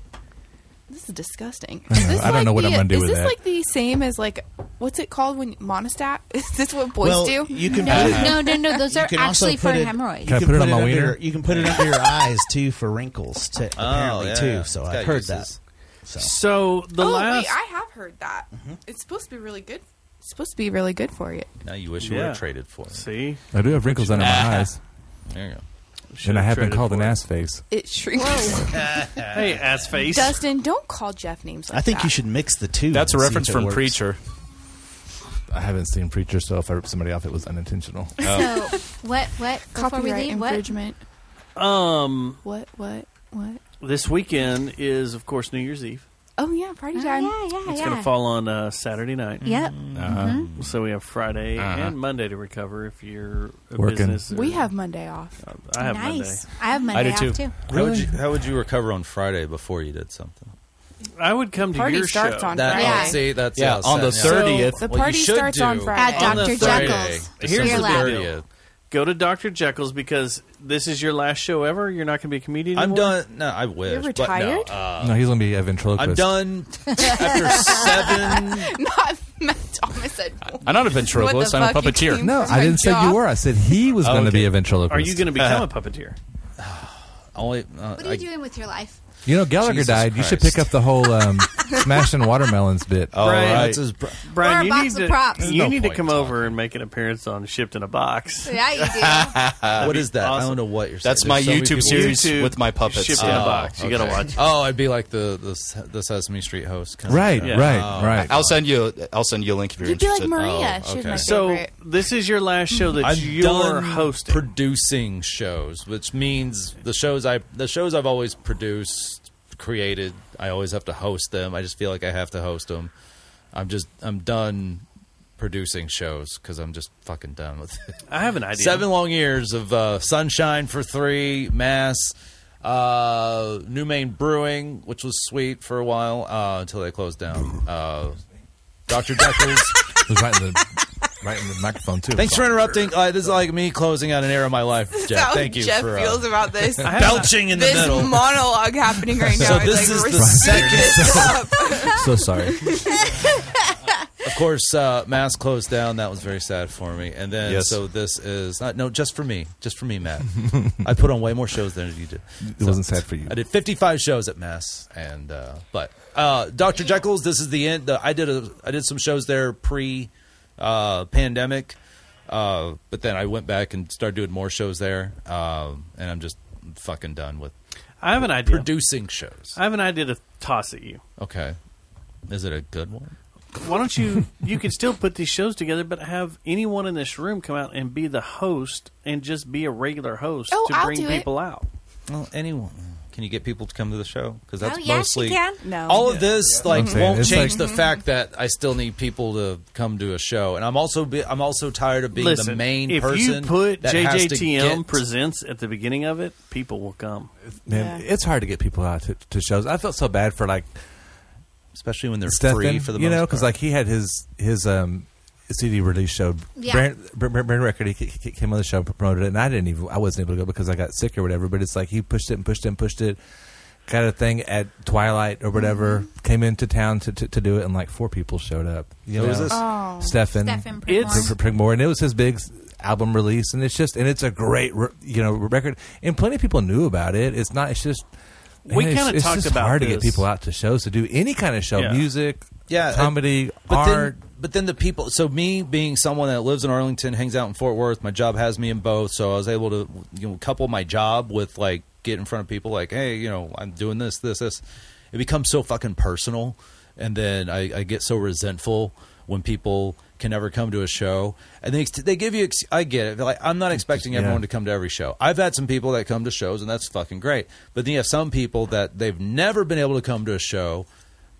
Speaker 14: This is disgusting. Is this
Speaker 11: I don't know what I'm
Speaker 14: the-
Speaker 11: gonna do
Speaker 14: Is
Speaker 11: with
Speaker 14: this
Speaker 11: that.
Speaker 14: like the same as like what's it called when monostat? Is this what boys
Speaker 5: well,
Speaker 14: do?
Speaker 5: you can
Speaker 12: No,
Speaker 5: put it.
Speaker 12: no, no, no. Those
Speaker 5: you
Speaker 12: are
Speaker 5: can also
Speaker 12: actually for
Speaker 5: put it-
Speaker 12: hemorrhoids.
Speaker 11: Can I
Speaker 5: you
Speaker 11: put it on my
Speaker 5: under
Speaker 11: wiener?
Speaker 5: your- You can put it under your eyes too for wrinkles. To, apparently
Speaker 10: Oh, yeah,
Speaker 5: too.
Speaker 10: yeah.
Speaker 5: So
Speaker 10: It's
Speaker 5: I've
Speaker 10: got
Speaker 5: heard
Speaker 10: uses.
Speaker 5: that. So
Speaker 6: So the
Speaker 14: oh
Speaker 6: last.
Speaker 14: wait, I have heard that.
Speaker 5: Mm-hmm.
Speaker 14: It's supposed to be really good. It's supposed to be really good for you.
Speaker 10: Now you wish you would
Speaker 6: Yeah.
Speaker 10: have traded for it.
Speaker 6: See,
Speaker 11: I do have wrinkles under my eyes,
Speaker 10: There you go.
Speaker 11: and I have been
Speaker 6: traded
Speaker 11: called
Speaker 6: for
Speaker 11: an
Speaker 6: it.
Speaker 11: ass face.
Speaker 14: It shrinks.
Speaker 6: hey ass Uh, face.
Speaker 14: Dustin, don't call Jeff names. Like
Speaker 5: I think
Speaker 6: Ah.
Speaker 14: that.
Speaker 5: you should mix the two.
Speaker 15: That's a
Speaker 5: and see
Speaker 15: reference
Speaker 5: if it
Speaker 15: from
Speaker 5: works.
Speaker 15: Preacher.
Speaker 11: I haven't seen Preacher, so if I rip somebody off, it was unintentional.
Speaker 12: So Oh, what? What? Before we
Speaker 14: copyright
Speaker 12: leave, what?
Speaker 14: infringement.
Speaker 6: Um,
Speaker 14: What? What? What?
Speaker 6: this weekend is of course New Year's Eve.
Speaker 14: Oh yeah, party
Speaker 12: Oh,
Speaker 14: time.
Speaker 12: yeah, yeah,
Speaker 6: It's
Speaker 12: yeah.
Speaker 6: gonna fall on uh, Saturday night. Mm-hmm.
Speaker 12: Yep. Uh-huh.
Speaker 5: Mm-hmm.
Speaker 6: So we have Friday
Speaker 15: Uh-huh.
Speaker 6: and Monday to recover if you're a
Speaker 11: Working.
Speaker 6: business. or-
Speaker 14: We have Monday off.
Speaker 6: Uh, I have
Speaker 12: nice. I have Monday
Speaker 15: do
Speaker 12: off
Speaker 15: too.
Speaker 12: too.
Speaker 10: How would, you, how would you recover on Friday before you did something?
Speaker 6: Monday. I would come to
Speaker 14: Party
Speaker 6: your
Speaker 14: starts
Speaker 6: show.
Speaker 14: on
Speaker 10: That,
Speaker 14: Friday.
Speaker 10: See, that's
Speaker 15: Yeah, on the
Speaker 10: set-
Speaker 15: third-
Speaker 10: yeah.
Speaker 15: Thirtieth.
Speaker 14: So the
Speaker 10: What you
Speaker 14: party
Speaker 10: should
Speaker 14: starts
Speaker 10: do-
Speaker 14: on Friday.
Speaker 12: At
Speaker 6: On the
Speaker 12: Dr.
Speaker 6: Friday.
Speaker 12: Jekyll's.
Speaker 10: Here's
Speaker 6: Here's
Speaker 12: Beer
Speaker 6: the
Speaker 12: lab.
Speaker 6: deal. Go to Dr. Jekyll's because this is your last show ever. You're not going to be a comedian.
Speaker 10: I'm
Speaker 6: anymore?
Speaker 10: done. No, I wish.
Speaker 14: You're
Speaker 10: but no,
Speaker 14: retired?
Speaker 10: uh,
Speaker 11: no, he's going to be a ventriloquist.
Speaker 10: I'm done after seven.
Speaker 14: Not Matt Thomas said.
Speaker 15: I'm not a ventriloquist. I'm a
Speaker 16: fuck you
Speaker 15: puppeteer.
Speaker 16: came-
Speaker 11: No,
Speaker 16: That's
Speaker 11: I
Speaker 16: my
Speaker 11: didn't say
Speaker 16: job.
Speaker 11: you were. I said he was
Speaker 10: Oh,
Speaker 11: going to
Speaker 10: okay.
Speaker 11: be a ventriloquist.
Speaker 6: Are you going to become a puppeteer?
Speaker 10: Only. Uh,
Speaker 12: What are
Speaker 10: I-
Speaker 12: you doing with your life?
Speaker 11: You know, Gallagher
Speaker 10: Jesus
Speaker 11: died. You should
Speaker 10: Christ.
Speaker 11: pick up the whole um, smashing watermelons bit.
Speaker 10: Oh,
Speaker 6: Brian,
Speaker 10: right.
Speaker 6: that's
Speaker 10: his
Speaker 12: Or
Speaker 6: Brian,
Speaker 12: a
Speaker 6: you
Speaker 12: box
Speaker 6: need
Speaker 12: of
Speaker 6: to
Speaker 12: props.
Speaker 6: you
Speaker 10: No
Speaker 6: need to
Speaker 10: point
Speaker 6: come
Speaker 10: in
Speaker 6: over and make an appearance on Shipped in a Box.
Speaker 12: Yeah, you do.
Speaker 10: uh, what is that? I
Speaker 6: awesome.
Speaker 10: don't know what you're saying.
Speaker 15: That's my
Speaker 10: There's so many
Speaker 15: YouTube
Speaker 10: people-
Speaker 15: series
Speaker 6: YouTube
Speaker 15: with my puppets.
Speaker 6: Shipped in a
Speaker 10: Oh,
Speaker 6: Box. You got to
Speaker 10: okay.
Speaker 6: watch. it.
Speaker 10: Oh, I'd be like the the, Se- the Sesame Street host. kind of
Speaker 11: Right,
Speaker 10: guy.
Speaker 6: Yeah.
Speaker 11: right, right.
Speaker 15: I'll send you. I'll send you a link if you're
Speaker 14: You'd be like
Speaker 15: interested.
Speaker 14: Maria.
Speaker 10: Oh,
Speaker 14: She was my
Speaker 10: okay.
Speaker 6: So
Speaker 14: favorite.
Speaker 6: this is your last show that
Speaker 10: I'm
Speaker 6: you're
Speaker 10: done
Speaker 6: hosting.
Speaker 10: producing shows, which means the shows I the shows I've always produced, created. I always have to host them. I just feel like I have to host them. I'm just I'm done producing shows because I'm just fucking done with it.
Speaker 6: I have an idea.
Speaker 10: Seven long years of uh, Sunshine for Three, Mass, uh, New Main Brewing, which was sweet for a while uh, until they closed down. Uh, Dr. Deckers.
Speaker 11: It was right in the, right in the microphone, too.
Speaker 10: Thanks for interrupting. Uh, this is like me closing out an era of my life,
Speaker 14: That's
Speaker 10: Jeff.
Speaker 14: how
Speaker 10: Thank you
Speaker 14: Jeff
Speaker 10: for uh,
Speaker 14: feels about this.
Speaker 6: I have
Speaker 10: belching in the
Speaker 14: this
Speaker 10: middle.
Speaker 14: monologue happening right now.
Speaker 10: so
Speaker 14: He's
Speaker 10: this
Speaker 14: like,
Speaker 10: is the
Speaker 14: "Respect
Speaker 10: second.
Speaker 14: this up."
Speaker 11: so sorry.
Speaker 10: of course, uh, Mass closed down. That was very sad for me. And then,
Speaker 11: Yes.
Speaker 10: so this is not, no, just for me, just for me, Matt. I put on way more shows than you did.
Speaker 11: It wasn't sad for you.
Speaker 10: I did 55 shows at Mass, and uh, but uh, Dr. Jekyll's. This is the end. The, I did a, I did some shows there pre uh, pandemic, uh, but then I went back and started doing more shows there, um, and I'm just fucking done with.
Speaker 6: I have an idea.
Speaker 10: Producing shows.
Speaker 6: I have an idea to toss at you.
Speaker 10: Okay, is it a good one?
Speaker 6: Why don't you? You could still put these shows together, but have anyone in this room come out and be the host, and just be a regular host
Speaker 14: Oh,
Speaker 6: to
Speaker 14: I'll
Speaker 6: bring
Speaker 14: do it.
Speaker 6: people out.
Speaker 10: Well, anyone. Can you get people to come to the show? Because that's
Speaker 14: Oh, yes, you
Speaker 10: mostly
Speaker 14: can. No. Mm-hmm.
Speaker 10: all of this
Speaker 14: Yeah,
Speaker 10: like
Speaker 14: yeah.
Speaker 10: won't
Speaker 14: It's
Speaker 10: change
Speaker 14: like-
Speaker 10: the fact that I still need people to come to a show, and I'm also be, I'm also tired of being the
Speaker 6: Listen,
Speaker 10: main
Speaker 6: if
Speaker 10: person
Speaker 6: you put
Speaker 10: that has to
Speaker 6: JJTM
Speaker 10: get-
Speaker 6: presents at the beginning of it, people will come.
Speaker 11: Man, it's hard to get people out to, to shows. I felt so bad for like,
Speaker 10: especially when they're
Speaker 11: Stefan,
Speaker 10: free for the
Speaker 11: you know,
Speaker 10: most
Speaker 11: because
Speaker 10: part.
Speaker 11: like he had his his um CD release show.
Speaker 10: Yeah.
Speaker 11: Brand, Brand, Brand Record he, c- c- came on the show and promoted it, and I didn't even I wasn't able to go because I got sick or whatever. But it's like he pushed it and pushed it and pushed it. Got a thing at Twilight or whatever.
Speaker 10: Mm-hmm.
Speaker 11: Came into town to, to, to do it, and like four people showed up. You
Speaker 10: Who
Speaker 11: know,
Speaker 10: is this? Oh.
Speaker 11: Stefan,
Speaker 10: Stefan Prigmore. It's-
Speaker 11: Pr- Pr- Prigmore, and it was his big s- album release, and it's just and it's a great re- you know record, and plenty of people knew about it. It's not. It's just
Speaker 6: We
Speaker 11: man, it's-
Speaker 6: kinda
Speaker 11: it's
Speaker 6: talked
Speaker 11: just
Speaker 6: about
Speaker 11: hard to get
Speaker 6: this.
Speaker 11: people out to shows to do any kind of show,
Speaker 10: Yeah.
Speaker 11: music,
Speaker 10: yeah,
Speaker 11: comedy,
Speaker 10: but
Speaker 11: art.
Speaker 10: Then, but then the people. So me being someone that lives in Arlington, hangs out in Fort Worth, my job has me in both. So I was able to you know couple my job with like get in front of people, like hey, you know, I'm doing this, this, this. It becomes so fucking personal, and then I, I get so resentful when people can never come to a show and they they give you ex- I get it They're like I'm not expecting
Speaker 11: yeah.
Speaker 10: everyone to come to every show. I've had some people that come to shows and that's fucking great. But then you have some people that they've never been able to come to a show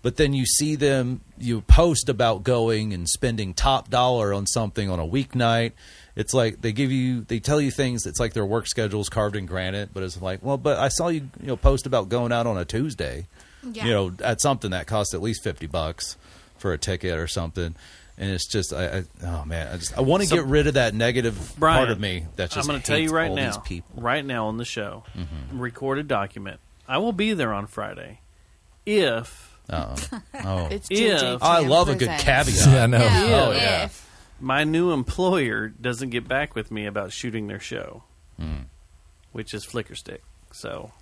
Speaker 10: but then you see them you post about going and spending top dollar on something on a weeknight it's like they give you they tell you things it's like their work schedule's carved in granite but it's like well but i saw you you know post about going out on a tuesday
Speaker 17: Yeah.
Speaker 10: you know at something that cost at least 50 bucks for a ticket or something and it's just I, I oh man i just i want to
Speaker 6: So-
Speaker 10: get rid of that negative
Speaker 6: Brian,
Speaker 10: part of me that just
Speaker 6: I'm going to tell you
Speaker 10: hates
Speaker 6: right
Speaker 10: all
Speaker 6: now,
Speaker 10: these people Mm-hmm.
Speaker 6: right now on the show, record a document. I will be there on Friday. If
Speaker 10: oh, oh.
Speaker 6: It's
Speaker 10: Oh, I love a good caveat. Oh yeah.
Speaker 6: My new employer doesn't get back with me about shooting their show,
Speaker 10: Hmm.
Speaker 6: which is Flickerstick. So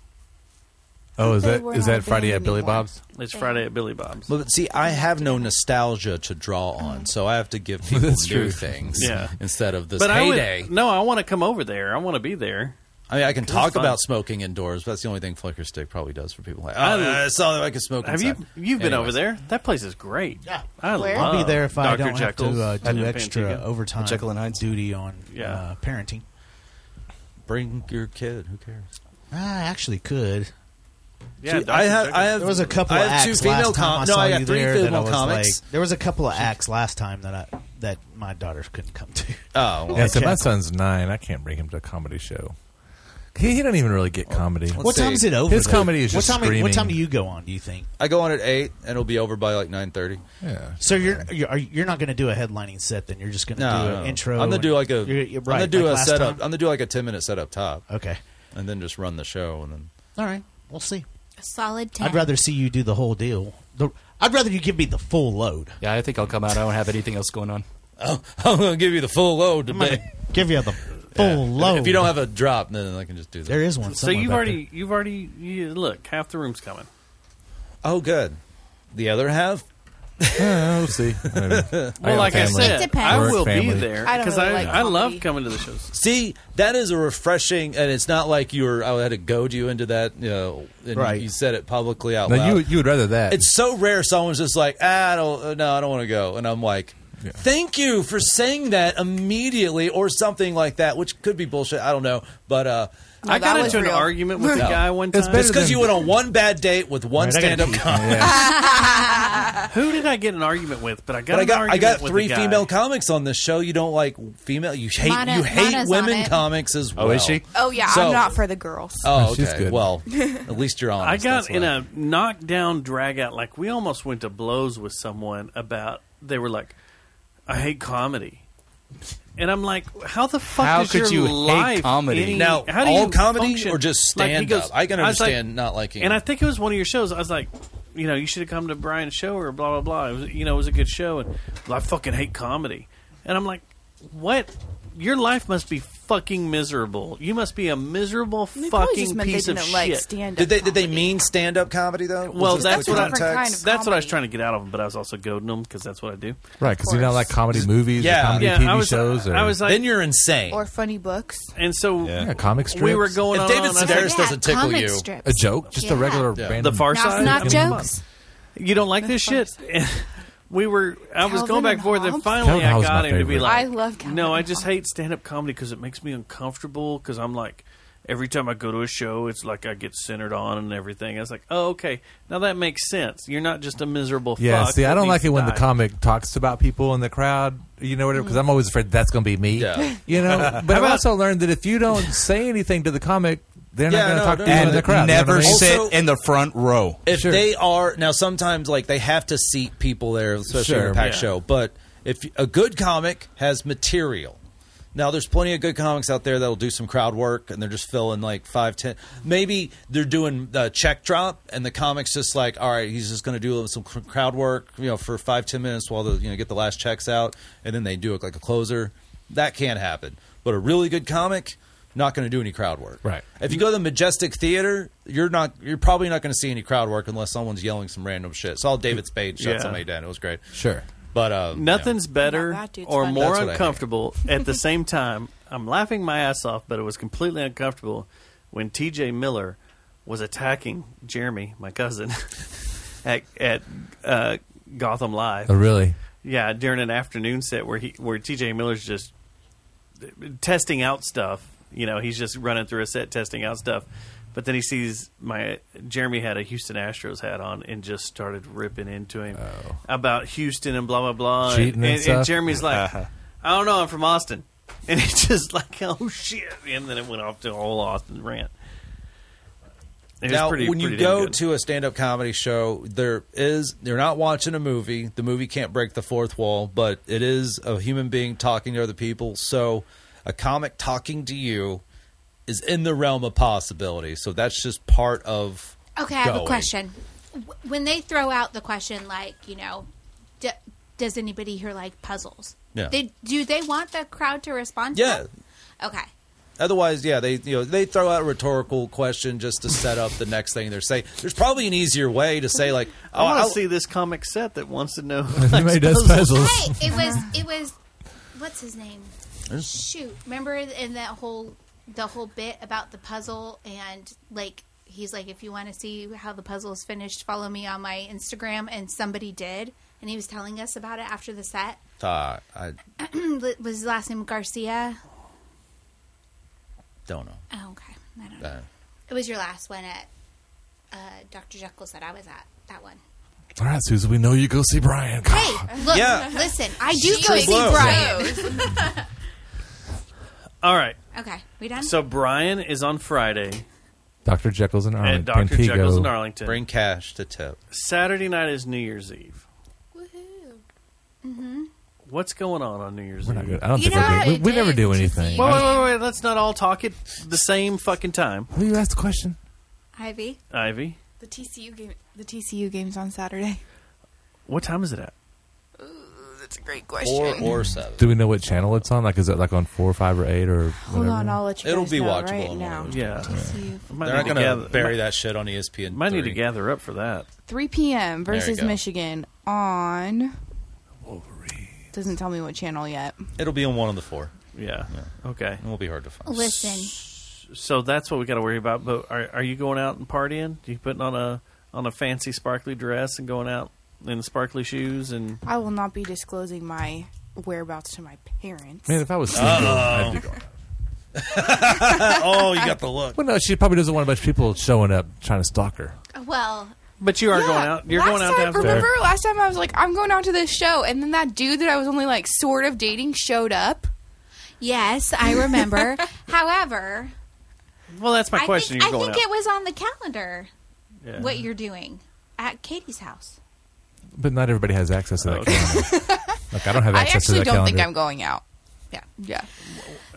Speaker 11: Oh, is
Speaker 6: They
Speaker 11: that
Speaker 6: were
Speaker 11: is
Speaker 6: not
Speaker 11: that Friday at
Speaker 6: available
Speaker 11: Billy
Speaker 6: anymore.
Speaker 11: Bob's?
Speaker 6: it's Friday at Billy Bob's.
Speaker 10: Well, but see, I have no nostalgia to draw on, so I have to give people
Speaker 6: That's
Speaker 10: new
Speaker 6: true.
Speaker 10: things
Speaker 6: Yeah.
Speaker 10: instead of this
Speaker 6: but
Speaker 10: heyday.
Speaker 6: I would, no, I want to come over there. I want to be there.
Speaker 10: I mean, I can
Speaker 6: It's
Speaker 10: talk
Speaker 6: fun.
Speaker 10: about smoking indoors, but that's the only thing Flicker Stick probably does for people. Like, oh,
Speaker 6: I-
Speaker 10: I, saw that I could smoke.
Speaker 6: Have you
Speaker 10: inside.
Speaker 6: you've been
Speaker 10: Anyways.
Speaker 6: over there? That place is great. Yeah, I
Speaker 5: I'll
Speaker 6: love
Speaker 5: be there if
Speaker 6: Dr.
Speaker 5: I don't have
Speaker 6: Jekyll's.
Speaker 5: to uh,
Speaker 6: I did
Speaker 5: do extra
Speaker 6: Fantasia.
Speaker 5: overtime
Speaker 10: Jekyll and
Speaker 5: duty on
Speaker 6: Yeah.
Speaker 5: uh, parenting.
Speaker 10: Bring your kid. Who cares?
Speaker 5: I actually could.
Speaker 10: Yeah, See, Dr. I have- Jekyll. I have-
Speaker 5: there was a couple
Speaker 10: I
Speaker 5: of
Speaker 10: have two
Speaker 5: acts
Speaker 10: female
Speaker 5: last time
Speaker 10: com-
Speaker 5: I
Speaker 10: no,
Speaker 5: saw
Speaker 10: I got
Speaker 5: you
Speaker 10: three
Speaker 5: there that I
Speaker 10: female
Speaker 5: was
Speaker 10: comics.
Speaker 5: like- there was a couple of acts last time that I that my daughters couldn't come to.
Speaker 10: Oh,
Speaker 11: yeah, so my son's nine. I can't bring him to a comedy show. He, he don't even really get comedy.
Speaker 5: What time is it over?
Speaker 11: His
Speaker 5: though?
Speaker 11: comedy is
Speaker 5: what
Speaker 11: just
Speaker 5: time?
Speaker 11: screaming.
Speaker 5: What time do you go on? Do you think?
Speaker 10: I go on at eight, and it'll be over by like nine thirty.
Speaker 11: Yeah.
Speaker 5: So you're you're, are you- you're not going to do a headlining set then? You're just going to
Speaker 10: No,
Speaker 5: do
Speaker 10: no.
Speaker 5: an intro.
Speaker 10: I'm gonna
Speaker 5: and-
Speaker 10: do like a.
Speaker 5: You're, you're
Speaker 10: I'm gonna
Speaker 5: right,
Speaker 10: do
Speaker 5: like
Speaker 10: a
Speaker 5: last
Speaker 10: setup.
Speaker 5: time?
Speaker 10: I'm gonna do like a ten minute setup top.
Speaker 5: Okay.
Speaker 10: And then just run the show, and then
Speaker 5: All right, we'll see.
Speaker 12: A solid 10
Speaker 5: I'd rather see you do the whole deal. The, I'd rather you give me the full load.
Speaker 17: Yeah, I think I'll come out. I don't have anything else going on.
Speaker 10: oh, I'm gonna give you the full load
Speaker 5: I'm gonna
Speaker 10: today.
Speaker 5: give you the full load.
Speaker 10: If you don't have a drop, then I can just do that.
Speaker 5: There is one
Speaker 6: So you've already you've already you, look half the room's coming.
Speaker 10: Oh, good. The other half.
Speaker 5: Uh,
Speaker 11: we'll see.
Speaker 10: well,
Speaker 6: Well, like I said, I will be there
Speaker 10: I don't
Speaker 6: because
Speaker 10: really
Speaker 6: I,
Speaker 10: like
Speaker 6: I love coming to the shows.
Speaker 10: See, that is a refreshing, and it's not like you were. I had to goad you into that. You know, and
Speaker 11: Right.
Speaker 10: You said it publicly
Speaker 6: Oh,
Speaker 10: out
Speaker 11: No,
Speaker 10: loud.
Speaker 11: you would- you would rather that.
Speaker 10: It's so rare. Someone's just like, ah, I don't, uh, no, I don't want to go, and I'm like. Thank you for saying that immediately, or something like that, which could be bullshit. I don't know, but uh,
Speaker 6: No, I got that was into an real. argument with a guy one It's time. better
Speaker 10: It's because
Speaker 6: than-
Speaker 10: you went on one bad date with one
Speaker 6: Right, I gotta
Speaker 10: stand-up
Speaker 6: pee.
Speaker 10: comic.
Speaker 6: Who did I get in an argument with? But I got
Speaker 10: but
Speaker 6: in
Speaker 10: I
Speaker 6: an
Speaker 10: got I
Speaker 6: argument
Speaker 10: got
Speaker 6: with
Speaker 10: three
Speaker 6: a guy.
Speaker 10: female comics on this show. You don't like female. You hate
Speaker 14: Mana-
Speaker 10: you hate
Speaker 14: Mana's on
Speaker 10: women
Speaker 14: it.
Speaker 10: comics as well.
Speaker 14: Oh, is she? Oh, yeah, I'm not for the girls.
Speaker 10: Oh,
Speaker 14: No,
Speaker 10: okay.
Speaker 14: she's good.
Speaker 10: Well, at least you're honest.
Speaker 6: I got
Speaker 10: That's
Speaker 6: in
Speaker 10: what
Speaker 6: a knockdown drag out. Like we almost went to blows with someone about. They were like, "I hate comedy," and I'm like, "How the fuck
Speaker 17: How
Speaker 6: is
Speaker 17: could
Speaker 6: your
Speaker 17: you hate
Speaker 6: life
Speaker 17: comedy?
Speaker 6: any-
Speaker 10: Now,
Speaker 6: how do
Speaker 10: all
Speaker 6: you
Speaker 10: comedy
Speaker 6: function?
Speaker 10: or just
Speaker 6: Like, he
Speaker 10: stand-up?
Speaker 6: goes-
Speaker 10: I can
Speaker 6: was like-
Speaker 10: understand not liking-
Speaker 6: And I think it was one of your shows. I was like, you know, you should have come to Brian's show or blah blah blah. It was, you know, it was a good show, and "Well, I fucking hate comedy. And I'm like, what? Your life must be fucking miserable. You must be a miserable
Speaker 14: They probably just
Speaker 6: fucking
Speaker 14: meant they
Speaker 6: piece of
Speaker 14: didn't like
Speaker 6: shit.
Speaker 14: stand-up
Speaker 10: Did they did they mean stand up comedy though?
Speaker 6: well,
Speaker 10: Was it
Speaker 6: that's
Speaker 10: the
Speaker 6: what I,
Speaker 10: context?
Speaker 6: that's what I was trying to get out of them, but I was also goading them because that's what I do.
Speaker 11: Right, because you don't like comedy movies
Speaker 6: Yeah.
Speaker 11: or comedy
Speaker 6: Yeah,
Speaker 11: TV
Speaker 6: I was-
Speaker 11: shows. Or,
Speaker 6: I was like- Then
Speaker 10: you're insane.
Speaker 14: or funny books.
Speaker 6: And so
Speaker 11: yeah, comic strips.
Speaker 6: we were going
Speaker 10: If
Speaker 6: on.
Speaker 10: David
Speaker 6: I was
Speaker 10: Sedaris
Speaker 6: like,
Speaker 10: doesn't tickle Comic you- strips.
Speaker 11: a joke, just a regular random
Speaker 6: the Far Side,
Speaker 11: knock
Speaker 6: I mean,
Speaker 11: jokes.
Speaker 6: You don't like this shit. we were. I was
Speaker 14: Calvin
Speaker 6: going back
Speaker 14: and
Speaker 6: and forth, and
Speaker 14: Hobbes?
Speaker 6: finally
Speaker 11: Calvin
Speaker 6: I
Speaker 11: Hobbes is
Speaker 6: got
Speaker 11: my
Speaker 6: him to be
Speaker 11: favorite.
Speaker 6: like,
Speaker 14: I love Calvin
Speaker 6: No, I just hate stand up comedy because it makes me uncomfortable. Because I'm like, every time I go to a show, it's like I get centered on and everything. I was like, oh okay, now that makes sense. You're not just a miserable.
Speaker 11: Yeah,
Speaker 6: fuck
Speaker 11: see, I
Speaker 6: that
Speaker 11: don't
Speaker 6: needs
Speaker 11: like it
Speaker 6: to
Speaker 11: when the
Speaker 6: die.
Speaker 11: comic talks about people in the crowd, you know, whatever, because I'm always afraid that's going to be me.
Speaker 6: Yeah.
Speaker 11: You know, but
Speaker 6: How
Speaker 11: I've
Speaker 6: about-
Speaker 11: also learned that if you don't say anything to the comic, they're
Speaker 10: Yeah,
Speaker 11: not going to
Speaker 10: no,
Speaker 11: talk
Speaker 10: no,
Speaker 11: to you
Speaker 10: no,
Speaker 11: in the
Speaker 10: no.
Speaker 11: crowd.
Speaker 10: Never
Speaker 11: You know what I mean?
Speaker 10: sit Also-
Speaker 18: in the front row.
Speaker 10: If they are now, sometimes like they have to seat people there, especially in
Speaker 11: Sure,
Speaker 10: a packed
Speaker 11: yeah.
Speaker 10: show. But if a good comic has material, now there's plenty of good comics out there that'll do some crowd work and they're just filling like five, ten. Maybe they're doing the check drop and the comic's just like, all right, he's just going to do some cr- crowd work, you know, for five, ten minutes while the you know get the last checks out, and then they do it like a closer. That can't happen. But a really good comic. Not going to do any crowd work. Right. If you go to the Majestic Theater, you're not. You're probably not going to see any crowd work unless someone's yelling some random shit. Saw David Spade shut
Speaker 6: Yeah.
Speaker 10: somebody down. It was great.
Speaker 11: Sure.
Speaker 10: But uh,
Speaker 6: Nothing's better
Speaker 10: that dude's
Speaker 6: or
Speaker 10: funny.
Speaker 6: more
Speaker 10: That's what I hate.
Speaker 6: uncomfortable at the same time. I'm laughing my ass off, but it was completely uncomfortable when TJ Miller was attacking Jeremy, my cousin, at, at uh, Gotham Live.
Speaker 11: Oh, really?
Speaker 6: Yeah, during an afternoon set where he where TJ Miller's just testing out stuff. You know, he's just running through a set testing out stuff. But then he sees my Jeremy had a Houston Astros hat on and just started ripping into him
Speaker 11: Oh.
Speaker 6: about Houston Uh, and blah blah blah.
Speaker 11: Cheating and stuff?
Speaker 6: Jeremy's like,
Speaker 10: Uh-huh.
Speaker 6: I don't know, I'm from Austin, and it's just like, oh shit, and then it went off to a whole Austin rant. It was
Speaker 10: now,
Speaker 6: pretty-
Speaker 10: when you
Speaker 6: pretty damn
Speaker 10: go
Speaker 6: good.
Speaker 10: to a stand-up comedy show, there is you're not watching a movie. The movie can't break the fourth wall, but it is a human being talking to other people. So, a comic talking to you is in the realm of possibility. So that's just part of.
Speaker 12: Okay, I have a
Speaker 10: going.
Speaker 12: question. W- When they throw out the question, like you know, d- does anybody here like puzzles?
Speaker 10: Yeah.
Speaker 12: They, do they want the crowd to respond? to
Speaker 10: Yeah.
Speaker 12: them? Okay.
Speaker 10: Otherwise, yeah, they you know they throw out a rhetorical question just to set up the next thing they're saying. There's probably an easier way to say like,
Speaker 6: I
Speaker 10: "Oh,
Speaker 6: want
Speaker 10: I'll-
Speaker 6: to see this comic set that wants to know.
Speaker 11: He made those puzzles.
Speaker 12: Hey, it was it was what's his name?
Speaker 10: There's-
Speaker 12: Shoot, remember in that whole the whole bit about the puzzle and like he's like if you want to see how the puzzle is finished, follow me on my Instagram and somebody did and he was telling us about it after the set.
Speaker 10: Uh, I
Speaker 12: was his last name Garcia?
Speaker 10: don't know."
Speaker 12: Oh, okay. I don't know.
Speaker 10: Uh,
Speaker 12: It was your last one at uh, Dr. Jekyll said I was at that one.
Speaker 11: All right, Susan, we know you go see Brian.
Speaker 12: Hey, look,
Speaker 11: Yeah.
Speaker 12: listen, I do
Speaker 19: She
Speaker 12: go
Speaker 19: makes
Speaker 12: see
Speaker 19: it
Speaker 12: Brian.
Speaker 6: All right.
Speaker 12: okay, we done?
Speaker 6: So Brian is on Friday.
Speaker 11: Dr. Jekyll's in Arlington.
Speaker 6: At Dr. Jekyll's in
Speaker 11: Pego.
Speaker 6: Arlington.
Speaker 10: Bring cash to tip.
Speaker 6: Saturday night is New Year's Eve.
Speaker 12: mm-hmm.
Speaker 6: What's going on on New Year's
Speaker 11: We're
Speaker 6: Eve?
Speaker 11: not good. I don't think we're doing, we, we never do anything.
Speaker 6: Wait, wait, wait, wait. Let's not all talk at the same fucking time.
Speaker 11: Who you asked the question?
Speaker 12: Ivy.
Speaker 6: Ivy,
Speaker 14: The TCU game. The TCU game's on Saturday.
Speaker 6: what time is it at?
Speaker 14: That's a great question.
Speaker 10: seven.
Speaker 11: Do we know what channel it's on? Like, is it like on four, five, or eight, or
Speaker 14: Hold
Speaker 11: whatever?
Speaker 14: on, I'll let you.
Speaker 10: It'll
Speaker 14: guys
Speaker 10: be
Speaker 14: know
Speaker 10: watchable
Speaker 14: right
Speaker 10: on
Speaker 14: now.
Speaker 10: one of
Speaker 6: Yeah.
Speaker 14: TCU.
Speaker 6: Might
Speaker 10: They're
Speaker 6: need
Speaker 10: not
Speaker 6: to
Speaker 10: going to
Speaker 6: gather-
Speaker 10: bury
Speaker 6: might-
Speaker 10: that shit on E ESPN.
Speaker 6: Might need to
Speaker 10: 3.
Speaker 6: gather up for that.
Speaker 14: 3 p.m.
Speaker 10: There you
Speaker 14: versus
Speaker 10: go.
Speaker 14: Michigan on. Wolverine. Doesn't tell me what channel yet.
Speaker 10: It'll be on one of the four.
Speaker 6: Yeah. Okay.
Speaker 10: It will be hard to find.
Speaker 12: Listen,
Speaker 6: So that's what we got to worry about. But are, are you going out and partying? you putting on a on a fancy sparkly dress and going out in sparkly shoes and
Speaker 14: I will not be disclosing my whereabouts to my parents.
Speaker 11: Man, if I was single, I'd be going.
Speaker 10: oh, you got the look.
Speaker 11: Well, no, she probably doesn't want a bunch of people showing up trying to stalk her.
Speaker 12: Uh, well,
Speaker 6: But you are
Speaker 14: Yeah,
Speaker 6: going out. You're
Speaker 14: last
Speaker 6: going out to
Speaker 14: time-
Speaker 6: have
Speaker 14: remember last time I was like, I'm going out to this show, and then that dude that I was only like sort of dating showed up.
Speaker 12: Yes, I remember. however,
Speaker 6: Well, that's my
Speaker 12: I
Speaker 6: question.
Speaker 12: think, I
Speaker 6: you're going
Speaker 12: think it
Speaker 6: out.
Speaker 12: was on the calendar
Speaker 6: Yeah.
Speaker 12: what you're doing at Katie's house.
Speaker 11: But not everybody has access to that calendar. Like, I don't have
Speaker 14: I
Speaker 11: access to
Speaker 14: actually
Speaker 11: that
Speaker 14: don't
Speaker 11: calendar.
Speaker 14: think I'm going out. Yeah, yeah.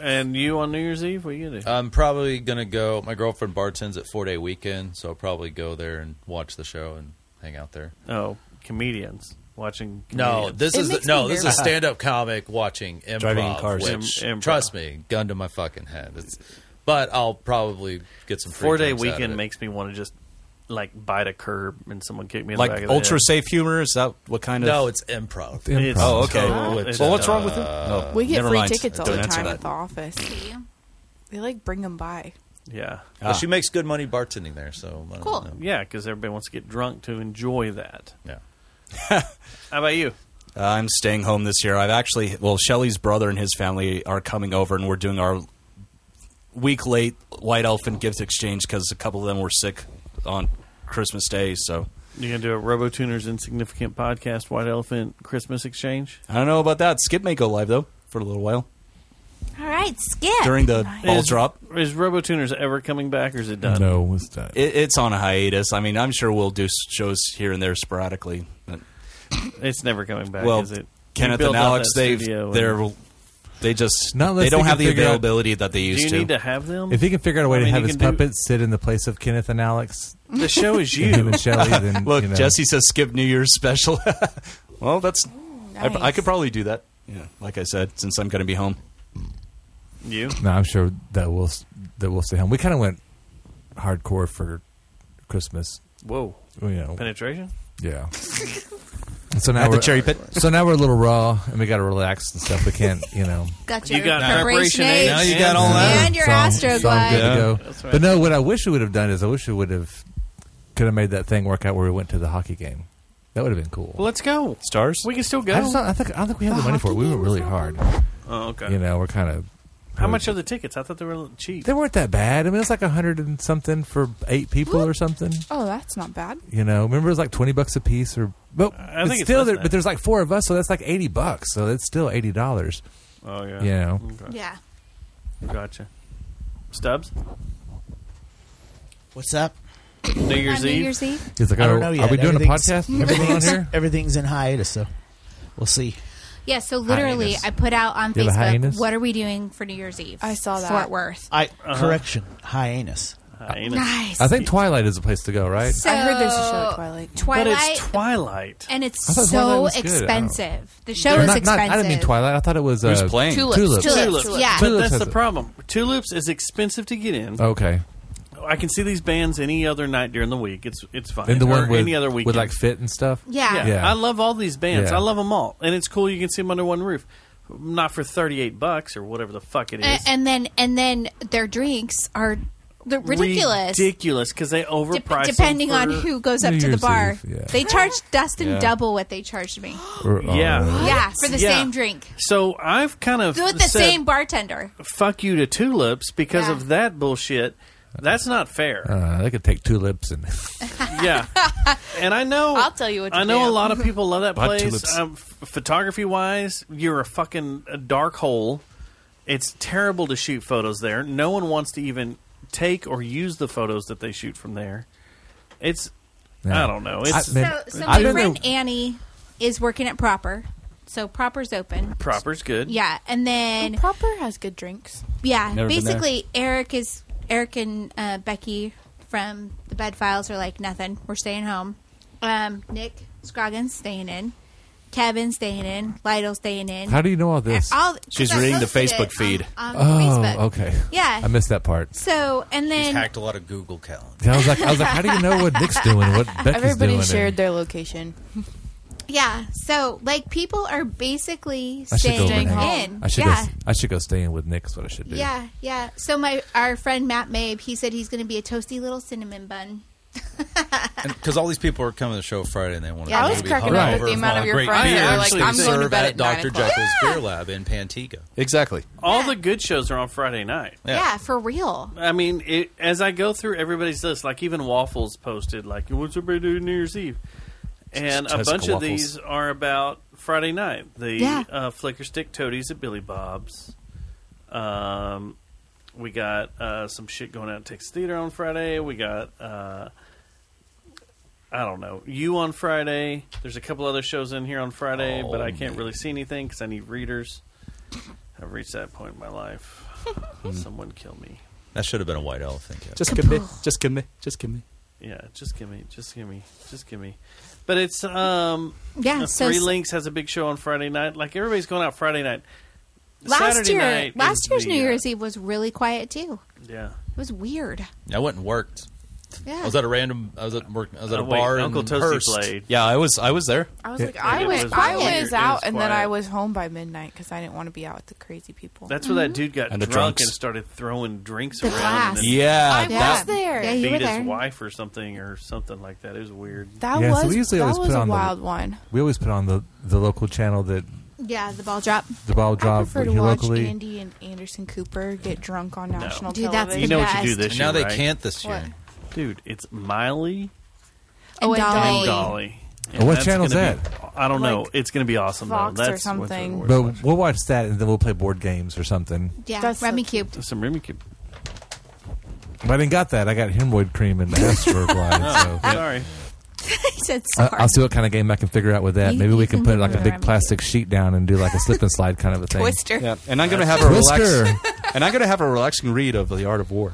Speaker 6: And you on New Year's Eve? What are you gonna do?
Speaker 10: I'm probably going to go. My girlfriend bartends at four day weekend, so I'll probably go there and watch the show and hang out there.
Speaker 6: Oh, comedians watching.
Speaker 10: No,
Speaker 6: comedians.
Speaker 10: this is the, no, this is a stand-up comic watching improv.
Speaker 6: Driving cars.
Speaker 10: which,
Speaker 6: Im- improv.
Speaker 10: Trust me, gun to my fucking head. It's, but I'll probably get some free
Speaker 6: four day
Speaker 10: drinks out of
Speaker 6: weekend
Speaker 10: it.
Speaker 6: makes me want to just like bite a curb and someone kick me in the back
Speaker 15: like
Speaker 6: of the
Speaker 15: ultra
Speaker 6: head.
Speaker 15: safe humor. Is that what kind of?
Speaker 10: No, it's improv.
Speaker 6: It's improv.
Speaker 15: Oh, okay.
Speaker 6: Wow.
Speaker 15: Well,
Speaker 6: It's,
Speaker 15: well, what's wrong with it?
Speaker 6: uh,
Speaker 15: No,
Speaker 14: We get
Speaker 15: never
Speaker 14: free
Speaker 15: mind.
Speaker 14: tickets all
Speaker 15: Don't
Speaker 14: the
Speaker 15: answer
Speaker 14: time
Speaker 15: that.
Speaker 14: at the office. They like bring them by.
Speaker 6: Yeah.
Speaker 10: But
Speaker 11: Ah.
Speaker 10: she makes good money bartending there, so uh, I don't
Speaker 14: Cool.
Speaker 10: know.
Speaker 6: Yeah, because everybody wants to get drunk to enjoy that.
Speaker 10: Yeah.
Speaker 6: How about you?
Speaker 15: Uh, I'm staying home this year. I've actually, well, Shelly's brother and his family are coming over, and we're doing our week late White Elephant gift exchange because a couple of them were sick on Christmas Day. So
Speaker 6: You gonna do a RoboTuner's Insignificant Podcast White Elephant Christmas Exchange?
Speaker 15: I don't know about that. Skip may go live though for a little while
Speaker 12: All right, skip.
Speaker 15: during the ball
Speaker 6: Is-
Speaker 15: drop.
Speaker 6: Is RoboTuner's ever coming back, or is it done?
Speaker 15: it's It, it's on a hiatus. I mean, I'm sure we'll do s- shows here and there sporadically. But
Speaker 6: it's never coming back.
Speaker 15: well,
Speaker 6: is it? You
Speaker 15: Kenneth
Speaker 6: build
Speaker 15: and
Speaker 6: out
Speaker 15: Alex,
Speaker 6: that
Speaker 15: they've
Speaker 6: studio and-
Speaker 15: they're they just
Speaker 11: Not unless
Speaker 15: they don't
Speaker 11: they
Speaker 15: have
Speaker 11: can
Speaker 15: the
Speaker 11: figure out-
Speaker 15: availability that they
Speaker 6: Do
Speaker 15: used
Speaker 6: you
Speaker 15: to.
Speaker 6: need to have them?
Speaker 11: If he can figure out a way
Speaker 6: I mean,
Speaker 11: to have
Speaker 6: you
Speaker 11: his
Speaker 6: can do-
Speaker 11: puppets sit in the place of Kenneth and Alex,
Speaker 6: The show is
Speaker 11: and him
Speaker 6: you.
Speaker 11: and Shelley, then
Speaker 15: Look,
Speaker 11: you know.
Speaker 15: Jesse says skip New Year's special. well, that's
Speaker 14: Mm,
Speaker 6: nice.
Speaker 15: I, I could probably do that. Yeah, like I said, since I'm going to be home.
Speaker 6: You?
Speaker 11: No, I'm sure that we'll that we'll stay home. We kind of went hardcore for Christmas.
Speaker 6: Whoa.
Speaker 11: You know,
Speaker 6: Penetration?
Speaker 11: Yeah. so now
Speaker 15: At the
Speaker 11: we're
Speaker 15: cherry pit.
Speaker 11: So now we're a little raw, and we got to relax and stuff. We can't, you know.
Speaker 12: Got
Speaker 6: You
Speaker 12: your
Speaker 6: got
Speaker 12: preparation
Speaker 6: preparation
Speaker 12: age.
Speaker 6: age Now you got all
Speaker 11: Yeah,
Speaker 6: that.
Speaker 12: And your
Speaker 11: so I'm- so I'm good to
Speaker 12: Astroglide.
Speaker 11: go.
Speaker 6: That's right.
Speaker 11: But no, what I wish we would have done is I wish we would have could have made that thing work out where we went to the hockey game. That would have been cool.
Speaker 6: Well, let's go.
Speaker 15: Stars.
Speaker 6: We can still go.
Speaker 11: I, just don't, I think I don't think we have the, money for it. We went really hard.
Speaker 6: Oh, okay.
Speaker 11: You know, we're kind of.
Speaker 6: How much are the tickets? I thought they were a little cheap.
Speaker 11: They weren't that bad. I mean, it was like a hundred and something for eight people or something.
Speaker 14: Oh, that's not bad.
Speaker 11: You know, remember it was like twenty bucks a piece, or but,
Speaker 6: I
Speaker 11: but
Speaker 6: think it's
Speaker 11: still,
Speaker 6: less
Speaker 11: there,
Speaker 6: than
Speaker 11: but
Speaker 6: that.
Speaker 11: there's like four of us, so that's like eighty bucks. So that's still eighty dollars.
Speaker 6: Oh yeah.
Speaker 11: You know,
Speaker 6: Okay.
Speaker 12: Yeah.
Speaker 6: Gotcha. Stubbs.
Speaker 5: What's up?
Speaker 6: New Year's
Speaker 5: New
Speaker 6: Eve.
Speaker 5: Year's
Speaker 12: Eve?
Speaker 11: It's like,
Speaker 5: I don't
Speaker 11: are-
Speaker 5: know
Speaker 11: are
Speaker 5: yet.
Speaker 11: we doing a
Speaker 5: Everything's-
Speaker 11: podcast? Everyone on here?
Speaker 5: Everything's in hiatus, so we'll see.
Speaker 12: Yeah, so literally,
Speaker 5: Hiatus.
Speaker 12: I put out on
Speaker 5: You have
Speaker 12: Facebook,
Speaker 5: a hiatus?
Speaker 12: what are we doing for New Year's Eve? I saw
Speaker 14: that.
Speaker 12: Fort Worth.
Speaker 5: I
Speaker 6: Uh-huh.
Speaker 5: correction hiatus.
Speaker 6: Hiatus.
Speaker 12: Nice.
Speaker 11: I think Twilight is a place to go, right?
Speaker 12: So,
Speaker 14: I heard there's a show at Twilight.
Speaker 6: But
Speaker 12: Twilight.
Speaker 6: it's Twilight.
Speaker 12: and
Speaker 11: I thought
Speaker 12: it's
Speaker 11: Twilight
Speaker 12: so
Speaker 11: was good. I don't-
Speaker 12: expensive. The show
Speaker 11: Or
Speaker 12: is
Speaker 11: not- not-
Speaker 12: expensive.
Speaker 11: I didn't mean Twilight. I thought it was uh,
Speaker 15: Who's playing?
Speaker 12: Tulips.
Speaker 11: Tulips.
Speaker 12: Tulips. Yeah.
Speaker 6: But
Speaker 11: Tulips
Speaker 6: that's
Speaker 11: has
Speaker 6: the
Speaker 11: it.
Speaker 6: problem. Tulips is expensive to get in.
Speaker 11: Okay.
Speaker 6: I can see these bands any other night during the week. It's it's fine.
Speaker 11: And the
Speaker 6: or
Speaker 11: one with,
Speaker 6: any other weekend.
Speaker 11: with like fit and stuff.
Speaker 6: Yeah. I love all these bands.
Speaker 11: Yeah.
Speaker 6: I love them all, and it's cool. You can see them under one roof, not for thirty-eight bucks or whatever the fuck it is.
Speaker 12: A- and then and then their drinks are the ridiculous.
Speaker 6: ridiculous, because they overpriced.
Speaker 12: dep-
Speaker 6: them
Speaker 12: depending
Speaker 6: for-
Speaker 12: on who goes up
Speaker 6: New
Speaker 12: to the
Speaker 6: Year's
Speaker 12: bar,
Speaker 6: Eve, yeah. uh,
Speaker 12: they charged Dustin
Speaker 6: Yeah.
Speaker 12: double what they charged me.
Speaker 6: Yeah,
Speaker 12: yeah, for the
Speaker 6: Yeah.
Speaker 12: same drink.
Speaker 6: So I've kind of
Speaker 12: Do it the
Speaker 6: said,
Speaker 12: same bartender.
Speaker 6: Fuck you to tulips because
Speaker 12: Yeah.
Speaker 6: of that bullshit. That's not fair.
Speaker 11: Uh, they could take tulips and
Speaker 6: yeah, and I know.
Speaker 14: I'll tell you what to
Speaker 6: I know
Speaker 14: do.
Speaker 6: a lot of people love that
Speaker 11: Buy
Speaker 6: place.
Speaker 11: tulips.
Speaker 6: Um, photography wise, you're a fucking a dark hole. It's terrible to shoot photos there. No one wants to even take or use the photos that they shoot from there. It's
Speaker 11: Yeah.
Speaker 6: I don't know. It's
Speaker 11: I- man,
Speaker 12: So my friend Annie is working at Proper, so Proper's open.
Speaker 6: proper's good.
Speaker 12: Yeah, and then
Speaker 14: Proper has good drinks.
Speaker 12: Yeah,
Speaker 6: Never been there.
Speaker 12: basically, Eric is Eric and uh, Becky from the Bed Files are like nothing. We're staying home. Um, Nick Scroggins staying in. Kevin staying in. Lytle staying in.
Speaker 11: How do you know all this?
Speaker 12: Uh, all- 'cause
Speaker 15: She's
Speaker 12: I
Speaker 15: reading the
Speaker 12: posted it
Speaker 15: Facebook feed.
Speaker 12: on- on Facebook.
Speaker 11: oh, okay.
Speaker 12: Yeah.
Speaker 11: I missed that part.
Speaker 12: So and then
Speaker 20: He's hacked a lot of Google calendars.
Speaker 11: I was like, I was like, how do you know what Nick's doing? What Becky's
Speaker 14: Everybody
Speaker 11: doing?
Speaker 14: shared their location.
Speaker 12: yeah, so like people are basically
Speaker 11: I should go
Speaker 12: staying
Speaker 11: overnight.
Speaker 12: in.
Speaker 11: I should
Speaker 12: yeah.
Speaker 11: go. I should go stay in with Nick. Is what I should do.
Speaker 12: Yeah, yeah. So my our friend Matt Mabe, he said he's going to be a toasty little cinnamon bun.
Speaker 20: Because all these people are coming to the show Friday and they want to.
Speaker 12: Yeah, I was cracking up
Speaker 20: hungover
Speaker 12: with the amount of your
Speaker 20: great
Speaker 12: friends that
Speaker 20: beers
Speaker 12: are like, "Ah!"
Speaker 20: they
Speaker 12: I'm going to
Speaker 20: serve
Speaker 12: bed at nine
Speaker 20: Dr.
Speaker 12: o'clock.
Speaker 20: Jekyll's Beer Lab in Pantigo.
Speaker 15: Exactly.
Speaker 6: All the good shows are on Friday night.
Speaker 12: Yeah, for real.
Speaker 6: I mean, it, as I go through everybody's list, like even Waffles posted, like, what's everybody doing New Year's Eve? And a
Speaker 15: Testicle
Speaker 6: bunch of
Speaker 15: waffles.
Speaker 6: these are about Friday night. The
Speaker 12: Yeah.
Speaker 6: uh, Flicker Stick Toadies at Billy Bob's. Um, we got uh, some shit going out at Texas Theater on Friday. We got, uh, I don't know, you on Friday. There's a couple other shows in here on Friday, but I can't really see anything because I need readers. I've reached that point in my life. Someone kill me.
Speaker 20: That should have been a white elephant.
Speaker 15: Just give me. Just give me. Just give me.
Speaker 6: yeah, just give me, just give me, just give me. But it's um
Speaker 12: Yeah,
Speaker 6: uh,
Speaker 12: so
Speaker 6: Three
Speaker 12: s-
Speaker 6: Links has a big show on Friday night. Like everybody's going out Friday night.
Speaker 12: Last
Speaker 6: Saturday
Speaker 12: year,
Speaker 6: night
Speaker 12: last
Speaker 6: is
Speaker 12: year's
Speaker 6: the,
Speaker 12: New
Speaker 6: uh,
Speaker 12: Year's Eve was really quiet too.
Speaker 6: Yeah.
Speaker 12: It was weird.
Speaker 10: I went and worked.
Speaker 12: Yeah.
Speaker 10: I was at a random. I was at work. I was at
Speaker 6: Uh,
Speaker 10: a
Speaker 15: Oh, wait,
Speaker 10: bar.
Speaker 15: Uncle
Speaker 10: in
Speaker 15: Toasty
Speaker 10: Hearst.
Speaker 15: played.
Speaker 10: Yeah, I was. I was there.
Speaker 14: I was like, I was,
Speaker 6: was
Speaker 14: I
Speaker 6: weird.
Speaker 14: was
Speaker 6: It
Speaker 14: out,
Speaker 6: was
Speaker 14: and then I
Speaker 6: quiet.
Speaker 14: was home by midnight because I didn't want to be out with the crazy people.
Speaker 6: That's where
Speaker 12: Mm-hmm.
Speaker 6: that dude got
Speaker 15: And the
Speaker 6: drunk
Speaker 15: drunks.
Speaker 6: and started throwing drinks
Speaker 14: The
Speaker 6: around.
Speaker 14: glass.
Speaker 6: And then
Speaker 15: Yeah, I
Speaker 14: that- was there. Yeah, you
Speaker 6: beat
Speaker 14: were
Speaker 6: his
Speaker 14: there.
Speaker 6: wife or something or something like that. It was weird.
Speaker 14: Mm-hmm. That
Speaker 11: Yeah,
Speaker 14: was
Speaker 11: so we usually
Speaker 14: that
Speaker 11: always
Speaker 14: was
Speaker 11: put
Speaker 14: a
Speaker 11: on the-
Speaker 14: wild one.
Speaker 11: We always put on the the local channel that
Speaker 12: Yeah, the ball drop.
Speaker 11: the ball
Speaker 14: I
Speaker 11: drop
Speaker 14: prefer
Speaker 11: here
Speaker 14: to watch
Speaker 11: locally.
Speaker 14: Andy and Anderson Cooper get drunk on national
Speaker 12: Dude, that's
Speaker 14: television.
Speaker 12: the
Speaker 6: You know what you do this
Speaker 10: And
Speaker 6: year?
Speaker 10: now they
Speaker 6: right?
Speaker 10: can't this year.
Speaker 6: dude. It's Miley
Speaker 14: Oh, and Dolly.
Speaker 6: and Dolly.
Speaker 11: Oh, what
Speaker 6: that's
Speaker 11: channel's
Speaker 6: gonna be- I don't know. It's going to be awesome
Speaker 14: Fox
Speaker 6: though.
Speaker 14: or
Speaker 6: That's what's
Speaker 14: something.
Speaker 6: worth
Speaker 11: But
Speaker 6: watching.
Speaker 11: we'll watch that and then we'll play board games or something.
Speaker 12: Yeah,
Speaker 14: That's
Speaker 12: Rummy Cube.
Speaker 6: Some Remy could.
Speaker 11: But I didn't got that. I got hemorrhoid cream and Astor blind.
Speaker 6: Oh,
Speaker 11: so. Uh,
Speaker 6: sorry.
Speaker 12: he said
Speaker 11: I-
Speaker 12: sorry.
Speaker 11: I'll see what kind of game I can figure out with that.
Speaker 12: You-
Speaker 11: Maybe we
Speaker 12: you
Speaker 11: can
Speaker 12: can
Speaker 11: put
Speaker 12: look
Speaker 11: like a
Speaker 12: around.
Speaker 11: big plastic sheet down and do like a slip and slide kind of a thing.
Speaker 14: Twister.
Speaker 15: and I'm gonna have a
Speaker 11: Twister.
Speaker 15: relax, and I'm gonna have a relaxing read of the Art of War.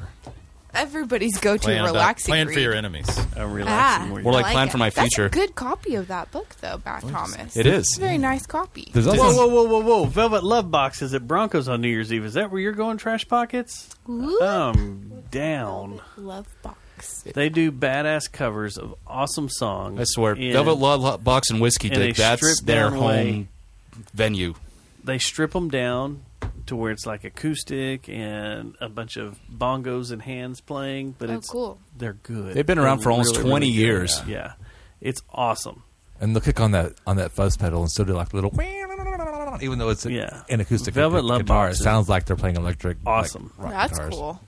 Speaker 14: Everybody's go-to
Speaker 10: Plan about-
Speaker 14: Oh, relaxing.
Speaker 10: plan for
Speaker 14: read.
Speaker 10: your enemies.
Speaker 6: A
Speaker 14: Ah,
Speaker 15: relaxing. More like, plan for my
Speaker 14: That's
Speaker 15: future.
Speaker 14: a good copy of that book, though, Matt Thomas.
Speaker 15: It is.
Speaker 14: It's a very nice copy.
Speaker 11: There's
Speaker 6: Whoa,
Speaker 11: also-
Speaker 6: whoa, whoa, whoa, whoa! Velvet Love Box is at Broncos on New Year's Eve. Is that where you're going, Trash Pockets? Um, down.
Speaker 14: Love box.
Speaker 6: They do badass covers of awesome songs.
Speaker 15: I swear,
Speaker 6: in-
Speaker 15: Velvet Law Box and Whiskey
Speaker 6: in
Speaker 15: Dick.
Speaker 6: a
Speaker 15: That's their
Speaker 6: stripped-down
Speaker 15: home
Speaker 6: way.
Speaker 15: venue.
Speaker 6: They strip them down to where it's like acoustic and a bunch of bongos and hands playing. But
Speaker 14: Oh,
Speaker 6: it's
Speaker 14: cool.
Speaker 6: They're good.
Speaker 15: They've been around for almost 20
Speaker 6: good.
Speaker 15: years.
Speaker 6: Yeah. it's awesome.
Speaker 11: And they'll click on that on that fuzz pedal and still do like little. Even though it's
Speaker 6: Yeah.
Speaker 11: an acoustic
Speaker 6: Velvet
Speaker 11: gu-
Speaker 6: Love
Speaker 11: guitar,
Speaker 6: Box
Speaker 11: it
Speaker 6: is
Speaker 11: sounds like they're playing electric. like,
Speaker 6: Awesome.
Speaker 11: rock
Speaker 14: That's
Speaker 11: guitars.
Speaker 14: cool.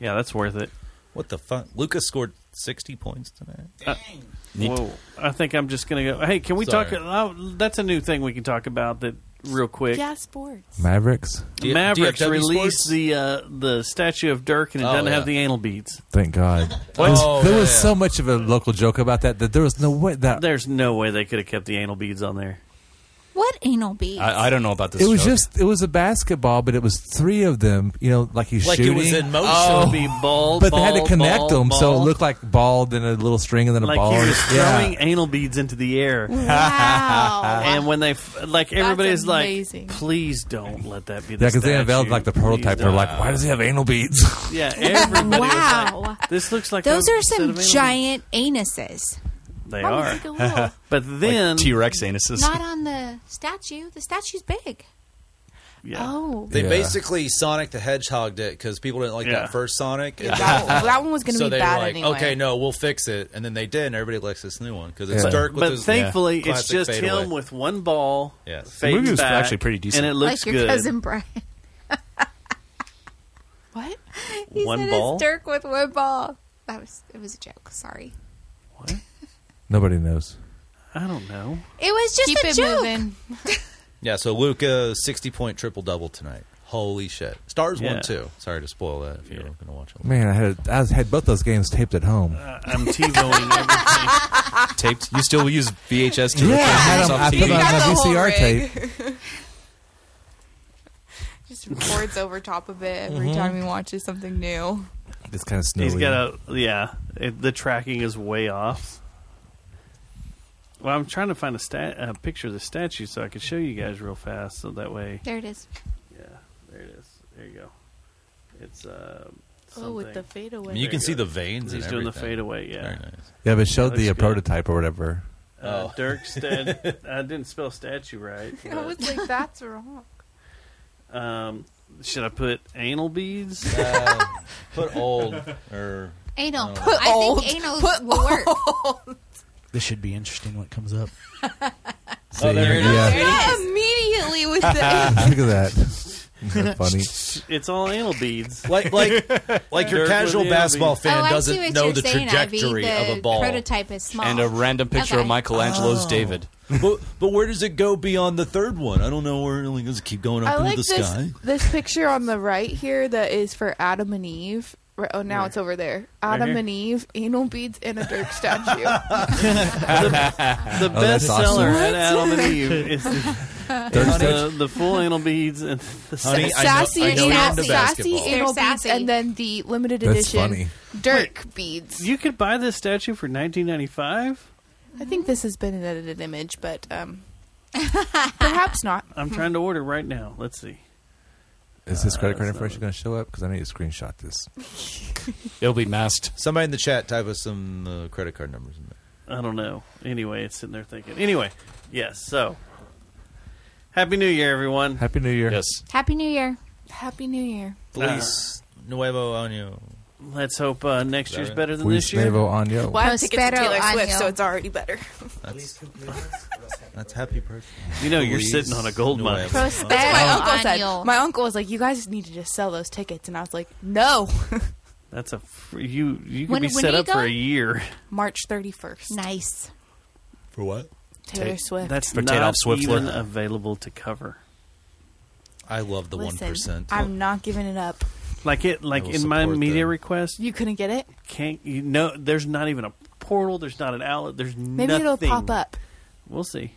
Speaker 6: Yeah, that's worth it.
Speaker 10: What the fuck? Lucas scored sixty points tonight.
Speaker 6: Uh, Whoa! I think I'm just gonna go. Hey, can we
Speaker 10: Sorry.
Speaker 6: talk? uh, That's a new thing we can talk about that real quick.
Speaker 14: Yeah, sports.
Speaker 11: Mavericks.
Speaker 10: D-
Speaker 6: Mavericks
Speaker 10: DFW
Speaker 6: released
Speaker 10: Sports?
Speaker 6: the uh, the statue of Dirk, and it
Speaker 10: Oh,
Speaker 6: doesn't
Speaker 10: yeah.
Speaker 6: have the anal beads.
Speaker 11: Thank God.
Speaker 6: What?
Speaker 11: There's-
Speaker 6: Oh,
Speaker 11: there
Speaker 6: yeah,
Speaker 11: was
Speaker 6: yeah.
Speaker 11: so much of a local joke about that that there was no way that
Speaker 6: There's no way they could have kept the anal beads on there.
Speaker 12: What anal beads?
Speaker 15: I, I don't know about this.
Speaker 11: it was
Speaker 15: joke.
Speaker 11: just it was a basketball, but it was three of them. You know, like he's
Speaker 10: Like it
Speaker 11: shooting.
Speaker 10: was in motion.
Speaker 11: Oh.
Speaker 6: It'd be ball,
Speaker 11: but they had to
Speaker 6: ball,
Speaker 11: connect
Speaker 6: ball,
Speaker 11: them, so it
Speaker 6: ball.
Speaker 11: looked like ball, then a little string, and then a
Speaker 6: like
Speaker 11: ball.
Speaker 6: he was
Speaker 11: Yeah.
Speaker 6: throwing anal beads into the air.
Speaker 11: Wow.
Speaker 6: and when they f- like everybody's like,
Speaker 14: amazing.
Speaker 6: please don't let that be. The
Speaker 11: Yeah, because they
Speaker 6: statue.
Speaker 11: unveiled like the prototype. They're like, why does he have anal beads?
Speaker 6: Yeah, everybody
Speaker 12: Wow.
Speaker 6: was like, this looks like
Speaker 12: Those
Speaker 6: a
Speaker 12: are
Speaker 6: set
Speaker 12: some
Speaker 6: of anal
Speaker 12: giant anuses.
Speaker 6: beads." They
Speaker 12: Mommy,
Speaker 6: are.
Speaker 12: take a little.
Speaker 6: but then
Speaker 15: T Rex anuses.
Speaker 12: Not on the statue. The statue's big.
Speaker 6: Yeah.
Speaker 12: Oh.
Speaker 10: They
Speaker 12: Yeah.
Speaker 10: basically Sonic the Hedgehog did because people didn't like that first Sonic. and-
Speaker 14: That one- that one was gonna
Speaker 10: so
Speaker 14: be
Speaker 10: they were
Speaker 14: bad
Speaker 10: like,
Speaker 14: anyway.
Speaker 10: Okay, no, we'll fix it, and then they did, and everybody likes this new one because it's
Speaker 6: But-
Speaker 10: Dirk. With
Speaker 6: but
Speaker 10: his
Speaker 6: thankfully, it's
Speaker 10: classic
Speaker 6: just him
Speaker 10: fadeaway.
Speaker 6: with one ball.
Speaker 10: Yes. The
Speaker 6: fades
Speaker 10: movie was
Speaker 6: back,
Speaker 10: actually pretty decent.
Speaker 6: and it looks
Speaker 12: like your
Speaker 6: good.
Speaker 12: cousin Brian.
Speaker 14: what?
Speaker 12: He
Speaker 6: One
Speaker 12: said
Speaker 6: ball?
Speaker 12: it's Dirk with one ball. That was it was a joke. Sorry.
Speaker 11: Nobody knows.
Speaker 6: I don't know.
Speaker 12: It was just
Speaker 14: Keep
Speaker 12: a
Speaker 14: it
Speaker 12: joke.
Speaker 14: moving.
Speaker 10: Yeah, so Luca sixty point triple double tonight. Holy shit! Stars
Speaker 6: Yeah.
Speaker 10: won too. Sorry to spoil that if you're going to watch it.
Speaker 11: Man, I had I had both those games taped at home.
Speaker 6: I'm TiVoing everything.
Speaker 15: taped. You still use VHS to
Speaker 11: Yeah, I
Speaker 15: record
Speaker 11: had
Speaker 15: yourself
Speaker 11: 'em- I
Speaker 15: TV.
Speaker 11: put 'em on my VCR tape.
Speaker 14: Just records over top of it every
Speaker 11: Mhm.
Speaker 14: time he watches something new.
Speaker 11: It's kind of snowy.
Speaker 6: He's got a yeah. It, the tracking is way off. Well, I'm trying to find a stat, a picture of the statue so I could show you guys real fast. So that way,
Speaker 12: There it is.
Speaker 6: yeah, there it is. There you go. It's uh.
Speaker 14: Oh, with
Speaker 6: something.
Speaker 14: the fadeaway.
Speaker 10: I mean, you can see the veins.
Speaker 6: He's
Speaker 10: and
Speaker 6: doing the
Speaker 10: everything.
Speaker 6: fadeaway. Yeah.
Speaker 10: Very nice.
Speaker 11: yeah, but showed
Speaker 6: That
Speaker 11: the
Speaker 6: looks
Speaker 11: uh,
Speaker 6: good.
Speaker 11: prototype or whatever.
Speaker 6: Uh,
Speaker 10: Oh.
Speaker 6: Dirk Stead. I didn't spell statue right.
Speaker 14: I was
Speaker 6: but,
Speaker 14: like, that's wrong.
Speaker 6: um, should I put anal beads?
Speaker 10: Uh, put old or
Speaker 12: Anal.
Speaker 10: I don't know.
Speaker 12: I
Speaker 14: old.
Speaker 12: think anal
Speaker 14: Put
Speaker 12: will work.
Speaker 5: This should be interesting when it comes up.
Speaker 10: Oh, there it is.
Speaker 11: yeah.
Speaker 14: Not immediately with the.
Speaker 11: Look at that. Isn't that funny.
Speaker 6: It's all anal beads.
Speaker 10: Like like like your
Speaker 6: Dirk with
Speaker 10: casual
Speaker 6: the anal
Speaker 10: basketball
Speaker 6: beads.
Speaker 10: fan
Speaker 12: oh, I see
Speaker 10: doesn't
Speaker 12: what
Speaker 10: know
Speaker 12: you're
Speaker 10: the
Speaker 12: saying, Ivy.
Speaker 10: trajectory
Speaker 12: the
Speaker 10: of a ball.
Speaker 12: prototype is small.
Speaker 15: and a random picture
Speaker 12: Okay.
Speaker 15: of Michelangelo's
Speaker 10: Oh.
Speaker 15: David.
Speaker 10: but but where does it go beyond the third one? I don't know where it does it keep going up
Speaker 14: I like
Speaker 10: into the
Speaker 14: this
Speaker 10: sky.
Speaker 14: this picture on the right here that is for Adam and Eve. Right- Oh, now it's over there.
Speaker 6: Right
Speaker 14: Adam
Speaker 6: here?
Speaker 14: and Eve, anal beads, and a Dirk statue.
Speaker 6: the
Speaker 11: that's
Speaker 6: best
Speaker 11: Oh, awesome.
Speaker 6: seller
Speaker 11: What?
Speaker 6: at Adam and Eve is the the, the full anal beads and the
Speaker 10: Honey,
Speaker 6: sass-
Speaker 14: sassy,
Speaker 10: I know you're
Speaker 14: sassy,
Speaker 10: into
Speaker 14: sassy
Speaker 10: basketball.
Speaker 14: anal
Speaker 12: They're
Speaker 14: beads,
Speaker 12: sassy.
Speaker 14: and then the limited
Speaker 6: That's
Speaker 14: edition
Speaker 6: funny.
Speaker 14: Dirk beads.
Speaker 6: You could buy this statue for 1995.
Speaker 14: I think this has been an edited image, but um, perhaps not.
Speaker 6: I'm trying to order right now. Let's see.
Speaker 11: Is
Speaker 10: Uh,
Speaker 11: this credit card information going to show up? Because I need to screenshot this.
Speaker 10: It'll be masked. Somebody in the chat type us some uh, credit card numbers in there.
Speaker 6: I don't know. Anyway, it's sitting there thinking. Anyway, yes. So, Happy New Year, everyone.
Speaker 11: Happy New Year.
Speaker 10: Yes.
Speaker 12: Happy New Year.
Speaker 14: Happy New Year.
Speaker 10: Feliz Nuevo Año.
Speaker 6: Uh-huh. Let's hope uh, next
Speaker 10: Is that
Speaker 6: year's
Speaker 10: it?
Speaker 6: better than
Speaker 11: Feliz
Speaker 6: this year.
Speaker 11: Nuevo Año.
Speaker 14: Well, I have tickets to
Speaker 12: Prospero
Speaker 14: Taylor Swift,
Speaker 12: año.
Speaker 14: so it's already better.
Speaker 10: That's, that's happy birthday.
Speaker 6: You know, you're sitting on a gold mine.
Speaker 14: That's what my
Speaker 12: Prospero
Speaker 14: uncle
Speaker 12: año.
Speaker 14: said. My uncle was like, "You guys need to just sell those tickets," and I was like, "No."
Speaker 6: That's a fr- you. You could
Speaker 14: When-
Speaker 6: be
Speaker 14: when
Speaker 6: set
Speaker 14: do you
Speaker 6: up for
Speaker 14: go?
Speaker 6: a year.
Speaker 14: March thirty first.
Speaker 12: Nice.
Speaker 10: For what?
Speaker 14: Taylor Swift.
Speaker 6: That's
Speaker 10: For
Speaker 6: not
Speaker 10: Taylor Swift.
Speaker 6: even available to cover.
Speaker 10: I love the
Speaker 14: Listen,
Speaker 10: 1%.
Speaker 14: I'm not giving it up.
Speaker 6: Like it, like
Speaker 10: I will
Speaker 6: in my
Speaker 10: support
Speaker 6: media request,
Speaker 14: You couldn't get it.
Speaker 6: can't you know? There's not even a portal. There's not an outlet. There's
Speaker 14: Maybe
Speaker 6: nothing.
Speaker 14: it'll pop up.
Speaker 6: We'll see.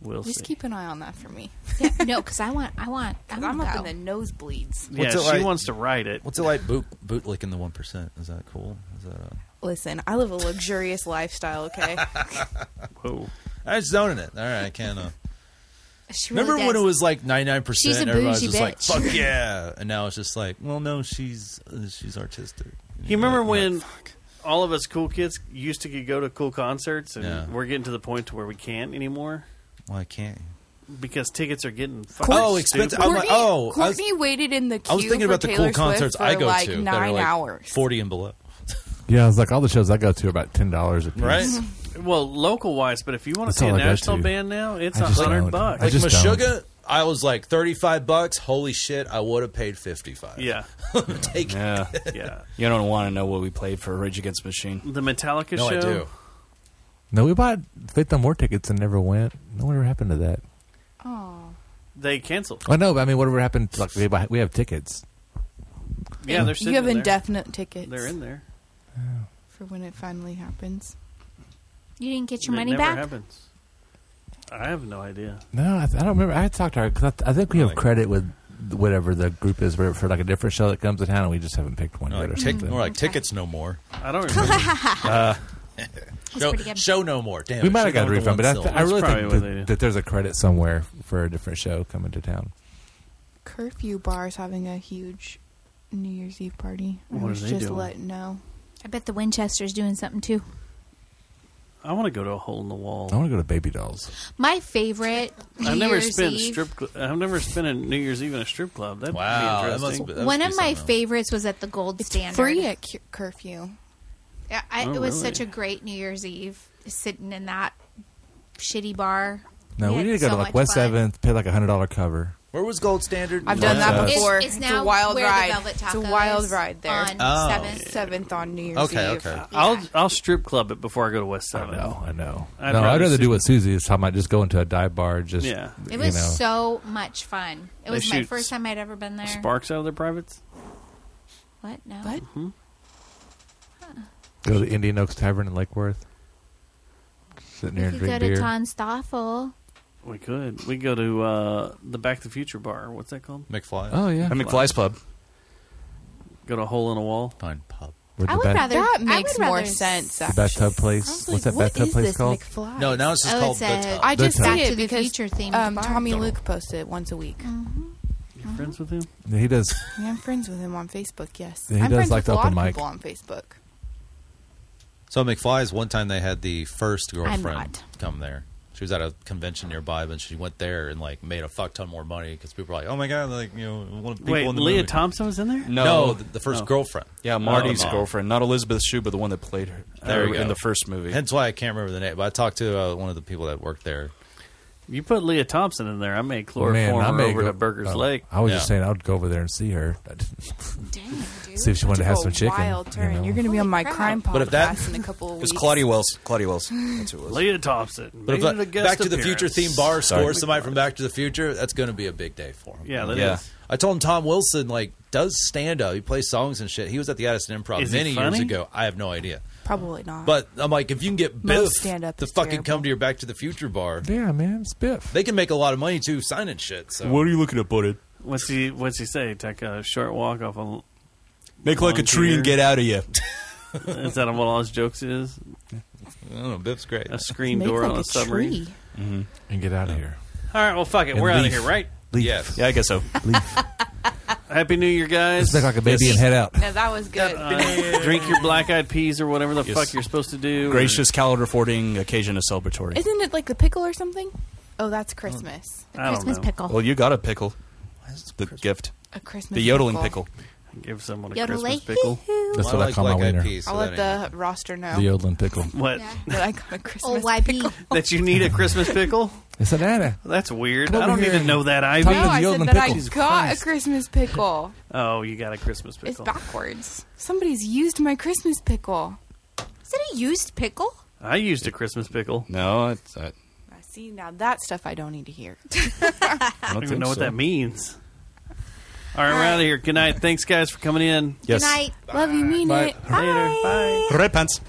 Speaker 6: We'll
Speaker 14: Just
Speaker 6: see.
Speaker 14: keep an eye on that for me.
Speaker 12: Yeah, no, because I want, I want, I
Speaker 14: I'm
Speaker 12: want
Speaker 14: up
Speaker 12: to go.
Speaker 14: in the nosebleeds.
Speaker 6: Yeah, she wants to write it.
Speaker 10: What's it like boot bootlicking the one percent? Is that cool? Is that uh,
Speaker 14: Listen, I live a luxurious lifestyle. Okay.
Speaker 6: Whoa.
Speaker 10: I was uh, zoning it. All right, I can't. Uh,
Speaker 12: She
Speaker 10: remember
Speaker 14: really
Speaker 10: when it
Speaker 14: does.
Speaker 10: was like ninety nine
Speaker 14: She's a
Speaker 10: percent? Everybody was
Speaker 14: bougie
Speaker 10: just like,
Speaker 14: bitch.
Speaker 10: "Fuck yeah!" And now it's just like, "Well, no, she's uh, she's artistic."
Speaker 6: You remember when all of us cool kids used to go to cool concerts, and
Speaker 10: Yeah.
Speaker 6: we're getting to the point to where we can't anymore
Speaker 10: Well, I can't.
Speaker 6: because tickets are getting fucking
Speaker 10: Oh, expensive. I'm
Speaker 6: stupid.
Speaker 10: like, oh, I was,
Speaker 14: Courtney waited in the queue
Speaker 10: I was thinking
Speaker 14: for
Speaker 10: about the
Speaker 14: Taylor
Speaker 10: cool
Speaker 14: Swift
Speaker 10: concerts
Speaker 14: for
Speaker 10: I go
Speaker 14: like
Speaker 10: to
Speaker 14: Nine
Speaker 10: that are like
Speaker 14: hours.
Speaker 10: forty and below.
Speaker 11: Yeah, I was like, all the shows I go to are about ten dollars a piece.
Speaker 6: Well, local wise, but if you want to
Speaker 11: That's
Speaker 6: see a
Speaker 11: all I go
Speaker 6: national
Speaker 11: to.
Speaker 6: band now, it's
Speaker 11: I
Speaker 6: a
Speaker 11: just
Speaker 6: hundred
Speaker 11: don't.
Speaker 6: bucks.
Speaker 11: I
Speaker 10: Like
Speaker 11: just
Speaker 10: Meshuggah, I was like thirty-five bucks. Holy shit! I would have paid fifty-five.
Speaker 6: Yeah.
Speaker 10: Take
Speaker 17: yeah.
Speaker 10: it.
Speaker 6: Yeah.
Speaker 17: You don't want to know what we played for Rage Against the Machine.
Speaker 6: The Metallica
Speaker 10: No, I
Speaker 6: show.
Speaker 10: do.
Speaker 11: No, we bought Faith No More tickets and never went. No, whatever happened to that?
Speaker 14: Oh.
Speaker 6: They canceled.
Speaker 11: I know, but I mean, whatever happened? To, like we buy, we have tickets.
Speaker 6: Yeah, they're sitting
Speaker 14: You have
Speaker 6: in there.
Speaker 14: indefinite tickets.
Speaker 6: They're in there.
Speaker 14: for when it finally happens.
Speaker 12: You didn't get your
Speaker 6: It
Speaker 12: money
Speaker 6: never
Speaker 12: back.
Speaker 6: Happens. I have no idea.
Speaker 11: No, I, th- I don't remember. I had talked to her because I, th- I think we have credit with whatever the group is for, for like a different show that comes to town, and we just haven't picked one
Speaker 10: No,
Speaker 11: yet or
Speaker 10: like, tic-
Speaker 11: something.
Speaker 10: more like tickets no more.
Speaker 6: I don't remember.
Speaker 10: uh, show,
Speaker 12: pretty good.
Speaker 10: show no more. Damn,
Speaker 11: we
Speaker 10: it,
Speaker 11: might have
Speaker 10: should've
Speaker 11: got a
Speaker 10: gone with the
Speaker 11: refund, but I,
Speaker 10: one
Speaker 11: th-
Speaker 10: silver.
Speaker 11: I really
Speaker 6: probably
Speaker 11: think
Speaker 6: what
Speaker 11: that-
Speaker 6: they did.
Speaker 11: that there's a credit somewhere for a different show coming to town.
Speaker 14: Curfew bars having a huge New Year's Eve party. I
Speaker 6: What are
Speaker 14: was
Speaker 6: they
Speaker 14: just
Speaker 6: doing?
Speaker 14: letting know.
Speaker 12: I bet the Winchester's doing something too.
Speaker 6: I want to go to a hole in the wall.
Speaker 11: I want to go to Baby Dolls.
Speaker 12: My favorite. New
Speaker 6: I've never
Speaker 12: Year's
Speaker 6: spent
Speaker 12: Eve.
Speaker 6: strip. Cl- I've never spent a New Year's Eve in a strip club. That'd
Speaker 10: Wow,
Speaker 6: be
Speaker 10: that
Speaker 6: interesting.
Speaker 10: must be-
Speaker 12: One of my favorites was at the Gold Standard.
Speaker 14: Free at cu- curfew.
Speaker 12: Yeah, I,
Speaker 6: Oh,
Speaker 12: it was
Speaker 6: really?
Speaker 12: such a great New Year's Eve sitting in that shitty bar.
Speaker 11: No, we
Speaker 12: had
Speaker 11: need to go
Speaker 12: so
Speaker 11: to like
Speaker 12: much
Speaker 11: West
Speaker 12: fun.
Speaker 11: Seventh, pay like a hundred dollar cover.
Speaker 10: Where was Gold Standard?
Speaker 14: I've done that
Speaker 11: It's-
Speaker 14: before.
Speaker 12: it's now
Speaker 14: a wild
Speaker 12: where the
Speaker 14: ride.
Speaker 12: Velvet
Speaker 14: it's a
Speaker 12: Taco
Speaker 14: wild
Speaker 12: is
Speaker 14: ride there.
Speaker 12: on Oh. 7th.
Speaker 14: seventh on New Year's
Speaker 10: Okay,
Speaker 14: Eve.
Speaker 10: okay.
Speaker 6: I'll I'll strip club it before I go to West Seven. I know.
Speaker 11: I know.
Speaker 6: I'd
Speaker 11: no, I'd
Speaker 6: rather
Speaker 11: rather
Speaker 6: see-
Speaker 11: do what Susie is talking about. Just go into a dive bar. Just
Speaker 6: Yeah.
Speaker 11: you
Speaker 12: It was
Speaker 11: know.
Speaker 12: so much fun. It
Speaker 6: They
Speaker 12: was my
Speaker 6: shoot
Speaker 12: first time I'd ever been there.
Speaker 6: Sparks out of their privates.
Speaker 12: What? No.
Speaker 14: What?
Speaker 11: Go to the Indian Oaks Tavern in Lake Worth. Sitting
Speaker 12: We
Speaker 11: there and
Speaker 12: could go
Speaker 11: drink
Speaker 12: to
Speaker 11: beer.
Speaker 12: Tonstoffel.
Speaker 6: We could. We go to uh, the Back to the Future bar. What's that called?
Speaker 10: McFly.
Speaker 11: Oh, yeah.
Speaker 15: At McFly's Pub.
Speaker 6: Go to a hole in a wall.
Speaker 10: Fine pub.
Speaker 11: Where'd
Speaker 12: I
Speaker 11: the
Speaker 12: would
Speaker 11: bat-
Speaker 12: rather-
Speaker 14: That
Speaker 12: I
Speaker 14: makes
Speaker 12: would
Speaker 14: more
Speaker 12: rather
Speaker 14: sense.
Speaker 11: the bathtub place. What's that bathtub place called?
Speaker 10: No, now it's just
Speaker 12: Oh,
Speaker 10: called
Speaker 12: it's
Speaker 10: the
Speaker 12: a-
Speaker 10: tub.
Speaker 14: I
Speaker 11: The
Speaker 14: just
Speaker 11: tub.
Speaker 14: see
Speaker 11: Back
Speaker 14: it
Speaker 12: to the
Speaker 14: because Mm-hmm.
Speaker 12: Future themed
Speaker 14: um,
Speaker 12: bar.
Speaker 14: Tommy
Speaker 12: Don't-
Speaker 14: Luke posts it once a week.
Speaker 6: You friends with him?
Speaker 11: Yeah, he does.
Speaker 14: Yeah, I'm friends with him on Facebook. Yes,
Speaker 11: Yeah, he
Speaker 14: I'm
Speaker 11: does
Speaker 14: friends
Speaker 11: like
Speaker 14: with
Speaker 11: the
Speaker 14: a lot
Speaker 11: open
Speaker 14: of
Speaker 11: mic.
Speaker 14: people on Facebook.
Speaker 10: So McFly's one time they had the first girlfriend
Speaker 14: not.
Speaker 10: come there. She was at a convention nearby, but she went there and like made a fuck ton more money because people were like, "Oh my god!" Like you know, one of the people
Speaker 6: Wait,
Speaker 10: in the
Speaker 6: Leah
Speaker 10: movie.
Speaker 6: Thompson was in there.
Speaker 10: No, the, the first
Speaker 6: Oh.
Speaker 10: girlfriend.
Speaker 17: Yeah, Marty's
Speaker 10: Oh, no.
Speaker 17: girlfriend, not Elizabeth Shue, but the one that played her
Speaker 10: There
Speaker 17: uh,
Speaker 10: we go.
Speaker 17: in the first movie.
Speaker 10: Hence why I can't remember the name. But I talked to uh, one of the people that worked there.
Speaker 6: You put Leah Thompson in there. I made chloroform
Speaker 11: Man, I
Speaker 6: her
Speaker 11: may
Speaker 6: over
Speaker 11: go-
Speaker 6: to Burgers
Speaker 11: uh,
Speaker 6: Lake.
Speaker 11: I was just saying I would go over there and see her. Dang, see if she wanted to
Speaker 14: Took
Speaker 11: have
Speaker 14: a
Speaker 11: some chicken.
Speaker 14: Wild turn.
Speaker 11: You know?
Speaker 14: You're going to be on my crime podcast
Speaker 10: But if that
Speaker 14: in a couple of
Speaker 10: was
Speaker 14: weeks.
Speaker 10: Claudia Wells, Claudia Wells, that's who it was.
Speaker 6: Leah Thompson.
Speaker 10: But if
Speaker 6: made
Speaker 10: uh,
Speaker 6: a guest
Speaker 10: Back to the Future
Speaker 6: appearance.
Speaker 10: theme bar
Speaker 6: Sorry.
Speaker 10: scores somebody from Back to the Future, that's going to be a big day for him.
Speaker 6: Yeah, that is.
Speaker 10: I told him Tom Wilson like does stand up. He plays songs and shit. He was at the Addison Improv
Speaker 6: Is he
Speaker 10: many years
Speaker 6: funny?
Speaker 10: ago. I have no idea.
Speaker 14: Probably not.
Speaker 10: But I'm like, if you can get
Speaker 14: Uh, Most
Speaker 10: Biff
Speaker 14: stand-up
Speaker 10: to
Speaker 14: is
Speaker 10: fucking
Speaker 14: terrible.
Speaker 10: come to your Back to the Future bar,
Speaker 11: Yeah, man, it's Biff.
Speaker 10: they can make a lot of money too signing shit. So
Speaker 17: What are you looking at, buddy?
Speaker 6: What's he? What's he say? Take a short walk off a. l-
Speaker 15: Make like
Speaker 6: lawn
Speaker 15: a tree and
Speaker 6: chair?
Speaker 15: get out of here.
Speaker 6: is that what all his jokes is?
Speaker 10: I don't know. Biff's great.
Speaker 6: A screen
Speaker 15: Make
Speaker 6: door
Speaker 15: like
Speaker 6: on
Speaker 15: a
Speaker 6: a submarine.
Speaker 15: tree. Mm-hmm. And get out of here.
Speaker 6: All right. Well, fuck it.
Speaker 15: And
Speaker 6: We're out of
Speaker 15: leaf.
Speaker 6: here, right?
Speaker 15: Leaf.
Speaker 10: Yes.
Speaker 15: Yeah, I guess so.
Speaker 6: Happy New Year, guys.
Speaker 15: Let's act like a baby and head out.
Speaker 16: No, that was good.
Speaker 6: Uh, drink your black eyed peas or whatever the
Speaker 15: Yes.
Speaker 6: fuck you're supposed to do.
Speaker 15: Gracious calendar affording occasion is celebratory.
Speaker 14: Isn't it like the pickle or something? Oh, that's Christmas.
Speaker 15: I don't know. Well, you got a pickle. The gift.
Speaker 14: A Christmas
Speaker 15: The yodeling
Speaker 14: pickle.
Speaker 15: pickle.
Speaker 6: Give someone
Speaker 14: Yodelay.
Speaker 15: That's
Speaker 11: what I call my wiener.
Speaker 14: I'll let the roster know.
Speaker 11: The yodeling pickle.
Speaker 6: What?
Speaker 14: That I got a Christmas
Speaker 12: YB.
Speaker 14: pickle.
Speaker 6: that you need a Christmas pickle?
Speaker 11: It's an Anna.
Speaker 6: That's weird.
Speaker 11: Come
Speaker 6: I
Speaker 11: over
Speaker 6: don't need
Speaker 11: here
Speaker 6: to
Speaker 11: and
Speaker 6: know that,
Speaker 11: talk
Speaker 6: Ivy.
Speaker 11: to
Speaker 14: No, I said that I
Speaker 6: Jesus
Speaker 14: got
Speaker 6: Christ.
Speaker 14: a Christmas pickle.
Speaker 6: Oh, you got a Christmas
Speaker 14: It's
Speaker 6: pickle.
Speaker 14: backwards. Somebody's used my Christmas pickle. Is it a used pickle?
Speaker 6: I used a Christmas pickle.
Speaker 15: No, it's, I,
Speaker 14: I see. Now that stuff I don't need to hear.
Speaker 6: I don't even
Speaker 15: think
Speaker 6: know what
Speaker 15: so.
Speaker 6: that means. All right, we're out of here. Good night. Thanks, guys, for coming in.
Speaker 14: Good night. Love you, mean
Speaker 6: Bye.
Speaker 14: it.
Speaker 6: Later. Bye.
Speaker 15: Red pants.